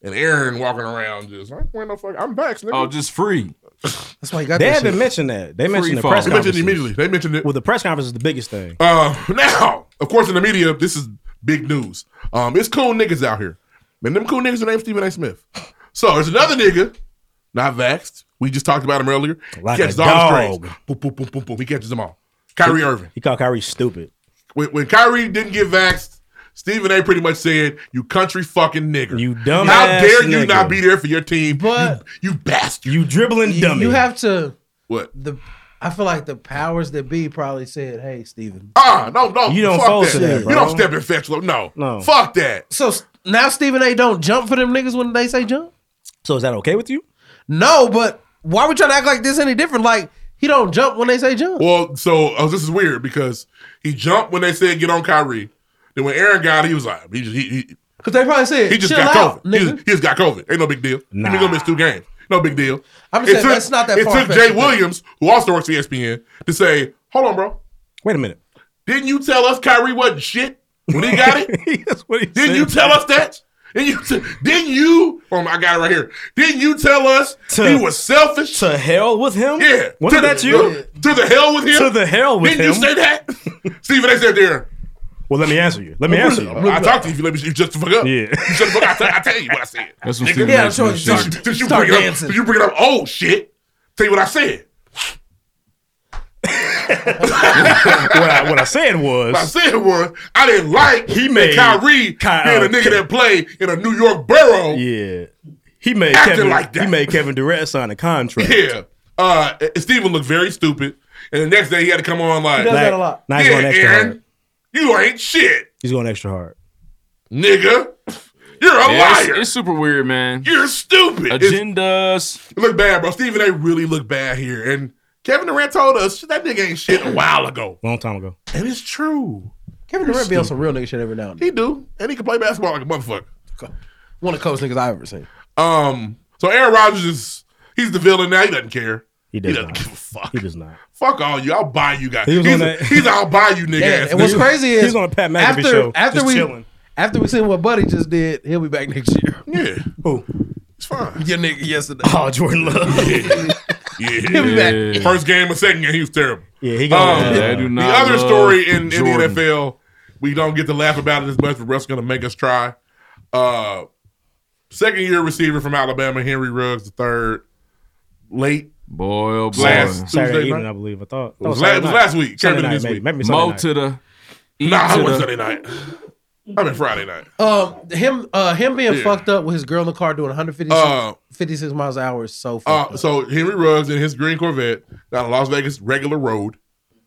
[SPEAKER 1] And Aaron walking around just I ain't wearing no fuck. I'm vaxxed. Nigga.
[SPEAKER 12] Oh, just free.
[SPEAKER 2] That's why he
[SPEAKER 3] they
[SPEAKER 2] got that
[SPEAKER 3] haven't
[SPEAKER 2] shit.
[SPEAKER 3] mentioned that. They mentioned the
[SPEAKER 1] fall.
[SPEAKER 3] press
[SPEAKER 1] They
[SPEAKER 3] conference
[SPEAKER 1] mentioned it immediately. They mentioned it.
[SPEAKER 3] Well, the press conference is the biggest thing.
[SPEAKER 1] Uh, now, of course, in the media, this is big news. Um, it's cool niggas out here. And them cool niggas are named Stephen A. Smith. So there's another nigga, not vaxxed. We just talked about him earlier.
[SPEAKER 3] Like
[SPEAKER 1] he catches
[SPEAKER 3] a
[SPEAKER 1] all the
[SPEAKER 3] dog.
[SPEAKER 1] strays. Boom, boom, boom, boom, boom. He catches them all. Kyrie Irving.
[SPEAKER 3] He called Kyrie stupid.
[SPEAKER 1] When, when Kyrie didn't get vaxxed, Stephen A. pretty much said, "You country fucking nigger. You
[SPEAKER 3] dumbass
[SPEAKER 1] How dare you
[SPEAKER 3] nigger.
[SPEAKER 1] not be there for your team?
[SPEAKER 2] But
[SPEAKER 1] you, you bastard.
[SPEAKER 3] You dribbling
[SPEAKER 2] You, you have to.
[SPEAKER 1] What?
[SPEAKER 2] The I feel like the powers that be probably said, "Hey, Steven.
[SPEAKER 1] Ah, no, no.
[SPEAKER 2] You don't
[SPEAKER 1] fuck
[SPEAKER 2] fold to that,
[SPEAKER 1] You
[SPEAKER 2] bro.
[SPEAKER 1] don't step in fetch. low. No, no. Fuck that.
[SPEAKER 2] So s- now Stephen A. don't jump for them niggas when they say jump.
[SPEAKER 3] So is that okay with you?
[SPEAKER 2] No, but why we trying to act like this any different? Like he don't jump when they say jump.
[SPEAKER 1] Well, so oh, this is weird because he jumped when they said get on Kyrie. Then when Aaron got it, he was like, he just he, he
[SPEAKER 2] Cause they probably said
[SPEAKER 1] he just
[SPEAKER 2] chill
[SPEAKER 1] got
[SPEAKER 2] out,
[SPEAKER 1] COVID. He
[SPEAKER 2] nigga.
[SPEAKER 1] just, he just got COVID. Ain't no big deal. Nah. He gonna miss two games. No big deal.
[SPEAKER 2] I'm
[SPEAKER 1] It
[SPEAKER 2] saying that's not that
[SPEAKER 1] It took
[SPEAKER 2] far-fetched
[SPEAKER 1] Jay
[SPEAKER 2] to think.
[SPEAKER 1] Williams, who also works E for ESPN, to say, "Hold on, bro.
[SPEAKER 3] Wait a minute.
[SPEAKER 1] Didn't you tell us Kyrie wasn't shit when he got it?
[SPEAKER 3] that's what he
[SPEAKER 1] Didn't you tell us that? Didn't you? T- didn't you? Oh, I got it right here. Didn't you tell us
[SPEAKER 3] To-
[SPEAKER 1] he was selfish?
[SPEAKER 3] To hell with him?
[SPEAKER 1] Yeah.
[SPEAKER 3] Wasn't
[SPEAKER 1] To
[SPEAKER 3] that
[SPEAKER 1] the-
[SPEAKER 3] you?
[SPEAKER 1] To the hell with him?
[SPEAKER 3] To the hell with
[SPEAKER 1] Didn't
[SPEAKER 3] him.
[SPEAKER 1] you say that? Stephen A. said there.
[SPEAKER 3] Well, let me answer you. Let me answer you.
[SPEAKER 1] I talked to you if you let me. You just fuck up.
[SPEAKER 3] Yeah.
[SPEAKER 1] You shut the fuck up. I tell- I tell you what I said.
[SPEAKER 3] That's what Stephen Yeah, A. Smith sure, said.
[SPEAKER 1] Since you
[SPEAKER 3] start
[SPEAKER 1] bring it up,
[SPEAKER 3] dancing.
[SPEAKER 1] since you bring it up. Oh shit! Tell you what I said.
[SPEAKER 3] what, I, what I said was,
[SPEAKER 1] What I said was I didn't like
[SPEAKER 3] He
[SPEAKER 1] he
[SPEAKER 3] made
[SPEAKER 1] made Kyrie
[SPEAKER 3] Ky-
[SPEAKER 1] being a
[SPEAKER 3] uh,
[SPEAKER 1] nigga
[SPEAKER 3] Ke-
[SPEAKER 1] that play in a New York borough.
[SPEAKER 3] yeah, he made
[SPEAKER 1] Acting
[SPEAKER 3] Kevin,
[SPEAKER 1] like that.
[SPEAKER 3] he made Kevin Durant sign a contract.
[SPEAKER 1] Yeah. Uh, and Steven looked very stupid, and the next day he had to come on like,
[SPEAKER 3] He does that a lot. Now he's
[SPEAKER 1] Yeah,
[SPEAKER 3] going extra
[SPEAKER 1] Aaron,
[SPEAKER 3] hard.
[SPEAKER 1] you ain't shit,
[SPEAKER 3] He's going extra hard.
[SPEAKER 1] nigga. You're a
[SPEAKER 12] Yeah, it's-
[SPEAKER 1] liar.
[SPEAKER 12] It's, super weird, man.
[SPEAKER 1] You're stupid. It's-
[SPEAKER 12] Agendas.
[SPEAKER 1] It looked bad, bro. Stephen A. really looked bad here. And Kevin Durant told us "Shit, that nigga ain't shit a while ago.
[SPEAKER 3] Long time ago.
[SPEAKER 1] And it's true.
[SPEAKER 2] Kevin Durant be on some real nigga shit every now and then.
[SPEAKER 1] He do. And he can play basketball like a motherfucker.
[SPEAKER 2] One of the coolest niggas I've ever seen.
[SPEAKER 1] Um, so Aaron Rodgers is he's the villain now. He doesn't care.
[SPEAKER 3] He
[SPEAKER 1] does
[SPEAKER 3] not.
[SPEAKER 1] not give a fuck.
[SPEAKER 3] He does not.
[SPEAKER 1] Fuck all you. I'll buy you guys.
[SPEAKER 3] He was
[SPEAKER 1] he's,
[SPEAKER 3] on
[SPEAKER 1] a-
[SPEAKER 3] that-
[SPEAKER 1] he's a I'll buy you nigga
[SPEAKER 2] Yeah,
[SPEAKER 1] ass.
[SPEAKER 2] and what's
[SPEAKER 1] nigga.
[SPEAKER 2] crazy is
[SPEAKER 3] he's on a Pat McAfee
[SPEAKER 2] after,
[SPEAKER 3] show,
[SPEAKER 2] After
[SPEAKER 3] just
[SPEAKER 2] we
[SPEAKER 3] chilling.
[SPEAKER 2] after we seen what Buddy just did, he'll be back next year.
[SPEAKER 1] Yeah.
[SPEAKER 3] Who?
[SPEAKER 1] It's fine.
[SPEAKER 2] Your nigga yesterday.
[SPEAKER 3] Oh, Jordan Love.
[SPEAKER 2] He'll be back.
[SPEAKER 1] Yeah. First game or second game, he was terrible.
[SPEAKER 3] Yeah, he
[SPEAKER 1] Oh,
[SPEAKER 3] gonna- Yeah, they do
[SPEAKER 1] Um, The
[SPEAKER 3] not
[SPEAKER 1] other
[SPEAKER 3] love
[SPEAKER 1] story in, in the
[SPEAKER 3] Jordan.
[SPEAKER 1] NFL, we don't get to laugh about it as much, but Russ going to make us try. Uh, second year receiver from Alabama, Henry Ruggs the third, late
[SPEAKER 12] Boy, oh boy.
[SPEAKER 1] Last Tuesday
[SPEAKER 3] Saturday evening,
[SPEAKER 1] night?
[SPEAKER 3] I believe. I thought
[SPEAKER 1] It was
[SPEAKER 3] No, Saturday
[SPEAKER 1] la- it was
[SPEAKER 3] night.
[SPEAKER 1] last week. Came
[SPEAKER 3] Sunday
[SPEAKER 1] in
[SPEAKER 3] night,
[SPEAKER 1] this
[SPEAKER 3] maybe,
[SPEAKER 1] week.
[SPEAKER 3] Maybe Sunday
[SPEAKER 12] Mo
[SPEAKER 3] night.
[SPEAKER 12] to the. E
[SPEAKER 1] Nah,
[SPEAKER 12] to
[SPEAKER 1] it
[SPEAKER 12] the-
[SPEAKER 1] was
[SPEAKER 3] uh,
[SPEAKER 1] Sunday night. I mean Friday night.
[SPEAKER 2] Um, him, uh, him being
[SPEAKER 1] Yeah.
[SPEAKER 2] fucked up with his girl in the car doing 156
[SPEAKER 1] Uh,
[SPEAKER 2] 56 miles an hour is so fucked
[SPEAKER 1] Uh,
[SPEAKER 2] up.
[SPEAKER 1] so Henry Ruggs in his green Corvette down Las Vegas regular road.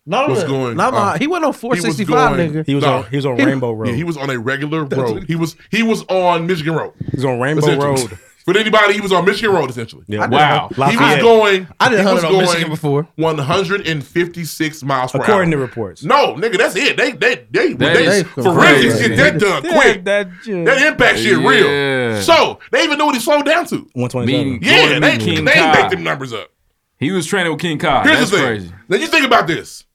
[SPEAKER 2] Not on
[SPEAKER 1] was
[SPEAKER 2] the-
[SPEAKER 1] going.
[SPEAKER 2] not on- he wasn't on
[SPEAKER 1] was
[SPEAKER 2] 465, nigga. He was on- he was on Rainbow Road.
[SPEAKER 1] Yeah, he was on a regular road. He was he was on Michigan Road. He
[SPEAKER 3] was on Rainbow Road.
[SPEAKER 1] But anybody, he was on Michigan Road essentially.
[SPEAKER 3] Yeah.
[SPEAKER 1] he
[SPEAKER 3] Wow.
[SPEAKER 1] was
[SPEAKER 3] Lafayette.
[SPEAKER 1] going.
[SPEAKER 3] I didn't
[SPEAKER 1] he was
[SPEAKER 3] hunt on Michigan before.
[SPEAKER 1] 156 miles per
[SPEAKER 3] According to
[SPEAKER 1] hour.
[SPEAKER 3] reports.
[SPEAKER 1] No, nigga, that's it. They they they
[SPEAKER 3] That
[SPEAKER 1] they,
[SPEAKER 3] is
[SPEAKER 1] forensics
[SPEAKER 3] crazy.
[SPEAKER 1] get that done
[SPEAKER 3] Yeah,
[SPEAKER 1] quick.
[SPEAKER 3] that,
[SPEAKER 1] That impact shit
[SPEAKER 12] Yeah.
[SPEAKER 1] real. So they even know what he slowed down to.
[SPEAKER 3] 127.
[SPEAKER 1] Yeah, they, they
[SPEAKER 12] King
[SPEAKER 1] make
[SPEAKER 12] Kai.
[SPEAKER 1] them numbers up.
[SPEAKER 12] He was training with King Kai.
[SPEAKER 1] Here's
[SPEAKER 12] That's
[SPEAKER 1] the thing.
[SPEAKER 12] crazy.
[SPEAKER 1] Now you think about this.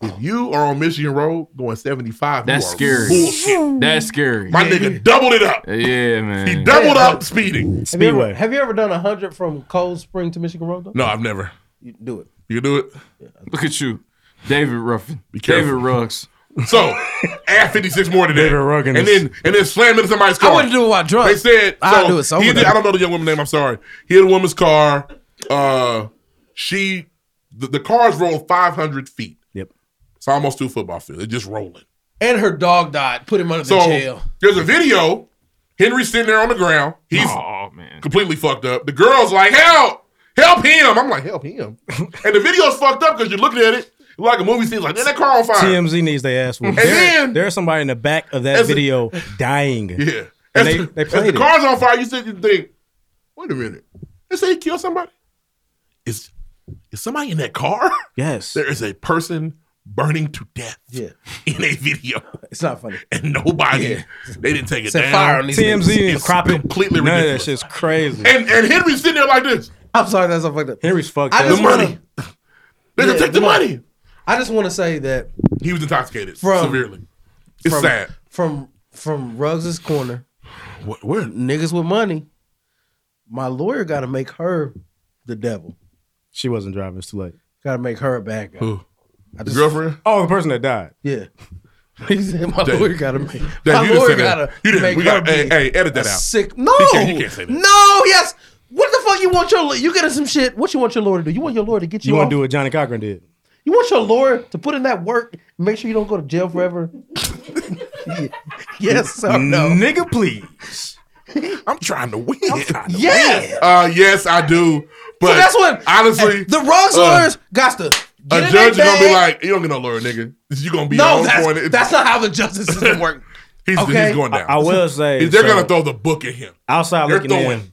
[SPEAKER 1] If you are on Michigan Road going 75,
[SPEAKER 12] That's
[SPEAKER 1] you are
[SPEAKER 12] scary.
[SPEAKER 1] Bullshit.
[SPEAKER 12] That's scary.
[SPEAKER 1] My nigga doubled it up.
[SPEAKER 12] Yeah, man.
[SPEAKER 1] He doubled up speeding.
[SPEAKER 2] Have you, ever, have you ever done 100 from Cold Spring to Michigan Road, though?
[SPEAKER 1] No, I've never.
[SPEAKER 2] You do it.
[SPEAKER 1] You do it.
[SPEAKER 12] Look at you, David Ruffin. David
[SPEAKER 1] careful.
[SPEAKER 12] Ruggs.
[SPEAKER 1] So add 56 more today.
[SPEAKER 3] Ruggins.
[SPEAKER 1] And then and then slam into somebody's car.
[SPEAKER 2] I wouldn't do it while drunk.
[SPEAKER 1] They said
[SPEAKER 2] I'd
[SPEAKER 1] so
[SPEAKER 2] do it sober,
[SPEAKER 1] he hit-
[SPEAKER 2] though.
[SPEAKER 1] I don't know the young woman's name. I'm sorry. He hit a woman's car. Uh, she the, the cars rolled 500 feet.
[SPEAKER 3] Yep.
[SPEAKER 1] It's almost two football fields. It's just rolling.
[SPEAKER 2] And her dog died. Put him under the
[SPEAKER 1] So
[SPEAKER 2] jail.
[SPEAKER 1] there's a video. Henry's sitting there on the ground. He's completely fucked up. The girl's like, "Help! Help him!" I'm like, "Help him!" and the video's fucked up because you're looking at it like a movie scene. Like, man, that car on fire.
[SPEAKER 3] TMZ needs their ass whooped.
[SPEAKER 1] And
[SPEAKER 3] There,
[SPEAKER 1] then-
[SPEAKER 3] there's somebody in the back of that
[SPEAKER 1] As a-
[SPEAKER 3] video dying.
[SPEAKER 1] Yeah.
[SPEAKER 3] And
[SPEAKER 1] As
[SPEAKER 3] they,
[SPEAKER 1] the,
[SPEAKER 3] they
[SPEAKER 1] as the
[SPEAKER 3] played it.
[SPEAKER 1] car's on fire, you sit and think, "Wait a minute! They say he killed somebody. Is is somebody in that car?
[SPEAKER 3] Yes.
[SPEAKER 1] There is a person burning to death.
[SPEAKER 2] Yeah.
[SPEAKER 1] In a video,
[SPEAKER 2] It's not funny.
[SPEAKER 1] and nobody.
[SPEAKER 2] Yeah.
[SPEAKER 1] They didn't take it
[SPEAKER 2] Set
[SPEAKER 1] down.
[SPEAKER 2] fire on these
[SPEAKER 3] TMZ
[SPEAKER 2] niggas.
[SPEAKER 3] and cropping.
[SPEAKER 1] completely
[SPEAKER 3] None of that
[SPEAKER 1] ridiculous.
[SPEAKER 3] shit's crazy.
[SPEAKER 1] And and Henry's sitting there like this.
[SPEAKER 2] I'm sorry that's so fucked up.
[SPEAKER 3] Henry's fucked
[SPEAKER 2] I
[SPEAKER 3] up.
[SPEAKER 2] just
[SPEAKER 1] The
[SPEAKER 2] wanna-
[SPEAKER 1] money. Nigga,
[SPEAKER 2] Yeah,
[SPEAKER 1] take the
[SPEAKER 2] come on.
[SPEAKER 1] money.
[SPEAKER 2] I just want to say that
[SPEAKER 1] He was intoxicated
[SPEAKER 2] From-
[SPEAKER 1] severely. It's
[SPEAKER 2] from,
[SPEAKER 1] sad.
[SPEAKER 2] From from Ruggs's corner.
[SPEAKER 1] What, where?
[SPEAKER 2] Niggas with money. My lawyer got to make her the devil.
[SPEAKER 3] She wasn't driving. It's too late.
[SPEAKER 2] Got to make her a bad guy.
[SPEAKER 1] Who?
[SPEAKER 2] I
[SPEAKER 1] The girlfriend?
[SPEAKER 3] Oh, the person that died.
[SPEAKER 2] Yeah. He said my
[SPEAKER 1] Dave,
[SPEAKER 2] lawyer got to make.
[SPEAKER 1] Dave,
[SPEAKER 2] my
[SPEAKER 1] you didn't
[SPEAKER 2] lawyer
[SPEAKER 1] say that.
[SPEAKER 2] got to
[SPEAKER 1] You didn't.
[SPEAKER 2] make
[SPEAKER 1] We
[SPEAKER 2] her
[SPEAKER 1] got- hey,
[SPEAKER 2] be
[SPEAKER 1] hey, edit that
[SPEAKER 2] a
[SPEAKER 1] out.
[SPEAKER 2] Sick. No.
[SPEAKER 1] You can't- you can't say that.
[SPEAKER 2] No. Yes. What the fuck you want your you getting some shit? What you want your lawyer to do? You want your lawyer to get you?
[SPEAKER 3] You want
[SPEAKER 2] off-
[SPEAKER 3] to do what Johnny Cochran did?
[SPEAKER 2] You want your lawyer to put in that work, make sure you don't go to jail forever. yes or no?
[SPEAKER 3] Nigga, please.
[SPEAKER 1] I'm trying to win.
[SPEAKER 2] Yes.
[SPEAKER 1] Uh, yes, I do. But
[SPEAKER 2] so that's what
[SPEAKER 1] honestly,
[SPEAKER 2] the Ruggs
[SPEAKER 1] uh,
[SPEAKER 2] lawyers got to.
[SPEAKER 1] a
[SPEAKER 2] get in
[SPEAKER 1] judge is
[SPEAKER 2] their
[SPEAKER 1] gonna be
[SPEAKER 2] bag.
[SPEAKER 1] like, you don't get no lawyer, nigga. You gonna be
[SPEAKER 2] no,
[SPEAKER 1] on point.
[SPEAKER 2] that's,
[SPEAKER 1] It's-
[SPEAKER 2] that's not how the justice system works.
[SPEAKER 1] he's,
[SPEAKER 2] okay.
[SPEAKER 1] he's going down.
[SPEAKER 3] I will say,
[SPEAKER 1] they're
[SPEAKER 3] so-
[SPEAKER 1] gonna throw the book at him.
[SPEAKER 3] Outside
[SPEAKER 1] They're
[SPEAKER 3] looking in.
[SPEAKER 1] throwing.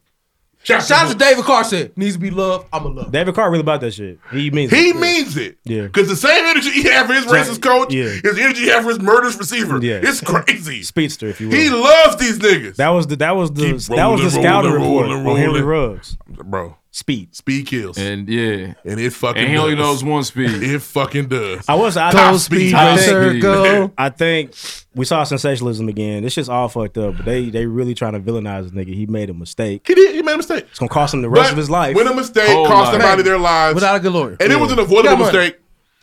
[SPEAKER 1] Shout
[SPEAKER 2] out to David Carson. Needs to be loved. I'm a love.
[SPEAKER 3] David Carr really about that shit. He means
[SPEAKER 1] He
[SPEAKER 3] it.
[SPEAKER 1] means it.
[SPEAKER 3] Yeah.
[SPEAKER 1] Because the same energy he had for his racist coach
[SPEAKER 3] Yeah.
[SPEAKER 1] is the energy he had for his murderous receiver.
[SPEAKER 3] Yeah.
[SPEAKER 1] It's crazy.
[SPEAKER 3] Speedster, if you will.
[SPEAKER 1] He loves these niggas.
[SPEAKER 3] that was the that was the
[SPEAKER 1] Keep
[SPEAKER 3] that was the
[SPEAKER 1] rolling,
[SPEAKER 3] scouting
[SPEAKER 1] rolling,
[SPEAKER 3] report
[SPEAKER 1] rolling,
[SPEAKER 3] on Henry
[SPEAKER 1] rolling.
[SPEAKER 3] Ruggs.
[SPEAKER 1] Bro.
[SPEAKER 3] Speed.
[SPEAKER 1] Speed kills.
[SPEAKER 12] And yeah.
[SPEAKER 1] And it fucking
[SPEAKER 12] And he
[SPEAKER 1] does.
[SPEAKER 12] only knows one speed.
[SPEAKER 1] It fucking does.
[SPEAKER 3] I was I
[SPEAKER 1] Top
[SPEAKER 3] I-
[SPEAKER 1] speed,
[SPEAKER 3] I
[SPEAKER 1] top
[SPEAKER 3] think,
[SPEAKER 1] speed. Go.
[SPEAKER 3] I think we saw sensationalism again. This shit's all fucked up. But they they really trying to villainize this nigga. He made a mistake.
[SPEAKER 1] He did. He made a mistake.
[SPEAKER 3] It's gonna cost him the rest
[SPEAKER 1] But
[SPEAKER 3] of his life.
[SPEAKER 1] When a mistake
[SPEAKER 3] Whole
[SPEAKER 1] cost
[SPEAKER 3] life.
[SPEAKER 1] somebody their lives.
[SPEAKER 2] Without a good lawyer.
[SPEAKER 1] and it was an
[SPEAKER 3] Yeah.
[SPEAKER 1] avoidable
[SPEAKER 2] Got money.
[SPEAKER 1] mistake.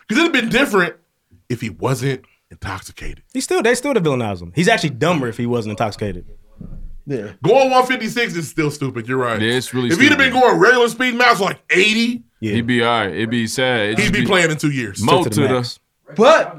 [SPEAKER 1] Because it'd have been different if he wasn't intoxicated.
[SPEAKER 3] He's still they still villainize him. He's actually dumber if he wasn't intoxicated.
[SPEAKER 1] Yeah. Going 156 is still stupid. You're right.
[SPEAKER 12] Yeah, it's really.
[SPEAKER 1] if he'd have
[SPEAKER 12] stupid.
[SPEAKER 1] been going regular speed maps like 80,
[SPEAKER 12] he'd be all right. It'd be sad. It'd
[SPEAKER 1] he'd
[SPEAKER 12] just
[SPEAKER 1] be playing in two years.
[SPEAKER 12] Mo Oh, to the.
[SPEAKER 2] But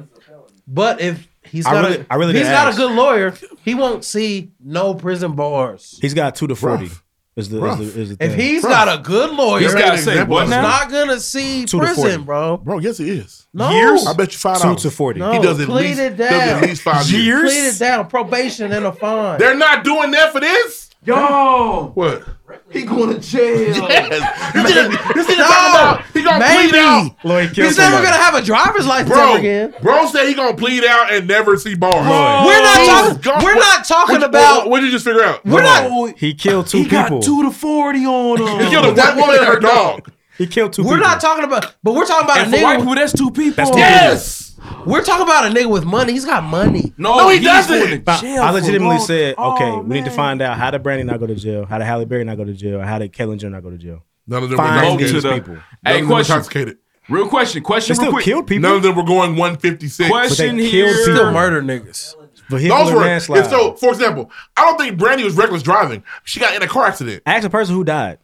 [SPEAKER 2] but if he's
[SPEAKER 3] I
[SPEAKER 2] not
[SPEAKER 3] really-
[SPEAKER 2] a,
[SPEAKER 3] I really
[SPEAKER 2] he's
[SPEAKER 3] didn't
[SPEAKER 2] not
[SPEAKER 3] ask.
[SPEAKER 2] a good lawyer, he won't see no prison bars.
[SPEAKER 3] He's got two to forty.
[SPEAKER 2] Rough.
[SPEAKER 3] Is the,
[SPEAKER 2] Rough.
[SPEAKER 3] is the, is the
[SPEAKER 2] If
[SPEAKER 3] thing.
[SPEAKER 2] he's not a good lawyer,
[SPEAKER 3] He's gotta say what
[SPEAKER 2] he's
[SPEAKER 3] now?
[SPEAKER 2] not gonna see
[SPEAKER 3] Two to
[SPEAKER 2] prison,
[SPEAKER 3] 40.
[SPEAKER 2] bro.
[SPEAKER 1] Bro, yes, he is.
[SPEAKER 2] No,
[SPEAKER 1] Years? I bet you five
[SPEAKER 3] Two
[SPEAKER 1] hours.
[SPEAKER 3] to 40.
[SPEAKER 2] No,
[SPEAKER 1] He does at
[SPEAKER 2] plead
[SPEAKER 1] least,
[SPEAKER 2] it
[SPEAKER 1] does
[SPEAKER 2] down.
[SPEAKER 1] at least five years.
[SPEAKER 2] Plead it down, probation and a fine.
[SPEAKER 1] They're not doing that for this.
[SPEAKER 2] Yo,
[SPEAKER 1] What?
[SPEAKER 2] he going to jail.
[SPEAKER 1] Yes. You see the- you see the talking about? He gonna plead out.
[SPEAKER 2] He's never gonna have a driver's license
[SPEAKER 1] bro,
[SPEAKER 2] ever again.
[SPEAKER 1] Bro said he gonna plead out and never see bars.
[SPEAKER 2] Lloyd. We're not talking- we're not talking about-
[SPEAKER 1] What did you just figure out?
[SPEAKER 2] We're not- Lloyd,
[SPEAKER 3] He killed two people.
[SPEAKER 2] to forty on him.
[SPEAKER 1] He killed a white woman and her dog.
[SPEAKER 3] He killed two
[SPEAKER 2] We're
[SPEAKER 3] people.
[SPEAKER 2] not talking about, but we're talking about
[SPEAKER 3] And
[SPEAKER 2] a
[SPEAKER 3] for
[SPEAKER 2] nigga.
[SPEAKER 3] white
[SPEAKER 2] with-
[SPEAKER 3] people, that's two people. That's two
[SPEAKER 2] yes, we're talking about a nigga with money. He's got money.
[SPEAKER 1] No, he doesn't.
[SPEAKER 3] But I legitimately said,
[SPEAKER 2] Oh,
[SPEAKER 3] okay, we need to find out how did Brandy not go to jail, how did Halle Berry not go to jail, and how did Caitlyn Jenner not go to jail.
[SPEAKER 1] None of them
[SPEAKER 3] Find
[SPEAKER 1] were
[SPEAKER 3] these
[SPEAKER 1] intoxicated.
[SPEAKER 3] people.
[SPEAKER 1] None of
[SPEAKER 12] Hey,
[SPEAKER 1] them were
[SPEAKER 12] question.
[SPEAKER 1] intoxicated.
[SPEAKER 12] Real question. Question.
[SPEAKER 3] They
[SPEAKER 12] real
[SPEAKER 3] still
[SPEAKER 12] quick.
[SPEAKER 3] killed people.
[SPEAKER 1] None of them were going 156.
[SPEAKER 12] Question
[SPEAKER 3] But they killed
[SPEAKER 12] here.
[SPEAKER 3] people.
[SPEAKER 2] murder niggas.
[SPEAKER 3] Vehicular
[SPEAKER 1] Those were.
[SPEAKER 3] manslaughter.
[SPEAKER 1] If so, for example, I don't think Brandy was reckless driving. She got in a car accident.
[SPEAKER 3] Ask the person who died.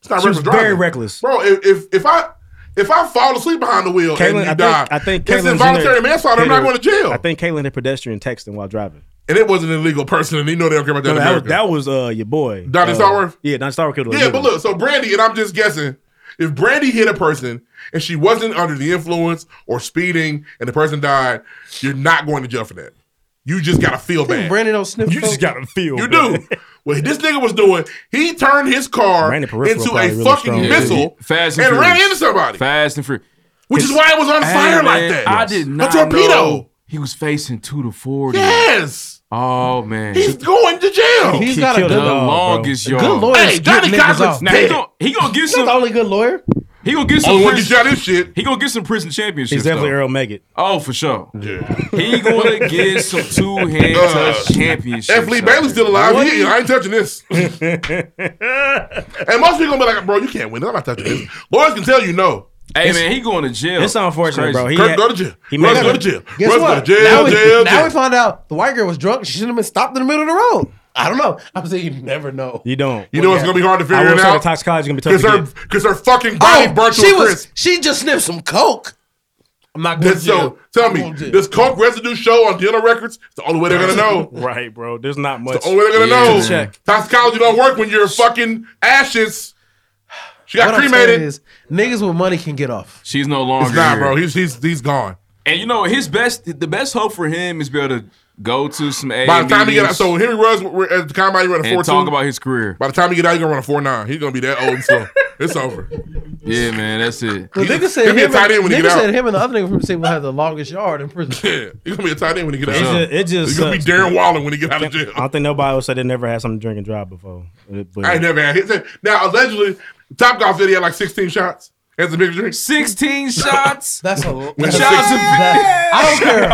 [SPEAKER 1] It's not
[SPEAKER 3] She was
[SPEAKER 1] reckless
[SPEAKER 3] very
[SPEAKER 1] driving.
[SPEAKER 3] reckless.
[SPEAKER 1] Bro, if, if if I if I fall asleep behind the wheel and you
[SPEAKER 3] Caitlyn, I think,
[SPEAKER 1] die,
[SPEAKER 3] I think
[SPEAKER 1] it's
[SPEAKER 3] Caitlyn
[SPEAKER 1] involuntary
[SPEAKER 3] Jenner-
[SPEAKER 1] manslaughter. I'm not
[SPEAKER 3] Caitlyn-
[SPEAKER 1] going to jail.
[SPEAKER 3] I think Caitlyn did pedestrian texting while driving.
[SPEAKER 1] and it wasn't an illegal person, and they know they don't care about that. in
[SPEAKER 3] No, that, was,
[SPEAKER 1] America.
[SPEAKER 3] that was uh, your boy,
[SPEAKER 1] Donnie
[SPEAKER 3] uh,
[SPEAKER 1] Starworth?
[SPEAKER 3] Yeah, Donnie Starworth killed. a
[SPEAKER 1] Yeah, but
[SPEAKER 3] nigga.
[SPEAKER 1] look, so Brandy, and I'm just guessing, if Brandy hit a person and she wasn't under the influence or speeding and the person died, you're not going to jail for that. You just gotta feel bad.
[SPEAKER 2] Brandon don't sniff.
[SPEAKER 3] you just gotta feel.
[SPEAKER 1] You do. What this nigga was doing, he turned his car
[SPEAKER 3] Brandy
[SPEAKER 1] into a
[SPEAKER 3] peripheral probably really
[SPEAKER 1] fucking
[SPEAKER 3] strong.
[SPEAKER 1] missile
[SPEAKER 12] Fast
[SPEAKER 1] and,
[SPEAKER 12] and,
[SPEAKER 1] ran
[SPEAKER 12] Furious.
[SPEAKER 1] into somebody,
[SPEAKER 12] Fast and free.
[SPEAKER 1] which is why it was on fire like that.
[SPEAKER 12] I did not
[SPEAKER 1] A torpedo.
[SPEAKER 12] know he was facing two to forty.
[SPEAKER 1] Yes.
[SPEAKER 12] Oh man.
[SPEAKER 1] He's going to jail.
[SPEAKER 2] He's got a
[SPEAKER 12] the
[SPEAKER 2] good law.
[SPEAKER 12] longest
[SPEAKER 2] bro.
[SPEAKER 12] yard.
[SPEAKER 2] Good lawyer.
[SPEAKER 1] Hey, Johnny Cochran's
[SPEAKER 12] Now he gonna, he gonna get
[SPEAKER 2] He's not
[SPEAKER 12] some.
[SPEAKER 2] the only good lawyer.
[SPEAKER 12] He gonna get some.
[SPEAKER 1] Only one
[SPEAKER 12] prison-
[SPEAKER 1] get you out of this shit.
[SPEAKER 12] He gonna get some prison championships.
[SPEAKER 3] He's definitely
[SPEAKER 12] though.
[SPEAKER 3] Earl Meggett.
[SPEAKER 12] Oh, for sure.
[SPEAKER 1] Yeah.
[SPEAKER 12] He gonna get some two hand
[SPEAKER 1] Uh,
[SPEAKER 12] touch championships.
[SPEAKER 1] If Lee
[SPEAKER 12] out
[SPEAKER 1] Bailey's
[SPEAKER 12] there.
[SPEAKER 1] still alive,
[SPEAKER 2] What
[SPEAKER 1] he,
[SPEAKER 2] do you-
[SPEAKER 1] I ain't touching this. and most people gonna be like, bro, you can't win. I'm not touching this. Lawyers can tell you no.
[SPEAKER 12] Hey
[SPEAKER 3] It's-
[SPEAKER 12] man, he going to jail.
[SPEAKER 3] It's unfortunate,
[SPEAKER 12] Crazy.
[SPEAKER 3] bro. He
[SPEAKER 1] Kirk,
[SPEAKER 3] had-
[SPEAKER 1] go to jail.
[SPEAKER 3] He
[SPEAKER 1] Russ,
[SPEAKER 3] made
[SPEAKER 1] go to jail.
[SPEAKER 2] Guess
[SPEAKER 1] Russ,
[SPEAKER 2] what?
[SPEAKER 1] go to jail.
[SPEAKER 2] now we,
[SPEAKER 1] jail,
[SPEAKER 2] now
[SPEAKER 1] jail.
[SPEAKER 2] we find out the white girl was drunk. She shouldn't have been stopped in the middle of the road. I don't know. I'm saying you never know.
[SPEAKER 3] You don't.
[SPEAKER 1] you know it's gonna be hard to
[SPEAKER 3] I
[SPEAKER 1] figure
[SPEAKER 3] will
[SPEAKER 1] it
[SPEAKER 3] say the
[SPEAKER 1] out.
[SPEAKER 3] toxicology gonna be tough
[SPEAKER 1] Because
[SPEAKER 3] to
[SPEAKER 1] her,
[SPEAKER 3] get.
[SPEAKER 1] because her fucking body
[SPEAKER 2] Oh,
[SPEAKER 1] burnt to
[SPEAKER 2] she
[SPEAKER 1] a
[SPEAKER 2] was.
[SPEAKER 1] crisp.
[SPEAKER 2] She just sniffed some coke. I'm not going
[SPEAKER 1] And
[SPEAKER 2] to
[SPEAKER 1] so
[SPEAKER 2] jail.
[SPEAKER 1] tell
[SPEAKER 2] I'm
[SPEAKER 1] me,
[SPEAKER 2] going to jail.
[SPEAKER 1] does coke residue show on dental records? It's the only way they're gonna know.
[SPEAKER 3] Right, bro. There's not much.
[SPEAKER 1] It's the only way they're gonna
[SPEAKER 3] Yeah.
[SPEAKER 1] know.
[SPEAKER 3] Check.
[SPEAKER 1] Toxicology don't work when you're fucking ashes. She got
[SPEAKER 2] What I'm saying
[SPEAKER 1] cremated.
[SPEAKER 2] is, niggas with money can get off.
[SPEAKER 12] She's no longer.
[SPEAKER 1] It's not,
[SPEAKER 12] here.
[SPEAKER 1] bro. He's he's he's gone.
[SPEAKER 12] And you know his best, the best hope for him is be able to go to some A
[SPEAKER 1] By the time he get out, so Henry Ruggs we're- at the combine, he ran a
[SPEAKER 12] and
[SPEAKER 1] four
[SPEAKER 12] talk about his career.
[SPEAKER 1] By the time you get out, you're gonna run a four nine. He's gonna be that old and slow. It's over.
[SPEAKER 12] Yeah, man, that's it.
[SPEAKER 2] The
[SPEAKER 1] He-
[SPEAKER 2] nigga said
[SPEAKER 1] he'll be a
[SPEAKER 2] him,
[SPEAKER 1] tight end
[SPEAKER 2] and,
[SPEAKER 1] when he
[SPEAKER 2] nigga
[SPEAKER 1] get out.
[SPEAKER 2] said him and the other nigga from the team will have the longest yard in prison.
[SPEAKER 1] Yeah, he's gonna be a tight end when he get out.
[SPEAKER 3] It's just- it just
[SPEAKER 1] he's gonna
[SPEAKER 3] sucks.
[SPEAKER 1] be Darren Waller when he get out of jail.
[SPEAKER 3] I don't think nobody will say they never had something to drink and drive before. But
[SPEAKER 1] I ain't never had hits. Now allegedly, Top Golf said he had like 16 shots. That's a big drink.
[SPEAKER 12] Sixteen shots.
[SPEAKER 2] That's a.
[SPEAKER 1] When
[SPEAKER 2] That's
[SPEAKER 1] six-
[SPEAKER 2] that- I don't care.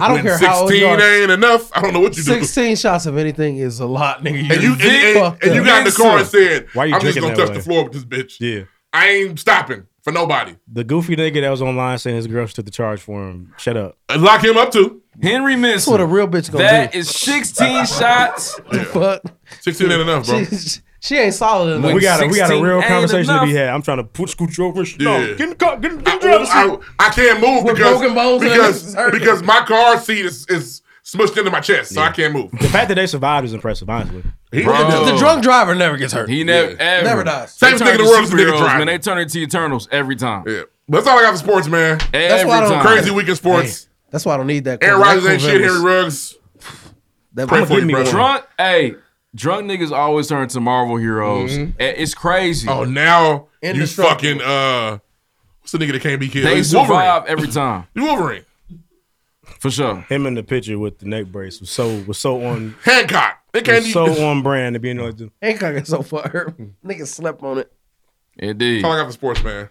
[SPEAKER 2] I don't
[SPEAKER 1] When
[SPEAKER 2] care
[SPEAKER 1] 16
[SPEAKER 2] how old you are.
[SPEAKER 1] ain't enough. I don't know what you do.
[SPEAKER 2] 16 shots of anything is a lot, nigga.
[SPEAKER 1] And you and, and,
[SPEAKER 2] fucked
[SPEAKER 1] and you
[SPEAKER 2] up.
[SPEAKER 1] got in the car and said,
[SPEAKER 3] Why you
[SPEAKER 1] "I'm just gonna
[SPEAKER 3] drinking that
[SPEAKER 1] touch
[SPEAKER 3] way?
[SPEAKER 1] the floor with this bitch.
[SPEAKER 3] yeah,
[SPEAKER 1] I ain't stopping for nobody.
[SPEAKER 3] the goofy nigga that was online saying his girl took the charge for him. Shut up.
[SPEAKER 1] And lock him up too.
[SPEAKER 12] Henry
[SPEAKER 2] That's what a
[SPEAKER 12] Minson.
[SPEAKER 2] real bitch gonna
[SPEAKER 12] That
[SPEAKER 2] do.
[SPEAKER 12] is sixteen shots.
[SPEAKER 2] Fuck.
[SPEAKER 1] 16 ain't enough, bro.
[SPEAKER 2] She, she ain't solid enough.
[SPEAKER 3] we got a, we got a
[SPEAKER 12] 16
[SPEAKER 3] real
[SPEAKER 12] ain't
[SPEAKER 3] conversation to be
[SPEAKER 12] enough.
[SPEAKER 3] had. I'm trying to put scooch over. and shit. No,
[SPEAKER 1] Yeah.
[SPEAKER 3] get in the car. Get, in- get in the driver's
[SPEAKER 1] I,
[SPEAKER 3] seat.
[SPEAKER 1] I, I can't move
[SPEAKER 2] With broken
[SPEAKER 1] because
[SPEAKER 2] bones and
[SPEAKER 1] because,
[SPEAKER 2] everything's hurting.
[SPEAKER 1] because my car seat is, is smushed into my chest, so I can't move.
[SPEAKER 3] The fact that they survived is impressive, honestly.
[SPEAKER 1] He-
[SPEAKER 12] Bro.
[SPEAKER 2] the drunk driver never gets hurt.
[SPEAKER 12] He never ever
[SPEAKER 2] Never dies.
[SPEAKER 12] They
[SPEAKER 1] Safest
[SPEAKER 12] turn
[SPEAKER 1] nigga in the
[SPEAKER 12] to
[SPEAKER 1] world is a nigga
[SPEAKER 12] superheroes,
[SPEAKER 1] driving.
[SPEAKER 12] man. They turn into Eternals every time.
[SPEAKER 1] Yeah. But that's all I got for sports, man.
[SPEAKER 12] Every
[SPEAKER 2] why I don't-
[SPEAKER 12] time.
[SPEAKER 1] Crazy week in sports.
[SPEAKER 2] That's why I don't need that.
[SPEAKER 1] Aaron
[SPEAKER 2] Corvette
[SPEAKER 1] Rodgers ain't shit.
[SPEAKER 2] Corvette
[SPEAKER 1] Henry Ruggs.
[SPEAKER 2] That
[SPEAKER 1] Pray
[SPEAKER 2] I'ma
[SPEAKER 1] for
[SPEAKER 2] give
[SPEAKER 1] you,
[SPEAKER 2] me
[SPEAKER 1] brother.
[SPEAKER 2] one.
[SPEAKER 12] Drunk, hey, drunk niggas always turn to Marvel heroes. Eh, It's crazy.
[SPEAKER 1] Mm-hmm. Oh, now you
[SPEAKER 2] Indestructible.
[SPEAKER 1] fucking uh, what's the nigga that can't be killed?
[SPEAKER 12] they
[SPEAKER 1] It's Wolverine.
[SPEAKER 12] survive every time
[SPEAKER 1] You Wolverine.
[SPEAKER 12] for sure.
[SPEAKER 3] Him in the picture with the neck brace was so was so on
[SPEAKER 1] Hancock. It can't
[SPEAKER 3] was
[SPEAKER 1] be.
[SPEAKER 3] so
[SPEAKER 1] that's
[SPEAKER 3] on brand to be in like the
[SPEAKER 2] Hancock is so far hurt. Nigga slept on it.
[SPEAKER 12] Indeed,
[SPEAKER 1] all I got for sports, man.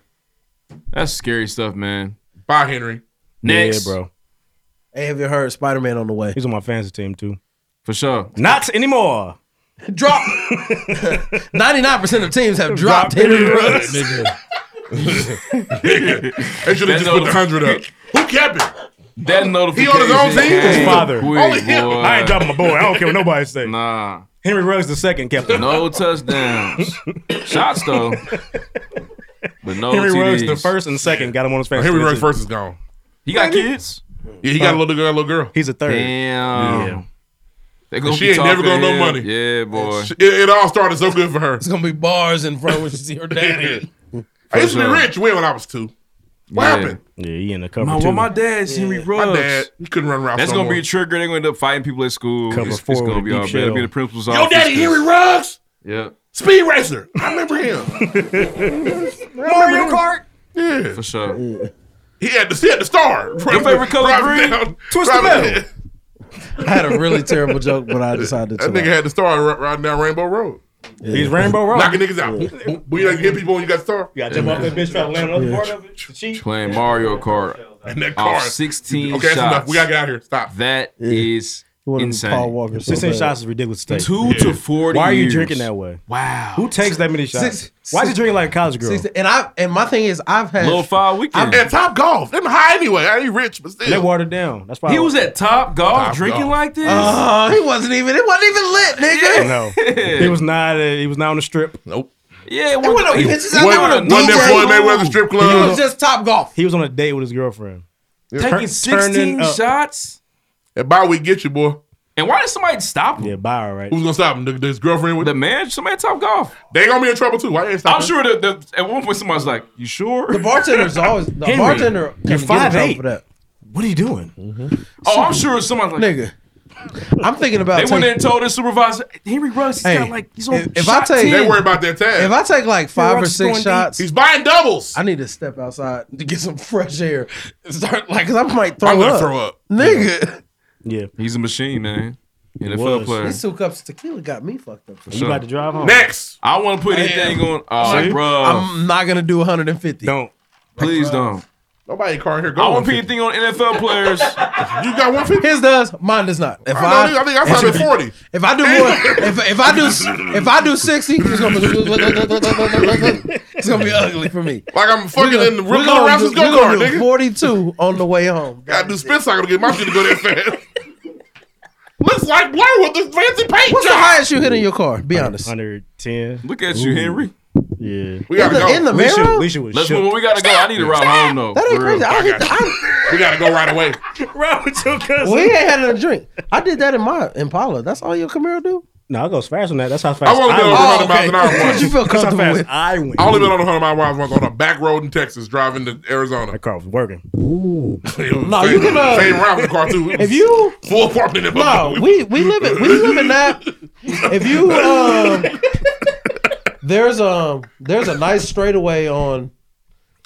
[SPEAKER 12] that's scary stuff, man.
[SPEAKER 1] Bye, Henry.
[SPEAKER 12] Next,
[SPEAKER 3] Yeah, bro.
[SPEAKER 2] Hey, have you heard Spider Man on the way?
[SPEAKER 3] He's on my fantasy team too.
[SPEAKER 12] for sure.
[SPEAKER 3] Not anymore.
[SPEAKER 2] Drop. Ninety nine percent of teams have dropped
[SPEAKER 3] Drop
[SPEAKER 2] Henry
[SPEAKER 3] Henry
[SPEAKER 2] Ruggs.
[SPEAKER 1] They should have just
[SPEAKER 12] no-
[SPEAKER 1] put the hundred up. Who kept it?
[SPEAKER 12] That notification.
[SPEAKER 1] He on his own team?
[SPEAKER 12] came
[SPEAKER 1] His father.
[SPEAKER 12] quick,
[SPEAKER 1] Only him.
[SPEAKER 12] boy.
[SPEAKER 1] I ain't dropping my boy. I don't care what nobody
[SPEAKER 3] say.
[SPEAKER 12] Nah.
[SPEAKER 3] Henry Ruggs the second kept it.
[SPEAKER 12] No touchdowns. Shots though. But no
[SPEAKER 3] Henry Ruggs the
[SPEAKER 12] TDs.
[SPEAKER 3] first and second got him on his fantasy.
[SPEAKER 12] Henry Ruggs
[SPEAKER 3] team.
[SPEAKER 12] first is gone. He got kids?
[SPEAKER 1] Yeah, he got a little girl, little girl.
[SPEAKER 3] He's a third.
[SPEAKER 12] Damn.
[SPEAKER 1] Yeah.
[SPEAKER 12] They gonna
[SPEAKER 1] And she
[SPEAKER 12] be
[SPEAKER 1] ain't never gonna
[SPEAKER 12] talking to
[SPEAKER 1] know
[SPEAKER 12] him.
[SPEAKER 1] money.
[SPEAKER 12] Yeah, boy.
[SPEAKER 1] It, it all started so good for her. It's
[SPEAKER 2] gonna be bars in front when she see her daddy.
[SPEAKER 1] I used to be
[SPEAKER 12] sure.
[SPEAKER 1] rich when when I was two. What
[SPEAKER 12] Yeah.
[SPEAKER 1] happened?
[SPEAKER 3] Yeah, he in the cover
[SPEAKER 12] My,
[SPEAKER 3] two.
[SPEAKER 12] well, my dad's Henry Ruggs.
[SPEAKER 1] My dad, he couldn't run routes.
[SPEAKER 12] That's
[SPEAKER 1] no
[SPEAKER 12] gonna be
[SPEAKER 1] more.
[SPEAKER 12] a trigger. They're gonna end up fighting people at school.
[SPEAKER 3] Cover
[SPEAKER 12] it's,
[SPEAKER 3] four
[SPEAKER 12] it's gonna
[SPEAKER 3] with
[SPEAKER 12] be
[SPEAKER 3] a
[SPEAKER 12] all
[SPEAKER 3] deep
[SPEAKER 12] bad. It'll be
[SPEAKER 3] shell.
[SPEAKER 12] the principal's
[SPEAKER 1] Your
[SPEAKER 12] office.
[SPEAKER 1] daddy, Henry Ruggs,
[SPEAKER 12] Yep.
[SPEAKER 1] speed racer. I remember him.
[SPEAKER 9] Mario Kart.
[SPEAKER 1] Yeah,
[SPEAKER 12] for sure.
[SPEAKER 1] He had the he had the star. Your
[SPEAKER 12] favorite color green? Twist the metal.
[SPEAKER 2] I had a really terrible joke, but I decided to.
[SPEAKER 1] That nigga had the star ri- riding down Rainbow Road.
[SPEAKER 3] He's Rainbow Road.
[SPEAKER 1] Knocking niggas out. When you like hit people when you got the star.
[SPEAKER 3] You got jump off that bitch, try to land on the part of it.
[SPEAKER 12] Playing Mario Kart.
[SPEAKER 1] And that car.
[SPEAKER 12] Off 16
[SPEAKER 1] Okay, that's
[SPEAKER 12] shots.
[SPEAKER 1] enough. We gotta get out of here. Stop.
[SPEAKER 12] Oh, That is insane.
[SPEAKER 3] Paul Walker.
[SPEAKER 12] so
[SPEAKER 3] Sixteen
[SPEAKER 12] bad.
[SPEAKER 3] shots is ridiculous. to take.
[SPEAKER 12] Two to 40
[SPEAKER 3] Why are you
[SPEAKER 12] years.
[SPEAKER 3] drinking that way?
[SPEAKER 12] Wow.
[SPEAKER 3] Who takes that many shots? Why is he drinking like a college girl?
[SPEAKER 2] Six- and I and my thing is I've had
[SPEAKER 12] Little five
[SPEAKER 1] I'm
[SPEAKER 12] weekend.
[SPEAKER 1] at Top Golf. I'm high anyway. I ain't rich, but still.
[SPEAKER 3] They watered down. That's why
[SPEAKER 12] he was at Top Golf Uh-huh.
[SPEAKER 1] Top
[SPEAKER 12] drinking
[SPEAKER 1] Golf.
[SPEAKER 12] like this.
[SPEAKER 2] Uh, he wasn't even. It wasn't even lit, nigga.
[SPEAKER 3] No, he was not. uh, he was not on the strip.
[SPEAKER 1] Nope.
[SPEAKER 12] yeah,
[SPEAKER 2] It wasn't no bitches out there with a
[SPEAKER 1] Wasn't that Floyd
[SPEAKER 2] DJ.
[SPEAKER 1] Mayweather strip
[SPEAKER 3] He
[SPEAKER 1] club?
[SPEAKER 2] It was just top golf.
[SPEAKER 3] He was on a date with his girlfriend. Tur-
[SPEAKER 12] Taking
[SPEAKER 3] turning
[SPEAKER 12] 16
[SPEAKER 3] up.
[SPEAKER 12] shots.
[SPEAKER 1] And by we get you, boy.
[SPEAKER 12] And why did somebody stop him?
[SPEAKER 3] Yeah, buy her right.
[SPEAKER 1] Who's gonna stop him? The- His girlfriend with
[SPEAKER 12] The man, somebody at Top Golf.
[SPEAKER 1] They gonna be in trouble too. Why they ain't
[SPEAKER 12] I'm
[SPEAKER 1] stopping?
[SPEAKER 12] sure that, that at one point somebody's like, "You sure?"
[SPEAKER 2] Uh-huh. The bartender's always the
[SPEAKER 12] Henry,
[SPEAKER 2] bartender.
[SPEAKER 12] you're
[SPEAKER 2] five
[SPEAKER 12] 5'8".
[SPEAKER 2] for that.
[SPEAKER 3] What are you doing,
[SPEAKER 12] Oh, I'm sure someone's like,
[SPEAKER 2] nigga? I'm thinking about
[SPEAKER 12] They went
[SPEAKER 2] taking-
[SPEAKER 12] in and told his supervisor, Henry Ruggs, he's
[SPEAKER 2] Hey,
[SPEAKER 12] got like he's on
[SPEAKER 2] if- if
[SPEAKER 12] shot
[SPEAKER 2] I take-
[SPEAKER 12] 10.
[SPEAKER 1] They worry about that tag.
[SPEAKER 2] If I take like five or six shots,
[SPEAKER 1] he's buying doubles.
[SPEAKER 2] I need to step outside to get some fresh air. and Start like, cause I might throw
[SPEAKER 12] I'm gonna
[SPEAKER 2] up.
[SPEAKER 12] throw up.
[SPEAKER 2] nigga.
[SPEAKER 3] Yeah,
[SPEAKER 12] he's a machine, man. NFL player.
[SPEAKER 2] These two cups of tequila got me fucked up.
[SPEAKER 12] For sure.
[SPEAKER 2] Oh.
[SPEAKER 1] Next.
[SPEAKER 12] I want to put
[SPEAKER 2] I
[SPEAKER 12] anything
[SPEAKER 2] am.
[SPEAKER 12] on. Oh,
[SPEAKER 2] See?
[SPEAKER 12] bro,
[SPEAKER 2] I'm not gonna do 150.
[SPEAKER 3] Don't.
[SPEAKER 12] please don't.
[SPEAKER 1] Nobody in car here. Go
[SPEAKER 12] I want to put anything on NFL players.
[SPEAKER 1] You got one fifty.
[SPEAKER 2] His does, mine does not. If
[SPEAKER 1] I know,
[SPEAKER 2] I,
[SPEAKER 1] nigga, I think I found it 40.
[SPEAKER 2] If I do more, if, if I do, if I do sixty, it's gonna be, it's gonna be ugly for me.
[SPEAKER 1] Like I'm fucking
[SPEAKER 2] We're gonna-
[SPEAKER 1] in the
[SPEAKER 2] we're
[SPEAKER 1] Rick
[SPEAKER 2] gonna
[SPEAKER 1] Raptors
[SPEAKER 2] do-
[SPEAKER 1] go
[SPEAKER 2] we're
[SPEAKER 1] kart,
[SPEAKER 2] gonna do
[SPEAKER 1] nigga.
[SPEAKER 2] Forty-two on the way home.
[SPEAKER 1] Gotta do spin cycle to get my shit to go that fast. Looks like Blair with the fancy paint
[SPEAKER 2] What's the
[SPEAKER 1] job.
[SPEAKER 2] highest you hit in your car? Be honest.
[SPEAKER 3] Hundred ten.
[SPEAKER 12] Look at you, Henry.
[SPEAKER 3] Yeah.
[SPEAKER 1] We gotta
[SPEAKER 2] in the,
[SPEAKER 1] go.
[SPEAKER 2] in the
[SPEAKER 3] Alicia,
[SPEAKER 2] mirror.
[SPEAKER 3] Alicia was
[SPEAKER 12] Let's
[SPEAKER 3] shook.
[SPEAKER 12] move. on. We gotta go. I need to ride home though.
[SPEAKER 2] That ain't
[SPEAKER 12] for real.
[SPEAKER 2] crazy. I hit the, I,
[SPEAKER 1] We gotta go right away.
[SPEAKER 3] Ride with your cousin.
[SPEAKER 2] we ain't had a drink. I did that in my Impala. That's all your Camaro do.
[SPEAKER 3] No, I goes faster than that. That's how fast.
[SPEAKER 1] I won't go over 100 miles
[SPEAKER 3] went.
[SPEAKER 1] an hour
[SPEAKER 2] What
[SPEAKER 1] once.
[SPEAKER 2] you feel
[SPEAKER 3] That's how
[SPEAKER 2] comfortable
[SPEAKER 3] fast
[SPEAKER 2] with?
[SPEAKER 3] I went.
[SPEAKER 1] I only been on a 100 mile ride once on a back road in Texas driving to Arizona.
[SPEAKER 3] That car was working.
[SPEAKER 1] no,
[SPEAKER 2] you can, uh,
[SPEAKER 1] same route with the car too. It
[SPEAKER 2] If
[SPEAKER 1] was
[SPEAKER 2] you
[SPEAKER 1] full parking in the
[SPEAKER 2] no, we we live in we live in that. If you um, there's um there's a nice straightaway on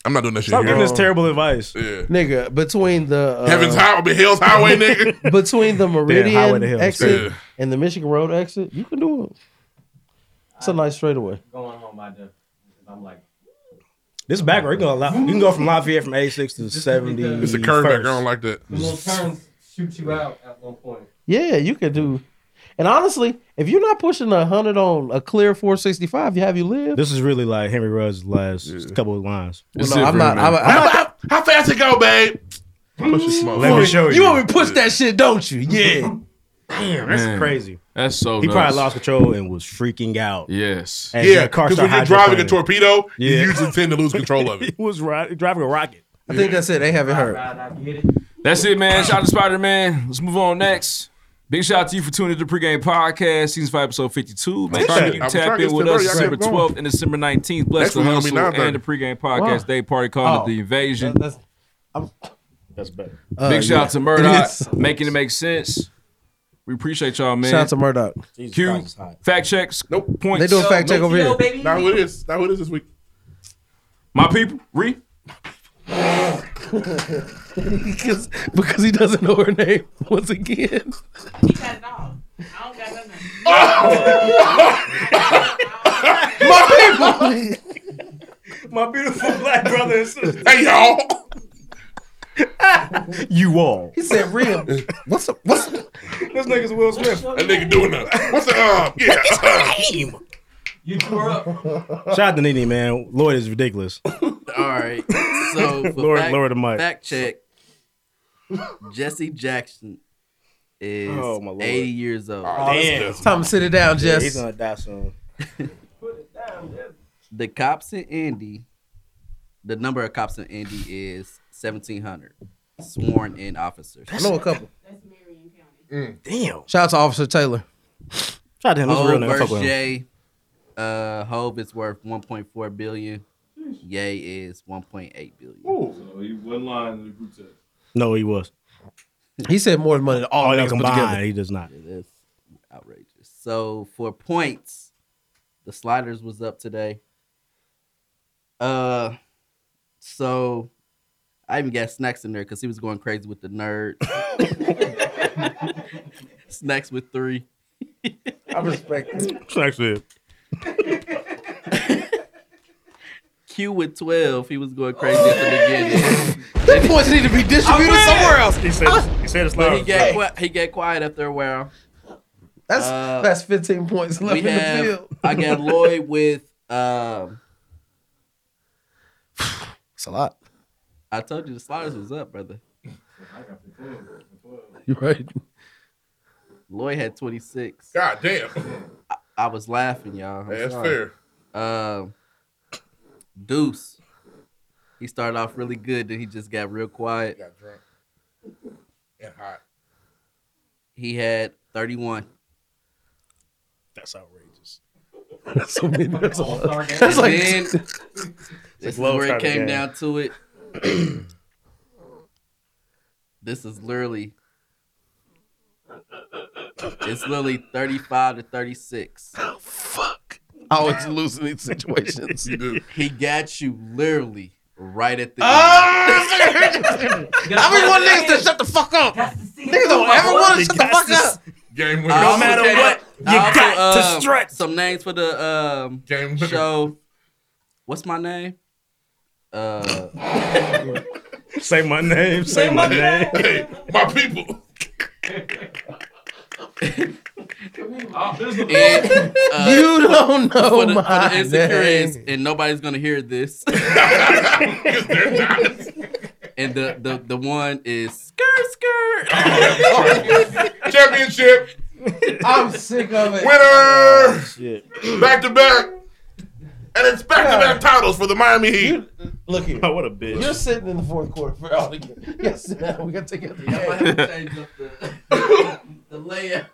[SPEAKER 1] I'm not doing that shit.
[SPEAKER 3] Stop
[SPEAKER 1] Here.
[SPEAKER 3] giving this terrible advice.
[SPEAKER 1] Yeah.
[SPEAKER 2] nigga between the uh,
[SPEAKER 1] Heaven's highway, hell's highway, nigga.
[SPEAKER 2] between the
[SPEAKER 3] highway
[SPEAKER 2] Meridian
[SPEAKER 3] to hell.
[SPEAKER 2] exit
[SPEAKER 1] Yeah.
[SPEAKER 2] and the Michigan Road exit. You can do it. It's a nice straightaway.
[SPEAKER 15] Going home by the, I'm like,
[SPEAKER 3] This back road, you can go a lot. You can go from Lafayette from 86 to 70.
[SPEAKER 1] It's a curve back. I don't like that.
[SPEAKER 15] the little turns shoot you out at one point.
[SPEAKER 2] Yeah, you could do. And honestly, if you're not pushing a hundred on a clear 465, you have you live.
[SPEAKER 3] This is really like Henry Rudd's last couple of lines.
[SPEAKER 2] Well,
[SPEAKER 12] it
[SPEAKER 2] no, I'm
[SPEAKER 12] for
[SPEAKER 2] not.
[SPEAKER 12] him, man.
[SPEAKER 2] I'm, I'm
[SPEAKER 1] How,
[SPEAKER 2] not
[SPEAKER 1] how, how fast it go, babe? Push this motherfucker.
[SPEAKER 3] Let me show you.
[SPEAKER 2] you want me to push that shit, don't you? Yeah.
[SPEAKER 3] Damn, that's
[SPEAKER 12] Man.
[SPEAKER 3] crazy.
[SPEAKER 12] That's so.
[SPEAKER 3] He
[SPEAKER 12] nuts.
[SPEAKER 3] probably lost control and was freaking out.
[SPEAKER 12] Yes.
[SPEAKER 3] As
[SPEAKER 1] Yeah,
[SPEAKER 3] that car
[SPEAKER 1] because when you're
[SPEAKER 3] started
[SPEAKER 1] driving a
[SPEAKER 3] hydroplaning.
[SPEAKER 1] torpedo, you
[SPEAKER 3] Yeah.
[SPEAKER 1] usually tend to lose control of
[SPEAKER 3] He
[SPEAKER 1] it.
[SPEAKER 3] was ri- driving a rocket.
[SPEAKER 2] I think that's it. They haven't heard.
[SPEAKER 15] I get it.
[SPEAKER 12] That's it, man. Shout out to Spider Man. Let's move on next. Big shout out to you for tuning into the pregame podcast, season five, episode fifty-two. Man,
[SPEAKER 1] I'm
[SPEAKER 12] sure
[SPEAKER 1] trying-
[SPEAKER 12] you
[SPEAKER 1] I'm
[SPEAKER 12] can
[SPEAKER 1] trying
[SPEAKER 12] tap
[SPEAKER 1] to
[SPEAKER 12] in
[SPEAKER 1] get
[SPEAKER 12] with
[SPEAKER 1] to
[SPEAKER 12] us
[SPEAKER 1] the- y'all
[SPEAKER 12] December
[SPEAKER 1] keep going.
[SPEAKER 12] twelfth and December nineteenth. Bless
[SPEAKER 1] Next
[SPEAKER 12] the
[SPEAKER 1] one gonna be
[SPEAKER 12] hustle
[SPEAKER 1] 9:30.
[SPEAKER 12] and the pregame podcast day party calling
[SPEAKER 2] Oh.
[SPEAKER 12] it the invasion.
[SPEAKER 2] That's,
[SPEAKER 3] That's better.
[SPEAKER 12] Big shout out to Murdoch,
[SPEAKER 2] Yes.
[SPEAKER 12] making it make sense. We appreciate y'all, man.
[SPEAKER 2] Shout out to Murdoch.
[SPEAKER 12] Q fact checks. Nope. Points.
[SPEAKER 2] They doing fact check over here.
[SPEAKER 1] Not who it is. Not who it is this week.
[SPEAKER 12] My people. Re.
[SPEAKER 2] because, because he doesn't know her name once again.
[SPEAKER 11] He got it all. I don't got nothing.
[SPEAKER 2] My people.
[SPEAKER 3] My beautiful black brother and sister.
[SPEAKER 1] Hey y'all.
[SPEAKER 3] You all.
[SPEAKER 2] He said real. What's up? What's up?
[SPEAKER 3] This nigga's Will Smith.
[SPEAKER 1] That nigga doing that. What's the uh yeah. uh,
[SPEAKER 15] You threw her up.
[SPEAKER 3] Shout out to Nene, man. Lloyd
[SPEAKER 2] Oh,
[SPEAKER 3] is ridiculous.
[SPEAKER 16] All right. So for
[SPEAKER 3] Lower-
[SPEAKER 16] fact,
[SPEAKER 3] lower the mic.
[SPEAKER 16] Fact check. Jesse Jackson is
[SPEAKER 3] Oh, my Lord.
[SPEAKER 16] 80 years old.
[SPEAKER 3] Oh, this Damn. is-
[SPEAKER 2] Time to sit it down,
[SPEAKER 3] Yeah,
[SPEAKER 2] Jess.
[SPEAKER 3] he's gonna die soon.
[SPEAKER 16] the cops in Indy, the number of cops in Indy is 1,700 sworn in officers.
[SPEAKER 2] I know a couple.
[SPEAKER 16] Damn.
[SPEAKER 2] Shout out to Officer Taylor.
[SPEAKER 3] Shout out to him.
[SPEAKER 2] Oh,
[SPEAKER 3] That's a real
[SPEAKER 16] Hove
[SPEAKER 3] name. I fuck
[SPEAKER 16] versus
[SPEAKER 3] with him.
[SPEAKER 16] Jay. Uh, Hove is worth 1.4 billion. Yay is 1.8 billion.
[SPEAKER 12] So he one line in the group text.
[SPEAKER 3] No, he was.
[SPEAKER 2] He said more money than all
[SPEAKER 3] All
[SPEAKER 2] niggas
[SPEAKER 3] y'all
[SPEAKER 2] put
[SPEAKER 3] combined.
[SPEAKER 2] together.
[SPEAKER 3] He does not.
[SPEAKER 16] That's outrageous. So for points, the sliders was up today. Uh, so I even got snacks in there because he was going crazy with the nerd. snacks with three.
[SPEAKER 2] I respect it.
[SPEAKER 3] Snacks with.
[SPEAKER 16] Q with twelve. He was going crazy at the beginning.
[SPEAKER 2] The points need to be distributed somewhere else. He said- he said it's
[SPEAKER 16] But He
[SPEAKER 2] loud.
[SPEAKER 16] got qui- he got quiet after a while.
[SPEAKER 2] That's
[SPEAKER 16] Uh,
[SPEAKER 2] that's 15 points left
[SPEAKER 16] we
[SPEAKER 2] in the
[SPEAKER 16] have,
[SPEAKER 2] field.
[SPEAKER 16] I got Lloyd with um
[SPEAKER 2] It's a lot.
[SPEAKER 16] I told you the sliders was up, brother.
[SPEAKER 2] You right.
[SPEAKER 16] Lloyd had 26.
[SPEAKER 1] God damn.
[SPEAKER 16] I, I was laughing, y'all. I'm
[SPEAKER 1] Hey, that's
[SPEAKER 16] sorry. Um, Deuce. He started off really good, then he just got real quiet.
[SPEAKER 1] Got drunk. And hot.
[SPEAKER 16] He had 31.
[SPEAKER 3] That's outrageous.
[SPEAKER 2] That's so many. That's, a lot.
[SPEAKER 16] And
[SPEAKER 2] That's like
[SPEAKER 16] then, this is
[SPEAKER 2] low
[SPEAKER 16] where it
[SPEAKER 2] kind of
[SPEAKER 16] came
[SPEAKER 2] game.
[SPEAKER 16] down to it. this is literally it's literally 35 to 36. Oh fuck.
[SPEAKER 2] I always lose in these situations.
[SPEAKER 16] He got you literally right at the
[SPEAKER 2] Oh, Ah! I mean, one niggas to shut the fuck up. Niggas don't ever want to shut the fuck up.
[SPEAKER 1] Game
[SPEAKER 2] winner. No matter what, you got to
[SPEAKER 16] strut. um, Some names for the um, game show. What's my name? Uh,
[SPEAKER 3] Say my name. Say, my, name.
[SPEAKER 1] my people.
[SPEAKER 16] And, uh,
[SPEAKER 2] You don't know
[SPEAKER 16] for the,
[SPEAKER 2] my
[SPEAKER 16] for the insecure
[SPEAKER 2] name.
[SPEAKER 16] is- and nobody's gonna hear this. and the, the the one is
[SPEAKER 1] Championship.
[SPEAKER 2] I'm sick of it.
[SPEAKER 1] Winner.
[SPEAKER 3] Shit.
[SPEAKER 1] Back to back. And it's back to back titles for the Miami Heat.
[SPEAKER 2] Look here.
[SPEAKER 3] what a bitch.
[SPEAKER 2] You're sitting in the fourth quarter for all the game. Yes, now we got to get the
[SPEAKER 16] game. the layout.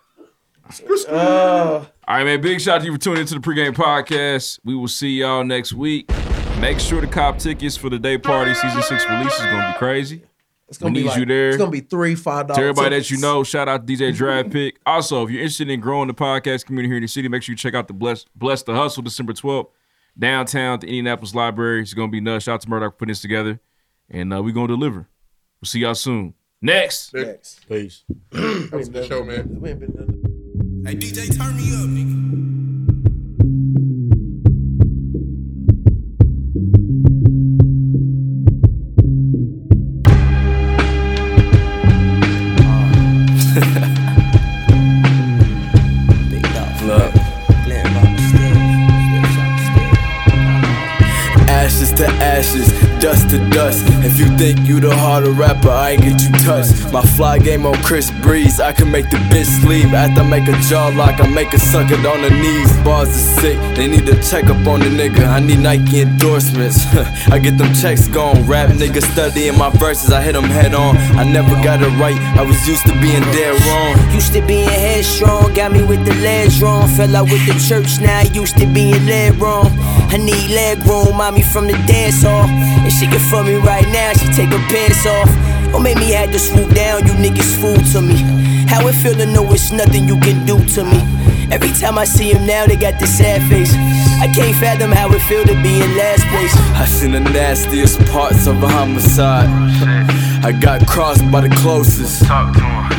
[SPEAKER 2] Uh,
[SPEAKER 12] All right, man. Big shout out to you for tuning into the pregame podcast. We will see y'all next week. Make sure to cop tickets for the day party. Season six release is going to be crazy.
[SPEAKER 2] It's gonna
[SPEAKER 12] we
[SPEAKER 2] be
[SPEAKER 12] need
[SPEAKER 2] like-
[SPEAKER 12] you there.
[SPEAKER 2] It's gonna be three, five dollars.
[SPEAKER 12] to everybody that you know, shout out to DJ Draft Pick. Also, if you're interested in growing the podcast community here in the city, make sure you check out the Bless, Bless the Hustle December 12th downtown at the Indianapolis Library. It's going to be nuts. Shout out to Murdoch for putting this together. And uh, we're going to deliver. We'll see y'all soon. Next.
[SPEAKER 2] Next.
[SPEAKER 12] Peace.
[SPEAKER 1] That was a good show, man.
[SPEAKER 2] We ain't been done.
[SPEAKER 17] Hey, DJ, turn me up, nigga.
[SPEAKER 4] Look. Ashes to ashes, dust to dust. If you think you the harder rapper, I ain't get you touched. My fly game on Chris Breeze, I can make the bitch sleep. After I make a jaw lock, I make a suck it on the knees. Bars is sick, they need to check up on the nigga. I need Nike endorsements. I get them checks gone. Rap nigga studying my verses, I hit them head on. I never got it right, I was used to being dead wrong.
[SPEAKER 18] Used to being headstrong, got me with the legs wrong. Fell out with the church, now I used to being led wrong. I need leg room, mommy from the dance hall. And she can fuck me right now, she take her pants off. Don't make me have to swoop down, you niggas fool to me. How it feel to know it's nothing you can do to me? Every time I see him now, they got this sad face. I can't fathom how it feel to be in last place.
[SPEAKER 4] I seen the nastiest parts of a homicide. I got crossed by the closest. Talk to him.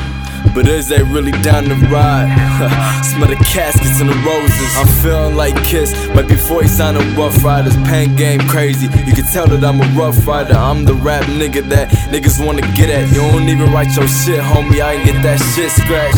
[SPEAKER 4] But is they really down to ride? Smell the caskets and the roses. I'm feeling like Kiss, but before he signed a Rough Riders, pen game crazy. You can tell that I'm a Rough Rider. I'm the rap nigga that niggas wanna get at. You don't even write your shit, homie. I ain't get that shit scratched.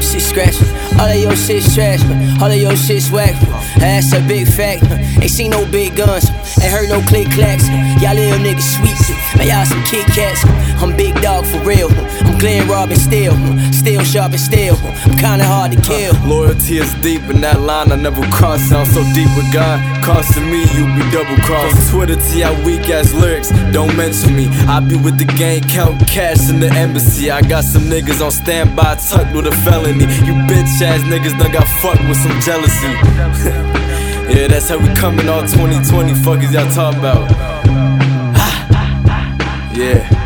[SPEAKER 18] Shit scratch, all of your shit's trash, all of your shit's whack. That's a big fact. Ain't seen no big guns,
[SPEAKER 19] Ain't heard no click clacks. Y'all little niggas sweet. Man, y'all some Kit Kats. I'm big dog for real. I'm Glenn Robin still. Still sharp and still. I'm kinda hard to kill.
[SPEAKER 4] Loyalty is deep, and that line I never cross sounds so deep with God. Cost to me, you be double crossed. Twitter to y'all weak ass lyrics, don't mention me. I be with the gang, count cash in the embassy. I got some niggas on standby, tucked with a felony. You bitch ass niggas done got fucked with some jealousy. yeah, that's how we coming all 2020. Fuck is y'all talking about? yeah.